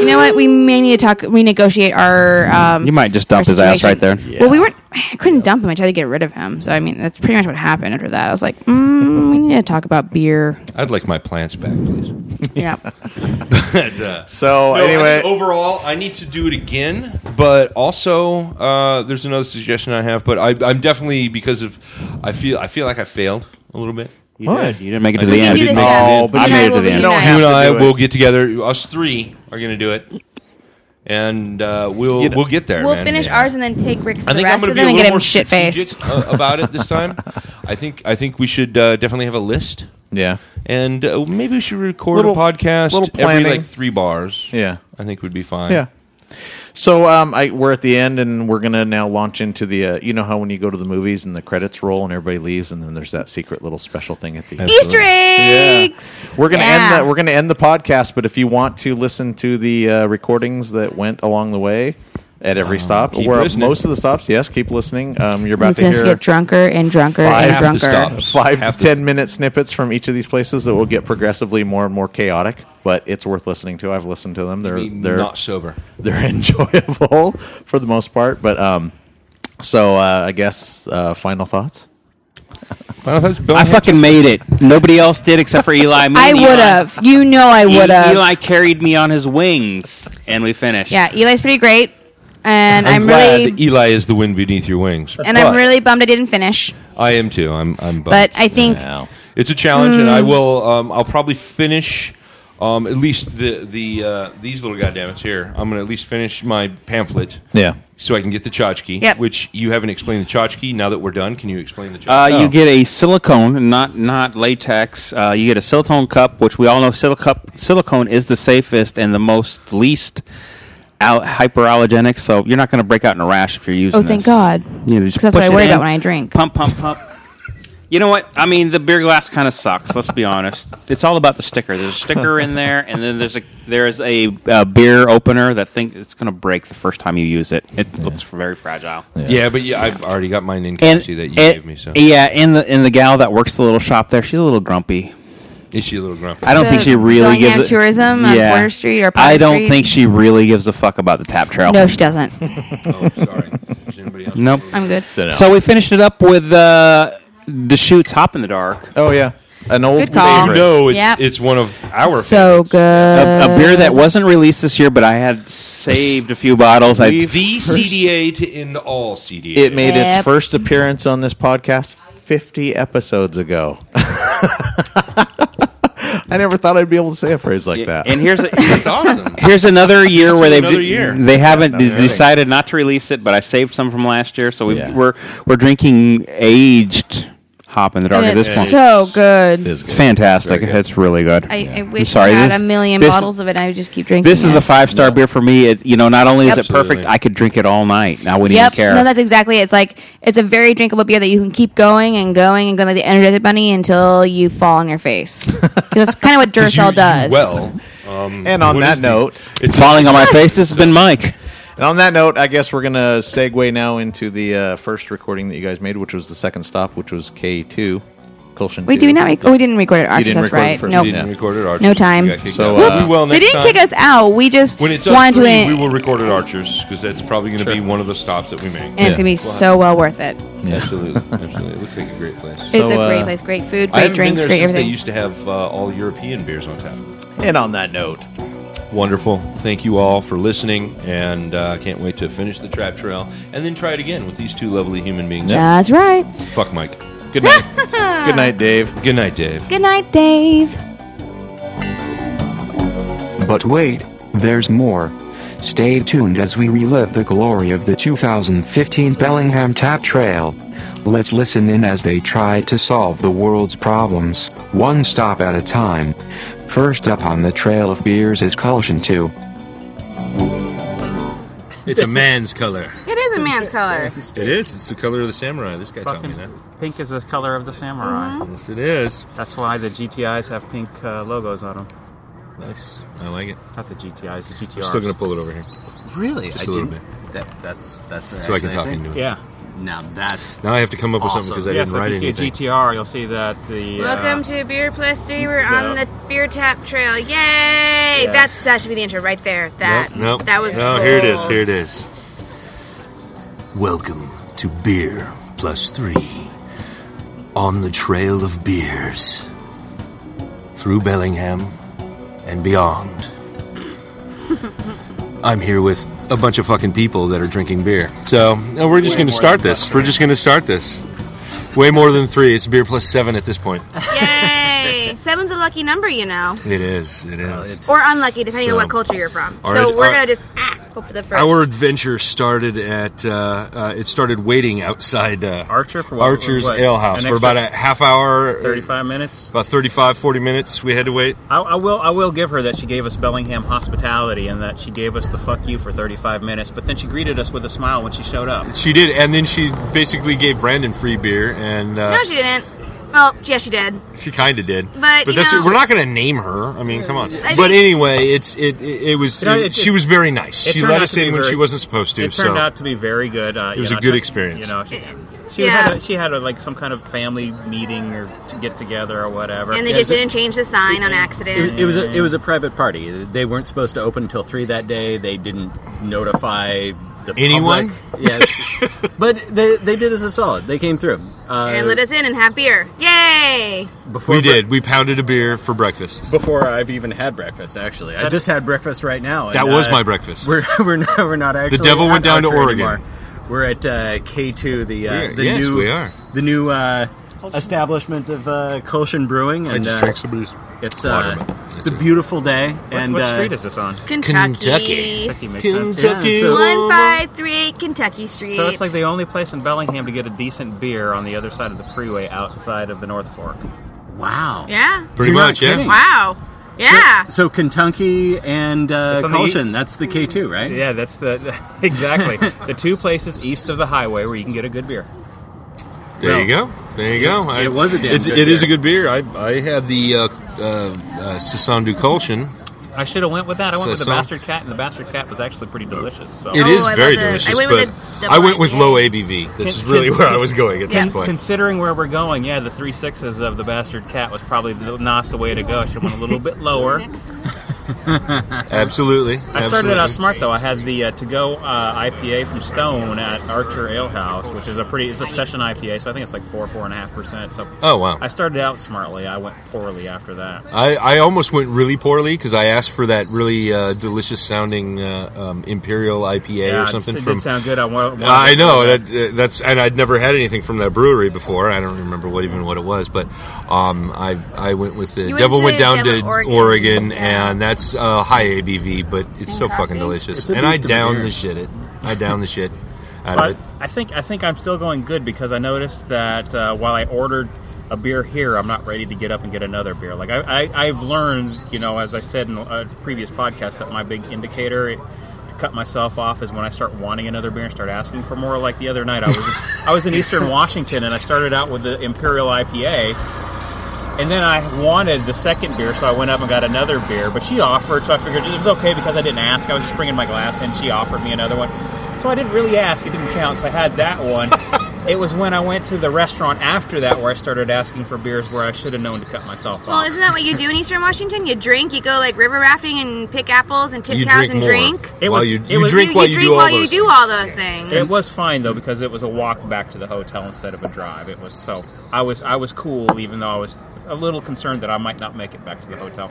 S4: know what? We may need to talk, renegotiate our. Um,
S3: You might just
S4: our
S3: dump his ass
S4: situation.
S3: right there.
S4: Well, we weren't. I couldn't dump him. I tried to get rid of him. So I mean, that's pretty much what happened after that. I was like, mm, we need to talk about beer.
S2: I'd like my plants back, please.
S4: Yeah.
S2: uh,
S5: So
S2: No, I think
S5: anyway,
S2: overall, I need to do it again. But also, uh, there's another suggestion I have. But I, I'm definitely because of I feel I feel like I failed a little bit.
S3: You did. You didn't make it to the
S2: We
S3: end.
S2: do
S4: this
S2: make
S4: now.
S2: it.
S5: Oh, but
S4: You and
S3: I
S4: I
S3: made it to
S4: will
S3: the end.
S5: You don't
S4: reunite.
S5: have
S2: you and
S5: to
S2: I
S5: do it.
S2: will get together. Us three are going to do it, and uh, we'll
S5: You know-
S2: we'll get there.
S4: We'll
S2: man.
S4: finish
S2: Yeah.
S4: ours and then take Rick to
S2: I
S4: the
S2: think I'm
S4: rest
S2: going
S4: of
S2: to be
S4: them
S2: a
S4: and get
S2: little
S4: him
S2: more
S4: shit
S2: strategic
S4: faced.
S2: uh, about it this time. I think I think we should uh, definitely have a list,
S5: yeah,
S2: and uh, maybe we should record
S5: Little-
S2: a podcast
S5: little
S2: every
S5: planning.
S2: like three bars.
S5: yeah,
S2: I think would be fine.
S5: yeah. So um, I, we're at the end, and we're gonna now launch into the. Uh, you know how when you go to the movies and the credits roll and everybody leaves, and then there's that secret little special thing at the end.
S4: Easter eggs.
S5: We're gonna
S4: Yeah.
S5: end that. We're gonna end the podcast. But if you want to listen to the uh, recordings that went along the way at every stop,
S2: Uh, keep
S5: where
S2: listening.
S5: most of the stops, yes, keep listening. Um, you're about
S4: He's
S5: to
S4: going to
S5: hear
S4: get drunker and drunker
S5: Five
S4: and
S5: has to
S4: drunker.
S2: stop.
S5: five
S2: Have
S5: to
S2: to-
S5: ten minute snippets from each of these places that will get progressively more and more chaotic. But it's worth listening to. I've listened to them. They're
S2: Be
S5: they're
S2: not sober.
S5: they're enjoyable for the most part. But um, so uh, I guess uh, final thoughts.
S3: I fucking made it. Nobody else did except for Eli. Me
S4: I
S3: and
S4: would
S3: Eli.
S4: have. You know I
S3: E-
S4: would have.
S3: Eli carried me on his wings, and we finished.
S4: uh, Yeah, Eli's pretty great, and I'm,
S2: glad
S4: really
S2: that Eli is the wind beneath your wings.
S4: and I'm really bummed I didn't finish.
S2: I am too. I'm. I'm. Bummed.
S4: But I Hmm. think
S5: Now
S2: it's a challenge, and I will. Um, I'll probably finish. Um, at least the the uh, these little goddammits here. I'm gonna at least finish my pamphlet.
S5: Yeah.
S2: So I can get the tchotchke,
S4: Yep.
S2: which you haven't explained the tchotchke. Now that we're done, can you explain the
S3: Uh,
S2: tchotchke? Oh.
S3: You get a silicone, not not latex. Uh, you get a silicone cup, which we all know silicup, silicone is the safest and the most least al- hyperallergenic. So you're not going to break out in a rash if you're using.
S4: Oh, thank
S3: this.
S4: God.
S3: You know, just
S4: 'Cause that's what
S3: push
S4: I
S3: it
S4: worry
S3: in,
S4: about when I drink.
S3: Pump, pump, pump. You know what? I mean, the beer glass kind of sucks. Let's be honest. It's all about the sticker. There's a sticker in there, and then there's a there's a uh, beer opener that think it's going to break the first time you use it. It looks very fragile.
S2: yeah, but yeah, I've already got mine in
S3: And
S2: Casey that you
S3: and-
S2: gave me. So
S3: yeah, and the and the gal that works the little shop there, she's a little grumpy.
S2: is she a little grumpy?
S3: I don't think
S4: The
S3: she really
S4: going
S3: gives
S4: down
S3: a-
S4: tourism on Porter Street or Pine
S3: I don't
S4: Street?
S3: think she really gives a fuck about the tap trail.
S4: no, she doesn't.
S2: oh, sorry. Is anybody else?
S3: Nope.
S4: I'm good.
S5: sit down.
S3: So we finished it up with uh, the shoots hop in the dark,
S5: oh yeah, an old
S4: Good call.
S2: You
S5: favorite.
S2: know, it's
S4: Yep.
S2: it's one of our.
S4: So
S2: favorites.
S3: a,
S4: good.
S3: a beer
S4: Uh,
S3: that wasn't released this year, but I had saved a few bottles. I
S5: We've-
S2: The
S5: First-
S2: CDA to end all CDA.
S5: It made its
S4: Yep.
S5: first appearance on this podcast 50 episodes ago. I never thought I'd be able to say a phrase like that.
S3: and here's a,
S2: That's awesome.
S3: here's another year where they've
S2: another year.
S3: they haven't
S5: Another
S3: de-
S5: thing.
S3: decided not to release it, but I saved some from last year, so we
S5: Yeah.
S3: we're we're drinking aged hop in the dark
S4: And
S3: at
S4: it's
S3: this point.
S4: so good.
S5: It is
S3: It's
S5: good.
S3: fantastic. It's really good.
S4: I, I
S3: I'm
S4: wish
S3: sorry,
S4: I had
S3: this-
S4: a million
S3: this-
S4: bottles of it. and I would just keep drinking.
S3: This is
S4: it.
S3: a five star beer for me. It, you know, not only is
S2: Absolutely.
S3: it perfect, I could drink it all night. I wouldn't
S4: Yep.
S3: even care.
S4: No, that's exactly. It. It's like it's a very drinkable beer that you can keep going and going and going like the Energizer Bunny until you fall on your face. 'Cause that's kind of what
S2: 'Cause you-
S4: Duracell
S2: you
S4: does.
S2: Well, Um,
S5: And on
S2: What
S5: that
S2: is the-
S5: note,
S2: it's
S3: Falling on my face. This has been Mike.
S5: and on that note, I guess we're going to segue now into the uh, first recording that you guys made, which was the second stop, which was K2. Kulshan
S4: Wait,
S5: 2.
S4: did we not? Rec- oh, we didn't record it.
S5: didn't
S4: Arches, that's
S5: record the
S4: right.
S5: first
S4: Nope.
S5: one,
S2: We didn't
S5: Yeah.
S2: record it, Archers.
S4: No time.
S2: We got kicked
S5: So,
S2: out.
S5: uh,
S2: We will
S4: they
S2: next
S4: didn't
S2: time.
S4: kick us out. We just
S2: When it's us
S4: wanted
S2: three,
S4: to. in-
S2: we will record at Archers because that's probably going to be one of the stops that we make.
S4: and it's gonna be so well worth it.
S2: Absolutely, absolutely. It looks like a great place.
S4: it's a
S5: uh,
S4: great place, great food,
S2: I
S4: great
S2: haven't
S4: drinks,
S2: been there
S4: great
S2: since they
S4: everything.
S2: used to have uh, all European beers on tap.
S5: And on that note,
S2: Wonderful. Thank you all for listening, and uh, can't wait to finish the trap trail and then try it again with these two lovely human beings.
S4: That's right.
S2: Fuck Mike.
S5: good night. good night, Dave.
S2: Good night, Dave.
S4: Good night, Dave.
S5: Good
S7: But wait, there's more. Stay tuned as we relive the glory of the 2015 Bellingham Tap Trail. Let's listen in as they try to solve the world's problems, one stop at a time. First up on the trail of beers is Culsion 2.
S1: It's a man's color.
S4: It is a man's color.
S1: It is. It's the color of the samurai. This guy taught me
S8: Fucking
S1: that.
S8: pink is the color of the samurai.
S4: Mm-hmm.
S1: Yes, it is.
S8: That's why the GTIs have pink uh, logos on them.
S1: Nice. I like it.
S8: Not the GTIs, the GTRs.
S1: I'm still gonna pull it over here.
S9: Really?
S1: Just
S9: I
S1: a little
S9: didn't- That, that's that's
S1: so I can talk into it.
S8: Yeah.
S9: Now that's
S1: Now I have to come up with something
S9: Awesome.
S1: because I
S8: Yeah,
S1: didn't
S8: so
S1: write
S8: if you
S1: anything.
S8: see a GTR, you'll see that the.
S4: Welcome
S8: uh,
S4: to Beer Plus Three. We're on
S8: Yeah.
S4: the beer tap trail. Yay! That's that should be the intro right there. That
S1: Nope, nope.
S4: that was
S1: no. Here it is.
S4: gold.
S1: Here it is.
S9: Welcome to Beer Plus Three on the Trail of Beers through Bellingham and beyond. I'm here with a bunch of fucking people that are drinking beer.
S1: So
S2: uh,
S1: no, we're just gonna start this. We're just gonna start this. Way more than three. It's beer plus seven at this point.
S4: Yay! Seven's a lucky number, you know,
S1: It is. It is.
S9: it's-
S4: or unlucky depending on
S1: So-
S4: what culture you're from.
S1: All
S4: so
S1: right,
S4: we're
S1: uh,
S4: gonna just ah, hope for the first.
S1: Our adventure started at uh, uh, it started waiting outside uh,
S8: Archer for what-
S1: Archer's
S8: what-
S1: Ale House
S8: an
S1: for
S8: extra
S1: about a half hour,
S8: 35 minutes.
S1: about 35, 40 minutes. We had to wait.
S8: I, I will. I will give her that she gave us Bellingham hospitality and that she gave us the fuck you for 35 minutes. But then she greeted us with a smile when she showed up.
S1: She did, and then she basically gave Brandon free beer, and uh,
S4: no, she didn't. Well, yeah, she did.
S1: she, kind of did.
S4: But, you
S1: that's
S4: know-
S1: it. we're not going to name her. I mean, come on.
S4: I
S1: but
S4: think-
S1: anyway, it's it it, it was.
S8: You know,
S1: it-
S8: it-
S1: she was very nice.
S8: it
S1: She
S8: turned
S1: let
S8: out
S1: us
S8: to be
S1: in when
S8: very-
S1: she wasn't supposed to.
S8: It
S1: so
S8: turned out to be very good. Uh, it
S1: was a good experience.
S8: You know, she, she
S4: Yeah.
S8: had a, she had a, like some kind of family meeting or to get together or whatever.
S4: And they just didn't change the sign on accident.
S9: It, it was a, it was a private party. They weren't supposed to open until three that day. They didn't notify the
S1: Anyone?
S9: Public. Yes, but they, they did us a solid. They came through. Uh,
S4: and let us in and have beer. Yay!
S9: before
S1: we did. We pounded a beer for breakfast.
S9: before I've even had breakfast. Actually, I just had breakfast right now. and,
S1: That was
S9: uh,
S1: my breakfast.
S9: We're we're not, we're not actually.
S1: devil
S9: at
S1: went down to
S9: Archer
S1: Oregon.
S9: anymore. We're at uh, K two. The
S1: We are-
S9: uh, the
S1: yes,
S9: new
S1: we are.
S9: the new uh, establishment of uh, Colshan Brewing. And,
S1: I just
S9: uh,
S1: drank somebody's.
S9: It's
S1: water,
S9: uh,
S1: but-
S9: it's a beautiful day.
S8: What,
S9: and
S8: what
S9: uh,
S8: street is this on?
S4: Kentucky.
S8: Kentucky makes sense.
S1: Kentucky.
S9: Yeah, so-
S4: One five three Kentucky Street.
S8: So it's like the only place in Bellingham to get a decent beer on the other side of the freeway outside of the North Fork.
S9: wow.
S4: yeah.
S1: Pretty
S9: You're not
S1: much, yeah.
S9: kidding.
S4: Wow. Yeah.
S9: So, so Kentucky and uh,
S8: It's on the e-
S9: Colshan, that's the K2, right?
S8: Yeah, that's the, the exactly the two places east of the highway where you can get a good beer.
S1: There you go. There you go. I-
S9: it was a damn
S1: it's,
S9: good
S1: it is a
S9: beer.
S1: good beer. I, I had the uh, uh, uh, Sasandu Colshin.
S8: I should have went with that. I went
S1: So-
S8: with the
S1: so-
S8: bastard cat, and the bastard cat was actually pretty delicious. So.
S1: It
S4: Oh,
S1: is
S4: I love
S1: very
S4: the- I
S1: delicious,
S4: went with
S1: but
S4: the- the
S1: I went
S4: black
S1: with
S4: IPA.
S1: low ABV. This is really where I was going at this
S8: Con-
S1: point.
S8: Considering where we're going, yeah, the three sixes of the bastard cat was probably the- not the way to go. I should have went a little bit lower.
S1: Absolutely.
S8: I started
S1: absolutely.
S8: out smart though. I had the uh, to go uh, IPA from Stone at Archer Ale House, which is a pretty it's a session IPA, so I think it's like four four and a half percent. So
S1: Oh wow.
S8: I started out smartly. I went poorly after that.
S1: I, I almost went really poorly because I asked for that really uh, delicious sounding uh, um, Imperial IPA
S8: yeah,
S1: or something
S8: it
S1: from.
S8: did sound good. I, wa- wanted
S1: I
S8: to-
S1: know that uh, that's and I'd never had anything from that brewery before. I don't remember what even what it was, but um, I I went with the
S4: You went
S1: Devil
S4: to
S1: went down
S4: Devil,
S1: to
S4: Oregon.
S1: Oregon, and that's uh, high ABV, but it's so fucking delicious.
S9: It's a
S1: And I
S9: beast of a
S1: downed
S9: beer.
S1: the shit it. I downed the shit out of
S8: But
S1: it.
S8: I think I think I'm still going good because I noticed that uh, while I ordered a beer here, I'm not ready to get up and get another beer. Like I, I I've learned, you know, as I said in a previous podcast, that my big indicator to cut myself off is when I start wanting another beer and start asking for more. Like the other night, I was I was in Eastern Washington and I started out with the Imperial IPA. And then I wanted the second beer, so I went up and got another beer. But she offered, so I figured it was okay because I didn't ask. I was just bringing my glass in. She offered me another one. So I didn't really ask. It didn't count, so I had that one. it was when I went to the restaurant after that where I started asking for beers where I should have known to cut myself
S4: Well,
S8: off.
S4: isn't that what you do in Eastern Washington? You drink, you go like river rafting and pick apples and tip
S1: You
S4: cows
S1: drink
S4: and
S1: more.
S4: drink.
S8: It
S1: while
S8: was-
S1: you,
S8: it
S1: you
S8: was-
S1: drink
S4: You,
S1: while
S4: you
S1: you
S4: drink
S1: do all
S4: while you
S1: those
S4: do
S1: things.
S4: all those things.
S8: It was fine though because it was a walk back to the hotel instead of a drive. It was so I was I was cool even though I was a little concerned that I might not make it back to the hotel.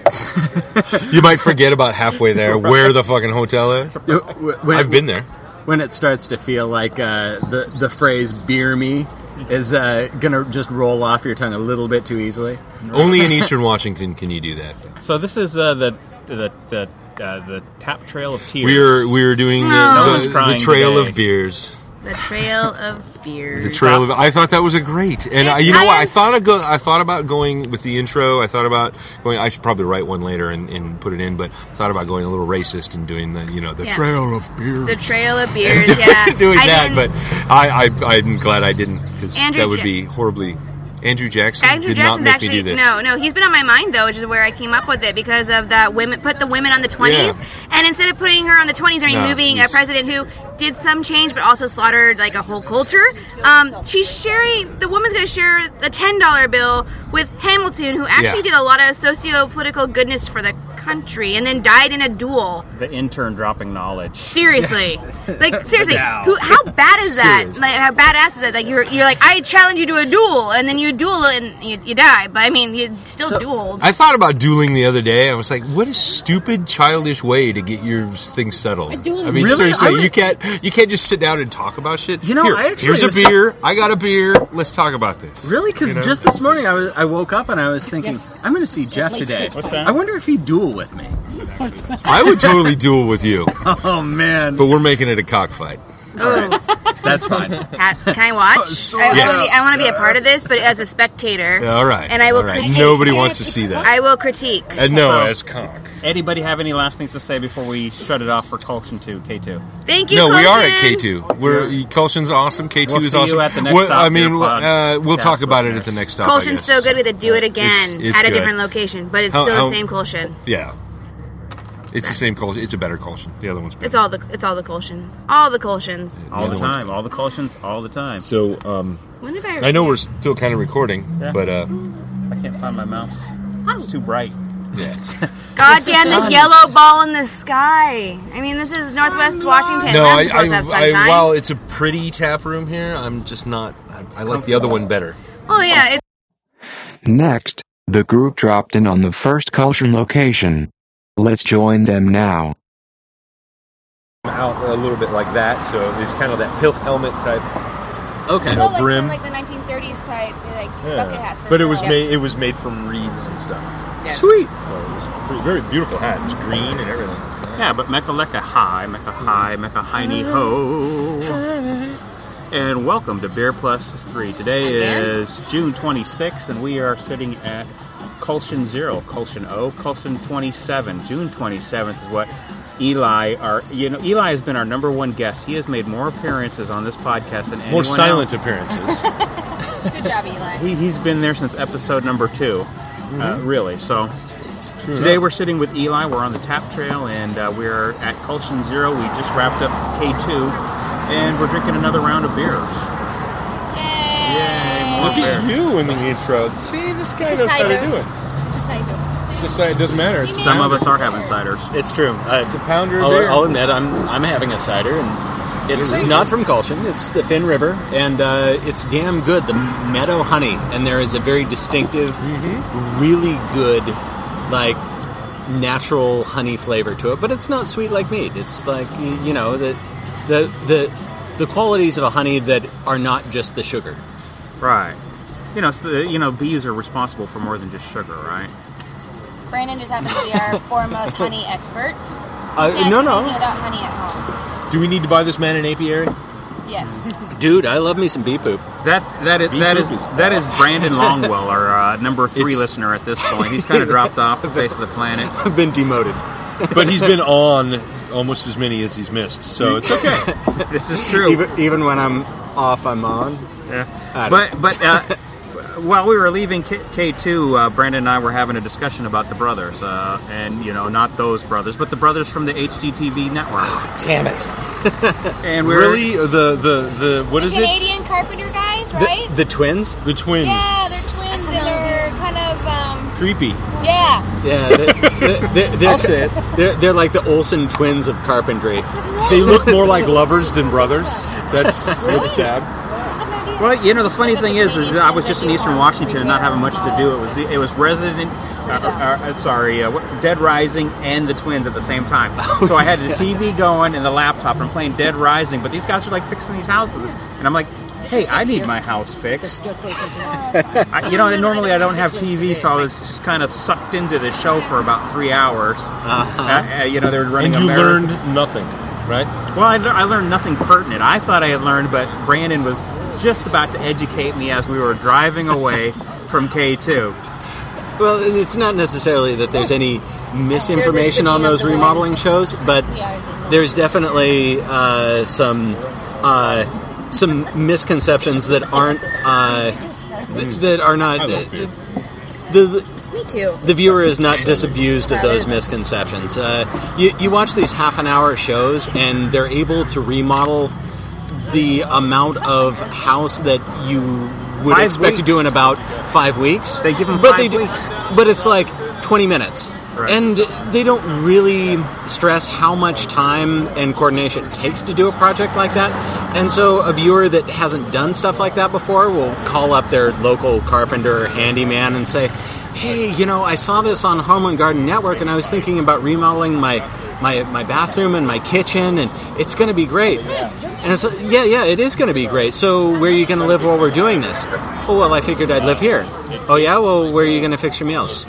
S1: You might forget about halfway there where the fucking hotel is.
S9: Uh, wh- When,
S1: I've been there.
S9: When it starts to feel like uh, the, the phrase beer me is uh, going to just roll off your tongue a little bit too easily.
S1: Only in Eastern Washington can you do that.
S8: So this is uh, the the the uh, the tap trail of tears.
S1: We're we're doing
S4: No. No
S1: the,
S8: one's
S1: the,
S8: crying
S1: the trail
S8: today.
S1: of beers.
S4: The Trail of Beers.
S1: The trail of. I thought that was a great, and I, you know what? I thought of go, I thought about going with the intro. I thought about going. I should probably write one later and, and put it in. But I thought about going a little racist and doing the you know the
S4: Yeah.
S1: trail of beers.
S4: The Trail of Beers. Yeah,
S1: doing
S4: I
S1: that,
S4: didn't-
S1: but I, I I'm glad I didn't because
S4: Andrew
S1: that would
S4: Ja-
S1: be horribly. Andrew Jackson
S4: Andrew
S1: did
S4: Jackson's
S1: not make me
S4: actually
S1: do this.
S4: no, no. He's been on my mind though, which is where I came up with it because of that women put the women on the twenties, and instead of putting her on the twenties or
S1: No,
S4: removing a
S1: he's-
S4: president who did some change but also slaughtered like a whole culture, um, she's sharing. The woman's going to share the ten dollar bill with Hamilton, who actually
S1: Yeah.
S4: did a lot of socio political goodness for the country, and then died in a duel.
S8: the intern dropping knowledge.
S4: Seriously, like seriously, who, how bad is that?
S1: Serious.
S4: Like how badass is that? Like you're you're like I challenge you to a duel, and then you duel and you, you die. But I mean, you still dueled.
S1: I thought about dueling the other day. I was like, "What a stupid, childish way to get your thing settled." I,
S6: duel-
S1: mean,
S8: Really? I
S1: seriously,
S8: would-
S1: you can't you can't just sit down and talk about shit.
S10: You know,
S1: Here,
S10: I actually
S1: here's
S10: was-
S1: a beer. I got a beer. Let's talk about this.
S10: Really? Because
S1: You know?
S10: just this morning I, was, I woke up and I was thinking, I'm going to see Jeff
S6: Place
S10: today.
S6: kids What's
S8: that?
S10: I wonder if he'd duel with me.
S1: I would totally duel with you,
S10: Oh, man.
S1: but we're making it a cockfight.
S4: Oh,
S10: That's fine.
S4: ha- can I watch?
S10: So- so
S4: I,
S1: Yes.
S4: want to be a part of this, but as a spectator,
S1: All right.
S4: And I will
S1: All right.
S4: critique-
S1: Nobody wants to see that.
S4: I will critique.
S1: and no,
S8: Well-
S1: as cock.
S8: Anybody have any last things to say before we shut it off for Colson Two K Two?
S4: Thank you.
S1: No, we are at K
S4: Colton.
S1: two. We're Colson's awesome. K 2
S8: We'll
S1: is
S8: see you
S1: awesome.
S8: at the next
S1: Well,
S8: stop,
S1: I mean,
S8: dear pod-
S1: uh, we'll
S8: podcast
S1: talk about it at
S8: listeners.
S1: the next stop. I
S4: Colson's
S1: guess.
S4: so good with a do it again
S1: It's- it's
S4: at a
S1: good.
S4: different location, but it's
S1: How-
S4: still
S1: how-
S4: the same Colson.
S1: Yeah, it's the same Colson. It's a better Colson. The other one's better.
S4: It's all the it's all the Colson, all the Colsons.
S8: All the
S1: other one's-
S8: time, all the Colsons, all the time.
S1: So um,
S4: When did I?
S1: I know we're still kind of recording,
S8: Yeah.
S1: but uh,
S8: I can't find my mouse. It's too bright.
S4: God damn this yellow ball in the sky. I mean, this is Northwest Washington.
S1: no,
S4: We're not
S1: I,
S4: supposed to have
S1: I,
S4: sunshine.
S1: I while it's a pretty tap room here, I'm just not. I, I like the other one better.
S4: well, Oh, yeah, it's
S7: Next, the group dropped in on the first Culture location. Let's join them now.
S1: Out a little bit like that, so it's kind of that pilf helmet type
S10: Okay.
S1: know, brim.
S4: the 1930s type, like
S1: Yeah. But it was made. It was made from reeds and stuff.
S10: Sweet.
S1: So it was pretty, very beautiful hat. It was green and everything.
S8: Yeah, but Mekaleka hi, Meka hi, Meka hiney ho. And welcome to Beer Plus 3. Today
S4: Again?
S8: is June 26th, and we are sitting at Colson 0, Colson O, Colson 27. June 27th is what Eli, our, you know, Eli has been our number one guest. He has made more appearances on this podcast than anyone
S1: More silent
S8: else.
S1: appearances.
S4: Good job, Eli.
S8: He, he's been there since episode number 2 uh, really. So today we're sitting with Eli. We're on the tap trail, and uh, we're at Colson Zero. We just wrapped up K two, and we're drinking another round of beers.
S1: Look at you in the intro. See, this guy knows how to do it. It's a cider. It doesn't matter. It's,
S8: Some of us are having ciders.
S10: It's true. Uh,
S1: a pounder of
S10: I'll,
S1: beer.
S10: I'll admit, I'm I'm having a cider, and it's not from Colchin. It's the Finn River, and uh, it's damn good. The meadow honey, and there is a very distinctive, really good, like natural honey flavor to it. But it's not sweet like meat. It's like y- you know the the the the qualities of a honey that are not just the sugar.
S8: Right. You know, so the, you know, bees are responsible for more than just sugar, right?
S4: Brandon just happens to be our foremost honey expert.
S10: Uh, no, no,
S4: without honey at home.
S1: Do we need to buy this man an apiary?
S4: Yes.
S10: dude, I love me some bee poop.
S8: That that is that is that is Brandon Longwell, our uh, number three
S10: It's-
S8: listener at this point. He's kind of dropped off the face of the planet.
S10: I've been demoted.
S1: But he's been on almost as many as he's missed, so it's okay.
S8: This is true.
S10: even when I'm off, I'm on.
S8: Yeah.
S10: I don't-
S8: But but uh, while we were leaving K two, uh, Brandon and I were having a discussion about the brothers, uh, and you know not those brothers, but the brothers from the HGTV network.
S10: Damn it.
S8: And we were
S10: uh,
S1: really, the the the what is it?
S4: carpenter guys,
S10: The, the twins?
S1: The twins.
S4: they're twins and they're kind of um
S1: Creepy.
S4: yeah.
S10: Yeah, they- they- they're, they're, they're, they're like the Olsen twins of carpentry. They look more like lovers than brothers.
S1: That's really sad.
S8: Well, you know the funny thing is, is I was just in Eastern Washington, and not having much to do. It was the, it was Resident, uh, uh, uh, sorry, uh, what- Dead Rising and the Twins at the same time.
S11: Oh,
S8: So I had the TV going and the laptop, and I'm playing Dead Rising. But these guys are like fixing these houses, and I'm like, hey, I need my house fixed. I, you know, and normally I don't have TV, so I was just kind of sucked into the show for about three hours. Uh, uh, you know, they were running.
S11: Uh-huh. And you
S8: a marathon.
S11: learned nothing, right?
S8: Well, I, lear- I learned nothing pertinent. I thought I had learned, but Brandon was just about to educate me as we were driving away from K2.
S10: Well, it's not necessarily that there's any misinformation on those remodeling shows, but there's definitely uh, some uh, some misconceptions that aren't uh, th- that are not the, the
S12: Me too.
S10: the viewer is not disabused of those misconceptions. Uh, you, you watch these half an hour shows, and they're able to remodel the amount of house that you would
S8: Five
S10: expect to do in about five weeks. They give them
S8: five weeks.
S10: but it's like twenty minutes. And they don't really stress how much time and coordination it takes to do a project like that. And so a viewer that hasn't done stuff like that before will call up their local carpenter or handyman and say, hey, you know, I saw this on Home and Garden Network, and I was thinking about remodeling my my, my bathroom and my kitchen, and it's going to be great. And it's like, yeah, yeah, it is going to be great. So where are you going to live while we're doing this? Oh well, I figured I'd live here. Oh yeah, well, where are you going to fix your meals?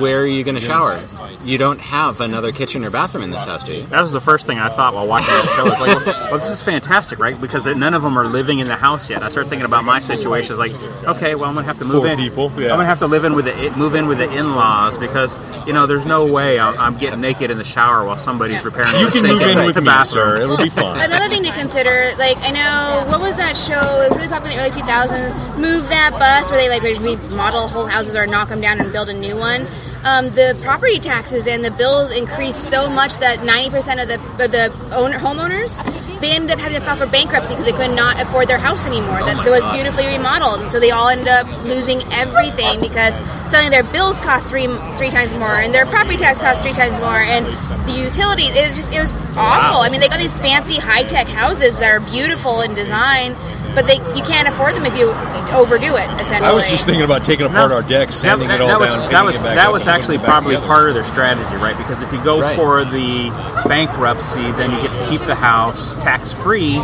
S10: Where are you going to shower? You don't have another kitchen or bathroom in this house, do you?
S8: That was the first thing I thought while watching the show. It's like, well, well, this is fantastic, right? Because none of them are living in the house yet. I started thinking about my situation. It's like, okay, well, I'm gonna have to move
S11: Four
S8: in.
S11: people, yeah.
S8: I'm gonna have to live in with the it- move in with the in-laws because you know there's no way I'm, I'm getting naked in the shower while somebody's repairing.
S11: You
S8: the
S11: can
S8: sink
S11: move
S8: and
S11: in
S8: the-
S11: with
S8: the
S11: me,
S8: bathroom.
S11: sir. It'll be fun.
S4: Another thing to consider, like I know, what was that show? It was really popular in the early 2000s. Move that bus, where they like would remodel whole houses or knock them down and build a new one. Um, the property taxes and the bills increased so much that 90% of the of the owner, homeowners they ended up having to file for bankruptcy because they could not afford their house anymore. That
S13: my
S4: was
S13: God.
S4: beautifully remodeled, so they all ended up losing everything because suddenly their bills cost three three times more, and their property tax cost three times more, and the utilities. It was just it was awful.
S13: Wow.
S4: I mean, they got these fancy high tech houses that are beautiful in design, but they you can't afford them if you overdo it. Essentially,
S11: I was just thinking about taking apart our deck, sanding it all down,
S8: that was, that
S11: painting
S8: was,
S11: it back
S8: that
S11: up,
S8: was
S11: and putting
S8: actually
S11: it back
S8: probably
S11: together.
S8: part of their strategy, right? Because if you go
S11: Right.
S8: for the bankruptcy, then you get to keep the house tax free.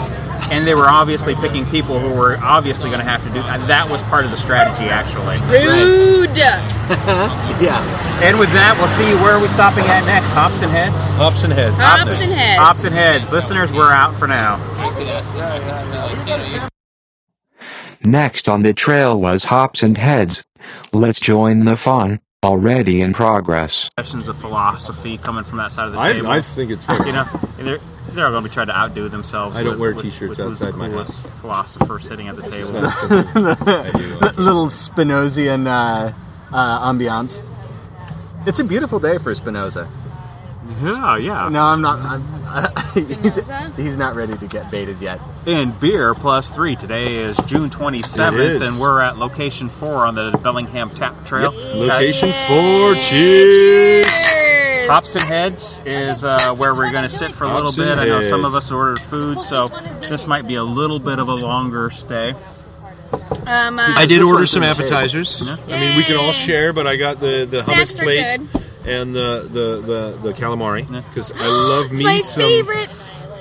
S8: And they were obviously picking people who were obviously going to have to do that. That was part of the strategy, actually.
S4: rude.
S10: yeah.
S8: And with that, we'll see where are we stopping at next? Hops and heads.
S11: Hops and heads.
S4: Hops and Heads.
S8: Hops and heads. Listeners, we're out for now.
S7: Next on the trail was Hops and Heads. Let's join the fun, already in progress.
S8: Questions of philosophy coming from that side of the
S1: I-
S8: table.
S1: I think it's funny.
S8: you know and they're they're going to be trying to outdo themselves.
S1: I don't
S8: with-
S1: wear
S8: with-
S1: t-shirts
S8: with who's the
S1: outside my
S8: coolest Philosopher sitting at the table.
S10: Little Spinozian uh, uh, ambiance. It's a beautiful day for Spinoza.
S8: Yeah, yeah.
S10: No, I'm not. I'm, he's, he's not ready to get baited yet.
S8: in beer plus three. Today is June 27th,
S10: It is.
S8: and we're at location four on the Bellingham Tap Trail.
S1: Location
S8: Uh,
S1: four, cheers.
S8: Hops and Heads is uh, where we're going to sit for a little
S1: Hops and
S8: bit. I know some of
S1: Heads.
S8: us ordered food, so this might be a little bit of a longer stay.
S4: Um, uh,
S1: I did
S8: This
S1: order
S8: one's
S1: some
S8: in the shape.
S1: appetizers. I mean, we can all share, but I got the, the
S4: Snacks
S1: hummus
S4: are
S1: plate
S4: good.
S1: and the, the, the, the calamari because I love
S4: It's
S1: me
S4: my
S1: some
S4: favorite.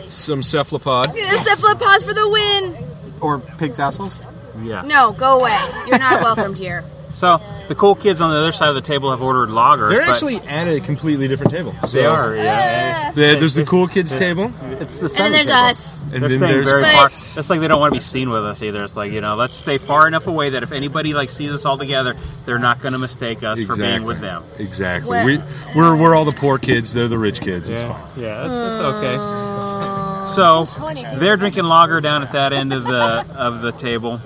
S1: some cephalopod.
S4: Cephalopods for the win.
S10: Or pig's assholes?
S8: Yeah.
S4: No, go away. You're not welcomed here.
S8: So the cool kids on the other side of the table have ordered lagers.
S1: They're
S8: but
S1: actually at a completely different table.
S8: They are, yeah.
S1: There- there's the cool kids
S8: Yeah.
S1: table.
S10: It's the
S4: And then there's us.
S1: And
S8: They're
S1: then
S8: staying
S1: there's
S8: very
S1: us.
S8: far. It's like they don't want to be seen with us either. It's like you know, let's stay far enough away that if anybody like sees us all together, they're not going to mistake us for being with them.
S1: Exactly.
S8: Well-
S1: we, we're we're all the poor kids. They're the rich kids. It's
S8: Yeah.
S1: fine.
S8: Yeah, it's, it's okay. So they're drinking lager down at that end of the of the table.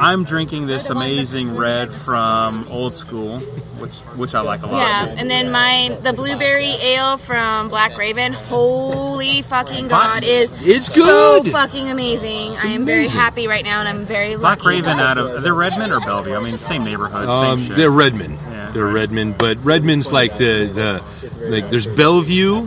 S8: I'm drinking this amazing red from Old School, which which I like a lot.
S4: Yeah, and then mine, the blueberry ale from Black Raven. Holy fucking god, is
S1: It's
S4: so
S1: good.
S4: fucking amazing. I am very
S1: amazing.
S4: happy right now, and I'm very lucky.
S8: Black Raven out of they're Redmond or Bellevue. I mean, same neighborhood,
S1: Um,
S8: same shit.
S1: they're Redmond. They're Redmond, but Redmond's like the the like there's Bellevue,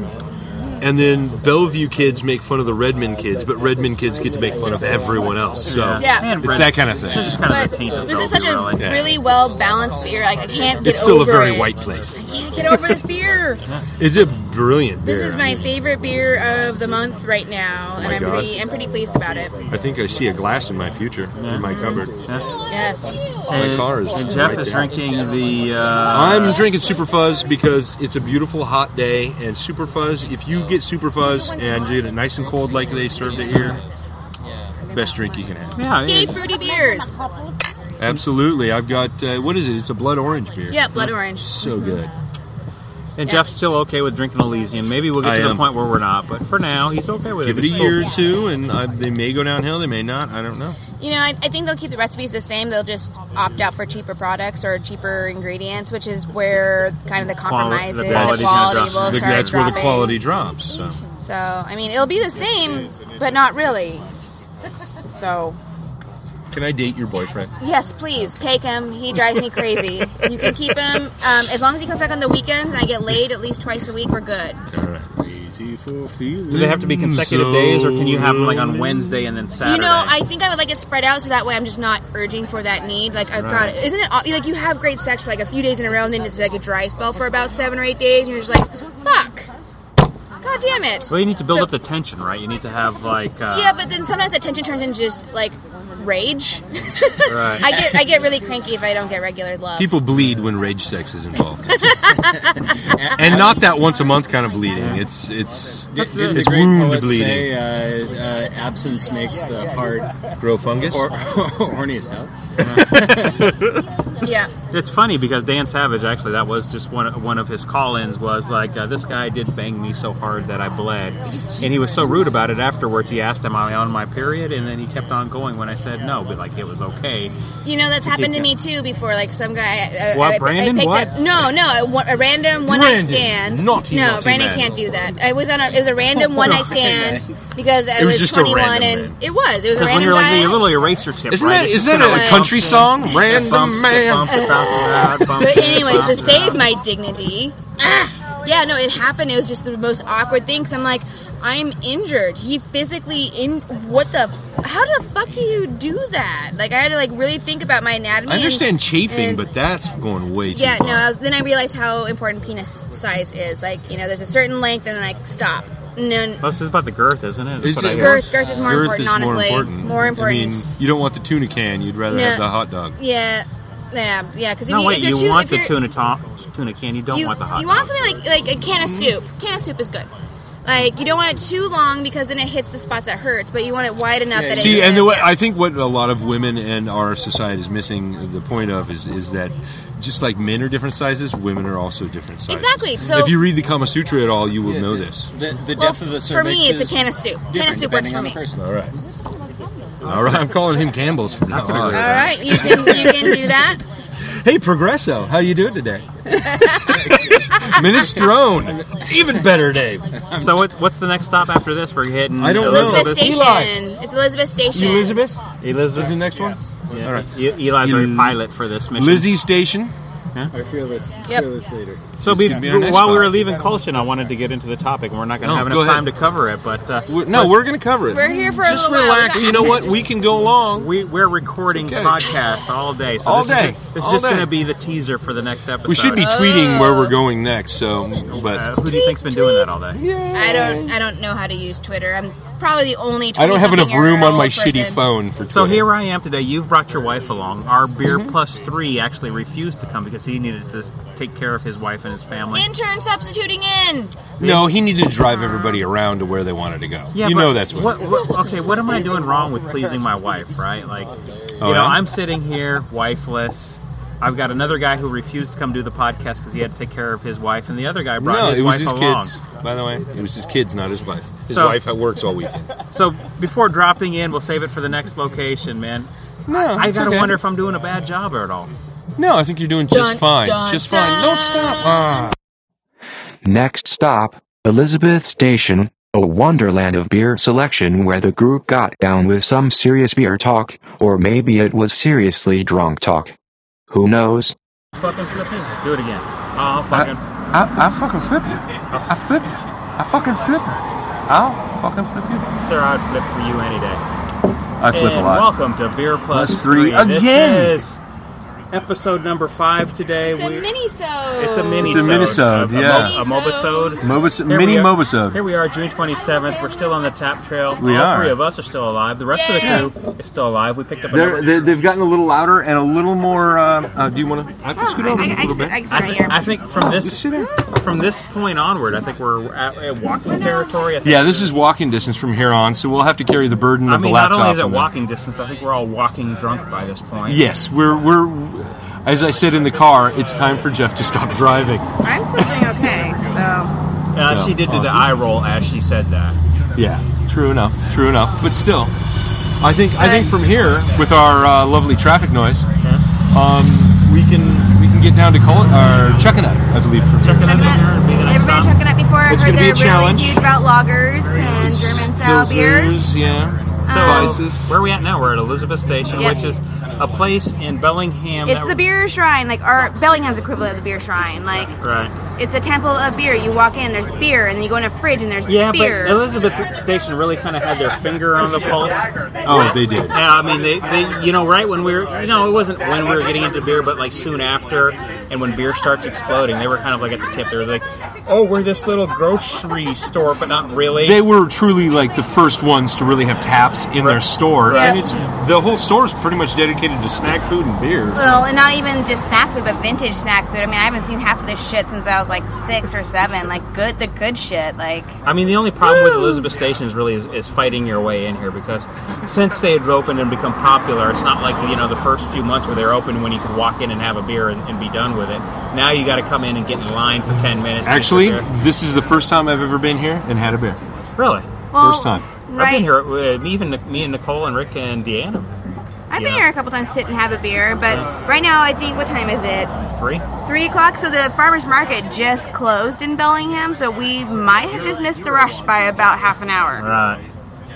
S1: and then Bellevue kids make fun of the Redmond kids, but Redmond kids get to make fun of everyone else. So
S4: Yeah. Yeah. And
S1: it's
S4: Red-
S1: that kind of thing.
S4: They're just kind
S8: of
S4: But this is such a
S1: Yeah.
S4: really well balanced beer. Like I can't get
S1: It's still a
S4: over
S1: very
S4: it.
S1: white place.
S4: I can't get over this beer.
S1: It's a brilliant.
S4: This
S1: beer. Oh
S4: is my favorite beer of the month right now, and
S1: my
S4: I'm
S1: God.
S4: pretty I'm pretty pleased about it.
S1: I think I see a glass in my future in my cupboard.
S4: Yes.
S1: My car is.
S8: And Jeff
S1: right
S8: is
S1: there.
S8: drinking the. Uh,
S1: I'm drinking Super Fuzz because it's a beautiful hot day, and Super Fuzz. If you get Super Fuzz and you get it nice and cold like they served it here, best drink you can have.
S4: Yay, fruity beers.
S1: Absolutely. I've got uh, what is it? It's a blood orange beer.
S4: Yeah, blood orange.
S1: So good.
S8: And Jeff's still okay with drinking Elysian. Maybe we'll get
S1: I
S8: to the
S1: am.
S8: point where we're not, but for now, he's okay with
S1: Give
S8: it.
S1: it a
S8: It's
S1: year or
S8: cool.
S1: two, and I, they may go downhill. They may not. I don't know.
S4: You know, I, I think they'll keep the recipes the same. They'll just opt out for cheaper products or cheaper ingredients, which is where kind of the compromise is. The quality will start
S1: That's where the
S4: dropping.
S1: quality drops. So.
S4: So, I mean, it'll be the same, but not really. So,
S1: Can I date your boyfriend?
S4: yes, please take him. He drives me crazy. You can keep him um, as long as he comes back on the weekends. And I get laid at least twice a week. We're good.
S1: All right. Easy for feeling.
S8: Do they have to be consecutive days, or can you have them like on Wednesday and then Saturday?
S4: You know, I think I would like it spread out so that way I'm just not urging for that need. Like, I've
S8: Right.
S4: got isn't it aw- like you have great sex for like a few days in a row, and then it's like a dry spell for about seven or eight days, and you're just like, fuck, god damn it.
S8: well, you need to build
S4: So-
S8: up the tension, right? You need to have like. Uh,
S4: Yeah, but then sometimes that tension turns into just like rage.
S1: Right.
S4: I get I get really cranky if I don't get regular love.
S1: People bleed when rage sex is involved, and not that once a month kind of bleeding. It's it's
S10: Did, didn't the
S1: it's
S10: great
S1: wound
S10: poet
S1: bleeding.
S10: say uh, uh, absence makes the heart
S1: Grow fungus?
S10: Or, horny as hell.
S4: yeah.
S8: It's funny because Dan Savage actually that was just one of, one of his call-ins was like uh, this guy did bang me so hard that I bled, and he was so rude about it afterwards. He asked, "Am I on my period?" And then he kept on going when I said no, but like it was okay.
S4: You know, that's happened to me too before. Like some guy, I, I-
S8: What,
S4: I- I
S8: Brandon?
S4: picked
S8: What?
S4: up. No, no, a, one- a random one night
S8: Brandon,
S4: stand.
S8: naughty,
S4: no,
S8: naughty
S4: Brandon
S8: man.
S4: can't do that. I was on a. It was a random one night stand because I
S1: It
S4: was,
S1: was just a
S4: 21
S1: random
S4: and it was. It was a
S8: Because when
S4: random
S8: you're like
S4: guy.
S8: you're little eraser tip,
S1: Isn't
S8: right?
S1: that-
S8: It's just
S1: isn't that
S8: kinda
S1: a
S8: like-
S1: country song? Random
S8: Bumps,
S1: man.
S8: bumps, bumps, bumps, bumps,
S4: but anyways, to
S8: bumps.
S4: save my dignity. Ah, yeah, no, it happened. It was just the most awkward thing. Cause I'm like, I'm injured. He physically in. What the? How the fuck do you do that? Like I had to like really think about my anatomy.
S1: I understand
S4: and-
S1: chafing,
S4: and-
S1: but that's going way too
S4: Yeah,
S1: far.
S4: no. I was, then I realized how important penis size is. Like, you know, there's a certain length, and then I stop. And then
S8: Well, this is about the girth, isn't it? That's what I hear.
S4: girth, girth is more important. honestly, more
S1: I mean,
S4: important.
S1: you don't want the tuna can. You'd rather have
S4: No.
S1: the hot dog.
S4: yeah, yeah, yeah. Because if
S8: No,
S4: you,
S8: wait,
S4: if you're
S8: you
S4: too,
S8: want
S4: if
S8: the
S4: you're,
S8: tuna top, tuna can. You don't
S4: you,
S8: want the hot.
S4: you want something like like a can of soup. Can of soup is good. Like you don't want it too long because then it hits the spots that hurts, but you want it wide enough that
S1: See,
S4: it
S1: and the way, I think what a lot of women and our society is missing the point of is is that just like men are different sizes, women are also different sizes.
S4: Exactly, so-
S1: if you read the Kama Sutra at all, you will know this.
S10: The, the
S4: well,
S10: depth of the
S4: for
S10: cervix
S4: me, it's
S10: is
S4: a can of soup. Can of
S10: different
S4: soup works
S10: depending
S4: for
S10: on the
S4: me.
S10: person.
S1: All right. All right, I'm calling him Campbell's from now
S4: All
S1: on.
S4: right, you can you can do that.
S1: Hey, Progresso, how you doing today? Minestrone, even better day.
S8: So what, what's the next stop after this? We're hitting.
S1: I don't know.
S4: Elizabeth
S1: Elizabeth.
S4: Station. It's Elizabeth Station.
S1: Elizabeth?
S8: Elizabeth.
S1: Is the next one?
S8: All right. E-, Eli's our pilot for this mission.
S1: Lizzie Station.
S14: I feel this.
S4: Yep.
S14: Feel this later.
S8: So
S1: This
S8: be,
S1: could be our next
S8: while we were
S1: spot.
S8: leaving Colson, I wanted to get into the topic, and we're not going to
S1: No,
S8: have
S1: go
S8: enough
S1: ahead.
S8: time to cover it. But uh,
S1: We're- no, we're going to cover it.
S4: We're here for a
S1: Just
S4: little while. We
S1: relax.
S4: got
S1: You know what?
S4: this.
S1: We can go along.
S8: we, we're recording
S1: It's okay.
S8: podcasts all day. So
S1: All
S8: this
S1: day.
S8: Is, this
S1: All
S8: is just
S1: day.
S8: going to be the teaser for the next episode.
S1: We should be tweeting where we're going next. So,
S8: Uh,
S1: but
S8: who do you think's been doing that all day?
S4: I don't. I don't know how to use Twitter. I'm probably the only.
S1: Oh. I don't have enough
S4: 20-something-year-old
S1: room on my
S4: person.
S1: shitty phone for.
S8: So
S1: Twitter.
S8: here I am today. You've brought your wife along. Our beer
S1: Mm-hmm.
S8: plus three actually refused to come because he needed to take care of his wife and his family.
S4: Intern substituting in.
S1: No, he needed to drive everybody around to where they wanted to go. you
S8: but
S1: know that's what.
S8: what- what- Okay, what am I doing wrong with pleasing my wife? Right? Like, you
S1: Oh,
S8: know,
S1: yeah?
S8: I'm sitting here wifeless. I've got another guy who refused to come do the podcast because he had to take care of his wife, and the other guy brought
S1: No,
S8: his
S1: it was
S8: wife
S1: his
S8: along.
S1: kids. By the way, it was his kids, not his wife. His
S8: So-
S1: wife works all weekend.
S8: So before dropping in, we'll save it for the next location, man.
S1: No,
S8: I
S1: it's
S8: gotta
S1: okay.
S8: wonder if I'm doing a bad job or at all.
S1: No, I think you're doing just
S8: Dun,
S1: fine.
S8: dun,
S1: just fine. Don't stop. Ah.
S7: Next stop, Elizabeth Station, a wonderland of beer selection where the group got down with some serious beer talk, or maybe it was seriously drunk talk. Who knows?
S8: Fucking flipping. Do it again. Oh, fucking.
S15: I, I fucking flip you. I flip you. I fucking flip you. I'll fucking flip you.
S8: Sir, I'd flip for you any day.
S15: I flip a
S8: And
S15: lot.
S8: Welcome to Beer Plus,
S15: Plus three again.
S8: This is episode number five today.
S4: It's a
S8: We're-
S4: mini-sode.
S8: It's a mini.
S16: It's a minisode, yeah.
S8: A, mo- a mobisode.
S16: Mobis-
S8: Here we
S16: mini
S8: are-
S16: mobisode.
S8: Here we are, June twenty seventh. We're still on the tap trail.
S16: We
S8: All
S16: are.
S8: three of us are still alive. The rest of the crew is still alive. We picked up.
S1: They're,
S8: another-
S1: they they've gotten a little louder and a little more. Uh, uh, do you want to? I can scoot over a little bit.
S8: I, thi- I think from this from this point onward, I think we're at, at walking territory. I think
S1: Yeah, this is walking distance from here on, so we'll have to carry the burden of
S8: I mean,
S1: the
S8: not
S1: laptop.
S8: only is it
S1: and the-
S8: walking distance, I think we're all walking drunk by this point.
S1: Yes, we're we're. As I said in the car, it's time for Jeff to stop driving.
S17: I'm still doing okay. So
S8: Uh,
S1: So,
S8: she did do the
S1: awesome.
S8: eye roll as she said that.
S1: Yeah, true enough. True enough. But still, I think I think from here with our uh, lovely traffic noise, um, we can we can get down to Col- or Chuckanut, I believe. From here.
S4: Everybody checking up before.
S1: It's
S4: I heard
S1: gonna be
S4: they're
S1: a challenge.
S4: really huge about lagers and German style beers. Oh.
S1: yeah.
S8: So, where are we at now? We're at Elizabeth Station,
S4: Yeah.
S8: which is a place in Bellingham.
S4: It's the beer shrine, like our Bellingham's equivalent of the beer shrine. Like
S8: right.
S4: it's a temple of beer. You walk in, there's beer, and then you go in a fridge, and there's
S8: Yeah,
S4: beer.
S8: but Elizabeth Station really kind of had their finger on the pulse.
S1: Oh, they did.
S8: Yeah, I mean, they, they, you know, right when we were, you know, it wasn't when we were getting into beer, but like soon after, and when beer starts exploding, they were kind of like at the tip. They were like, "Oh, we're this little grocery store, but not really."
S1: They were truly like the first ones to really have taps in their store,
S4: Right.
S1: and it's the whole store is pretty much dedicated to snack food and beer.
S4: well, and not even just snack food, but vintage snack food. I mean, I haven't seen half of this shit since I was like six or seven. Like good, the good shit. Like
S8: I mean, the only problem with Elizabeth Station is really is, is fighting your way in here because since they had opened and become popular, it's not like you know the first few months where they were open when you could walk in and have a beer and, and be done with it. Now you got to come in and get in line for ten minutes. to get your
S1: Actually,
S8: beer.
S1: this is the first time I've ever been here and had a beer.
S8: really,
S4: Well,
S1: first time.
S8: I've
S4: right.
S8: been here. Uh, me even me and Nicole and Rick and Deanna.
S4: I've been here a couple times to sit and have a beer, but right now I think what time is it?
S8: Three.
S4: Three o'clock. So the farmers market just closed in Bellingham, so we might have just missed the rush by about half an hour.
S8: Right.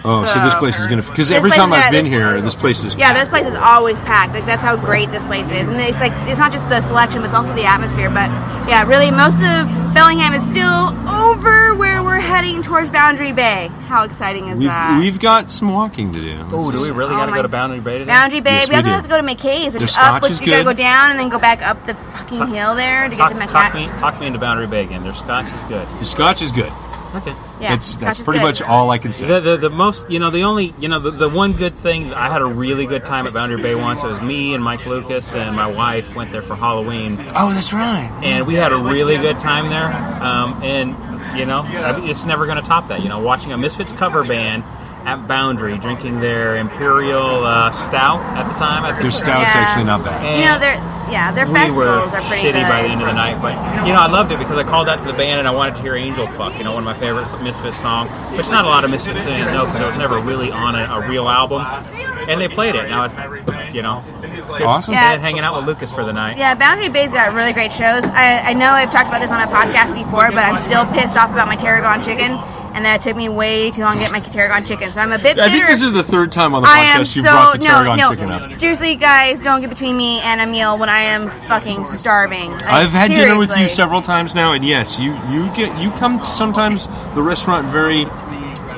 S1: Oh, so,
S4: So-
S1: this place is gonna because
S4: This
S1: every
S4: place
S1: time
S4: is
S1: I've
S4: gonna-
S1: been
S4: this-
S1: here, this place is
S4: Yeah, this place is always packed. Like that's how great this place is, and it's like it's not just the selection, but it's also the atmosphere. But yeah, really, most of Bellingham is still over where we're heading towards Boundary Bay. How exciting is that?
S1: We've, we've got some walking to do.
S8: Oh, do we really
S4: Oh
S8: got to
S4: my-
S8: go to Boundary Bay today?
S4: Boundary Bay.
S1: Yes,
S4: we
S1: we
S4: also
S1: do.
S4: have to go to McKay's, which
S8: Their
S4: is
S8: scotch
S4: up, which
S8: is
S4: you gotta go
S8: good.
S4: down and then go back up the fucking hill there to
S8: Talk,
S4: get to
S8: talk
S4: McCack.
S8: me, talk me into Boundary Bay again. Their scotch is good.
S1: The scotch is good.
S8: Okay.
S4: Yeah,
S1: It's-
S4: scotch
S1: that's
S4: is
S1: pretty
S4: good.
S1: much all I can say.
S8: The, the, the most, you know, the only, you know, the, the one good thing, I had a really good time at Boundary Bay once. It was me and Mike Lucas and my wife went there for Halloween.
S1: Oh, that's right.
S8: And we had a really good time there. Um, and, you know, I mean, it's never going to top that. You know, watching a Misfits cover band at Boundary drinking their Imperial uh, Stout at the time. I think.
S1: Their stout's actually not bad.
S4: You know, their yeah, their
S8: we
S4: festivals
S8: were
S4: are pretty
S8: shitty
S4: good.
S8: by the end of the night, but you know I loved it because I called out to the band and I wanted to hear "Angel Fuck," you know, one of my favorite Misfits song. Which not a lot of Misfits in it, no, because it was never really on a, a real album. And they played it. Now, it, you know, good-
S4: Awesome.
S8: good hanging out with Lucas for the night.
S4: Yeah, Boundary Bay's got really great shows. I, I know I've talked about this on a podcast before, but I'm still pissed off about my tarragon chicken, and that it took me way too long to get my tarragon chicken. So I'm a bit. Bitter.
S1: I think this is the third time on the
S4: I am
S1: podcast you
S4: so
S1: brought the
S4: no
S1: tarragon
S4: no.
S1: chicken up.
S4: Seriously, guys, don't get between me and a meal when I am fucking starving. Like,
S1: I've had dinner with you
S4: seriously.
S1: several times now, and yes, you you get you come to sometimes the restaurant very.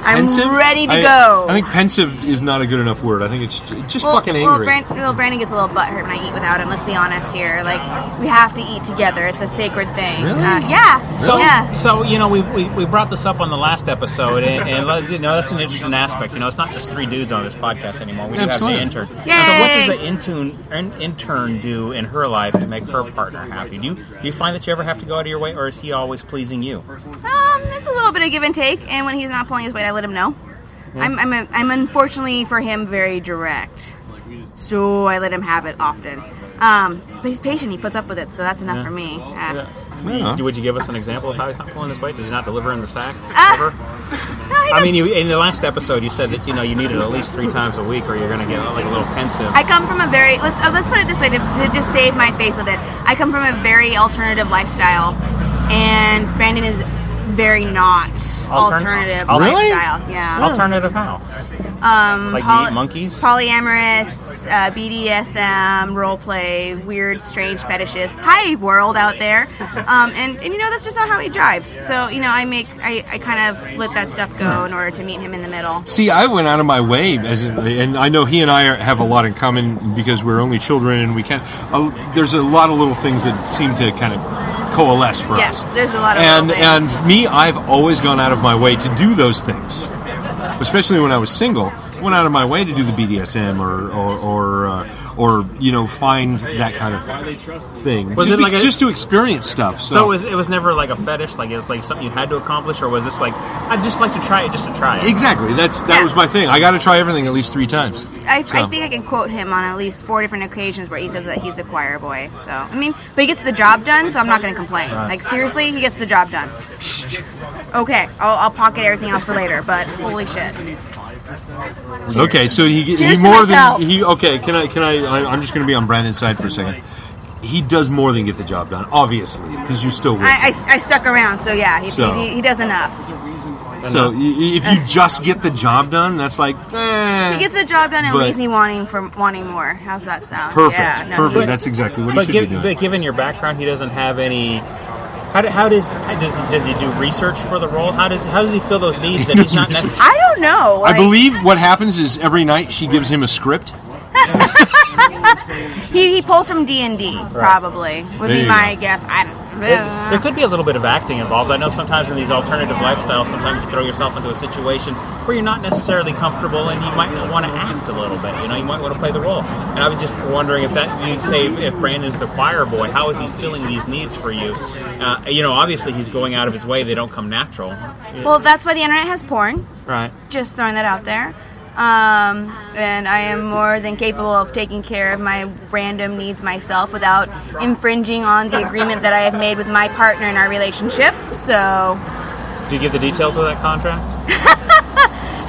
S4: I'm
S1: pensive.
S4: ready to
S1: I-
S4: go.
S1: I think pensive is not a good enough word. I think it's j- just
S4: well,
S1: fucking
S4: Well,
S1: angry.
S4: Brand, well, Brandon gets a little butthurt when I eat without him. Let's be honest here. Like, we have to eat together. It's a sacred thing.
S8: Really?
S4: Uh, yeah.
S8: So,
S4: yeah.
S8: so you know, we, we, we brought this up on the last episode, and, and like, you know that's an interesting aspect. You know, it's not just three dudes on this podcast anymore. We do
S1: Absolutely.
S8: have the intern. So, what does
S4: Yay!
S8: the intern in- intern do in her life to make her partner happy? Do you do you find that you ever have to go out of your way, or is he always pleasing you?
S4: Um, there's a little bit of give and take, and when he's not pulling his weight, I let him know. I'm, I'm, a, I'm unfortunately for him very direct, so I let him have it often. Um, but he's patient; he puts up with it, so that's enough
S8: Yeah.
S4: for me. Uh,
S8: Do- Would you give us an example of how he's not pulling his weight? Does he not deliver in the sack?
S4: Ah.
S8: Ever? I mean, you, in the last episode, you said that you know you need it at least three times a week, or you're going to get like a little pensive.
S4: I come from a very let's oh, let's put it this way to, to just save my face a bit. I come from a very alternative lifestyle, and Brandon is very not
S8: Altern- Oh,
S4: alternative
S8: Altern-
S4: lifestyle. Yeah,
S8: Alternative how?
S4: Um,
S8: Like you
S4: poly-
S8: eat monkeys?
S4: Polyamorous, uh, BDSM, role play, weird, strange fetishes. Hi, world out there. Um, and, and you know, that's just not how he drives. So, you know, I make, I, I kind of let that stuff go in order to meet him in the middle.
S1: See, I went out of my way, as and I know he and I are, have a lot in common because we're only children, and we can't. Uh, there's a lot of little things that seem to kind of coalesce for
S4: yeah,
S1: us.
S4: there's a lot of.
S1: And
S4: little things.
S1: and me, I've always gone out of my way to do those things, especially when I was single. Went out of my way to do the BDSM or or or, uh, or you know find that kind of thing,
S8: Was
S1: just,
S8: it like a-
S1: just to experience stuff.
S8: So,
S1: So,
S8: it, was, it was never like a fetish, like it was like something you had to accomplish, or was this like I'd just like to try it just to try it?
S1: exactly that's that was my thing. I got to try everything at least three times.
S4: I,
S1: So.
S4: I think I can quote him on at least four different occasions where he says that he's a choir boy. So I mean, but he gets the job done, so I'm not going to complain.
S1: Right.
S4: Like seriously, he gets the job done. Okay, I'll, I'll pocket everything else for later. But holy shit,
S1: Okay, so he, he
S4: Cheers to
S1: more than
S4: myself.
S1: he. Okay, can I? Can I? I I'm just going to be on Brandon's side for a second. He does more than get the job done, obviously, because you're still with.
S4: I, I, I stuck around, so yeah, he,
S1: So.
S4: he, he does enough.
S1: him. So y- y- if you just get the job done, that's like eh.
S4: He gets the job done and
S1: But-
S4: leaves me wanting for wanting more. How's that sound?
S1: Perfect,
S4: Yeah, no,
S1: perfect.
S4: he's-
S1: That's exactly what he
S8: but,
S1: should
S8: giv-
S1: be doing.
S8: but given your background, he doesn't have any. How, do, how does how does he, does he do research for the role? How does how does he fill those needs that he's not necessarily?
S4: I don't know.
S1: I believe what happens is every night she gives him a script.
S4: he, he pulls from D and D probably would
S8: There
S4: be
S8: you
S4: my guess. I don't. uh,
S8: There could be a little bit of acting involved. I know sometimes in these alternative lifestyles, sometimes you throw yourself into a situation where you're not necessarily comfortable, and you might want to act a little bit. You know, you might want to play the role. And I was just wondering if that you say if Brandon's the choir boy, how is he filling these needs for you? Uh, you know, obviously he's going out of his way; they don't come natural.
S4: Well, that's why the internet has porn.
S8: right.
S4: Just throwing that out there. Um, and I am more than capable of taking care of my random needs myself without infringing on the agreement that I have made with my partner in our relationship. So,
S8: Do you give the details of that contract?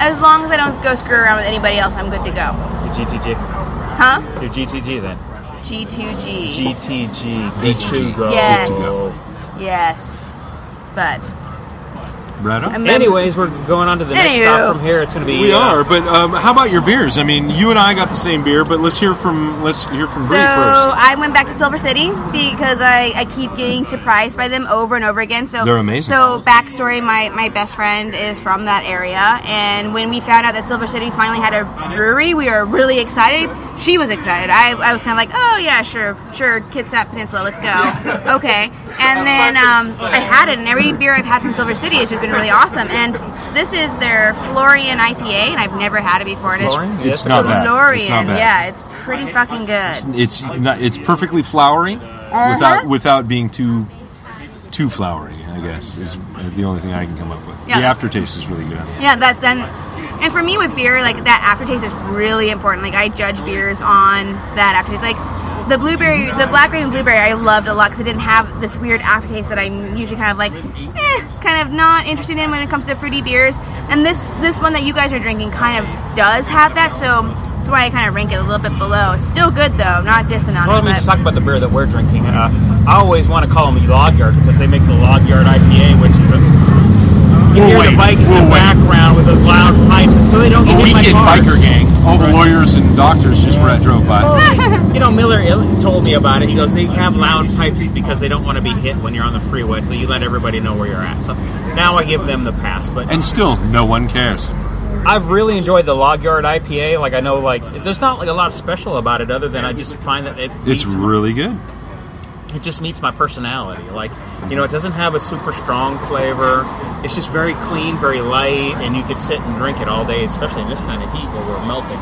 S4: as long as I don't go screw around with anybody else, I'm good to go.
S8: Your GTG.
S4: Huh?
S8: Your GTG then.
S4: G2G.
S8: GTG. Good to go.
S4: Yes.
S8: Good to go.
S4: Yes. But on.
S8: Anyways, we're going on to the next
S4: Anywho.
S8: stop from here. It's going to be.
S1: We
S8: uh,
S1: are, but um, how about your beers? I mean, you and I got the same beer, but let's hear from let's hear from
S4: So uh,
S1: Bree first.
S4: I went back to Silver City because I, I keep getting surprised by them over and over again. So
S1: They're amazing.
S4: So backstory: my my best friend is from that area, and when we found out that Silver City finally had a brewery, we were really excited. She was excited. I, I was kind of like, oh yeah, sure, sure, Kitsap Peninsula, let's go. Okay, and then um, I had it, and every beer I've had from Silver City has just been really awesome. And this is their Florian IPA, and I've never had it before. and
S1: Florian?
S4: It's,
S1: It's not bad. It's
S4: Florian,
S1: not bad.
S4: yeah, it's pretty fucking good.
S1: It's not, it's perfectly flowery
S4: Uh-huh.
S1: without without being too too flowery. I guess is the only thing I can come up with.
S4: Yeah.
S1: The aftertaste is really good. on it.
S4: Yeah, that then, and for me with beer, like that aftertaste is really important. Like I judge beers on that aftertaste. Like the blueberry, the blackberry and blueberry, I loved a lot because it didn't have this weird aftertaste that I'm usually kind of like, eh, kind of not interested in when it comes to fruity beers. And this this one that you guys are drinking kind of does have that, so that's why I kind of rank it a little bit below. It's still good though, not dissing on
S8: Well, let me
S4: it.
S8: just
S4: But
S8: talk about the beer that we're drinking. Uh, I always want to call them Log Yard because they make the Log Yard IPA, which is a, you
S1: We'll
S8: hear
S1: wait.
S8: the bikes in the background with those loud pipes, so they don't
S1: A
S8: get hit by
S1: weekend
S8: cars.
S1: biker gang. All the lawyers and doctors just
S4: Oh.
S1: where I drove by.
S8: you know, Miller ill- told me about it. He goes, they have loud pipes because they don't want to be hit when you're on the freeway, so you let everybody know where you're at. So now I give them the pass, but
S1: And still, no one cares.
S8: I've really enjoyed the Log Yard IPA. Like I know, like there's not like a lot special about it, other than I just find that it
S1: It's
S8: meets-
S1: really good.
S8: it just meets my personality. Like, you know, it doesn't have a super strong flavor. It's just very clean, very light, and you could sit and drink it all day, especially in this kind of heat where we're melting.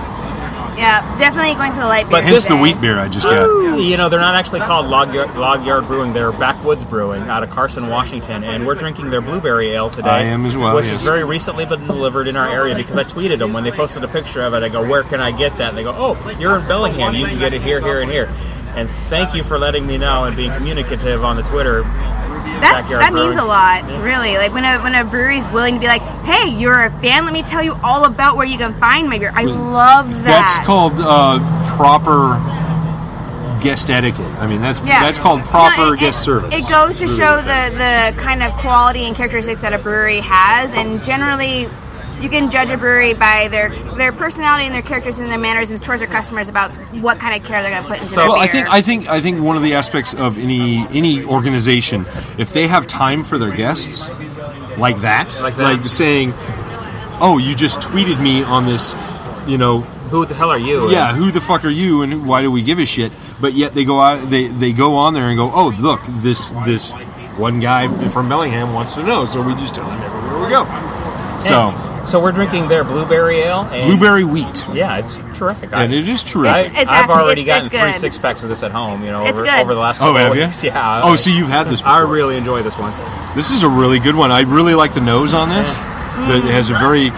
S4: yeah, definitely going for the light beer.
S8: But hence the
S4: today.
S8: wheat
S1: Beer I just got.
S8: You know, they're not actually called Log Yard, Log Yard Brewing. They're Backwoods Brewing out of Carson, Washington, and we're drinking their blueberry ale today.
S1: I am as well,
S8: which
S1: yes.
S8: has very recently been delivered in our area because I tweeted them when they posted a picture of it. I go, "Where can I get that?" And they go, "Oh, you're in Bellingham. You can get it here, here, and here." And thank you for letting me know and being communicative on the Twitter.
S4: That's,
S8: Backyard
S4: that means
S8: brewing.
S4: a lot, really. Like when a when a brewery's willing to be like, "Hey, you're a fan. Let me tell you all about where you can find my beer." I love that.
S1: That's called uh, proper guest etiquette. I mean, that's
S4: Yeah.
S1: that's called proper
S4: No, it-
S1: guest service.
S4: It goes to
S1: Really.
S4: show the the kind of quality and characteristics that a brewery has, and generally, you can judge a brewery by their their personality and their characters and their mannerisms towards their customers about what kind of care they're going to put into their
S1: well,
S4: beer.
S1: I think I think I think one of the aspects of any any organization, if they have time for their guests, like that, like, saying, "Oh, you just tweeted me on this," you know.
S8: Who the hell are you?
S1: Yeah, who the fuck are you, and why do we give a shit? But yet they go out, they they go on there and go, "Oh, look, this this one guy from Bellingham wants to know," so we just tell him everywhere we go. So
S8: And- so we're drinking their blueberry ale and
S1: blueberry wheat.
S8: Yeah, it's terrific.
S1: And it is terrific.
S8: I,
S1: It's- it's
S8: I've
S1: actually-
S8: already
S1: it's-
S8: gotten
S1: it's
S8: three
S1: good.
S8: six packs of this at home. You know,
S1: It's
S8: over,
S1: good.
S8: over the last.
S1: Oh,
S8: couple
S1: have
S8: of
S1: you?
S8: weeks. Yeah.
S1: Oh, so you've had this
S8: I really enjoy this one.
S1: This is a really good one. I really like the nose on this. That has a very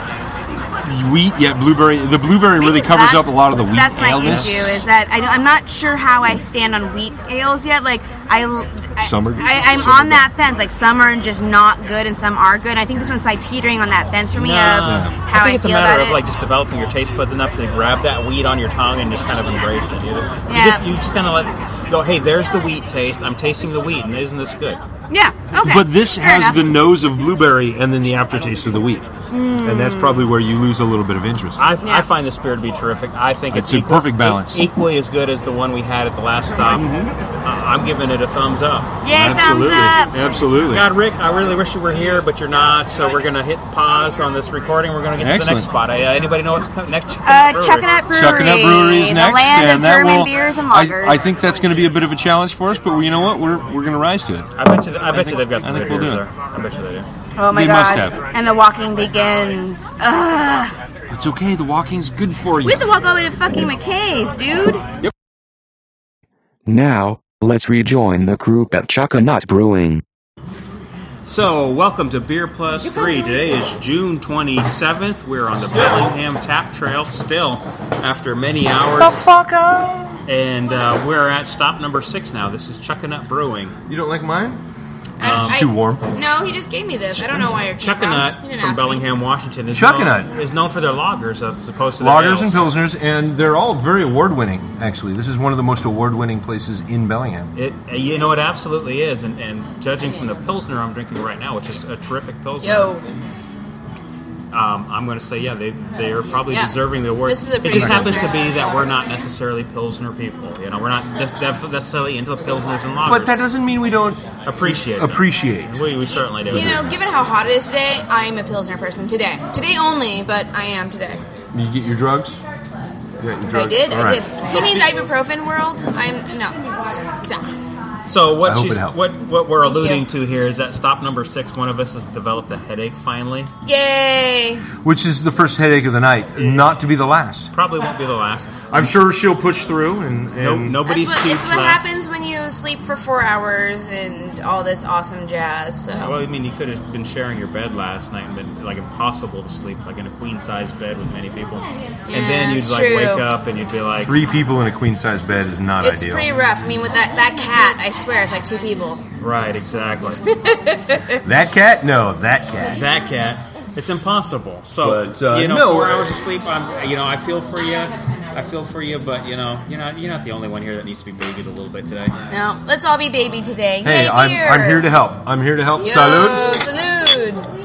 S1: wheat yet blueberry. The blueberry really covers up a lot of the wheat
S4: That's my
S1: aleness.
S4: issue is that I don't, I'm not sure how I stand on wheat ales yet. Like I, l- I-
S1: Some are-
S4: I, I'm
S1: some are
S4: on that fence. Like some are just not good and some are good. I think this one's like teetering on that fence for me of how
S8: I
S4: I,
S8: think it's a
S4: feel
S8: matter
S4: about
S8: of
S4: it.
S8: like just developing your taste buds enough to grab that wheat on your tongue and just kind of embrace it. You, you
S4: Yeah.
S8: just you just kind of let it go. Hey, there's the wheat taste. I'm tasting the wheat, and isn't this good?
S4: yeah. Okay.
S1: But this
S4: Fair
S1: has
S4: enough.
S1: the nose of blueberry and then the aftertaste of the wheat, and
S4: Hmm.
S1: that's probably where you lose a little bit of interest.
S8: I, I find this beer to be terrific. I think it's,
S1: It's in
S8: equal-
S1: perfect balance. Mm-hmm.
S8: e- equally as good as the one we had at the last stop. I- I'm giving it a thumbs up.
S4: Yay, thumbs Absolutely. up.
S1: Absolutely.
S8: God, Rick, I really wish you were here, but you're not. So we're gonna hit pause on this recording. We're gonna get to the
S1: Excellent.
S8: next spot. Uh, anybody know what's co- next?
S4: Uh, Chuckin' Up Brewery.
S1: Chucking Up Brewery is
S4: the
S1: next,
S4: land
S1: and
S4: of
S1: that
S4: German
S1: will.
S4: beers and lagers.
S1: I, I think that's going to be a bit of a challenge for us, but you know what? We're, we're going to rise to it.
S8: I bet you. I bet you they've got some
S1: I think
S8: good
S1: we'll do
S8: beers
S1: it.
S8: there. I bet you they do.
S4: Oh my
S1: They
S4: god!
S1: must have.
S4: And the walking begins. Ugh.
S1: It's okay. The walking's good for
S4: We
S1: you.
S4: have to walk all the way to fucking McKay's, dude.
S7: Now, let's rejoin the group at Chuck a Nut Brewing.
S8: So, welcome to Beer Plus 3. Today is June 27th. We're on the Bellingham Tap Trail still after many hours. And uh, we're at stop number 6 now. This is Chuckin' Up Brewing.
S1: You don't like mine?
S8: Um,
S1: It's too warm.
S4: No, he just gave me this. I don't know why you're
S8: Chuckanut from Bellingham, Washington is
S1: Chuckanut.
S8: known, is known for their lagers as opposed to their
S1: Loggers and
S8: ales.
S1: pilsners, and they're all very award-winning. Actually, this is one of the most award-winning places in Bellingham.
S8: It, uh, you know, it absolutely is. And, and judging from the Pilsner I'm drinking right now, which is a terrific Pilsner.
S4: Yo.
S8: Um, I'm going to say, yeah, they they are probably
S4: Yeah.
S8: deserving the award.
S4: This is a
S8: it
S4: pretty
S8: just happens to
S4: Pilsner.
S8: be that we're not necessarily Pilsner people. You know, we're not just def- necessarily into Pilsners and lagers.
S1: But that doesn't mean we don't
S8: appreciate them.
S1: appreciate.
S8: We, we certainly do.
S4: You know, given how hot it is today, I am a Pilsner person today. Today only, but I am today.
S1: You get your drugs. You got your
S4: I
S1: drugs?
S4: did,
S1: All
S4: I
S1: right.
S4: did. He means ibuprofen world. I'm, no. Stop.
S8: So
S1: I
S8: what
S1: hope
S8: she's,
S1: it helped.
S8: what what we're
S4: Thank you.
S8: alluding to here is that stop number six. One of us has developed a headache. Finally,
S4: Yay.
S1: Which is the first headache of the night, not to be the last.
S8: probably won't be the last.
S1: I'm sure she'll push through, and, and
S8: No, nobody's
S4: That's what,
S8: too
S4: it's what
S8: left.
S4: happens when you sleep for four hours and all this awesome jazz. So
S8: Well, I mean, you could have been sharing your bed last night and been like impossible to sleep, like in a queen size bed with many people, and
S4: Yeah,
S8: then you'd
S4: it's
S8: like
S4: true.
S8: wake up and you'd be like,
S1: three people in a queen size bed is not
S4: it's
S1: ideal.
S4: pretty rough. I mean, with that, that cat, I swear, it's like two people.
S8: right, exactly.
S1: that cat? No, that cat.
S8: that cat. It's impossible. So
S1: But, uh,
S8: you know,
S1: no,
S8: four
S1: uh,
S8: hours of sleep. I'm, you know, I feel for you. I feel for you, but you know, you're not you're not the only one here that needs to be babied a little bit today.
S4: No, let's all be baby today.
S1: Hey, I'm,
S4: beer.
S1: I'm here to help. I'm here to help.
S4: Yo,
S1: Salud.
S4: Salud.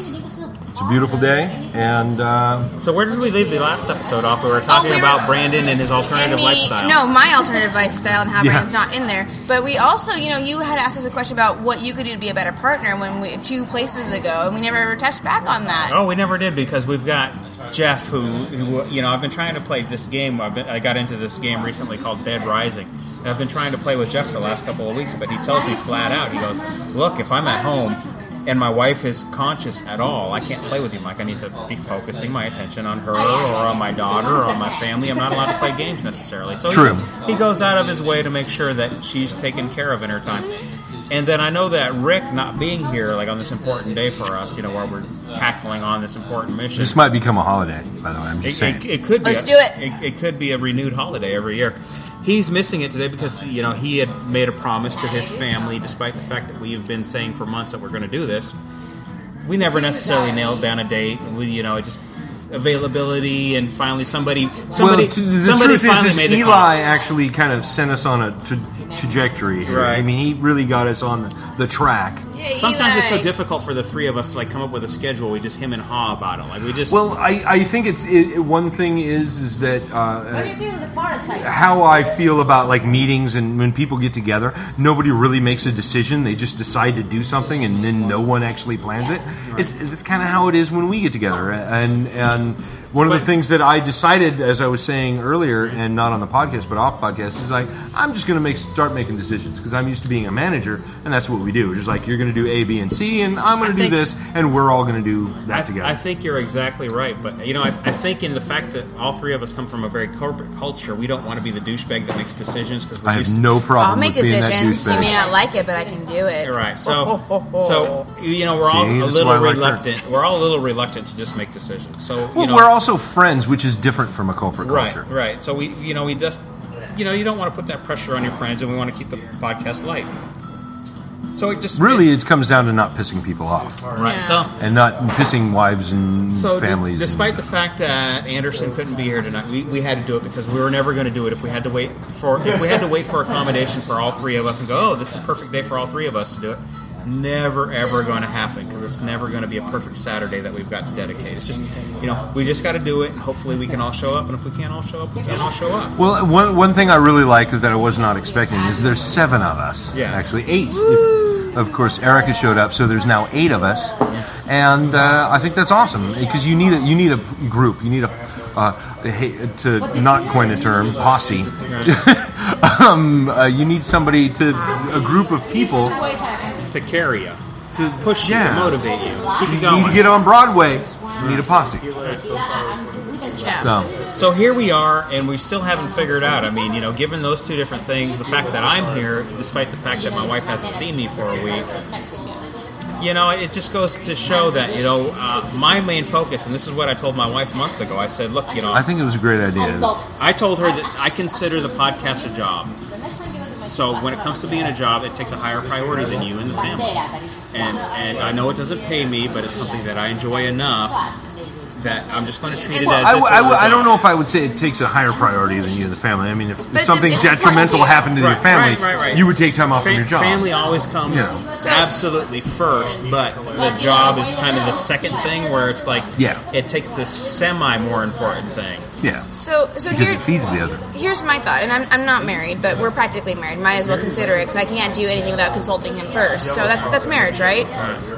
S1: It's a beautiful day, and uh,
S8: So where did we leave the last episode off? We were talking
S4: Oh, we were-
S8: about Brandon and his alternative
S4: And me,
S8: lifestyle.
S4: no, my alternative lifestyle and how
S8: Yeah.
S4: Brandon's not in there. But we also, you know, you had asked us a question about what you could do to be a better partner when we two places ago, and we never ever touched back on that.
S8: Oh, we never did because we've got Jeff, who, who you know, I've been trying to play this game. I've been, I got into this game recently called Dead Rising. And I've been trying to play with Jeff for the last couple of weeks, but he tells me flat out, he goes, "Look, if I'm at home and my wife is conscious at all, I can't play with you, Mike. I need to be focusing my attention on her or on my daughter or on my family. I'm not allowed to play games necessarily." So he-
S1: True.
S8: he goes out of his way to make sure that she's taken care of in her time. And then I know that Rick not being here, like on this important day for us, you know, while we're tackling on this important mission,
S1: this might become a holiday. By the way, I'm just
S8: it,
S1: saying.
S8: it, it could be.
S4: Let's
S8: a-
S4: do it.
S8: it. It could be a renewed holiday every year. He's missing it today because you know he had made a promise to his family, despite the fact that we've been saying for months that we're going to do this. We never necessarily nailed down a date. We, you know, it just availability and finally somebody somebody
S1: well, t- the
S8: somebody
S1: truth
S8: finally
S1: is, is
S8: made
S1: Eli
S8: the call.
S1: actually kind of sent us on a tra- trajectory. Here.
S8: Right.
S1: I mean, he really got us on the, the track.
S4: Yay,
S8: Sometimes it's so
S4: Eli.
S8: difficult for the three of us to like come up with a schedule. We just him and haw about it. Like we just
S1: Well, I, I think it's it, it- one thing is is that
S18: What do you
S1: uh,
S18: do with the parasite?
S1: how I feel about like meetings and when people get together, nobody really makes a decision. They just decide to do something, and then no one actually plans it. It's it's kind of how it is when we get together. And and one of the things that I decided, as I was saying earlier, and not on the podcast but off podcast, is like I'm just going to make start making decisions because I'm used to being a manager, and that's what we do. Just like you're going to do A, B, and C, and I'm going
S8: I
S1: to do
S8: think-
S1: this, and we're all going to do that
S8: I,
S1: together.
S8: I think you're exactly right, but you know, I, I think in the fact that all three of us come from a very corporate culture, we don't want to be the douchebag that makes decisions because we're
S1: I
S8: used
S1: have
S8: to
S1: no problem
S4: I'll make
S1: with being that
S4: decisions. You
S1: douchebag.
S4: may not like it, but I can do it.
S8: Right. So, so you know, we're all
S1: See,
S8: a
S1: this is
S8: little
S1: why I like her.
S8: reluctant. we're all a little reluctant to just make decisions. So you
S1: Well,
S8: know,
S1: we're also friends, which is different from a corporate
S8: right,
S1: culture.
S8: right. So we, you know, we just, you know, you don't want to put that pressure on your friends, and we want to keep the podcast light. So it just
S1: Really, it comes down to not pissing people off,
S8: Right. So
S1: and not pissing wives and
S8: So, d-
S1: Mm, families. and-
S8: despite the fact that Anderson couldn't be here tonight, we, we had to do it because we were never going to do it if we had to wait for if we had to wait for accommodation for all three of us and go, oh, this is a perfect day for all three of us to do it. Never ever going to happen because it's never going to be a perfect Saturday that we've got to dedicate. It's just you know we just got to do it and hopefully we can all show up and if we can't all show up, we can't all show up.
S1: well, one, one thing I really like is that I was not expecting is there's seven of us.
S8: Yes.
S1: Actually, eight. If, of course, Erica showed up, so there's now eight of us, and uh, I think that's awesome because you need a, you need a group. You need a uh, hey, to not coin a term posse. um, uh, you need somebody to a group of people
S8: to carry you,
S1: to
S8: push
S1: yeah.
S8: you, motivate you, keep you
S1: You need
S8: going.
S1: to get on Broadway. You need a posse. Um, So.
S8: So here we are, and we still haven't figured out. I mean, you know, given those two different things, the fact that I'm here, despite the fact that my wife hasn't seen me for a week, you know, it just goes to show that, you know, uh, my main focus, and this is what I told my wife months ago, I said, look, you know,
S1: I think it was a great
S4: Oh,
S1: idea.
S8: I told her that I consider the podcast a job. So when it comes to being a job, it takes a higher priority than you and the family. And and I know it doesn't pay me, but it's something that I enjoy enough that I'm just going to treat it
S1: Well,
S8: as.
S1: I,
S8: if
S1: w-
S8: it
S1: I,
S8: were
S1: w-
S8: a
S1: I
S8: job.
S1: don't know if I would say it takes a higher priority than you and the family. I mean, if,
S8: But
S1: if
S8: it's-
S1: something
S8: it's important
S1: detrimental
S8: to you.
S1: happened to your
S8: Right,
S1: family,
S8: right, right, right.
S1: you would take time off
S8: Fa-
S1: from your job.
S8: Family always comes
S1: Yeah.
S8: absolutely first, but the job is kind of the second thing where it's like
S1: Yeah.
S8: it takes the semi more important thing.
S1: Yeah.
S4: So, so
S1: because
S4: here,
S1: it feeds the other.
S4: here's my thought, and I'm, I'm not married, but we're practically married. Might as well consider it because I can't do anything without consulting him first. So that's that's marriage, right?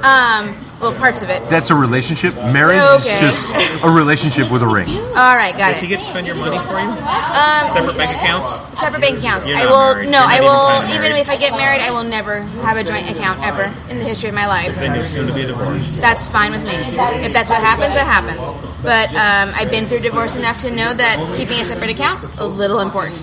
S4: Um, well, parts of it.
S1: That's a relationship. Marriage
S4: Okay.
S1: is just a relationship with a ring.
S4: All right, got
S8: Does
S4: it.
S8: he get to spend your money for you?
S4: Um,
S8: Separate bank accounts?
S4: Separate bank accounts.
S8: You're
S4: I
S8: not
S4: will
S8: married.
S4: no.
S8: You're
S4: I
S8: not even
S4: will
S8: kinda
S4: even
S8: married.
S4: if I get married, I will never have a joint account ever in the history of my life.
S8: Then you're soon to be divorced.
S4: That's fine with me. If that's what happens, it happens. But um, I've been through divorce enough to know that keeping a separate account a little important.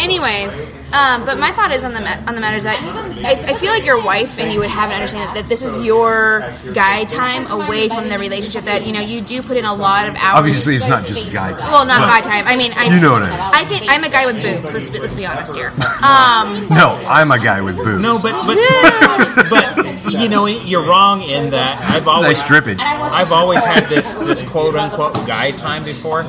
S4: Anyways, um, but my thought is on the ma- on the matter is that I, I feel like your wife and you would have an understanding that this is your guy time away from the relationship. That you know you do put in a lot of hours.
S1: Obviously, it's not just guy time.
S4: Well, not
S1: But-
S4: my time. I mean, I
S1: You know what I mean.
S4: I can, I'm a guy with boobs. Let's be, let's be honest here. Um,
S1: No, I'm a guy with boobs.
S8: No, but but but you know you're wrong in that I've always
S1: Nice drippage.
S8: I've always had this this quote unquote guy time before,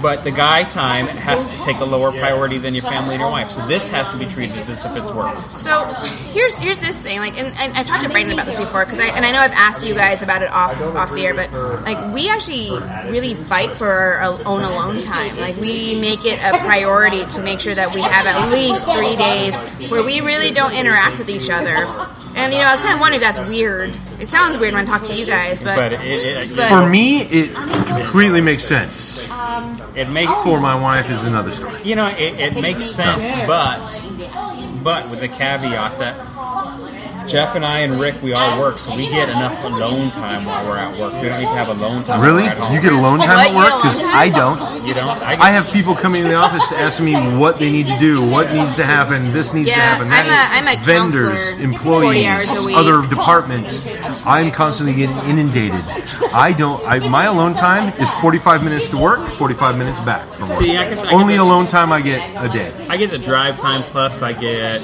S8: but the guy time has to take a lower priority than your family and your wife. So this has to be treated as if it's work.
S4: so here's here's this thing. Like, and, and I've talked to Brandon about this before because I and I know I've asked you guys about it off off the air, but like we actually really fight for our own alone time. Like we make it a priority to make sure that we have at least three days where we really don't interact with each other. And you know, I was kind of wondering if that's weird. It sounds weird when I talk to you guys, but,
S8: But it, it,
S4: but-
S1: For me, it completely makes sense.
S8: it makes
S1: For Oh, my wife is another story.
S8: You know, it, it makes sense, but but with the caveat that Jeff and I and Rick, we all work, so we get enough alone time while we're at work. We don't need to have alone time. When
S1: Really?
S8: we're at home.
S1: You get alone time at work? Because I don't.
S8: You don't. I,
S1: I have people coming in the office to ask me what they need to do, what needs to happen, this needs to
S4: Yeah,
S1: happen. that
S4: I'm a-
S1: needs-
S4: I'm a
S1: vendors,
S4: counselor, 40 hours a
S1: employees,
S4: week.
S1: other departments. I'm constantly getting inundated. I don't. I, my alone time is 45 minutes to work, 45 minutes back from work.
S8: See, I can- I can-
S1: Only alone time I get a day.
S8: I get the drive time plus I get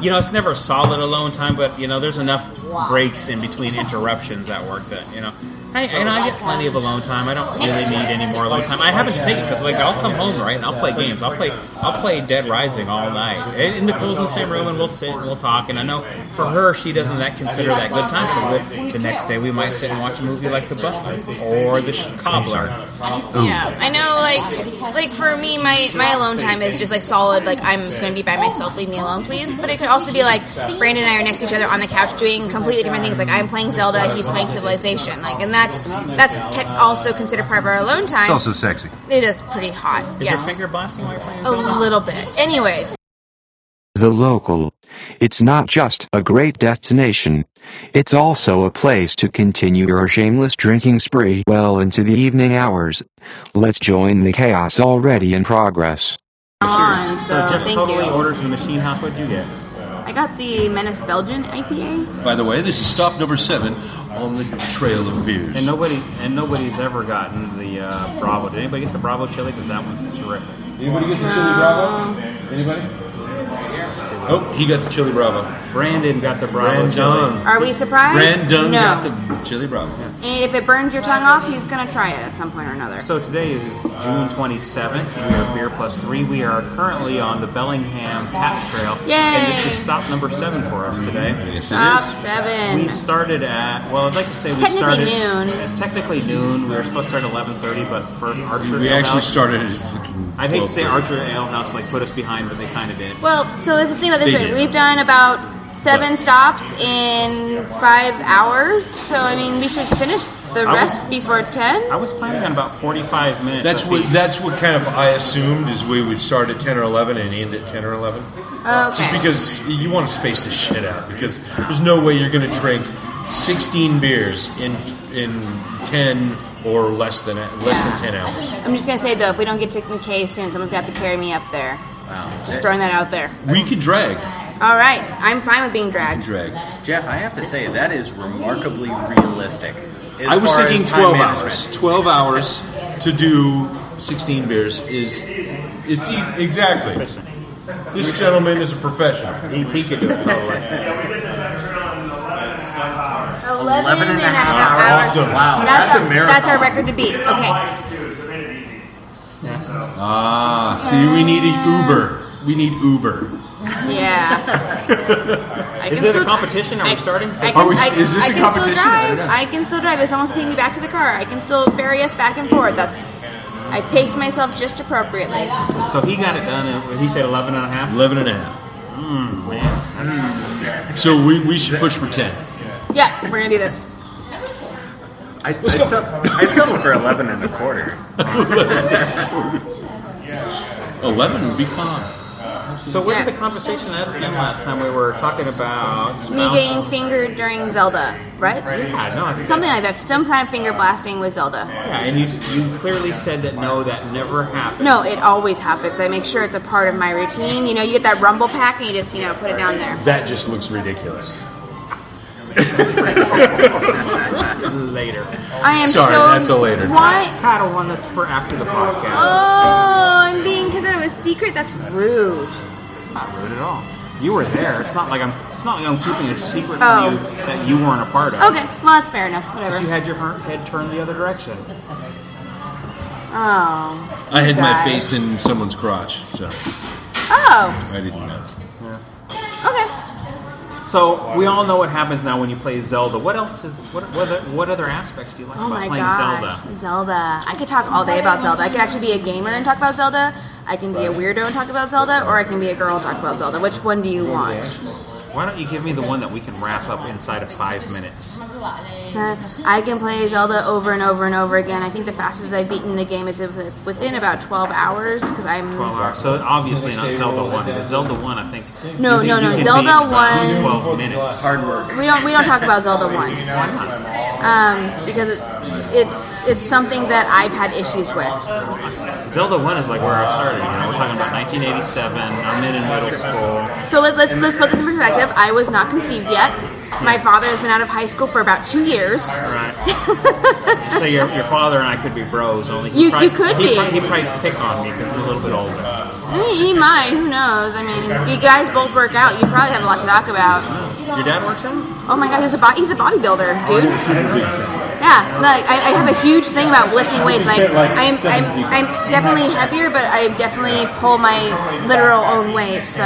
S8: you know, it's never solid alone time, but you know, there's enough breaks in between interruptions at work that, you know. I, and I get plenty of alone time. I don't really need any more alone time. I happen to take it because like I'll come home right and I'll play games. I'll play I'll play Dead Rising all night. And and Nicole's in the same room and we'll sit and we'll talk. And I know for her she doesn't that consider that good time. So we'll, the next day we might sit and watch a movie like The Butler or The Sh- Cobbler.
S1: Oh.
S4: Yeah, I know. Like, like for me, my my alone time is just like solid. Like, I'm gonna be by myself. Leave me alone, please. But it could also be like Brandon and I are next to each other on the couch doing completely different things. Like, I'm playing Zelda, he's playing Civilization. Like, and that's that's te- also considered part of our alone time.
S1: It's also sexy.
S4: It is pretty hot.
S8: Is
S4: yes,
S8: your finger blasting while you're playing?
S4: a little bit. Anyways,
S7: The local. It's not just a great destination. It's also a place to continue your shameless drinking spree well into the evening hours. Let's join the chaos already in progress.
S4: on. So
S8: Jeff
S4: Oh, thank
S8: totally
S4: you.
S8: orders in the machine house. What'd you get?
S4: I got the Menace Belgian IPA.
S1: By the way, this is stop number seven on the trail of beers.
S8: And nobody and nobody's ever gotten the uh, Bravo. Did anybody get the Bravo chili? Because that one's terrific.
S1: Anybody get the chili bravo? Anybody? Oh, he got the chili bravo.
S8: Brandon got the bravo.
S1: Brandon.
S4: Are we surprised?
S1: Brandon
S4: no.
S1: got the chili bravo.
S4: And if it burns your tongue off, he's gonna try it at some point or another.
S8: So today is June
S4: Uh,
S8: 27th. We are Beer Plus 3. We are currently on the Bellingham Tap Trail.
S4: Yay!
S8: And this is stop number 7 for us today.
S4: it Stop is. seven.
S8: We started at, well, I'd like to say we
S4: Technically
S8: started...
S4: noon.
S8: It's technically noon. We were supposed to start at 11.30, but for Archer
S1: We
S8: Ale
S1: actually
S8: House-
S1: started at fucking
S8: I think say
S1: 12:30.
S8: Archer Ale House like put us behind, but they kind of did.
S4: Well, so let's think about it this
S8: They
S4: way.
S8: did.
S4: We've done about seven stops in five hours, so I mean, we should finish the
S8: I
S4: rest before ten.
S8: I was planning on about 45 minutes.
S1: That's
S8: of
S1: what.
S8: each.
S1: That's what kind of I assumed is we would start at ten or eleven and end at ten or eleven.
S4: Oh,
S1: Just because you want to space this shit out because there's no way you're going to drink sixteen beers in in ten or less than less than ten hours.
S4: I'm just gonna say though, if we don't get to McKay soon, someone's got to carry me up there. Just throwing that out there.
S1: We could drag.
S4: All right, I'm fine with being dragged.
S1: Drag.
S19: Jeff, I have to say that is remarkably realistic. as
S1: I was
S19: far
S1: thinking
S19: as time
S1: 12
S19: management.
S1: hours. 12 hours to do 16 beers is it's e- exactly. This gentleman is a professional.
S8: He, could do it totally.
S4: 11 and a half
S1: hour.
S4: hours.
S1: Awesome.
S4: Wow, that's, our, that's our record to beat. Okay.
S1: Ah, see, we need a Uber. We need Uber.
S4: Yeah. I can
S1: Is it a
S4: still-
S1: competition? Are we
S4: I-
S1: starting?
S4: I can,
S1: Are we-
S4: I-
S1: is this
S4: I
S1: a
S4: can
S1: competition?
S4: Still
S1: I don't
S4: drive.
S1: know.
S4: I can still drive. It's almost taking me back to the car. I can still ferry us back and forth. That's. I pace myself just appropriately.
S8: So he got it done. and He said 11 and a half?
S1: 11 and a half.
S8: Mm, man.
S1: So we, we should push for 10.
S4: Yeah, we're gonna do this.
S19: I, I'd, settle, I'd settle for 11 and a quarter.
S1: 11 would be fine.
S8: So where did the conversation end end last time? We were talking about
S4: Me getting fingered during Zelda, right?
S8: Yeah, no, I think
S4: Something like that. Some kind of finger blasting with Zelda.
S8: Yeah, and you you clearly said that no, that never happened.
S4: No, it always happens. I make sure it's a part of my routine. You know, you get that rumble pack and you just, you know, put it down there.
S1: That just looks ridiculous.
S8: later.
S4: I am
S1: Sorry,
S4: so.
S1: that's a later.
S4: Why?
S8: I don't want that's for after the podcast.
S4: Oh, I'm being considered a secret. That's rude.
S8: It's not rude at all. You were there. It's not like I'm. It's not like I'm keeping a secret
S4: Oh.
S8: from you that you weren't a part of.
S4: Okay, well that's fair enough.
S8: Because you
S4: Whatever.
S8: had your her- head turned the other direction.
S4: Oh.
S1: I had my
S4: guys.
S1: face in someone's crotch, so
S4: Oh.
S1: I didn't know.
S8: So we all know what happens now when you play Zelda. What else is what? What other, what other aspects do you like
S4: Oh
S8: about
S4: my
S8: playing
S4: gosh,
S8: Zelda?
S4: Zelda. I could talk all day about Zelda. I could actually be a gamer and talk about Zelda. I can be a weirdo and talk about Zelda, or I can be a girl and talk about Zelda. Which one do you want?
S8: Why don't you give me the one that we can wrap up inside of five minutes?
S4: So I can play Zelda over and over and over again. I think the fastest I've beaten the game is within about 12 hours because I'm.
S8: 12 hours. So obviously not Zelda 1. because Zelda 1, I think.
S4: No,
S8: you
S4: no,
S8: think you
S4: no,
S8: can
S4: Zelda
S8: beat
S4: 1.
S8: about 12 minutes. Hard work.
S4: We don't we don't talk about Zelda one um, because it, it's it's something that I've had issues with.
S8: Zelda 1 is like where I started. You know, we're talking about 1987. I'm in in middle school.
S4: So let, let's let's put this in perspective. I was not conceived yet. My father has been out of high school for about two years.
S8: Right. so your, your father and I could be bros. Only he
S4: You- you
S8: probably,
S4: could
S8: he
S4: be.
S8: Probably, he probably pick on me because he's a little bit older.
S4: He, he might. Who knows? I mean, you guys both work out. You probably have a lot to talk about.
S8: Your dad works out. Oh,
S4: Oh my God, he's a bo- he's a bodybuilder, dude. Yeah, like I, I have a huge thing about lifting weights. Like
S1: fit, like,
S4: I'm, I'm,
S1: 70.
S4: I'm definitely heavier, but I definitely pull my literal own weight. So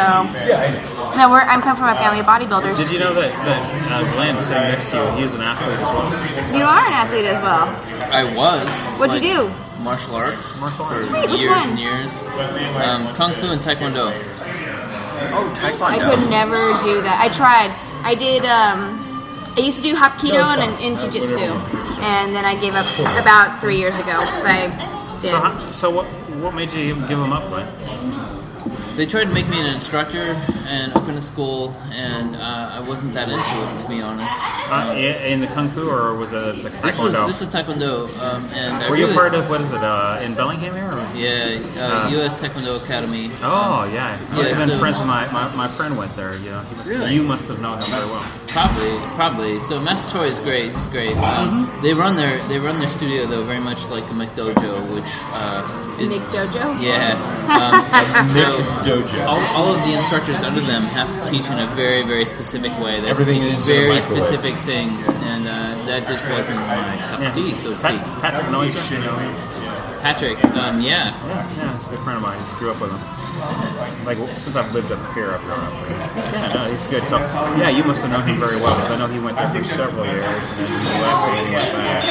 S4: no, we're, I'm come from a family of bodybuilders.
S8: Did you know that, that uh, Glenn sitting next to you, he was an athlete as well?
S4: You are an athlete as well.
S10: I was.
S4: What'd you
S10: like, Martial arts. Martial
S4: arts.
S10: For
S4: Sweet, which
S10: years
S4: one?
S10: and years. Um, Kung Fu and Taekwondo.
S4: Oh, I could never do that. I tried. I did. Um, I used to do hapkido
S10: No, it's
S4: and in jiu-jitsu, and then I gave up about three years ago because I did.
S8: So, how, so what, what made you give him up, Glenn?
S10: They tried to make me an instructor and open a school, and uh, I wasn't that into it, to be honest.
S8: Uh, i- in the kung fu, or was it the
S10: This was
S8: taekwondo?
S10: this is Taekwondo, um, and I
S8: Were you
S10: really-
S8: part of what is it uh, in Bellingham here? Or?
S10: Yeah, uh, U.S. Taekwondo Academy.
S8: Oh
S10: Um,
S8: yeah, I
S10: yeah,
S8: must have been
S10: so-
S8: friends with my, my, my friend went there. You know, he must,
S10: Really?
S8: you must have known him very well.
S10: Probably, probably. So Master Troy is great. He's great. Um,
S8: Mm-hmm.
S10: They run their they run their studio though very much like a McDojo, which uh, is,
S4: Nick Dojo.
S10: Yeah. Um, so
S1: McDojo.
S10: All, all of the instructors under them have to teach in a very very specific way. They have
S1: Everything
S10: to
S1: is
S10: teach
S1: in a
S10: very
S1: microwave.
S10: specific things, and uh, that just wasn't my cup of tea, so to speak.
S8: Patrick Noiser.
S10: Patrick, um, yeah.
S8: yeah, yeah, he's a good friend of mine. Grew up with him. Like w- since I've lived up here, I've grown up with him. Yeah, no, he's good. So yeah, you must have known him very well. 'cause I know he went there for several years and then he left and he went back.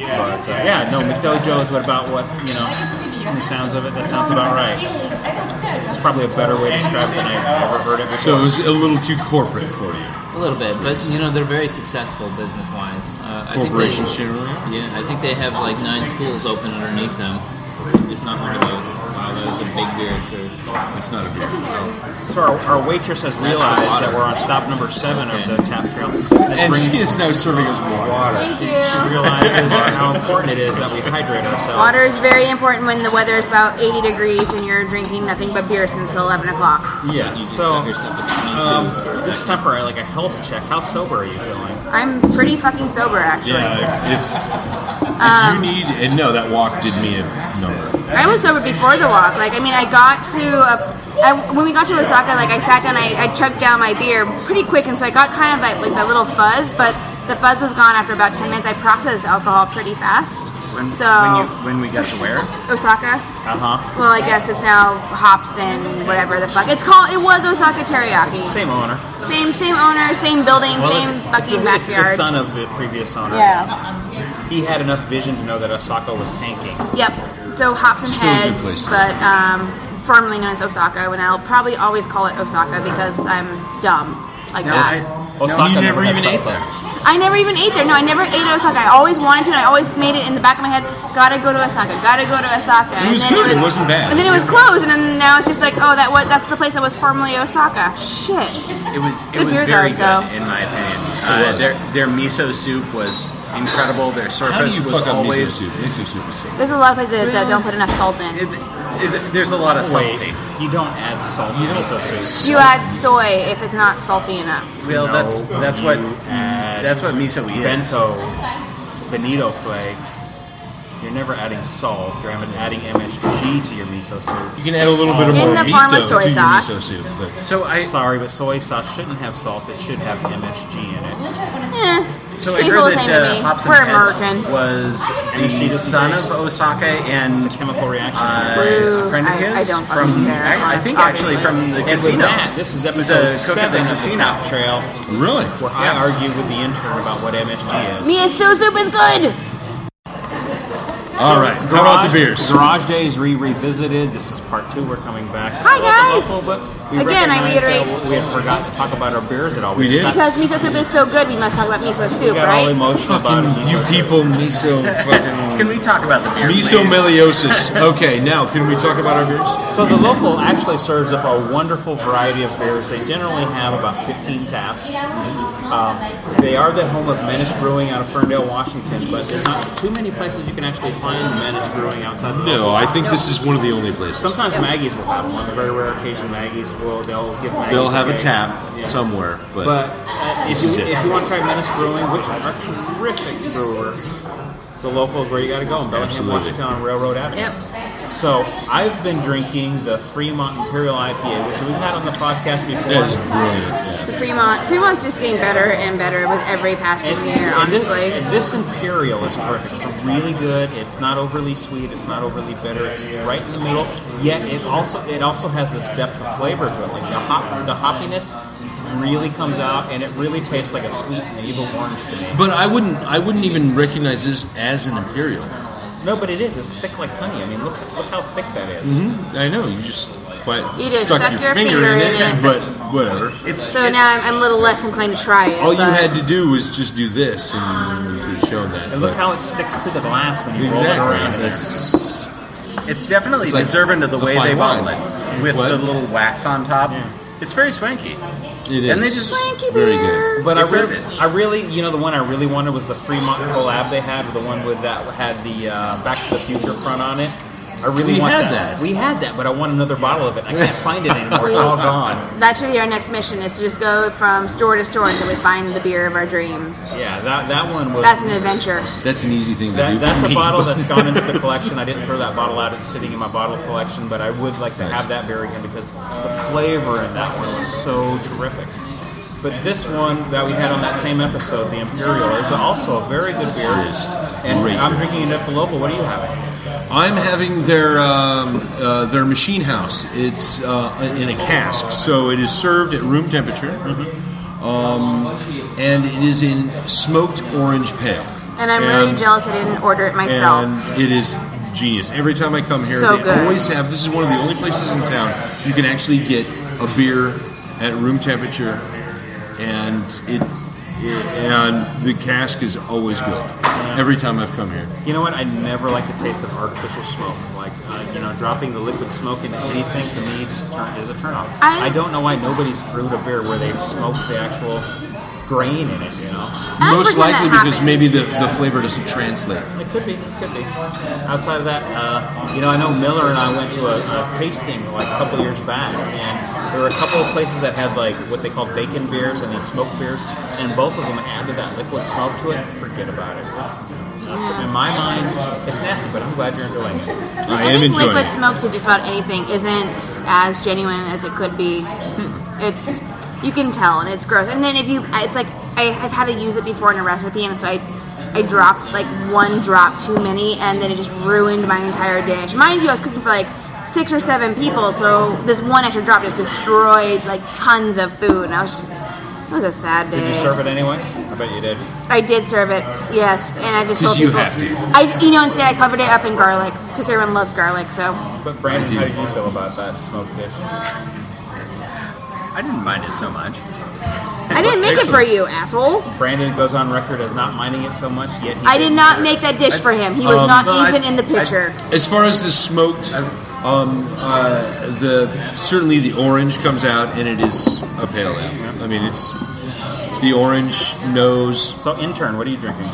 S8: But uh, yeah, no, McDojo is what about what you know. from The sounds of it, that sounds about right. It's probably a better way to describe it than I've ever heard it before.
S1: So it was a little too corporate for you.
S10: A little bit, but you know they're very successful business-wise. Uh, I think
S1: Corporations
S10: they,
S1: generally?
S10: Yeah, I think they have like nine schools open underneath them. It's not one of those. Wow, that was a big beer too. It's not a beer.
S8: So our, our waitress has realized that we're on stop number seven of the tap trail.
S1: And she is now serving us water.
S4: Thank
S8: She,
S4: you.
S8: she realizes how important it is that we hydrate ourselves.
S4: Water is very important when the weather is about 80 degrees and you're drinking nothing but beer since 11 o'clock.
S8: Yeah. So um, this is time for uh, like a health check. How sober are you feeling?
S4: I'm pretty fucking sober, actually.
S1: Yeah, if, if, if you need, and no, that walk did me a number.
S4: I was sober before the walk. Like, I mean, I got to a, I, when we got to Osaka, like I sat down, I, I chugged down my beer pretty quick, and so I got kind of like, like the little fuzz, but the fuzz was gone after about 10 minutes. I processed alcohol pretty fast.
S5: When,
S4: So-
S5: when, you, when we got to where?
S4: Osaka.
S8: Uh huh.
S4: Well, I guess it's now hops and whatever the fuck it's called. It was Osaka Teriyaki.
S8: Same owner.
S4: Same, same owner, same building,
S8: Well,
S4: same
S8: it's-
S4: fucking
S8: it's, the- it's the
S4: backyard.
S8: son of the previous owner.
S4: Yeah.
S8: He had enough vision to know that Osaka was tanking.
S4: Yep. So hops and
S8: Still a good
S4: heads,
S8: place to
S4: but um, formerly known as Osaka, and I'll probably always call it Osaka because I'm dumb like
S8: No,
S4: that.
S8: I- Osaka
S1: you never
S8: had
S1: even ate
S8: supper.
S4: I never even ate there. No, I never ate at Osaka. I always wanted to. and I always made it in the back of my head. Gotta go to Osaka. Gotta go to Osaka.
S1: It was good. It wasn't bad.
S4: And then it was closed, and then now it's just like, oh, that was that's the place that was formerly Osaka. Shit.
S5: It was it
S4: Good
S5: was
S4: beer
S5: very
S4: guys, though.
S5: good in my opinion. Uh,
S1: was.
S5: their their miso soup was incredible. Their surface
S1: How do you
S5: was
S1: fuck up miso
S5: always
S1: soup? Miso soup is so
S4: There's a lot of places that don't put enough salt in.
S5: Is it, there's a lot of
S8: Wait,
S5: salty.
S8: You don't add salt to miso soup.
S4: You add soy if it's not salty enough.
S5: Well,
S8: No,
S5: that's that's what
S8: you add
S5: that's what miso is.
S8: Bento, bonito flake. You're never adding salt. You're even adding MSG to your miso soup.
S1: You can add a little bit of more miso to your miso soup. But
S5: So I
S8: sorry, but soy sauce shouldn't have salt. It should have MSG in it.
S4: Eh,
S5: So I
S4: tastes
S5: heard
S4: all the same
S5: that
S4: to
S5: uh,
S4: me.
S5: Hops and
S4: We're
S5: Heads
S4: American.
S5: was
S8: MSG
S5: the
S8: doesn't
S5: son of
S8: taste-
S5: Osaka and
S8: chemical reaction.
S5: Uh, a
S4: Woo.
S5: friend of
S4: I-
S5: his
S4: I don't
S5: from
S4: fucking care.
S5: ac- I think actually from the
S8: And with
S5: casino.
S8: that, this is
S5: He was a
S8: episode
S5: cook at the
S8: seven of the
S5: casino.
S8: Tap Trail.
S1: Really?
S8: Where I argue with the intern about what MSG is.
S4: Miso soup is good.
S1: All right. How about the beers?
S8: Garage Days re revisited. This is part two. We're coming back.
S4: Hi, guys.
S8: We
S4: Again, I
S8: recognize that
S4: reiterate.
S8: we had forgot to talk about our beers at all.
S1: We did?
S4: Because miso soup is so good, we must talk about miso
S8: We
S4: soup,
S8: got all
S4: right?
S8: emotional about it.
S1: You people, miso fucking.
S5: Can we talk about the beer?
S1: Miso
S5: please?
S1: meliosis. Okay, now can we talk about our beers?
S8: So the local actually serves up a wonderful variety of beers. They generally have about 15 taps. Um, they are the home of Menace Brewing out of Ferndale, Washington, but there's not too many places you can actually find Menace Brewing outside. The
S1: No,
S8: local.
S1: I think this is one of the only places.
S8: Sometimes Maggie's will have them. On the very rare occasion, Maggie's will they'll give. Maggie's
S1: They'll have a
S8: day.
S1: tap
S8: Yeah.
S1: somewhere, but,
S8: But, uh, if,
S1: this is
S8: you,
S1: it.
S8: if you want to try Menace Brewing, which are terrific brewer, the local is where you got to go in Bellingham,
S20: Absolutely.
S8: Washington, Railroad Avenue. So I've been drinking the Fremont Imperial IPA, which we've had on the podcast before.
S20: That is brilliant.
S4: The Fremont. Fremont's just getting better and better with every passing
S8: And,
S4: year,
S8: and this,
S4: honestly.
S8: and this imperial is terrific. It's really good. It's not overly sweet. It's not overly bitter. It's right in the middle. Yet it also it also has this depth of flavor to it. Like the hop the hoppiness really comes out, and it really tastes like a sweet navel orange to me.
S1: But I wouldn't. I wouldn't even recognize this as an imperial.
S8: no, but it is. It's thick like honey. I mean, look look how thick that is.
S1: I know you just quite
S4: You just
S1: stuck,
S4: stuck
S1: your,
S4: your
S1: finger,
S4: finger
S1: in
S4: in
S1: it,
S4: it.
S1: but whatever.
S4: So now I'm, I'm a little less inclined to try it.
S8: Oh,
S1: all you
S4: but-
S1: had to do was just do this, and you could have shown that.
S8: And look
S1: but-
S8: how it sticks to the glass when you roll it around. in
S1: exactly.
S8: there.
S1: That's
S21: It's definitely
S1: It's like
S21: deserving of the,
S1: the
S21: way
S1: fine
S21: they bottle
S1: wine.
S21: it with the little wax on top. It's very swanky.
S1: it is.
S21: And they just
S1: very good.
S8: But I
S21: It's
S8: really,
S21: perfect.
S8: I really, you know, the one I really wanted was the Fremont collab they had, the one with that had the uh, Back to the Future front on it. I really
S1: We
S8: want
S1: had that.
S8: We had that, but I want another bottle of it. I can't find it anymore.
S4: We-
S8: It's all gone.
S4: That should be our next mission: is to just go from store to store until we find the beer of our dreams.
S8: Yeah, that, that one was.
S4: That's an adventure.
S1: That's an easy thing to do.
S8: That,
S1: for
S8: that's
S1: me,
S8: a bottle
S1: but-
S8: that's gone into the collection. I didn't throw that bottle out. It's sitting in my bottle collection, but I would like to have that beer again because the flavor in that one was so terrific. But this one that we had on that same episode, the Imperial, is also a very good beer. And
S1: great.
S8: I'm drinking it at the local. What are you having?
S1: I'm having their um, uh, their machine house. It's uh, in a cask, so it is served at room temperature, um, and it is in smoked orange pale.
S4: And I'm really
S1: And-
S4: jealous I didn't order it myself.
S1: And it is genius. Every time I come here,
S4: So
S1: they
S4: good.
S1: always have. This is one of the only places in town you can actually get a beer at room temperature, and it, it and the cask is always good. Every time I've come here.
S8: You know what? I never like the taste of artificial smoke. Like, uh, you know, dropping the liquid smoke into anything to me just turn, is a turnoff.
S4: I-
S8: I, don't know why nobody's brewed a beer where they've smoked the actual grain in it, you know?
S4: don't
S1: Most
S4: think that
S1: likely because
S4: happens.
S1: maybe the, the flavor doesn't translate.
S8: It could be, it could be. Outside of that, uh, you know, I know Miller and I went to a, a tasting like a couple years back, and there were a couple of places that had like what they called bacon beers and then smoked beers, and both of them added that liquid smoke to it. Forget about it. It's- In my mind, it's nasty, but I'm glad you're enjoying it.
S4: I, think liquid smoke to just about anything isn't as genuine as it could be. It's you can tell, and it's gross. And then if you, it's like I, I've had to use it before in a recipe, and so I, I dropped like one drop too many, and then it just ruined my entire dish. Mind you, I was cooking for like six or seven people, so this one extra drop just destroyed like tons of food, and I was just, it was a sad day.
S8: Did you serve it anyway? I bet you did.
S4: I did serve it, yes, and I just told
S8: Because you
S4: people-
S8: have to.
S4: I, you know, instead I covered it up in garlic because everyone loves garlic, so.
S8: But Brandon, how did you feel about that smoked dish? I didn't mind it so much.
S4: I didn't make it for you, asshole.
S8: Brandon goes on record as not minding it so much, yet he
S4: I did not make that dish for him. He was
S1: Um,
S4: not
S1: no, I-
S4: even in the picture.
S1: As far as the smoked, um, uh, the certainly the orange comes out, and it is a pale ale. I mean, it's the orange nose.
S8: So, intern, what are you drinking?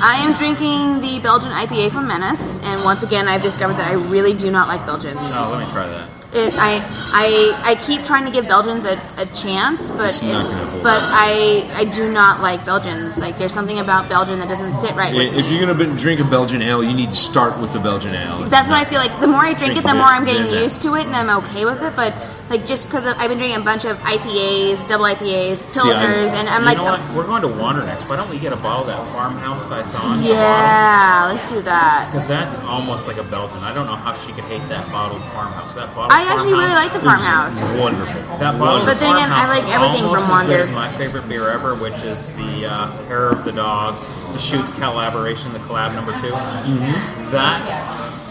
S4: I, am drinking the Belgian IPA from Menace, and once again, I've discovered that I really do not like Belgians.
S8: Oh, let me try that.
S4: It, I, I, I keep trying to give Belgians a, a chance, but
S8: It's
S4: it-
S8: not gonna hold
S4: but
S8: up.
S4: I, I do not like Belgians. Like there's something about Belgian that doesn't sit right with
S1: If
S4: me.
S1: you're gonna be- drink a Belgian ale, you need to start with the Belgian ale.
S4: That's what I feel like. The more I drink it, the more I'm getting
S1: Drink this,
S4: used to it, and I'm okay with it. But like just because I've been drinking a bunch of IPAs, double IPAs, pilsners, and I'm
S8: you
S4: like,
S8: know what? We're going to Wander next. Why don't we get a bottle of that farmhouse I saw? in
S4: yeah, let's do that.
S8: Because that's almost like a Belgian. I don't know how she could hate that bottled farmhouse. That bottled
S4: I actually really like the
S8: Farmhouse is
S4: Farmhouse.
S8: Wonderful. That bottled
S4: But then again, I
S8: Farmhouse
S4: like
S8: is
S4: everything
S8: almost
S4: from
S8: as good
S4: Wander.
S8: as my favorite beer ever, which is the uh, Hair of the Dog, the Shoots collaboration, the collab number 2
S4: Mm-hmm.
S22: Mhm.
S8: That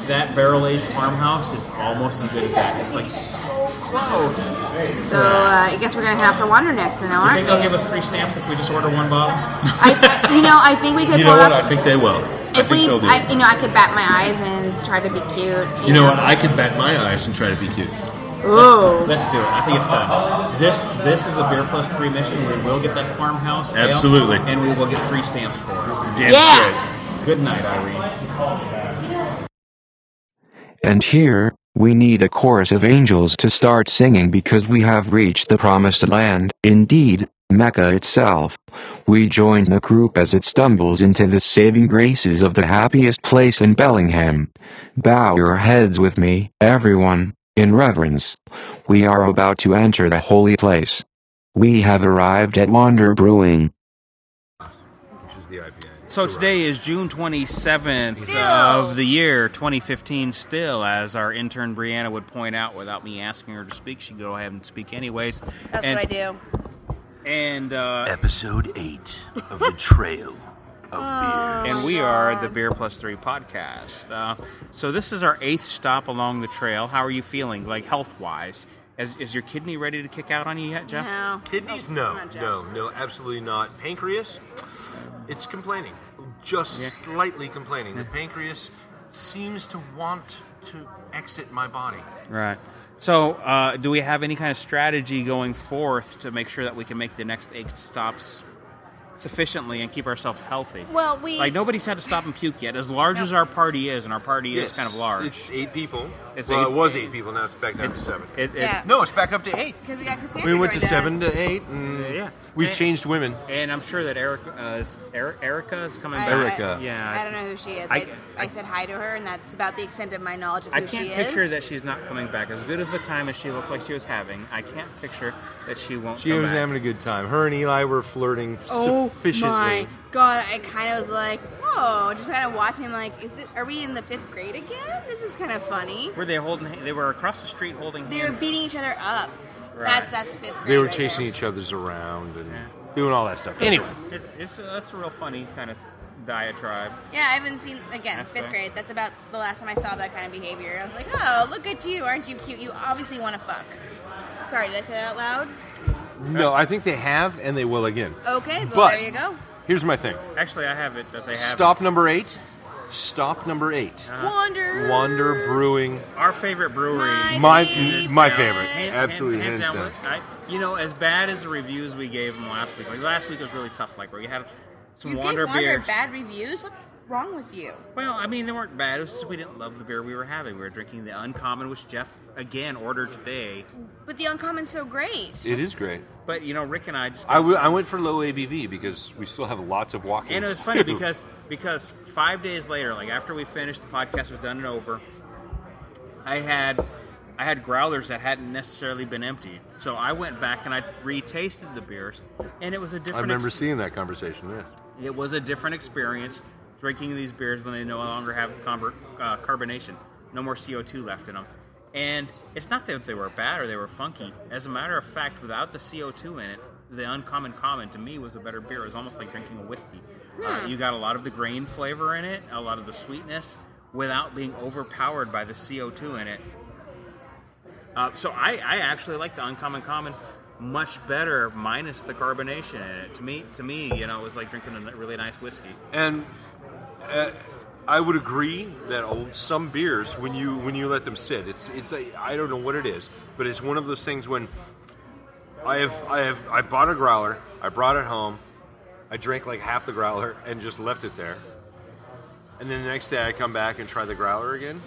S8: that barrel aged farmhouse is almost as good as that. It's like so close.
S4: So uh, I guess we're gonna head out for Wander next, then,
S8: you
S4: aren't
S8: think they'll give us three snaps if we just order one bottle?
S4: we? You know, I think we could.
S1: You know
S4: pull
S1: what?
S4: off-
S1: I think they will. I
S4: if
S1: think
S4: we,
S1: they'll do.
S4: I, you know, I could bat my eyes and try to be cute.
S1: it. You know what? I could bat my eyes and try to be cute.
S4: Ooh.
S8: Let's do it. I think it's time. This this is a beer plus three mission. We will get that farmhouse. ale,
S1: Absolutely.
S8: and we will get three stamps for it.
S1: Damn Yeah. straight.
S8: Good night, Irene.
S7: And here, we need a chorus of angels to start singing because we have reached the promised land. Indeed, Mecca itself. We join the group as it stumbles into the saving graces of the happiest place in Bellingham. Bow your heads with me, everyone, in reverence. We are about to enter the holy place. We have arrived at Wander Brewing.
S8: So today is June 27th of the year 2015. Still, as our intern Brianna would point out, without me asking her to speak, she'd go ahead and speak anyways.
S4: That's
S8: and,
S4: what I do.
S8: And uh,
S23: episode eight of the trail.
S8: and we are the Beer Plus Three podcast. Uh, so this is our eighth stop along the trail. How are you feeling, like health wise? Is, is your kidney ready to kick out on you yet, Jeff?
S1: Kidneys? No, no, no, absolutely not. Pancreas? It's complaining. Just
S8: Yeah.
S1: slightly complaining. The
S8: Yeah.
S1: pancreas seems to want to exit my body.
S8: Right. So, uh, do we have any kind of strategy going forth to make sure that we can make the next eight stops sufficiently and keep ourselves healthy?
S4: Well, we-
S8: like nobody's had to stop and puke yet. As large
S4: No.
S8: as our party is, and our party is
S1: Yes,
S8: kind of large.
S1: It's eight people.
S8: It's
S1: well,
S8: eight-
S1: it was eight people. Now it's back down to seven.
S8: it- it-
S4: Yeah.
S1: No, it's back up to eight.
S4: Because we got Cassandra
S1: We went to
S4: joined us.
S1: seven to eight, and
S8: yeah,
S1: we've
S8: And-
S1: changed women.
S8: And I'm sure that Erica, uh, is- Eri- Erica is coming back.
S4: I-
S1: Erica.
S4: I,
S8: yeah.
S4: I don't know who she is.
S8: I-
S4: I, I, said hi to her, and that's about the extent of my knowledge of who
S8: I can't
S4: she
S8: picture
S4: is.
S8: that she's not coming back. As good of a time as she looked like she was having, I can't picture that she won't.
S1: She
S8: come
S1: was
S8: back.
S1: having a good time. Her and Eli were flirting
S4: Oh
S1: sufficiently.
S4: my god! I kind of was like, whoa! Just kind of watching him. Like, is it? Are we in the fifth grade again? This is kind of funny.
S8: Were they holding? They were across the street holding
S4: They were
S8: hands.
S4: beating each other up.
S8: Right.
S4: That's that's fifth grade.
S1: They were
S4: right there.
S1: chasing each other's around and doing all that stuff. Anyway,
S8: it, it's that's a real funny kind of diatribe.
S4: Yeah, I haven't seen again
S8: That's
S4: fifth
S8: right.
S4: grade. That's about the last time I saw that kind of behavior. I was like, oh, look at you! Aren't you cute? You obviously want to fuck. Sorry, did I say that out loud?
S1: no, I think they have, and they will again.
S4: Okay, well
S1: But-
S4: there you go.
S1: Here's my thing.
S8: Actually, I have it that they have.
S1: Stop number eight. Stop number eight.
S4: Wander.
S1: uh-huh. Wander Brewing.
S8: Our favorite brewery.
S1: My- My- my favorite. Absolutely, hands down.
S8: I- you know, as bad as the reviews we gave them last week, like last week was really tough. Like where you had some
S4: You gave
S8: Wander
S4: Wander
S8: beers.
S4: bad reviews. What's wrong with you?
S8: Well, I mean, they weren't bad. It was just we didn't love the beer we were having. We were drinking the Uncommon, which Jeff again ordered today.
S4: But the uncommon's so great.
S1: It is great.
S8: But you know, Rick and I just
S1: I, w- I went for low ABV because we still have lots of walking.
S8: And it was funny because because five days later, like after we finished, the podcast was done and over. I had I had growlers that hadn't necessarily been emptied, so I went back and I retasted the beers, and it was a
S1: I
S8: different.
S1: remember
S8: ex-
S1: seeing that conversation. Yes.
S8: it was a different experience drinking these beers when they no longer have conver- uh, carbonation, no more CO two left in them. And it's not that they were bad or they were funky. As a matter of fact, without the CO two in it, the uncommon common to me was a better beer. It was almost like drinking a whiskey. Uh, you got a lot of the grain flavor in it, a lot of the sweetness, without being overpowered by the CO two in it. Uh, so I, I actually like the uncommon common much better, minus the carbonation in it. To me, to me, you know, it was like drinking a really nice whiskey.
S1: And uh, I would agree that a- some beers, when you when you let them sit, it's it's a, I don't know what it is, but it's one of those things when I have I have I bought a growler, I brought it home, I drank like half the growler and just left it there, and then the next day I come back and try the growler again.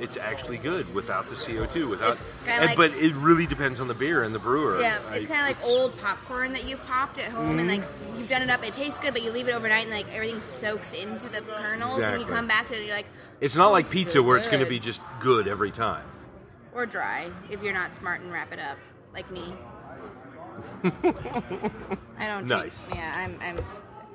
S1: It's actually good without the CO two, without.
S4: kinda
S1: and-
S4: like-
S1: but it really depends on the beer and the brewer.
S4: Yeah,
S1: I- Mm-hmm.
S4: it's kind of like old popcorn that you've popped at home, and like you've done it up. It tastes good, but you leave it overnight, and like everything soaks into the kernels, and you
S1: Exactly.
S4: come back to it, and you're like,
S1: It's not like
S4: "This is
S1: pizza where it's going to
S4: good."
S1: be just good every time.
S4: or dry if you're not smart and wrap it up, like me. I don't.
S8: Nice.
S4: Treat, yeah, I'm. I'm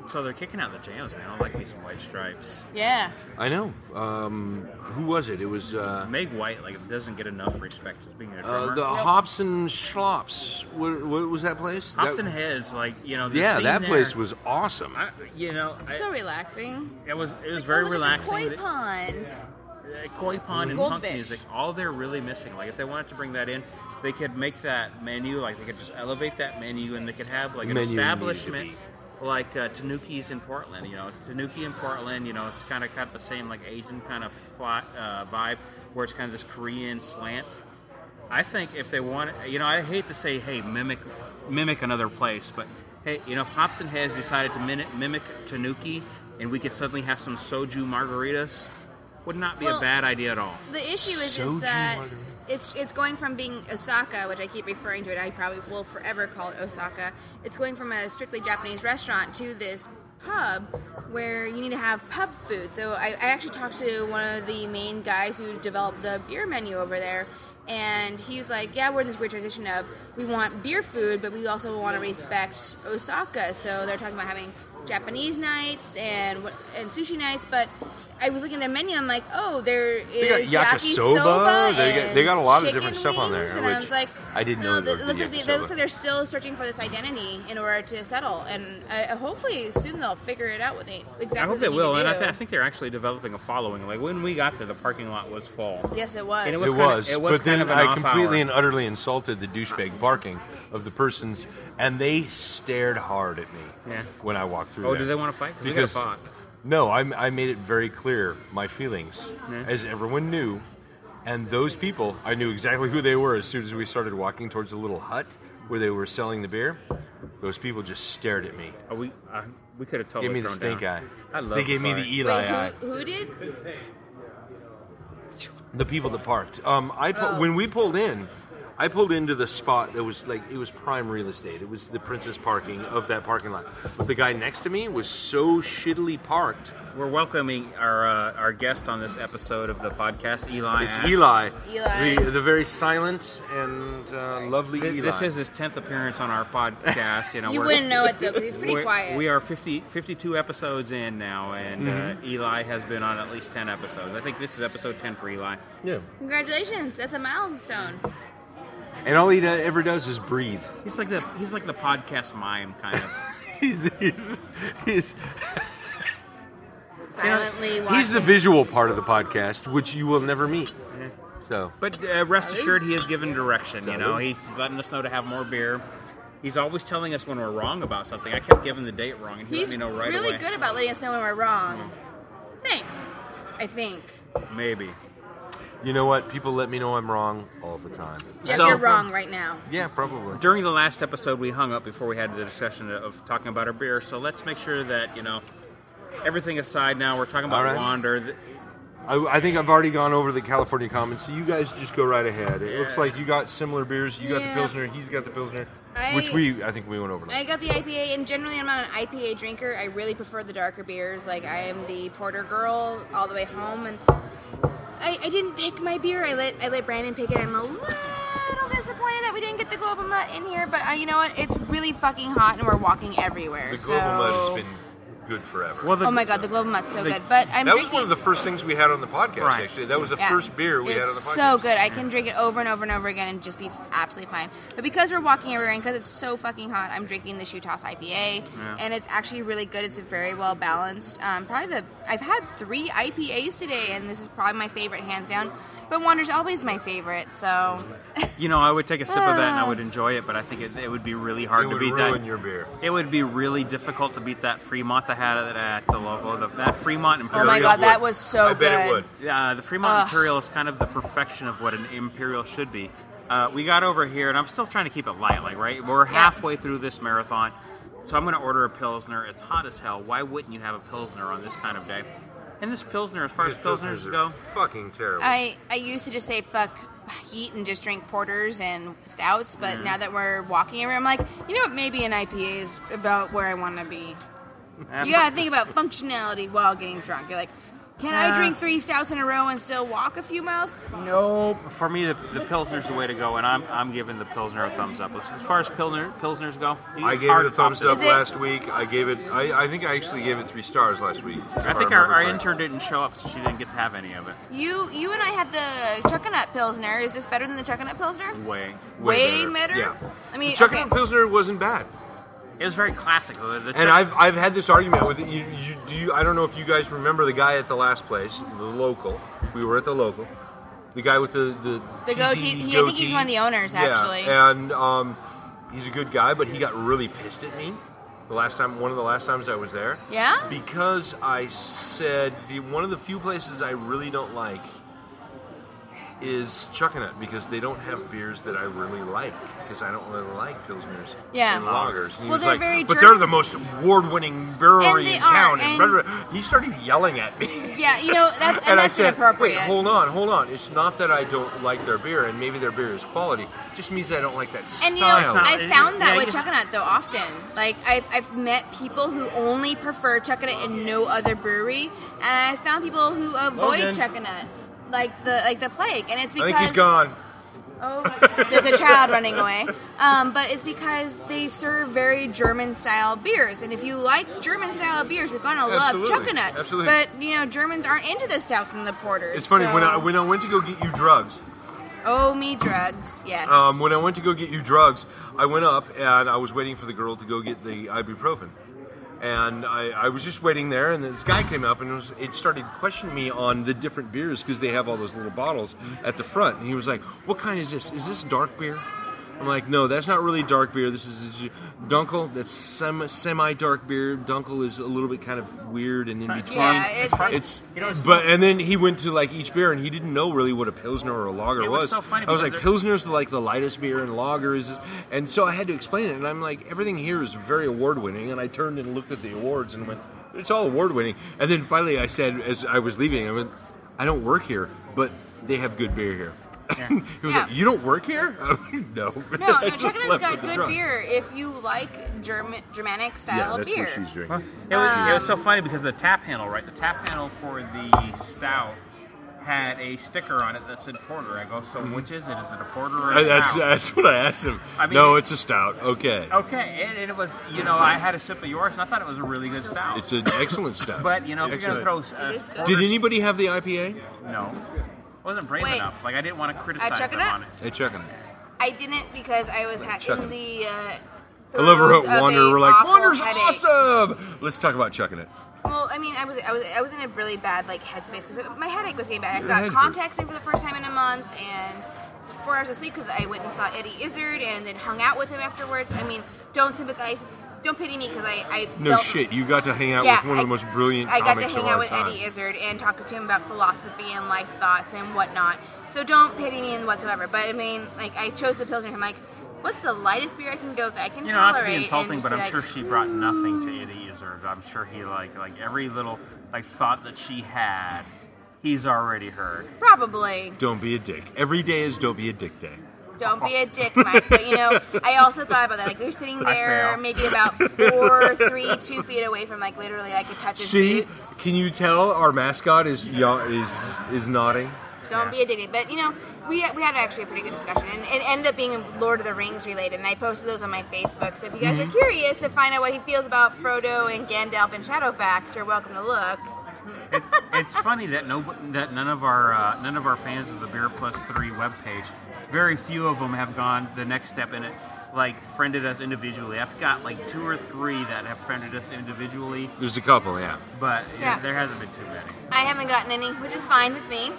S8: So they're kicking out the jams, man. I like me some white stripes.
S4: yeah.
S1: I know. Um, who was it? It was uh,
S8: Meg White. Like doesn't get enough respect as being a drummer.
S1: uh, the Hobson Schlops. What, what was that place? That-
S8: Hobson Heads, like you know. the
S1: yeah,
S8: scene
S1: that
S8: there,
S1: place was awesome.
S8: I, you know, I,
S4: so relaxing. Oh,
S8: it was it was very
S4: Look
S8: relaxing.
S4: At the
S8: The-
S4: koi pond.
S8: uh, koi pond and
S4: Goldfish.
S8: punk music all they're really missing like if they wanted to bring that in they could make that menu like they could just elevate that menu and they could have like an
S1: Menu needed to
S8: establishment like uh, Tanuki's in Portland, you know, Tanuki in Portland, you know, it's kind of got the same like Asian kind of fly, uh, vibe where it's kind of this Korean slant. I think if they want, you know, I hate to say, hey, mimic, mimic another place, but hey, you know, if Hobson has decided to mimic, mimic Tanuki, and we could suddenly have some soju margaritas, would not be
S4: Well,
S8: a bad idea at all.
S4: The issue is,
S8: Soju
S4: is that it's it's going from being Osaka, which I keep referring to it. I probably will forever call it Osaka. It's going from a strictly Japanese restaurant to this pub where you need to have pub food. So I, I actually talked to one of the main guys who developed the beer menu over there, and he's like, "Yeah, we're in this weird transition of we want beer food, but we also want to respect Osaka." So they're talking about having Japanese nights and what- and sushi nights, but. I was looking at their menu. I'm like, oh, there is
S2: They got
S4: yakisoba
S2: yakisoba. They got,
S4: and
S2: they got a lot of
S4: chicken
S2: different stuff on there.
S4: and I
S2: which
S4: was like,
S2: I didn't
S4: no,
S2: know there
S4: it looks,
S2: was
S4: like they, that looks
S2: yakisoba.
S4: like they're still searching for this identity in order to settle, and uh, hopefully soon they'll figure it out what they exactly.
S8: I hope they
S4: need
S8: will,
S4: to
S8: and I,
S4: do.
S8: th- I think they're actually developing a following. Like when we got there, the parking lot was full.
S4: Yes, it was.
S8: And
S4: It
S1: It
S8: kinda-
S1: was,
S8: it was
S1: but
S8: kind
S1: then
S8: of an
S1: I
S8: off
S1: completely
S8: hour.
S1: and utterly insulted the douchebag barking of the persons, and they stared hard at me
S8: Yeah.
S1: when I walked through.
S8: Oh,
S1: there.
S8: do they wanna fight? 'Cause we
S1: Because
S8: gotta fight.
S1: no, I, I made it very clear my feelings,
S8: Yeah.
S1: as everyone knew, and those people I knew exactly who they were as soon as we started walking towards the little hut where they were selling the beer. Those people just stared at me.
S8: Oh, we uh, we could have
S1: gave
S8: totally
S1: me the
S8: thrown
S1: stink
S8: down.
S1: eye.
S8: I love
S1: they gave me
S8: fight.
S1: the e- Eli eye.
S4: Who, who did?
S1: The people that parked. Um, I pu-
S4: Oh.
S1: when we pulled in, I pulled into the spot that was like it was prime real estate. It was the princess parking of that parking lot. But the guy next to me was so shittily parked.
S8: We're welcoming our uh, our guest on this episode of the podcast, Eli.
S1: It's
S8: Ash.
S1: Eli, the, the very silent and uh, lovely
S8: Th-
S1: Eli.
S8: This is his tenth appearance on our podcast. You know,
S4: You
S8: we're-
S4: wouldn't know it though, 'cause he's pretty
S8: we're-
S4: quiet.
S8: We are 50, 52 episodes in now, and uh,
S1: Mhm.
S8: Eli has been on at least ten episodes. I think this is episode ten for Eli.
S1: Yeah,
S4: Congratulations, that's a milestone.
S1: and all he do- ever does is breathe.
S8: he's like the he's like the podcast mime kind of.
S1: he's, he's, he's
S4: Silently watching.
S1: he's the visual part of the podcast, which you will never meet.
S8: Yeah.
S1: So
S8: But uh, rest assured, he has given direction. You know,
S1: Salud.
S8: he's letting us know to have more beer. He's always telling us when we're wrong about something. I kept giving the date wrong, and he
S4: He's
S8: let me know right
S4: really
S8: away. Mm.
S4: good about letting us know when we're wrong. Thanks. I think.
S8: Maybe.
S1: You know what? People let me know I'm wrong all the time.
S4: Jeff,
S8: So- um,
S4: you're wrong right now.
S1: Yeah, probably.
S8: During the last episode, we hung up before we had the discussion of talking about our beer. So let's make sure that you know everything aside. Now we're talking about
S1: All right.
S8: Wander. Th-
S1: I, I think I've already gone over the California comments, so you guys just go right ahead. It looks
S8: Yeah.
S1: like you got similar beers. You got
S4: Yeah.
S1: the Pilsner, he's got the Pilsner,
S4: I-
S1: which we, I think we went over.
S4: I got the IPA, and generally I'm not an IPA drinker. I really prefer the darker beers. Like I am the porter girl all the way home, and I, I didn't pick my beer. I let I let Brandon pick it. I'm a little disappointed that we didn't get the global nut in here, but uh, you know what? It's really fucking hot, and we're walking everywhere.
S1: The
S4: so...
S1: Global Mud has been good forever.
S4: oh my god, the global nut's so
S1: The-
S4: good. But I'm
S1: that was
S4: drinking.
S1: one of the first things we had on the podcast,
S8: Right.
S1: actually. That was the
S4: Yeah.
S1: first beer we had on the
S4: It's
S1: podcast.
S4: so good. I can drink it over and over and over again and just be absolutely fine. But because we're walking everywhere and because it's so fucking hot, I'm drinking the Shoe Toss IPA,
S24: Yeah.
S4: and it's actually really good. It's very well balanced. Um, probably the I've had three IPAs today, and this is probably my favorite, hands down. But Wander's always my favorite, so
S8: You know, I would take a sip of that
S4: Ah.
S8: and I would enjoy it, but I think it, it would be really hard
S1: It
S8: to
S1: would
S8: beat
S1: ruin
S8: that.
S1: your beer.
S8: It would be really difficult to beat that Fremont I had at, at the local. The, that Fremont Imperial.
S4: Oh my God, that was so I bet it good. would.
S8: Yeah, the Fremont
S4: Ugh.
S8: Imperial is kind of the perfection of what an Imperial should be. Uh, we got over here, and I'm still trying to keep it light. Like, right, we're halfway through this marathon, so I'm going to order a pilsner. It's hot as hell. Why wouldn't you have a pilsner on this kind of day? And this pilsner, as far as
S1: These
S8: pilsners
S1: are
S8: go,
S1: fucking terrible.
S4: I I used to just say fuck heat and just drink porters and stouts. But
S8: Mhm.
S4: now that we're walking everywhere, I'm like, you know what? Maybe an IPA is about where I want to be.
S8: Yeah,
S4: You gotta think about functionality while getting drunk. You're like, can I
S8: Yeah.
S4: drink three stouts in a row and still walk a few miles?
S8: Nope. For me, the, the Pilsner's the way to go, and I'm, I'm giving the Pilsner a thumbs up. As far as Pilsner, Pilsners go, you
S1: I
S8: just
S1: gave it
S8: hard
S1: a thumbs
S8: pop
S1: up
S8: this.
S1: last week. I gave it. I, I think I actually gave it three stars last week. if
S8: I think
S1: remember
S8: our, our
S1: correctly.
S8: intern didn't show up, so she didn't get to have any of it.
S4: You you and I had the Chuckanut Pilsner. Is this better than the Chuckanut Pilsner?
S8: Way.
S4: Way Way better. better?
S1: Yeah.
S4: I mean,
S1: the Chuck
S4: okay.
S1: and Pilsner wasn't bad.
S8: It was very classic. The, the
S1: And
S8: Czech-
S1: I've, I've had this argument with you, you. Do you? I don't know if you guys remember the guy at the last place, the local. We were at the local. The guy with the the,
S4: The
S1: cheesy
S4: goatee. He, I think he's
S1: goatee.
S4: one of the owners, actually.
S1: Yeah, and um, he's a good guy, but he got really pissed at me the last time. One of the last times I was there.
S4: Yeah?
S1: Because I said the one of the few places I really don't like is Chuckanut because they don't have beers that I really like because I don't really like pilsners
S4: Yeah.
S1: and lagers. And he
S4: Well,
S1: was
S4: they're
S1: like,
S4: very
S1: but
S4: German-
S1: they're the most award-winning brewery
S4: And they
S1: in town.
S4: are,
S1: and
S4: and-
S1: blah, blah, blah. he started yelling at me.
S4: Yeah, you know, that's, and,
S1: I
S4: that's
S1: said,
S4: inappropriate.
S1: "Wait, hold on, hold on. It's not that I don't like their beer, and maybe their beer is quality. It just means I don't like that style."
S4: And you know, I found that with Chuckanut though often. Like I've, I've met people who only prefer Chuckanut and no other brewery, and I found people who avoid
S1: Logan.
S4: Chuckanut, like the like the plague, and it's
S1: I
S4: because
S1: think he's gone.
S4: Oh my God. There's a child running away. Um, but it's because they serve very German style beers. And if you like German style beers, you're going to love
S1: Absolutely.
S4: Chuckanut.
S1: Absolutely.
S4: But, you know, Germans aren't into the stouts and the porters.
S1: It's funny
S4: so-
S1: when I when I went to go get you drugs.
S4: Oh, me drugs. Yes.
S1: Um, when I went to go get you drugs, I went up and I was waiting for the girl to go get the ibuprofen. And I, I was just waiting there, and this guy came up and it, was, it started questioning me on the different beers because they have all those little bottles at the front. And he was like, What kind is this? Is this dark beer? I'm like, No, that's not really dark beer. This is a Dunkel. That's semi dark beer. Dunkel is a little bit kind of weird and in between.
S4: Yeah, it's- it's-
S1: It's- but and then he went to like each beer and he didn't know really what a pilsner or a lager
S8: It
S1: was.
S8: was so funny
S1: I was like,
S8: because
S1: pilsner's like the lightest beer and lager is, and so I had to explain it. And I'm like, everything here is very award winning. And I turned and looked at the awards and went, it's all award winning. And then finally, I said as I was leaving, I went, I don't work here, but they have good beer here. he was like, you don't work here? I'm like, no.
S4: No, no, Chuckanut's got good beer if you like German Germanic style beer.
S8: It was, it was so
S4: Um,
S8: funny because the tap handle, right? The tap handle for the stout had a sticker on it that said porter. I go, so which is it? Is it a porter or a stout?
S25: That's
S1: that's what Mm-hmm. I asked him.
S8: I mean-
S1: no, it's a stout. Okay,
S8: Okay, and, and it was, you know, I had a sip of yours and I thought it was a really good stout.
S1: it's an excellent stout.
S8: But, you know, if you're going
S1: Excellent.
S8: to throw. Uh,
S1: Did
S8: porters-
S1: anybody have the IPA?
S8: No. I wasn't brave
S4: Wait.
S8: enough. Like, I didn't want to criticize
S4: check it
S8: them
S4: out.
S8: on it.
S1: Hey, checking it.
S4: I didn't because I was ha-
S1: Chuckanut.
S4: in the. Uh,
S1: I love her
S4: throes
S1: at
S4: of
S1: Wander.
S4: a
S1: We're like,
S4: awful
S1: Wander's
S4: headache.
S1: awesome. Let's talk about chucking it.
S4: Well, I mean, I was I was I was in a really bad like headspace because my headache was getting bad. I
S1: Your
S4: got
S1: head
S4: contacts in for the first time in a month and four hours of sleep because I went and saw Eddie Izzard and then hung out with him afterwards. I mean, don't sympathize, don't pity me because I I
S1: No
S4: felt-
S1: shit, you got to hang out
S4: Yeah,
S1: with one of the most brilliant
S4: I got to
S1: comics
S4: hang
S1: of
S4: out
S1: our
S4: with
S1: time.
S4: Eddie Izzard and talk to him about philosophy and life thoughts and whatnot. So don't pity me in whatsoever. But I mean, like I chose the pilsner. I'm like, what's the lightest beer I can go that I can
S8: You know,
S4: tolerate?
S8: not to be
S4: and
S8: insulting,
S4: just
S8: but
S4: be
S8: I'm
S4: like,
S8: sure she brought nothing to Eddie Izzard. I'm sure he like like every little like thought that she had, he's already heard.
S4: Probably.
S1: Don't be a dick. Every day is don't be a dick day.
S4: Don't be a dick, Mike. But you know, I also thought about that. Like we were sitting
S1: I
S4: there,
S1: fail.
S4: maybe about four, three, two feet away from like literally, I could touch his
S1: See,
S4: boots.
S1: can you tell our mascot is ya- is is nodding?
S4: Don't be a dick. But you know, we had, we had actually a pretty good discussion, and it ended up being Lord of the Rings related. And I posted those on my Facebook. So if you guys
S1: Mhm.
S4: are curious to find out what he feels about Frodo and Gandalf and Shadowfax, you're welcome to look.
S8: it's funny that no that none of our uh, none of our fans of the Beer Plus Three webpage, very few of them have gone the next step in it. Like friended us individually. I've got like two or three that have friended us individually,
S1: There's a couple, yeah.
S8: but you know,
S4: Yeah.
S8: there hasn't been too many.
S4: I haven't gotten any, which is fine with me.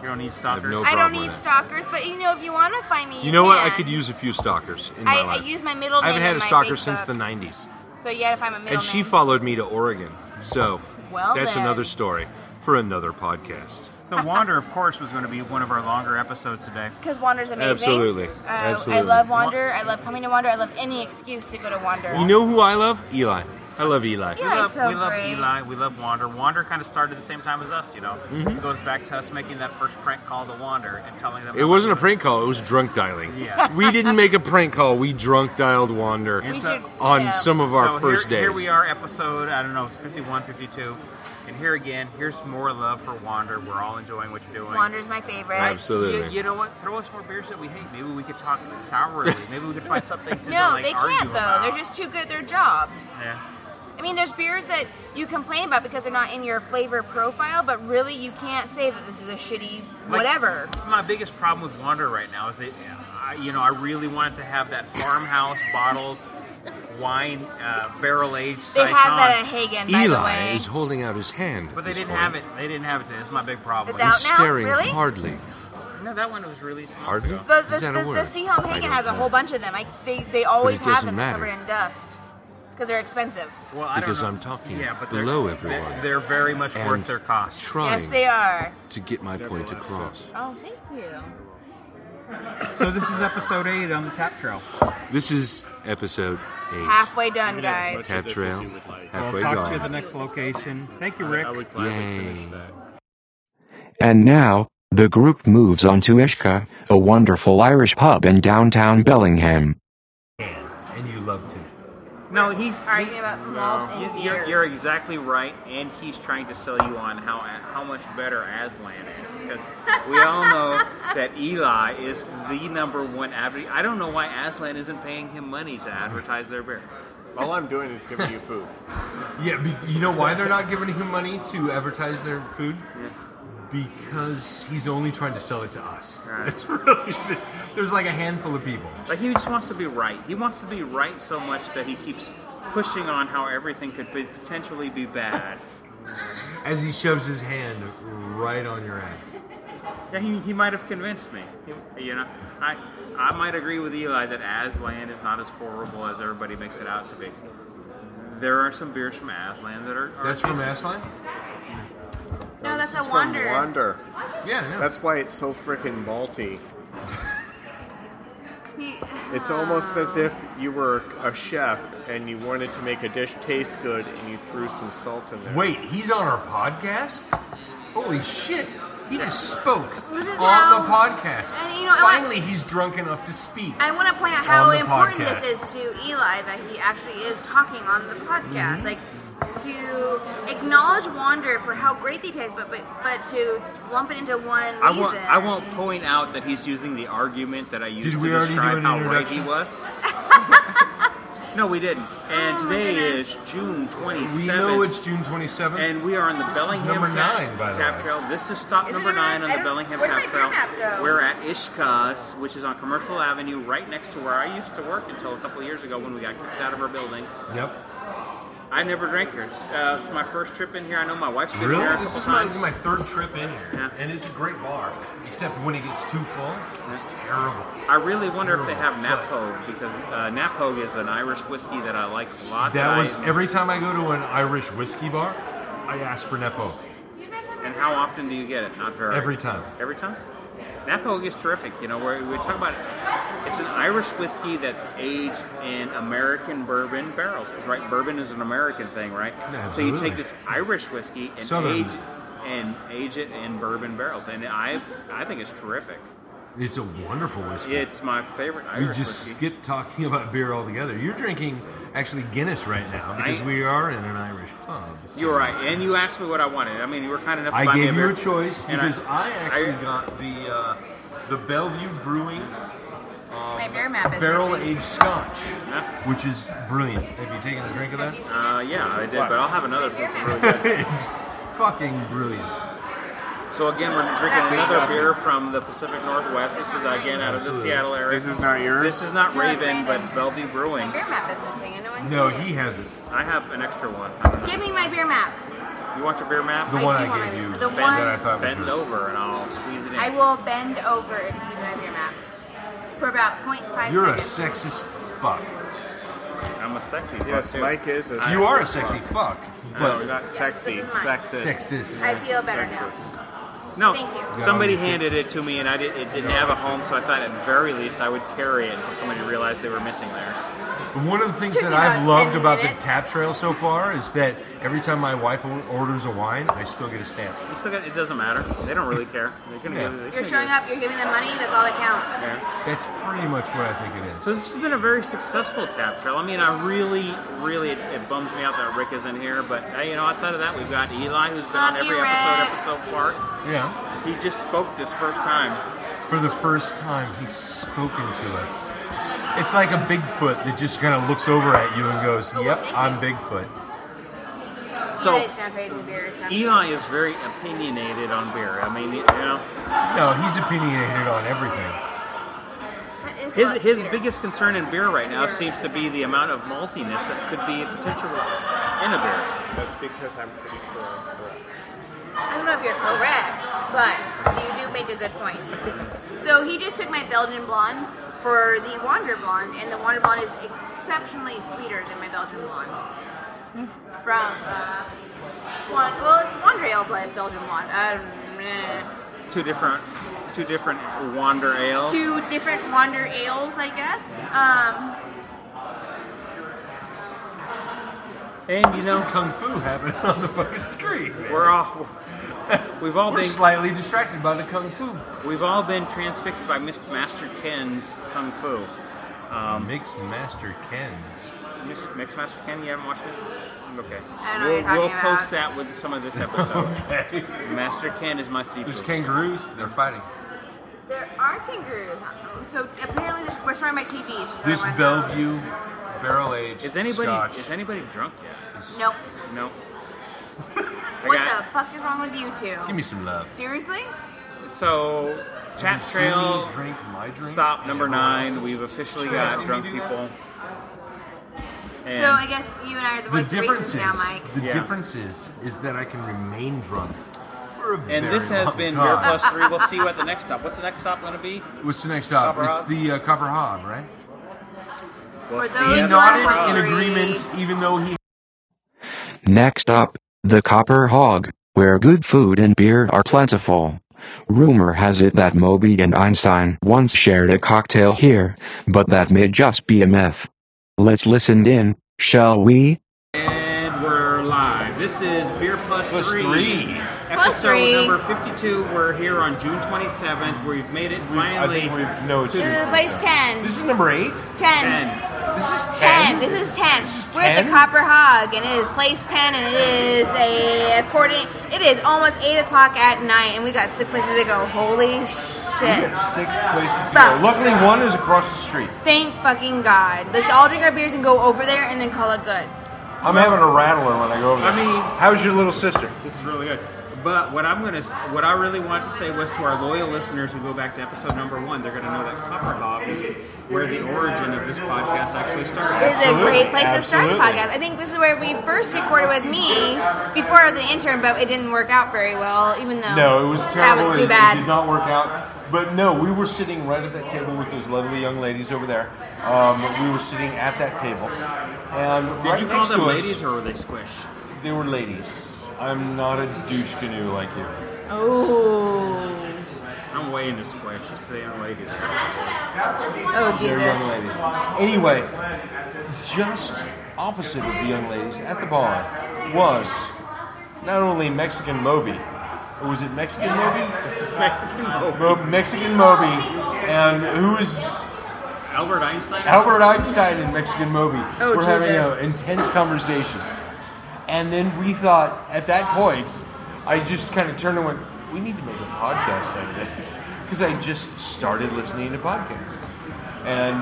S8: You don't need stalkers.
S1: no
S4: I don't
S1: problem
S4: need
S1: with
S4: stalkers, but you know, if you want to find me, you,
S1: You know what? I
S4: can.
S1: could use a few stalkers in
S4: I,
S1: my
S4: I
S1: life.
S4: use my middle
S1: I
S4: name.
S1: haven't had
S4: on
S1: a
S4: my
S1: stalker
S4: Facebook,
S1: since the '90s,
S4: So you gotta find my middle
S1: and she
S4: name.
S1: followed me to Oregon. So
S4: Well,
S1: that's
S4: then.
S1: another story for another podcast.
S8: So Wander, of course, was going to be one of our longer episodes today.
S4: Because Wander's amazing.
S1: Absolutely.
S4: Uh, I
S1: Absolutely.
S4: love Wander. I love coming to Wander. I love any excuse to go to Wander.
S1: You know who I love? Eli. I love Eli.
S8: We
S4: Eli's
S8: love,
S4: so
S8: we love
S4: great.
S8: Eli. We love Wander. Wander kind of started the same time as us, you know.
S1: Mhm.
S8: It goes back to us making that first prank call to Wander and telling them.
S1: It wasn't a prank call. It was drunk dialing.
S8: Yeah.
S1: we didn't make a prank call. We drunk dialed Wander
S8: And so-
S1: on some of our
S8: so
S1: first
S8: here, Here
S1: days.
S8: we are, episode I don't know, it's 51, 52, and here again. Here's more love for Wander. We're all enjoying what you're doing.
S4: Wander's my favorite.
S8: Like,
S1: Absolutely.
S8: You, you know what? Throw us more beers that we hate. Maybe we could talk sourly. Maybe we could find something to
S4: No,
S8: like,
S4: they
S8: argue
S4: can't though.
S8: About.
S4: They're just too good at their job.
S8: Yeah.
S4: I mean, there's beers that you complain about because they're not in your flavor profile, but really you can't say that this is a shitty
S8: Like,
S4: whatever.
S8: My biggest problem with Wander right now is that, I, you know, I really wanted to have that farmhouse bottled wine uh, barrel aged.
S4: They have that at Hagen, by the
S1: Eli
S4: way.
S1: is holding out his hand.
S8: But they didn't have it. They didn't have it. Today. That's my big problem.
S4: It's out
S1: He's
S4: now?
S1: staring
S4: Really?
S1: hardly.
S8: No, that one was released.
S1: Hardly?
S4: The, the,
S1: is that
S4: the,
S1: a word?
S4: the Seahome
S1: I
S4: Hagen
S1: don't
S4: has a
S1: know.
S4: whole bunch of them. I, they, they always
S1: it
S4: have
S1: doesn't
S4: them
S1: matter.
S4: covered in dust. because they're expensive.
S8: Well, I
S1: Because
S8: don't
S1: I'm
S8: know.
S1: talking
S8: yeah, but they're-
S1: below
S8: they-
S1: everyone.
S8: They're very much
S1: And
S8: worth their cost.
S1: Trying
S4: Yes, they are.
S1: to get my point across.
S4: Oh, thank you.
S8: So this is episode eight on the Tap Trail.
S1: This is episode eight.
S4: Halfway done, guys.
S1: Tap trail. Halfway
S8: we'll talk to you
S1: gone.
S8: at the next location. Thank you, Rick.
S1: Yay.
S7: And now, the group moves on to Ishka, a wonderful Irish pub in downtown Bellingham.
S1: And you love to.
S8: No, he's
S4: arguing about malt and
S8: you, are
S4: beer.
S8: you're exactly right, and he's trying to sell you on how how much better Aslan is because we all know that Eli is the number one adver- I don't know why Aslan isn't paying him money to advertise their beer.
S5: All I'm doing is giving you food.
S1: Yeah, be- you know why they're not giving him money to advertise their food? Because he's only trying to sell it to us. It's really there's like a handful of people.
S8: Like he just wants to be right. He wants to be right so much that he keeps pushing on how everything could be, potentially be bad.
S1: As he shoves his hand right on your ass.
S8: Yeah, he, he might have convinced me. He- you know, I I might agree with Eli that Aslan is not as horrible as everybody makes it out to be. There are some beers from Aslan that are. are
S1: That's from
S8: decent.
S1: Aslan?
S4: No, that's
S5: This
S4: a
S5: is from
S4: wonder.
S5: Wander.
S1: Yeah, I know.
S5: That's why it's so freaking malty.
S4: He-
S5: It's almost
S4: Oh.
S5: as if you were a chef and you wanted to make a dish taste good and you threw some salt in there.
S1: Wait, he's on our podcast? Holy shit! He just spoke on
S4: This
S1: the
S4: is how-
S1: podcast.
S4: And, you know, I want-
S1: Finally, he's drunk enough to speak.
S4: I want to point out
S1: On
S4: how
S1: the
S4: important
S1: podcast.
S4: this is to Eli that he actually is talking on the podcast.
S1: Mhm.
S4: Like to acknowledge Wander for how great they taste, but but, but to lump it into one reason.
S8: I won't. I won't point out that he's using the argument that I used
S1: Did
S8: to
S1: we already do
S8: describe
S1: an
S8: how right he
S1: introduction?
S8: was. no, we didn't. And today is June 27th.
S1: We know it's June 27th.
S8: And we are on the Bellingham
S1: number
S8: Tap,
S1: nine, by the
S8: Tap
S1: way.
S8: Trail. This is stop number nine on the Bellingham
S4: where did
S8: Tap
S4: my
S8: Trail.
S4: beer map go?
S8: We're at Ishka's, which is on Commercial Avenue, right next to where I used to work until a couple of years ago when we got kicked out of our building.
S1: Yep.
S8: I never drank here. Uh, it's my first trip in here. I know my wife's been
S1: Really?
S8: here a
S1: This
S8: couple
S1: is my,
S8: times.
S1: my third trip in here, and it's a great bar. Except when it gets too full, it's terrible.
S8: I really wonder if they have
S1: Terrible.
S8: Naphog because uh, Naphog is an Irish whiskey that I like a lot.
S1: That
S8: I-
S1: was every time I go to an Irish whiskey bar, I ask for Nepo.
S8: And how often do you get it? Not very.
S1: Every time.
S8: Every time. Naphog is terrific. You know, we're, we talk about it. It's an Irish whiskey that's aged in American bourbon barrels. Right, bourbon is an American thing, right?
S1: Yeah,
S8: so you
S1: absolutely.
S8: take this Irish whiskey and
S1: Southern.
S8: age and age it in bourbon barrels, and I I think it's terrific.
S1: It's a wonderful whiskey.
S8: It's my favorite
S1: we
S8: Irish
S1: just
S8: whiskey.
S1: skipped talking about beer altogether. You're drinking actually Guinness right now because
S8: I-
S1: we are in an Irish pub.
S8: You're right, and you asked me what I wanted. I mean, you were kind enough. To
S1: I
S8: buy me
S1: gave you
S8: beer.
S1: a choice
S8: And
S1: because I, actually got the uh, the Bellevue Brewing um,
S4: My beer map is
S1: barrel
S4: missing.
S1: aged scotch,
S8: Huh?
S1: which is brilliant. Have you taken a drink of that?
S8: Uh, yeah, I did,
S1: What?
S8: but I'll have another
S4: Beer
S8: piece of really good.
S1: it's fucking brilliant.
S8: So again, we're drinking another beer from the Pacific Northwest. This is again out of the
S1: Absolutely.
S8: Seattle area.
S5: This is not yours?
S8: This is not
S4: No, it's
S8: Raven, but
S4: Raven's.
S8: Bellevue Brewing.
S4: My beer map is missing, and no one's seen it.
S1: has it.
S8: I have an extra one. I don't know.
S4: Give me my beer map.
S8: You want your beer map?
S4: The I one do I want gave my- you, the
S8: bend,
S4: one- that I thought was
S8: bend over, and I'll squeeze it in.
S4: I will bend over if you give me my beer map for about 0.5
S1: You're a
S4: seconds.
S1: sexist fuck.
S8: I'm a sexy fuck.
S5: Yes,
S8: too.
S5: Mike is a
S1: You are a
S5: sexist
S1: sexy
S5: fuck.
S1: fuck,
S5: No,
S1: but
S5: not sexy,
S4: this is mine.
S5: sexist.
S1: Sexist.
S4: I feel better now.
S8: No,
S4: Thank you.
S8: somebody
S1: Yeah, I mean,
S8: handed it to me, and I did, it didn't have a home, so I thought at very least I would carry it until somebody realized they were missing theirs.
S1: one of the things
S8: Took
S1: that
S8: me
S1: I've
S8: about
S1: loved
S8: 10
S1: about the
S8: minutes.
S1: tap trail so far is that every time my wife o- orders a wine, I still get a stamp.
S8: You still got, it doesn't matter. They don't really care. They're gonna
S1: Yeah.
S8: give it.
S4: You're showing up. You're giving them money. That's all that counts.
S1: That's pretty much what I think it is.
S8: So this has been a very successful tap trail. I mean, I really, really, it, it bums me out that Rick isn't here. But uh, you know, outside of that, we've got Eli, who's been on
S4: Love you,
S8: every
S4: Rick.
S8: episode up so far.
S1: Yeah.
S8: He just spoke this first time.
S1: For the first time, he's spoken to us. It's like a Bigfoot that just kind of looks over at you and goes, "Yep, I'm Bigfoot."
S8: So-
S4: You guys now trading beers. now.
S8: Eli is very opinionated on beer. I mean, you know,
S1: No, he's opinionated on everything.
S8: his his biggest concern in beer right now seems to be the amount of maltiness that could be potential in a beer.
S5: That's because I'm pretty sure I'm correct.
S4: I don't know if you're correct, but you do make a good point. So he just took my Belgian blonde for the Wander blonde, and the Wander blonde is exceptionally sweeter than my Belgian blonde. From uh, one, well, it's one ale, but Belgian blonde. Um, eh.
S8: Two different, two different wander ales.
S4: Two different Wander ales, I guess. Um,
S8: and you know,
S1: kung fu happening on the fucking screen.
S8: We're all, we've all
S1: We're
S8: been
S1: slightly distracted by the kung fu.
S8: We've all been transfixed by Mr. Master Ken's kung fu. Um,
S1: Mixed Master Ken's.
S8: Mix, Mix Master Ken, you haven't watched this? Okay.
S1: I know what
S8: we'll
S1: you're talking
S8: we'll post
S1: about.
S8: that with some of this episode.
S1: Okay.
S8: Master Ken is my seafood.
S1: There's kangaroos. They're fighting.
S4: there are kangaroos. So apparently, this, we're showing my TV. She's showing
S1: This
S4: my mom.
S1: Bellevue barrel aged
S8: Is anybody
S1: Scotch.
S8: is anybody drunk yet?
S4: Nope.
S8: No.
S4: What the fuck is wrong with you two?
S8: Give me some love.
S4: Seriously?
S8: So, Chat
S1: Can you
S8: Trail
S1: drink my drink?
S8: stop number nine. We've officially
S4: Sure,
S8: got
S4: I've
S8: drunk
S4: seen you do
S8: people. And
S4: so I guess you and I are the
S1: The
S4: voice of
S1: difference
S4: races
S1: is,
S4: now, Mike.
S1: the difference is, is that I can remain drunk. For a
S8: and
S1: very
S8: this has
S1: long
S8: been
S1: time.
S8: Beer
S4: Uh,
S8: Plus Three. We'll see you at the next stop. What's the next stop going to be?
S1: What's the next stop?
S8: Copper
S1: it's
S8: Hob?
S1: the uh, Copper Hob, right?
S8: We'll
S4: For
S8: see
S4: those
S8: you
S1: He
S8: at
S1: nodded
S8: Copper
S1: in
S8: Hob.
S1: agreement, even though he
S7: Next up, the Copper Hog, where good food and beer are plentiful. Rumor has it that Moby and Einstein once shared a cocktail here, but that may just be a myth. Let's listen in, shall we?
S8: And we're live. This is Beer Plus, Plus Three.
S1: Three.
S4: Plus
S8: Episode
S4: Three.
S8: number 52. We're here on June 27th. We've made it finally.
S1: think we've- no, it's
S8: to-
S4: To the place ten.
S1: This is number eight.
S4: Ten.
S1: This is
S4: ten. This is ten. We're at the
S1: 10?
S4: Copper Hog, and it is place ten, and it is a according. It is almost eight o'clock at night, and we got six places to go. Holy
S1: We
S4: shit!
S1: got six places to
S4: Fuck.
S1: go. Luckily, one is across the street.
S4: Thank fucking God. Let's all drink our beers and go over there, and then call it good.
S1: I'm having a rattler when I go over there.
S8: I mean-
S1: how's your little sister?
S8: This is really good. But what I'm gonna, what I really want to say was to our loyal listeners who go back to episode number one, they're gonna know that Copper Hog, where the origin of this podcast actually started.
S4: This is a great place to start the podcast. I think this is where we first recorded with me before I was an intern, but it didn't work out very well. Even though
S1: No, it was terrible.
S4: That was
S1: It-
S4: too
S1: It did
S4: bad.
S1: not work out. But no, we were sitting right at that table with those lovely young ladies over there. Um, we were sitting at that table, and
S8: Did
S1: right
S8: you call
S1: next
S8: them
S1: to us,
S8: ladies or were they squish?
S1: They were ladies. I'm not a douche canoe like you.
S4: Oh.
S8: I'm way into squish. Just the young ladies.
S4: Oh
S1: They're
S4: Jesus.
S1: young ladies. Anyway, just opposite of the young ladies at the bar was not only Mexican Moby, or was it Mexican Moby?
S8: Mexican Moby.
S1: Mo- Mexican Moby, and who is
S8: Albert Einstein.
S1: Albert Einstein and Mexican Moby
S8: Oh,
S1: were having
S8: Jesus.
S1: an intense conversation. And then we thought, at that point, I just kind of turned and went, we need to make a podcast out of this. Because I just started listening to podcasts. And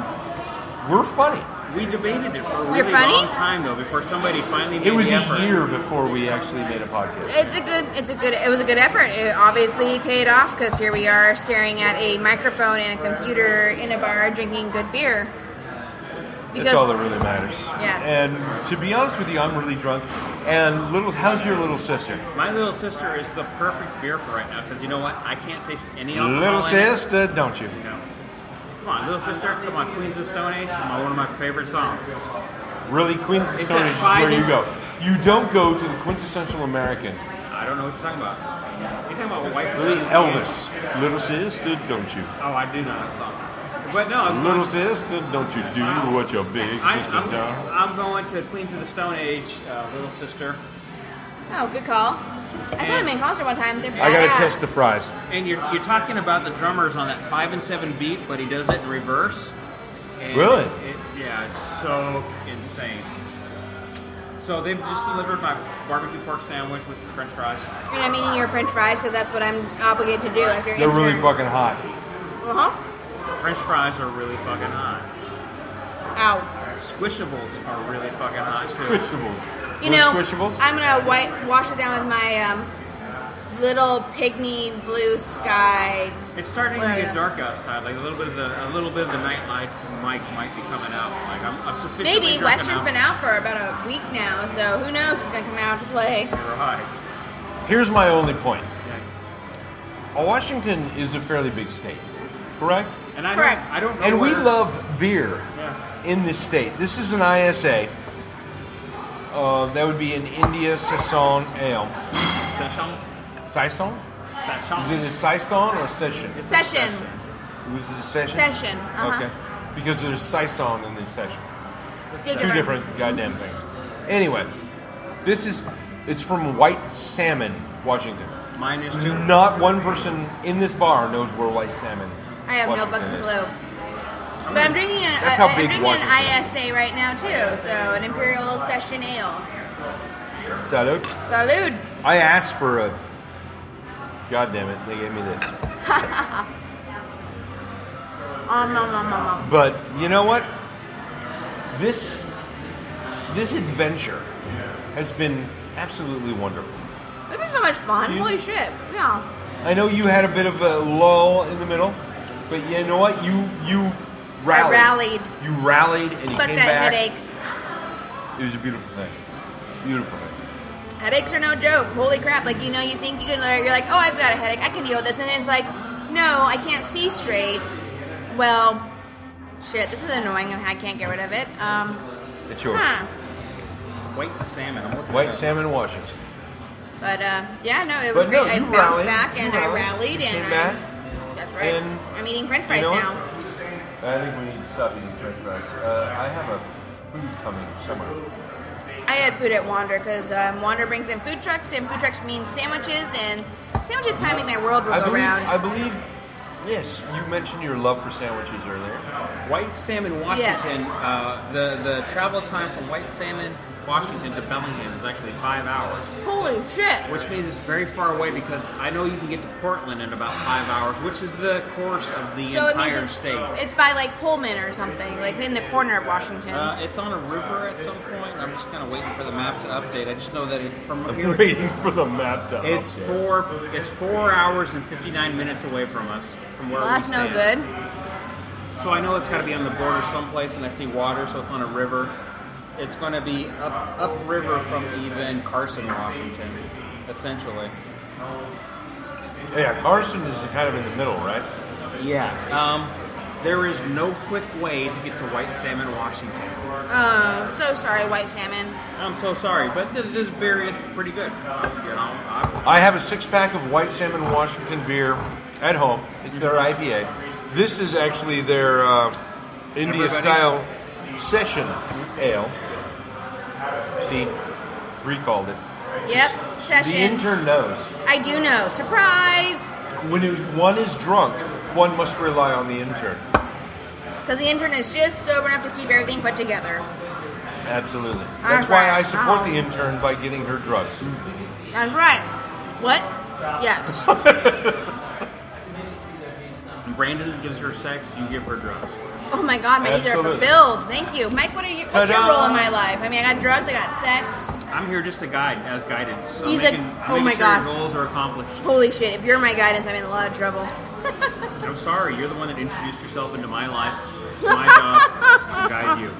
S1: we're funny.
S8: We debated it for a
S4: You're
S8: really
S4: funny?
S8: long time though before somebody finally made
S1: It was
S8: the
S1: a
S8: effort.
S1: year before we actually made a podcast.
S4: It's a good. It's a good. It was a good effort. It obviously paid off because here we are staring at a microphone and a computer in a bar drinking good beer.
S1: That's all that really matters.
S4: Yes.
S1: And to be honest with you, I'm really drunk. And little, how's your little sister?
S8: My little sister is the perfect beer for right now because you know what? I can't taste any alcohol.
S1: Little
S8: in it.
S1: sister, don't you?
S8: No. Come on, little sister. Come on, Queens of Stone Age. my- One of my favorite songs.
S1: Really, Queens of
S8: It's
S1: Stone
S8: that
S1: Age is where
S8: five-
S1: you go. You don't go to the quintessential American.
S8: I don't know what you're talking about. You're talking about white
S1: Really,
S8: Christmas
S1: Elvis.
S8: Day.
S1: Little sister, don't you?
S8: Oh, I do know that song. But no, I was
S1: Little
S8: going,
S1: sister, don't you do what your big
S8: I,
S1: sister does?
S8: I'm, I'm going to Queens of the Stone Age, uh, little sister.
S4: Oh, good call. I saw them in concert one time. They're
S1: I gotta
S4: badass.
S1: test the fries.
S8: And you're, you're talking about the drummers on that five and seven beat, but he does it in reverse. And
S1: Really?
S8: it- yeah, it's so insane. So they've just delivered my barbecue pork sandwich with French fries.
S4: And I'm eating your French fries because that's what I'm obligated to do as your
S1: They're
S4: intern.
S1: really fucking hot.
S4: Uh huh.
S8: French fries are really fucking hot.
S4: Ow.
S8: Squishables are really fucking hot too.
S1: Squishables.
S4: You know, I'm gonna white wash it down with my um, little pygmy blue sky.
S8: It's starting to
S4: Where I
S8: get
S4: am.
S8: dark outside. Like a little bit of the a little bit of the nightlight mic might be coming out. Like I'm, I'm sufficiently
S4: Maybe
S8: drunk
S4: Western's
S8: enough
S4: been out for about a week now, so who knows who's gonna come out to play.
S8: for a hike.
S1: Here's my only point. Uh, Washington is a fairly big state. Correct.
S8: And I
S1: Correct.
S8: don't, I don't know.
S1: And we
S8: where-
S1: love beer
S8: Oh, Yeah.
S1: in this state. This is an ISA. Uh, that would be an India Saison ale.
S8: Saison?
S1: Saison?
S8: Saison.
S1: Is it a Saison or session?
S26: Session.
S1: Was it a session?
S26: Session, uh-huh.
S1: Okay. Because there's Saison in the session.
S26: They're
S1: Two different goddamn things.
S8: Mm-hmm.
S1: Anyway, this is it's from White Salmon, Washington.
S8: Mine is too.
S1: Not one person in this bar knows where White Salmon.
S4: I have no
S1: Washington
S4: fucking
S1: is.
S4: clue. But I'm drinking an,
S1: That's
S4: I,
S1: how
S4: I'm
S1: big
S4: drinking
S1: Washington
S4: an ISA right now too, so an Imperial Session Ale.
S1: Salute.
S4: Salud.
S1: I asked for a. God damn it, they gave me this.
S26: Um, nom, nom, nom, nom.
S1: But you know what? This this adventure has been absolutely wonderful.
S26: This is so much fun. Holy shit. Yeah.
S1: I know you had a bit of a lull in the middle, but you know what? You you rallied.
S4: rallied.
S1: You rallied and you
S4: Fuck
S1: came
S4: that
S1: back.
S4: headache.
S1: It was a beautiful thing. Beautiful thing.
S4: Headaches are no joke. Holy crap! Like you know, you think you can, you're like, oh, I've got a headache. I can deal with this, and then it's like, no, I can't see straight. Well, shit, this is annoying, and I can't get rid of it. Um,
S1: It's yours.
S4: huh.
S8: White salmon. I'm looking
S1: White
S8: at it.
S1: salmon, Washington.
S4: But uh, yeah, no, it was
S1: But
S4: great.
S1: no,
S4: I
S1: you
S4: bounced
S1: rallied.
S4: back,
S1: You
S4: and I
S1: rallied.
S4: rallied,
S1: You
S4: and
S1: came
S4: I,
S1: back.
S4: that's right.
S1: And
S4: I'm eating French
S1: you
S4: fries
S1: know what?
S4: now.
S1: I think we need to stop eating French fries. Uh, I have a food coming somewhere.
S4: I had food at Wander because um, Wander brings in food trucks, and food trucks mean sandwiches, and sandwiches kind of make my world
S1: I
S4: go
S1: believe,
S4: round.
S1: I believe. Yes, you mentioned your love for sandwiches earlier.
S8: White salmon, Washington. Uh, the the travel time from White Salmon, Washington to Bellingham is actually five hours.
S4: Holy shit!
S8: Which means it's very far away because I know you can get to Portland in about five hours, which is the course of the
S4: So it means
S8: entire
S4: it's,
S8: state.
S4: it's by like Pullman or something, like in the corner of Washington.
S8: Uh, it's on a river at some point. I'm just kind of waiting for the map to update. I just know that it, from
S1: I'm
S8: here.
S1: waiting for the map to
S8: It's
S1: update.
S8: four. It's four hours and 59 minutes away from us, from where
S4: well,
S8: we
S4: that's no
S8: stand.
S4: good.
S8: So I know it's got to be on the border someplace, and I see water, so it's on a river. It's going to be up upriver from even Carson, Washington, essentially.
S1: Yeah, Carson is kind of in the middle, right?
S8: Yeah. Um, there is no quick way to get to White Salmon, Washington.
S4: Oh, so sorry, White Salmon.
S8: I'm so sorry, but th- this beer is pretty good. You know, I-
S1: I have a six pack of White Salmon Washington beer at home. It's their IPA. This is actually their uh, India
S8: Everybody's-
S1: style session ale. See, recalled it.
S4: Yep,
S1: The
S4: session.
S1: intern knows.
S4: I do know. Surprise!
S1: When it- one is drunk, one must rely on the intern.
S4: Because the intern is just sober enough to keep everything put together.
S1: Absolutely. That's why I support
S4: Um,
S1: the intern by getting her drugs.
S4: That's right. What? Yes.
S8: Brandon gives her sex, you give her drugs.
S4: Oh my god, my needs are
S8: Absolutely.
S4: fulfilled. Thank you. Mike, what are you, what's your
S8: Ta-da.
S4: role in my life? I mean, I got drugs, I got sex.
S8: I'm here just to guide, as guidance. So
S4: He's
S8: making,
S4: like, oh
S8: making
S4: my
S8: sure
S4: God.
S8: your goals are accomplished.
S4: Holy shit, if you're my guidance, I'm in a lot of trouble.
S8: I'm sorry, you're the one that introduced yourself into my life. It's my job to guide you.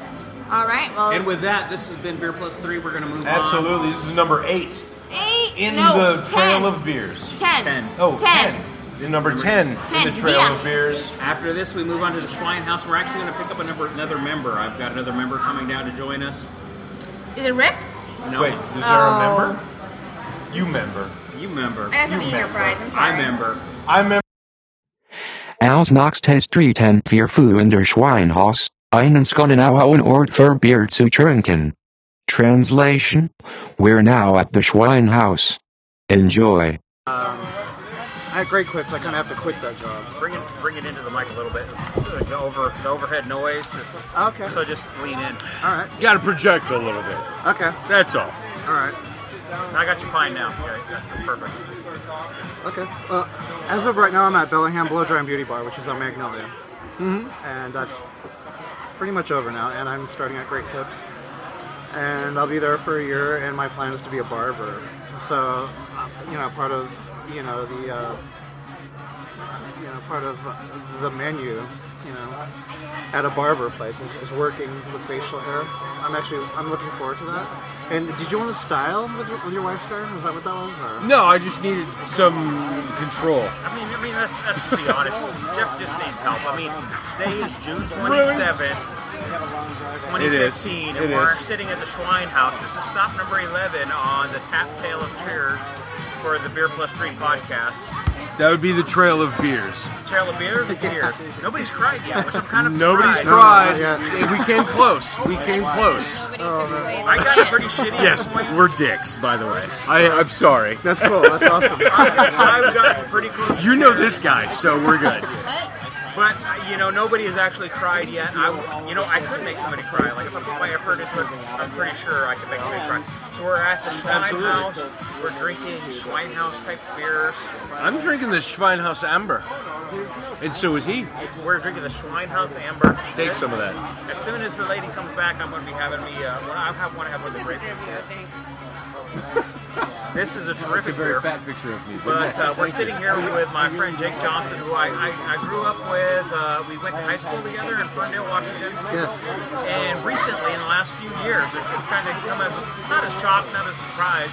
S4: All right, well.
S8: And with that, this has been Beer Plus Three. We're going to move on.
S1: Absolutely. This is number eight
S4: Eight?
S1: in
S4: no,
S1: the
S4: ten.
S1: Trail of Beers.
S4: Ten.
S1: Oh,
S4: Ten.
S1: ten. It's number 10, in the Trail
S4: yeah.
S1: of Beers.
S8: After this, we move on to the Schwein House. We're actually going to pick up another, another member. I've got another member coming down to join us.
S4: Is it Rick?
S8: No.
S1: Wait, is there
S4: Oh.
S1: a member? You member.
S8: You member.
S4: I actually
S1: You
S4: eating your
S1: member.
S4: fries. I'm
S8: I
S4: sorry.
S8: member.
S1: I member.
S7: Als Nachtestrieten für Fu in der Schweinhaus, einen Skonenauer Ort für Bier zu trinken. Translation, we're now at the Schweinhaus. Enjoy.
S27: Um, I had great quips. I kind of have to quit that job.
S8: Bring it, bring it into the mic a little bit. The, over, the overhead noise.
S27: Okay.
S8: So just lean in.
S27: All right.
S8: You
S1: got to project a little bit.
S27: Okay.
S1: That's all.
S27: All right.
S8: I got you fine now. Okay, that's perfect.
S27: Okay. Uh, as of right now, I'm at Bellingham Blow Dry and Beauty Bar, which is on Magnolia,
S1: Mm-hmm.
S8: Mhm.
S27: and that's pretty much over now. And I'm starting at Great Clips, and I'll be there for a year. And my plan is to be a barber. So, uh, you know, part of you know the uh,
S4: you know, part of uh, the menu, you know, at a barber place is, is working with facial hair. I'm actually, I'm looking forward to that. And did you want to style with your, with your wife's hair? Was that what that was? Or?
S1: No, I just needed some control.
S8: I mean, I mean, let's, let's be honest. Jeff just needs help. I mean, today is June 27th, 2015,
S1: It is.
S8: and
S1: It
S8: we're
S1: is.
S8: sitting at the Swine House. This is stop number 11 on the Tap Tail of Cheers for the Beer Plus Three podcast.
S1: That would be the trail of beers.
S8: Trail of beer, beer. Nobody's cried yet, which I'm kind of
S1: Nobody's
S8: surprised.
S1: cried. we came close. We came close.
S4: Oh,
S8: I got a pretty shitty.
S1: Yes, we're dicks, by the way. I, I'm sorry. That's cool. That's
S8: I've got pretty close.
S1: you know this guy, so we're good.
S8: But uh, you know, nobody has actually cried yet. I, you know, I could make somebody cry. Like if I put my effort into it, I'm pretty sure I could make somebody cry. So we're at the
S1: Absolutely.
S8: Schweinhaus. We're drinking Schweinhaus type beers.
S1: I'm drinking the Schweinhaus Amber, and so is he.
S8: We're drinking the Schweinhaus Amber.
S1: Take some of that.
S8: As soon as the lady comes back, I'm going to be having me. Uh, well, I have want to have one of the grapefruit. This is a
S28: It's
S8: terrific
S28: a very
S8: beer.
S28: fat picture of me, but
S8: But
S28: yes,
S8: uh, we're
S28: thank
S8: sitting
S28: you.
S8: here with my friend Jake Johnson, who I, I, I grew up with. Uh, we went to high school together in Ferndale, Washington.
S4: Yes.
S8: And recently, in the last few years, it- it's kind of come as not as shock, not as surprise.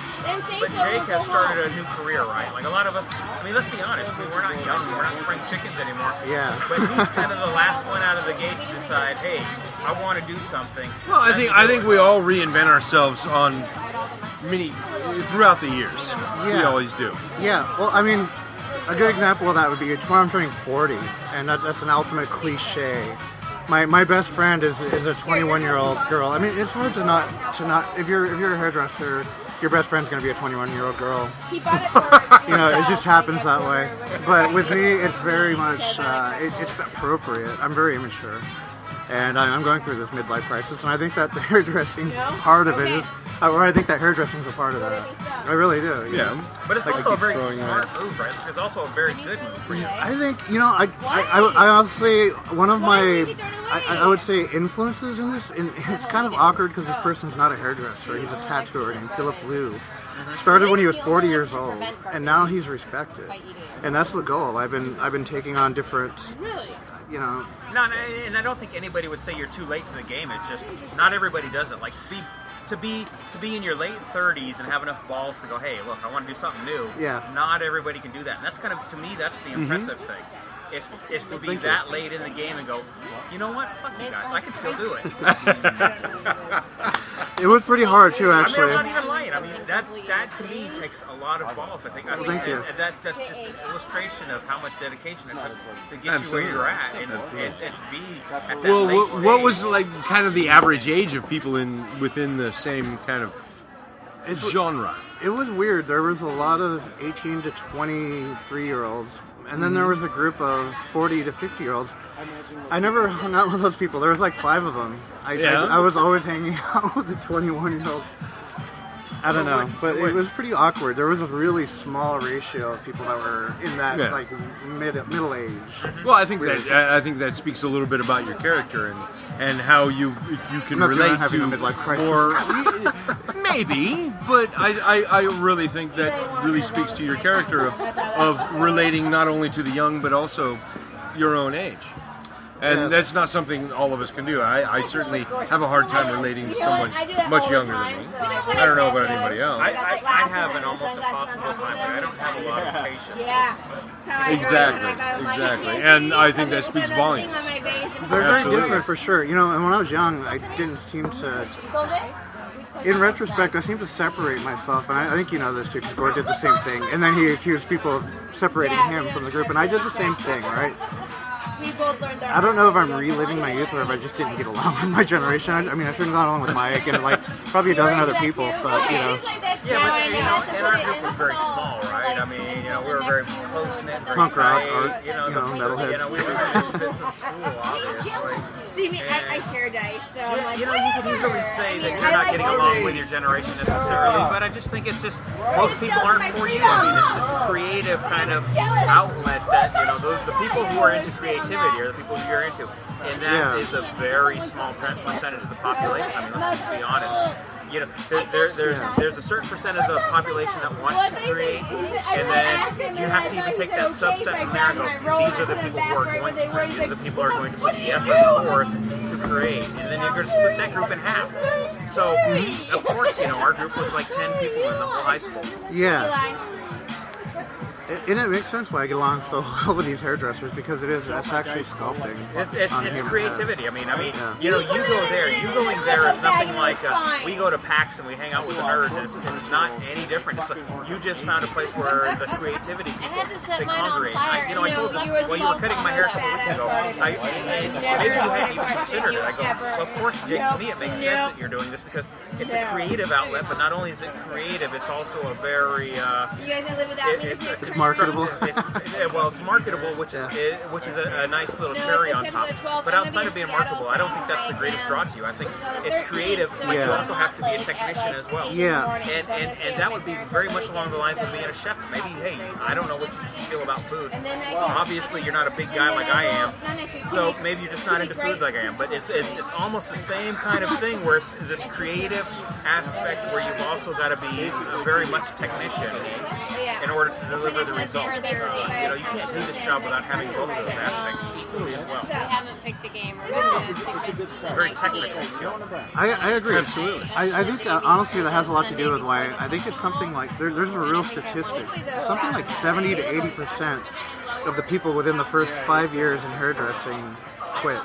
S8: But Jake has started a new career, right? Like a lot of us. I mean, let's be honest. I mean, we're not young. We're not spring chickens anymore.
S4: Yeah.
S8: But he's kind of the last one out of the gate to decide, hey, I want to do something.
S1: Well, I think I think we all reinvent ourselves on many throughout the years. We
S4: Yeah.
S1: always do.
S4: Yeah, well, I mean, a good example of that would be tomorrow I'm turning 40, and that, that's an ultimate cliche. My, my best friend is, is a 21 year old girl. I mean, it's hard to not to not if you're if you're a hairdresser, your best friend's gonna be a 21 year old girl.
S7: He bought it for
S4: You know, it just happens that way. But with me, it's very much uh, it, it's appropriate. I'm very immature, and I, I'm going through this midlife crisis, and I think that the hairdressing part of it is, uh, or I think that hairdressing's a part of that. I really do. you know?
S8: But it's
S4: Like, I
S8: also a
S4: keep
S8: very
S4: throwing
S8: smart
S4: out-
S8: move, right? It's also a very good move for you.
S4: I think you know. I I, I, I honestly one of my I, I would say influences in this. And it's kind
S29: Oh.
S4: of awkward because this person's not a hairdresser. He's a tattooer named Philip Liu. Started when he was 40 years old, and now he's respected. And that's the goal. I've been I've been taking on different. You know.
S8: No, no, and I don't think anybody would say you're too late to the game. It's just not everybody does it. Like to be, to be, to be in your late 30s and have enough balls to go, hey, look, I want to do something new.
S4: Yeah.
S8: Not everybody can do that. And that's kind of, to me, that's the
S4: Mhm.
S8: impressive thing. Is, is to be
S4: Thank you.
S8: that late in the game and go, you know what? Fuck you guys. I can still do it.
S4: It was pretty hard too,
S8: I
S4: actually.
S8: mean, I'm not even lying. I mean, that, that to me takes a lot of balls. I think. I
S4: Well,
S8: think
S4: thank you.
S8: and, and that, that's just an illustration of how much dedication it took to get you
S1: Absolutely.
S8: where you're at and,
S1: Absolutely.
S8: and, and to be at that
S1: Well,
S8: late
S1: what, what was like kind of the average age of people in within the same kind of genre?
S4: It was weird. There was a lot of 18 to 23 year olds, and then there was a group of 40 to 50 year olds. I never hung out with those people. There was like five of them. I,
S1: Yeah.
S4: I, I was always hanging out with the 21 year olds. I don't know, but it was pretty awkward. There was a really small ratio of people that were in that
S1: Yeah.
S4: like mid middle age.
S1: Well, I think
S4: Weird.
S1: that I I think that speaks a little bit about your character and and how you you can
S4: Not that I'm
S1: relate
S4: having
S1: to
S4: a midlife crisis.
S1: or maybe, but I, I, I really think that really speaks to your character of of relating not only to the young but also your own age. And
S4: Yeah.
S1: that's not something all of us can do. I, I certainly have a hard time relating to someone much younger than me. I don't know about anybody else.
S8: I, I, I have an almost impossible time. Like, I don't have a lot of patience.
S29: Yeah. That's how I
S1: Exactly,
S29: learned when I got my
S1: exactly.
S29: kids.
S1: And I think
S29: Some
S1: that
S29: people put
S1: speaks
S29: a thing on
S1: volumes.
S29: my face and-
S4: They're very
S1: Absolutely.
S4: different for sure. You know, and when I was young, I didn't seem to In retrospect, I seem to separate myself, and I, I think you know this too, because Gore did the same thing. And then he accused people of separating him from the group, and I did the same thing, right?
S29: We both learned our
S4: I don't know if I'm reliving my youth or if I just didn't get along with my generation. I, I mean, I shouldn't have gone along with Mike and like probably a dozen other people, but you know.
S8: Yeah, but you know, and our group was very small, right? I mean, you know, we were very close knit.
S4: Punk rock or,
S8: you know,
S4: you know, metalheads.
S8: You know, we were very since of school, obviously.
S29: See me, I, I share dice, so I'm like,
S8: You know, you can easily say that you're not getting along with your generation necessarily, but I just think it's just most people aren't for you. I mean, it's just a creative kind of outlet that you know those the people who are into creativity are the people you're into, and
S4: Yeah.
S8: that is a very small per- percentage of the population. I mean, let's just be honest. you know, there, there, there's there's a certain percentage of the population that wants to create, and then you have to even take that subset and there and go, these are the people who are going to create, these are the people who are going to put the effort forth to create, and then you're going to split that group in half. So, of course, you know, our group was like 10 people in the whole high school.
S4: Yeah. A- And it makes sense why I get along so well with these hairdressers because it is it's actually sculpting.
S8: It's, it's,
S4: on
S8: it's
S4: human
S8: creativity. I mean, I mean,
S4: Yeah.
S8: you know, you go there, you going there is nothing like uh, we go to PAX and we hang out with the nerds. It's, it's not any different. It's like you just found a place where the creativity people they congregate. I, you know, I told them, well, you were cutting my hair a couple weeks ago. I, I, maybe you hadn't even considered it. I go, well, of course, Jake. To me, it makes sense that you're doing this because it's a creative outlet. But not only is it creative, it's also a very uh,
S30: You guys gonna live without me
S8: it,
S30: this next
S8: it's, it's
S4: marketable.
S8: It's, yeah, well, it's marketable, which is it, which is a, a nice little
S30: No,
S8: cherry
S30: it's
S8: on
S30: December
S8: top.
S30: the 12th.
S8: But
S30: I'm gonna
S8: outside
S30: be
S8: of being
S30: in Seattle,
S8: marketable, I don't think that's the greatest draw to you. I think it's creative, but you
S4: Yeah.
S8: also have to be a technician as well.
S4: Yeah.
S8: And and, and that would be very much along the lines of being a chef. Maybe, hey, I don't know what you feel about food.
S30: And then I
S8: Well,
S30: can-
S8: obviously, you're not a big guy like I am.
S30: Not next week. two
S8: So
S30: weeks.
S8: maybe you're just
S30: Two
S8: not into
S30: weeks,
S8: food
S30: right?
S8: like I am, but it's, it's it's almost the same kind of thing where it's this creative aspect where you've also got to be very much a technician in order to deliver the result. Uh, you know, you can't do this job without having both of those aspects equally as well.
S31: We Um, haven't picked a game or
S8: Very technical skill.
S4: I, I agree. Absolutely. I, I think uh, honestly that has a lot to do with why I think it's something like there, there's a real statistic.
S31: uh,
S4: Something like 70 to 80 percent of the people within the first five years in hairdressing quit.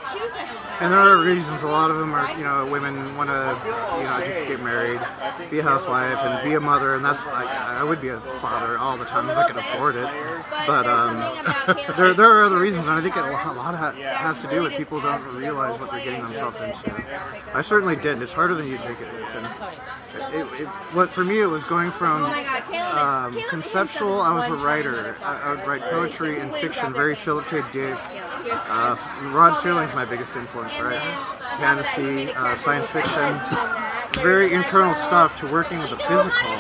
S4: And there are reasons. A lot of them are, you know, women want to, you know, just get married, be a housewife, and be a mother. And that's like I would be a father all the time if I could afford it. But um, there, there are other reasons, and I think it, a lot a lot of ha- has to do with people don't realize what they're getting themselves into. I certainly didn't. It's harder than you think it is. And it, it, what for me it was going from
S30: Oh my God, Caleb is-
S4: um,
S30: Caleb is
S4: conceptual. I was a writer. I, I would write poetry and fiction. Very Philip K. Dick. Uh, Rod Serling's my biggest influence, right?
S30: uh,
S4: Fantasy, uh, science fiction. Very internal stuff to working with the physical.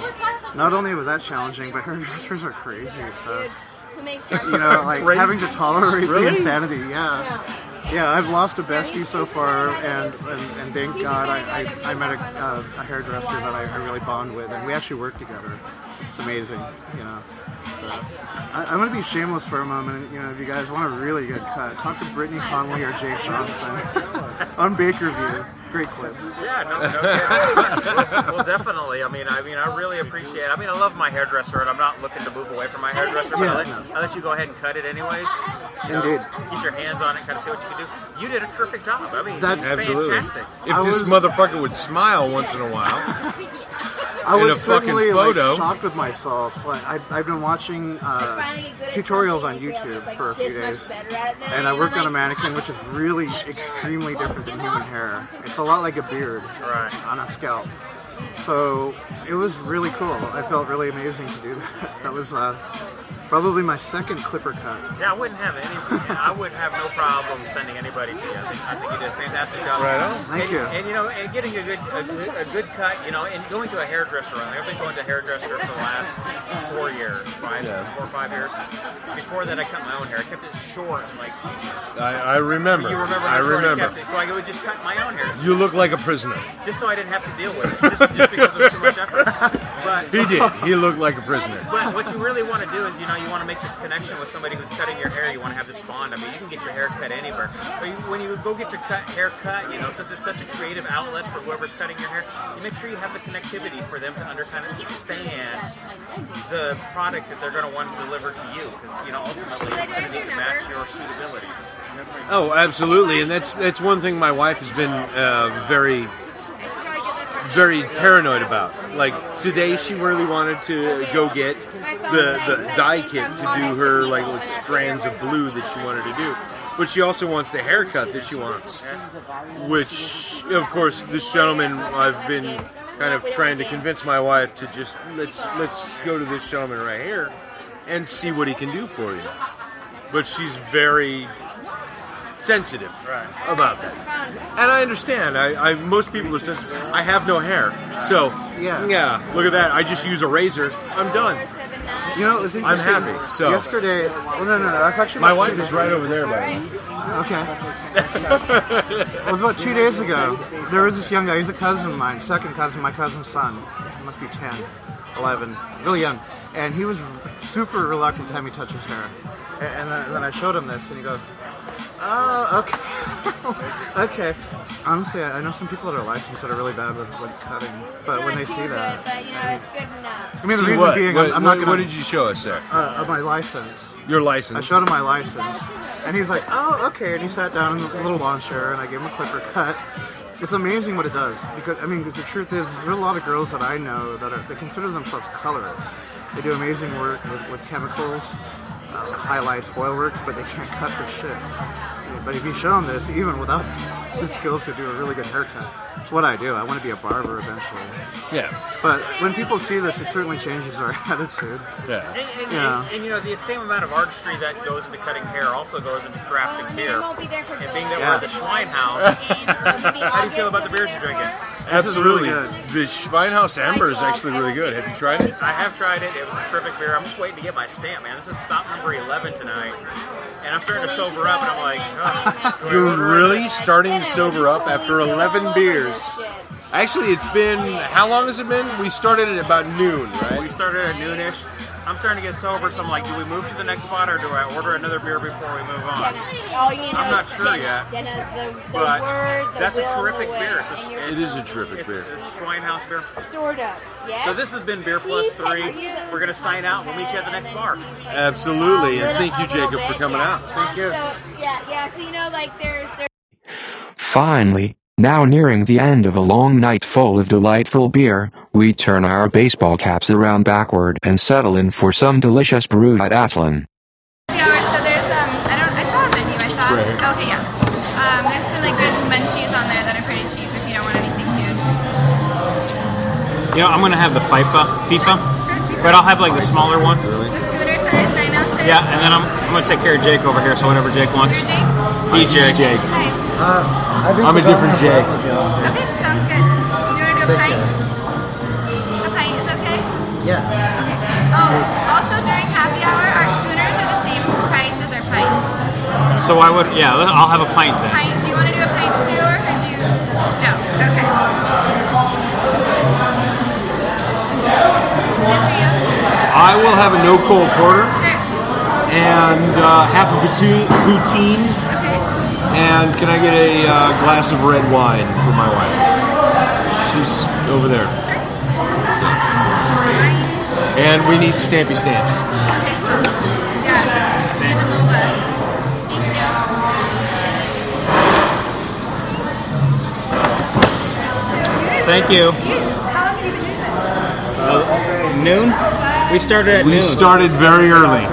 S4: Not only was that challenging, but hairdressers are crazy. So
S30: Who makes
S4: you know, like
S30: Crazy.
S4: having to tolerate
S30: Really?
S4: the insanity. Yeah. Yeah, I've lost a bestie so far, and, and, and thank God I, I, I met a, uh, a hairdresser that I, I really bond with, and we actually work together. It's amazing, you know. So, I, I'm going to be shameless for a moment. You know, if you guys want a really good cut, talk to Brittany Conley or Jake Johnson on Bakerview. Great clips.
S8: Yeah, no, no kidding. well, definitely. I mean, I mean, I really appreciate. I mean, I love my hairdresser, and I'm not looking to move away from my hairdresser. But
S4: Yeah.
S8: I, let, I let you go ahead and cut it anyways. You know,
S4: Indeed.
S8: Get your hands on it, kind of see what you can do. You did a terrific job. I mean,
S4: That-
S8: it's
S1: Absolutely.
S8: fantastic.
S1: If this motherfucker would smile once in a while,
S4: I
S1: In
S4: was
S1: a fucking
S4: certainly
S1: photo.
S4: like shocked with myself. Like, I, I've been watching uh, tutorials on YouTube for a few days, and I worked on a mannequin, which is really extremely different than human hair. It's a lot like a beard on a scalp. So it was really cool. I felt really amazing to do that. That was uh, probably my second clipper cut.
S8: Yeah, I wouldn't have any. I would have no problem sending anybody to you. I think, I think you did a fantastic job.
S4: Right on. Thank
S8: and,
S4: you.
S8: And you know, and getting a good a, good- a good cut, you know, and going to a hairdresser. I've been going to a hairdresser for the last four years, five,
S1: Yeah.
S8: four or five years. Before that, I cut my own hair. I kept it short, like
S1: I, I remember.
S8: you remember. how
S1: I
S8: short
S1: remember.
S8: kept it, so I would just cut my own hair,
S1: You look like a prisoner.
S8: just so I didn't have to deal with it, just, just because of too much effort. But
S1: He did. He looked like a prisoner.
S8: but what you really want to do is, you know, you want to make this connection with somebody who's cutting your hair. You want to have this bond. I mean, you can get your hair cut anywhere. But you, when you go get your cut, hair cut, you know, since it's such a creative outlet for whoever's cutting your hair, you make sure you have the connectivity for them to under kind of understand the product that they're going to want to deliver to you. Because, you know, ultimately, it's going to need to match your suitability.
S1: Oh, absolutely, and that's that's one thing my wife has been uh, very, very paranoid about. Like today, she really wanted to go get the the dye kit to do her like little strands of blue that she wanted to do, but she also wants the haircut that she wants, which of course this gentleman I've been kind of trying to convince my wife to just let's let's go to this gentleman right here and see what he can do for you, but she's very sensitive about that. And I understand. I, I most people are sensitive. I have no hair, so
S4: Yeah.
S1: Look at that. I just use a razor. I'm done. You know, it was
S2: I'm
S1: interesting.
S2: happy, so-
S1: yesterday, oh, no, no, no, that's actually
S2: My
S1: about
S2: wife
S1: two
S2: is
S1: days
S2: right
S1: ago.
S2: over there, by the way.
S1: Okay. it was about two days ago. There was this young guy. He's a cousin of mine, second cousin, my cousin's son. He must be 10, 11, really young. And he was super reluctant time he touched his hair. A- And then, then I showed him this, and he goes, "Oh, okay, okay." Honestly, I I know some people that are licensed that are really bad with like cutting, but when they see that,
S4: but you know, it's good enough.
S1: I mean, the
S2: See
S1: reason
S2: what?
S1: being,
S2: What-
S1: I'm, I'm
S2: what-
S1: not gonna.
S2: what did you show us there?
S1: Uh, of my license.
S2: Your license.
S1: I showed him my license, and he's like, "Oh, okay." And he sat down in the little lawn chair, and I gave him a clipper cut. It's amazing what it does because I mean, 'cause the truth is, there are a lot of girls that I know that are they consider themselves colorists. They do amazing work with, with chemicals, uh, highlights, oil works, but they can't cut for shit. But if you show them this, even without the skills to do a really good haircut, it's what I do. I want to be a barber eventually.
S2: Yeah.
S1: But when people see this, it certainly changes our attitude.
S2: Yeah.
S8: And, and,
S1: Yeah.
S8: and, and, you know, the same amount of artistry that goes into cutting hair also goes into crafting beer. and being that we're
S2: Yeah.
S8: at the Schweinhaus, how do you feel about the beers you're drinking?
S2: Absolutely.
S8: This is
S2: The Schweinhaus Amber is actually really good. Have you tried it?
S8: I have tried it. It was a terrific beer. I'm just waiting to get my stamp, man. This is stop number 11 tonight. And I'm starting to sober up, and I'm like, oh,
S2: You're really starting to sober up after 11 beers. Actually, it's been how long has it been? We started at about noon, right?
S8: We started at noonish. I'm starting to get sober, so I'm like, do we move to the next spot or do I order another beer before we move on?
S4: All you need to
S8: I'm
S4: know
S8: not
S4: is
S8: sure
S4: Dennis.
S8: yet.
S4: Dennis, the, the
S8: But
S4: word, the
S8: that's a
S4: will, the
S8: terrific
S4: way,
S8: beer. It's a-
S4: and you're
S8: it is a
S4: still
S2: terrific beer.
S8: It's Schweinhaus beer.
S4: Sort of. Yeah.
S8: So this has been Beer
S4: Please
S8: Plus Three.
S4: thank you.
S8: We're gonna sign out. We'll meet you at the next bar.
S2: Absolutely. And
S4: Little-
S2: thank you,
S4: a little
S2: Jacob, for
S4: bit,
S2: coming
S4: yeah.
S2: out.
S4: Um, So, yeah, yeah. So you know, like there's there's.
S7: Finally, now nearing the end of a long night full of delightful beer, we turn our baseball caps around backward and settle in for some delicious brew at Atlan.
S4: You know, so there's um, I don't, I saw a menu. I saw.
S7: Right.
S4: Okay, yeah. Um, there's some like good munchies on there that are pretty cheap if you don't want anything huge.
S8: You know, I'm gonna have the FIFA, FIFA, but I'll have like the smaller one.
S4: The scooter size nine ounces.
S8: Yeah, and then I'm, I'm gonna take care of Jake over here. So whatever Jake wants, he's Jake. Jake.
S2: I'm a different Jake.
S4: Okay, sounds good. You want to do a pint? A pint is okay.
S1: Yeah.
S4: Oh, also during happy hour, our scooters are the same price as our pints.
S8: So I would, yeah, I'll have a pint then.
S4: Pint? Do you want to do a pint too, or could you? No. Okay.
S32: I will have a no cold porter and uh, half a poutine, poutine. And can I get a uh, glass of red wine for my wife? She's over there.
S2: And we need Stampy Stamps.
S8: Thank you. noon. We started at
S32: Uh, We
S8: noon.
S32: started very early.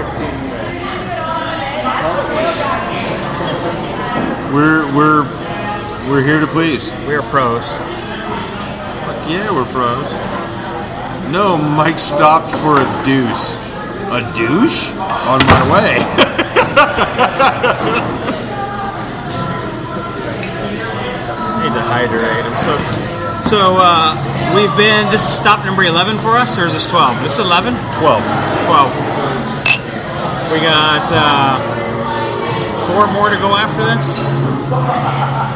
S32: We're we're we're here to please.
S8: We're pros.
S32: Fuck yeah, we're pros. No, Mike stopped for a deuce. A douche? On my way.
S8: I need to hydrate. I'm so. So uh, we've been. This is stop number eleven for us, or is this twelve? This is eleven. Twelve. Twelve. We got uh, four more to go after this.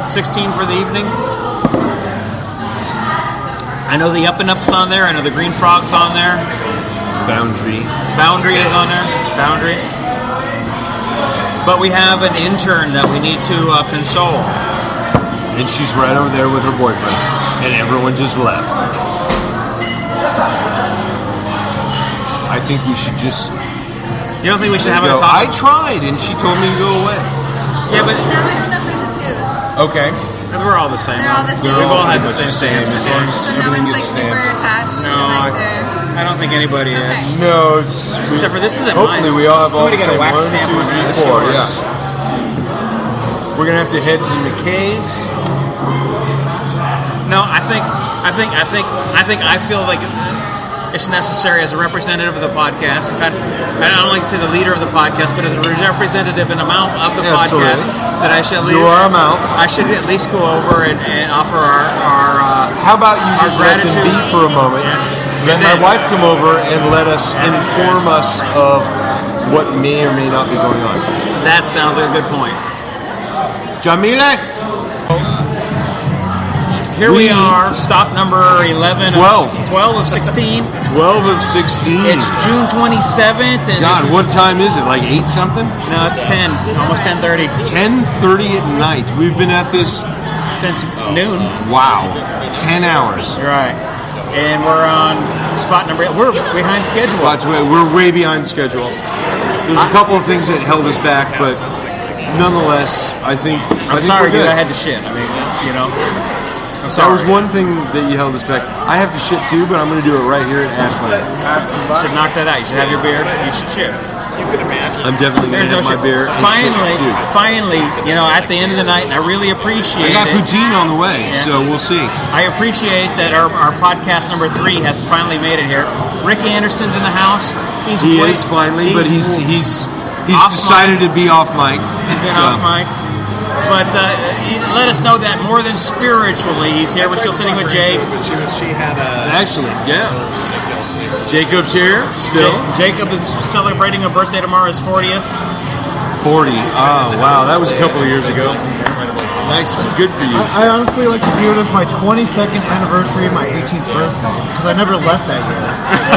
S8: Sixteen for the evening. I know the up and ups on there. I know the green frogs on there.
S32: Boundary.
S8: Boundary is on there. Boundary. But we have an intern that we need to uh, console.
S32: And she's right over there with her boyfriend. And everyone just left. I think we should just.
S8: You don't think we should have
S32: go,
S8: a talk?
S32: I tried, and she told me to go away.
S8: Yeah, but
S4: Now we don't know who's is who's.
S32: Okay.
S8: we're all the same.
S4: They're all the same.
S8: We've all had the same stamps.
S4: Okay, so no one's like super attached.
S8: No,
S4: to, like, the...
S8: I, I don't think anybody is.
S32: No, it's,
S8: except for this isn't mine.
S32: Hopefully, we all have
S8: Somebody
S32: all the
S8: got a
S32: same.
S8: wax
S32: One,
S8: stamp
S32: two,
S8: on
S32: three,
S8: that's
S32: four,
S8: yours.
S32: Yeah. We're gonna have to head to McKay's.
S8: No, I think, I think, I think, I think, I feel like it's necessary as a representative of the podcast. In fact, I don't like to say the leader of the podcast, but as a representative and a mouth of the
S32: Absolutely.
S8: podcast, that I should.
S32: You are a mouth.
S8: I should at least go over and, and offer our. our uh,
S32: How about you
S8: our
S32: just let them
S8: gratitude.
S32: be for a moment?
S1: Let my wife come over and let us inform us of what may or may not be going on.
S33: That sounds like a good point.
S1: Jamila?
S8: Here we, are, stop number 11.
S1: 12.
S8: 12 of 16.
S1: 12 of 16.
S8: It's June 27th. And
S1: Hmm.
S8: this
S1: God,
S8: is-
S1: what time is it? Like 8 something?
S8: No, it's 10. Almost 10.30.
S1: 10.30 at night. We've been at this...
S8: Since noon.
S1: Wow. 10 hours.
S8: Right. And we're on spot number eight. We're behind schedule.
S1: We're way behind schedule. There's a couple of things that held us back, but nonetheless, I think...
S8: I'm
S1: I think
S8: sorry,
S1: we're good.
S8: dude. I had to shit. I mean, you know. I'm
S1: That
S8: sorry.
S1: was one thing that you held us back. I have to shit too, but I'm going to do it right here at Ashland.
S8: You should knock that out. You should have your beer. You should share. You could imagine.
S1: I'm definitely going
S8: There's no
S1: to have
S8: shit.
S1: my beer. and shit,
S8: Finally,
S1: too.
S8: finally, you know, at the end of the night, and I really appreciate
S1: I got
S8: it.
S1: poutine on the way, so we'll see.
S8: I appreciate that our, our podcast number three has finally made it here. Rick Anderson's in the house. He's
S1: he
S8: way-
S1: is finally, but he's he's he's
S8: Off
S1: decided to be off mic.
S8: He's been
S1: so.
S8: off mic. But uh, he let us know that more than spiritually, he's here. We're still sitting with Jay. She had a
S1: Actually, yeah. Jacob's here still.
S8: Jacob is celebrating a birthday tomorrow. His fortieth.
S1: Forty. Oh wow, that was a couple of years ago. Nice, good for you.
S5: I, I honestly like to view it as my 22nd anniversary of my 18th birthday because I never left that year.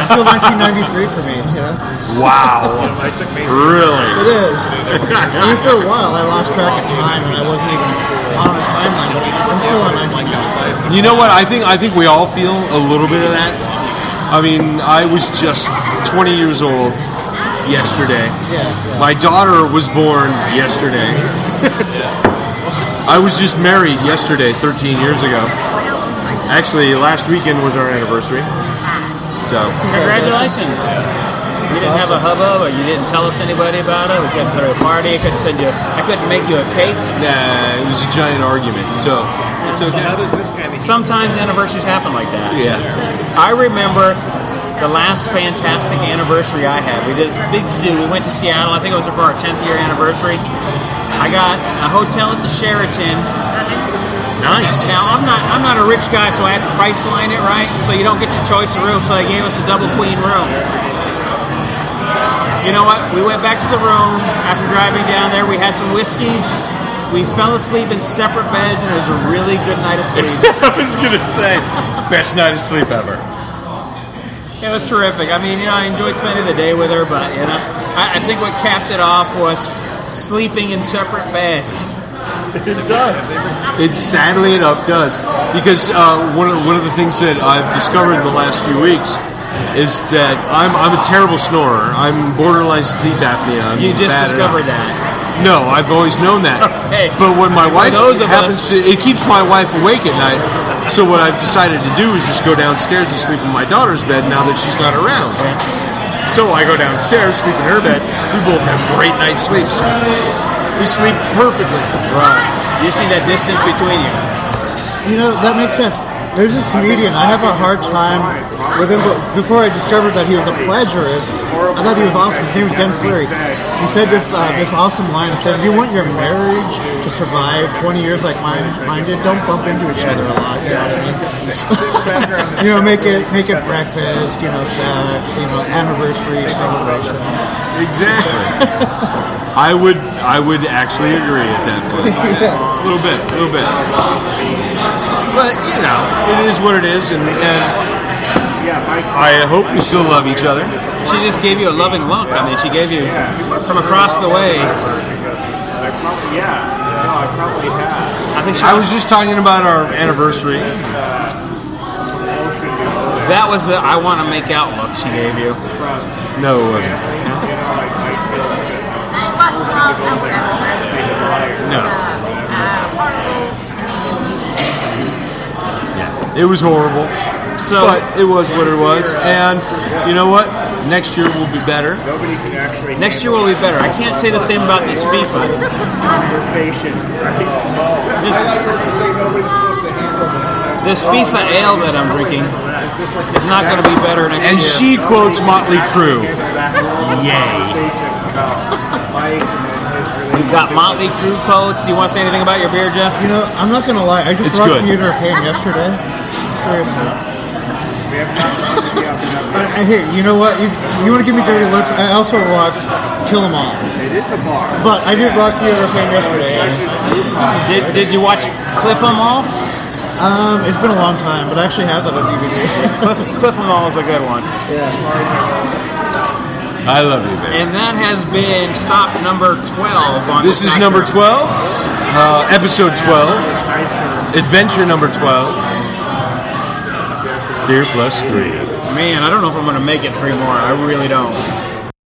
S5: It's still 1993 for me. You know?
S1: Wow. really?
S5: It is. I mean, for a while, I lost track of time and I wasn't even on a timeline. but I'm still on 1993.
S1: You know what? I think I think we all feel a little bit of that. I mean, I was just 20 years old yesterday.
S5: Yeah, yeah.
S1: My daughter was born yesterday. I was just married yesterday, 13 years ago. Actually, last weekend was our anniversary. So,
S8: Congratulations. You didn't have a hubbub, or you didn't tell us anybody about it. We couldn't throw a party. I couldn't send you. I couldn't make you a cake.
S1: nah, it was a giant argument. So, it's okay. How
S8: does this Sometimes anniversaries happen like that.
S1: yeah.
S8: I remember the last fantastic anniversary I had. We did this big to do. We went to Seattle. I think it was for our 10th year anniversary. I got a hotel at the Sheraton.
S1: Nice.
S8: Now I'm not I'm not a rich guy, so I had to price line it right, so you don't get your choice of room. So they gave us a double queen room. You know what? We went back to the room after driving down there. We had some whiskey. We fell asleep in separate beds, and it was a really good night of sleep.
S1: I was gonna say, best night of sleep ever.
S8: It was terrific. I mean, you know, I enjoyed spending the day with her, but you know, I, I think what capped it off was sleeping in separate beds.
S1: It does. It sadly enough does because uh, one of one of the things that I've discovered in the last few weeks is that I'm I'm a terrible snorer. I'm borderline sleep apnea. I'm
S8: You just
S1: bad at it.
S8: discovered that.
S1: No, I've always known that.
S8: Okay.
S1: But when my
S8: For
S1: wife
S8: those of
S1: happens
S8: us-
S1: to, it keeps my wife awake at night. So what I've decided to do is just go downstairs and sleep in my daughter's bed now that she's not around. So I go downstairs, sleep in her bed. We both have great night sleeps. We sleep perfectly.
S8: Right. You just need that distance between you.
S5: You know, that makes sense. There's this comedian, I have a hard time with him, but before I discovered that he was a plagiarist, I thought he was awesome. His name was Dennis Leary. He said this uh, this awesome line. He said, if you want your marriage to survive 20 years like mine, mine did, don't bump into each other a lot. You know what I mean? you know, make it, make it breakfast, you know, sex, you know, anniversary celebrations.
S1: Exactly. I would I would actually agree at that point. A little bit, a little bit. But you know, it is what it is, and, and I hope we still love each other.
S8: She just gave you a loving welcome, and she gave you from across the way.
S34: Yeah. No, I probably have.
S8: I think she
S1: I was just talking about our anniversary.
S8: That was the I want to make out look she gave you.
S1: No way. No. It was horrible.
S8: So,
S1: but it was what it was, and you know what? Next year will be better.
S34: Nobody can actually.
S8: Next year will be better. I can't say the same about this FIFA.
S34: Conversation.
S8: This, this FIFA ale that I'm drinking is not going to be better next
S1: And
S8: year.
S1: she quotes Motley Crue.
S8: Yay. We've got Motley Crue coats. You want to say anything about your beer, Jeff?
S5: You know, I'm not gonna lie. I just
S8: It's
S5: rocked
S8: good.
S5: Muter Pain yesterday. Seriously.
S1: I, here, you know what? If you want to give me dirty looks, I also watched Kill 'Em All. It is a bar. But I did Rocky Everything yesterday.
S8: Did, did you watch Cliff 'Em All?
S1: Um, it's been a long time, but I actually have that on DVD.
S8: Cliff, Cliff 'Em All is a good one.
S35: I love you, baby.
S8: And that has been stop number 12 on
S36: This is
S8: Snack
S36: number 12,
S8: Room.
S36: uh, episode 12, adventure number 12.
S37: Beer plus three.
S8: Man, I don't know if I'm going to make it three more. I really don't.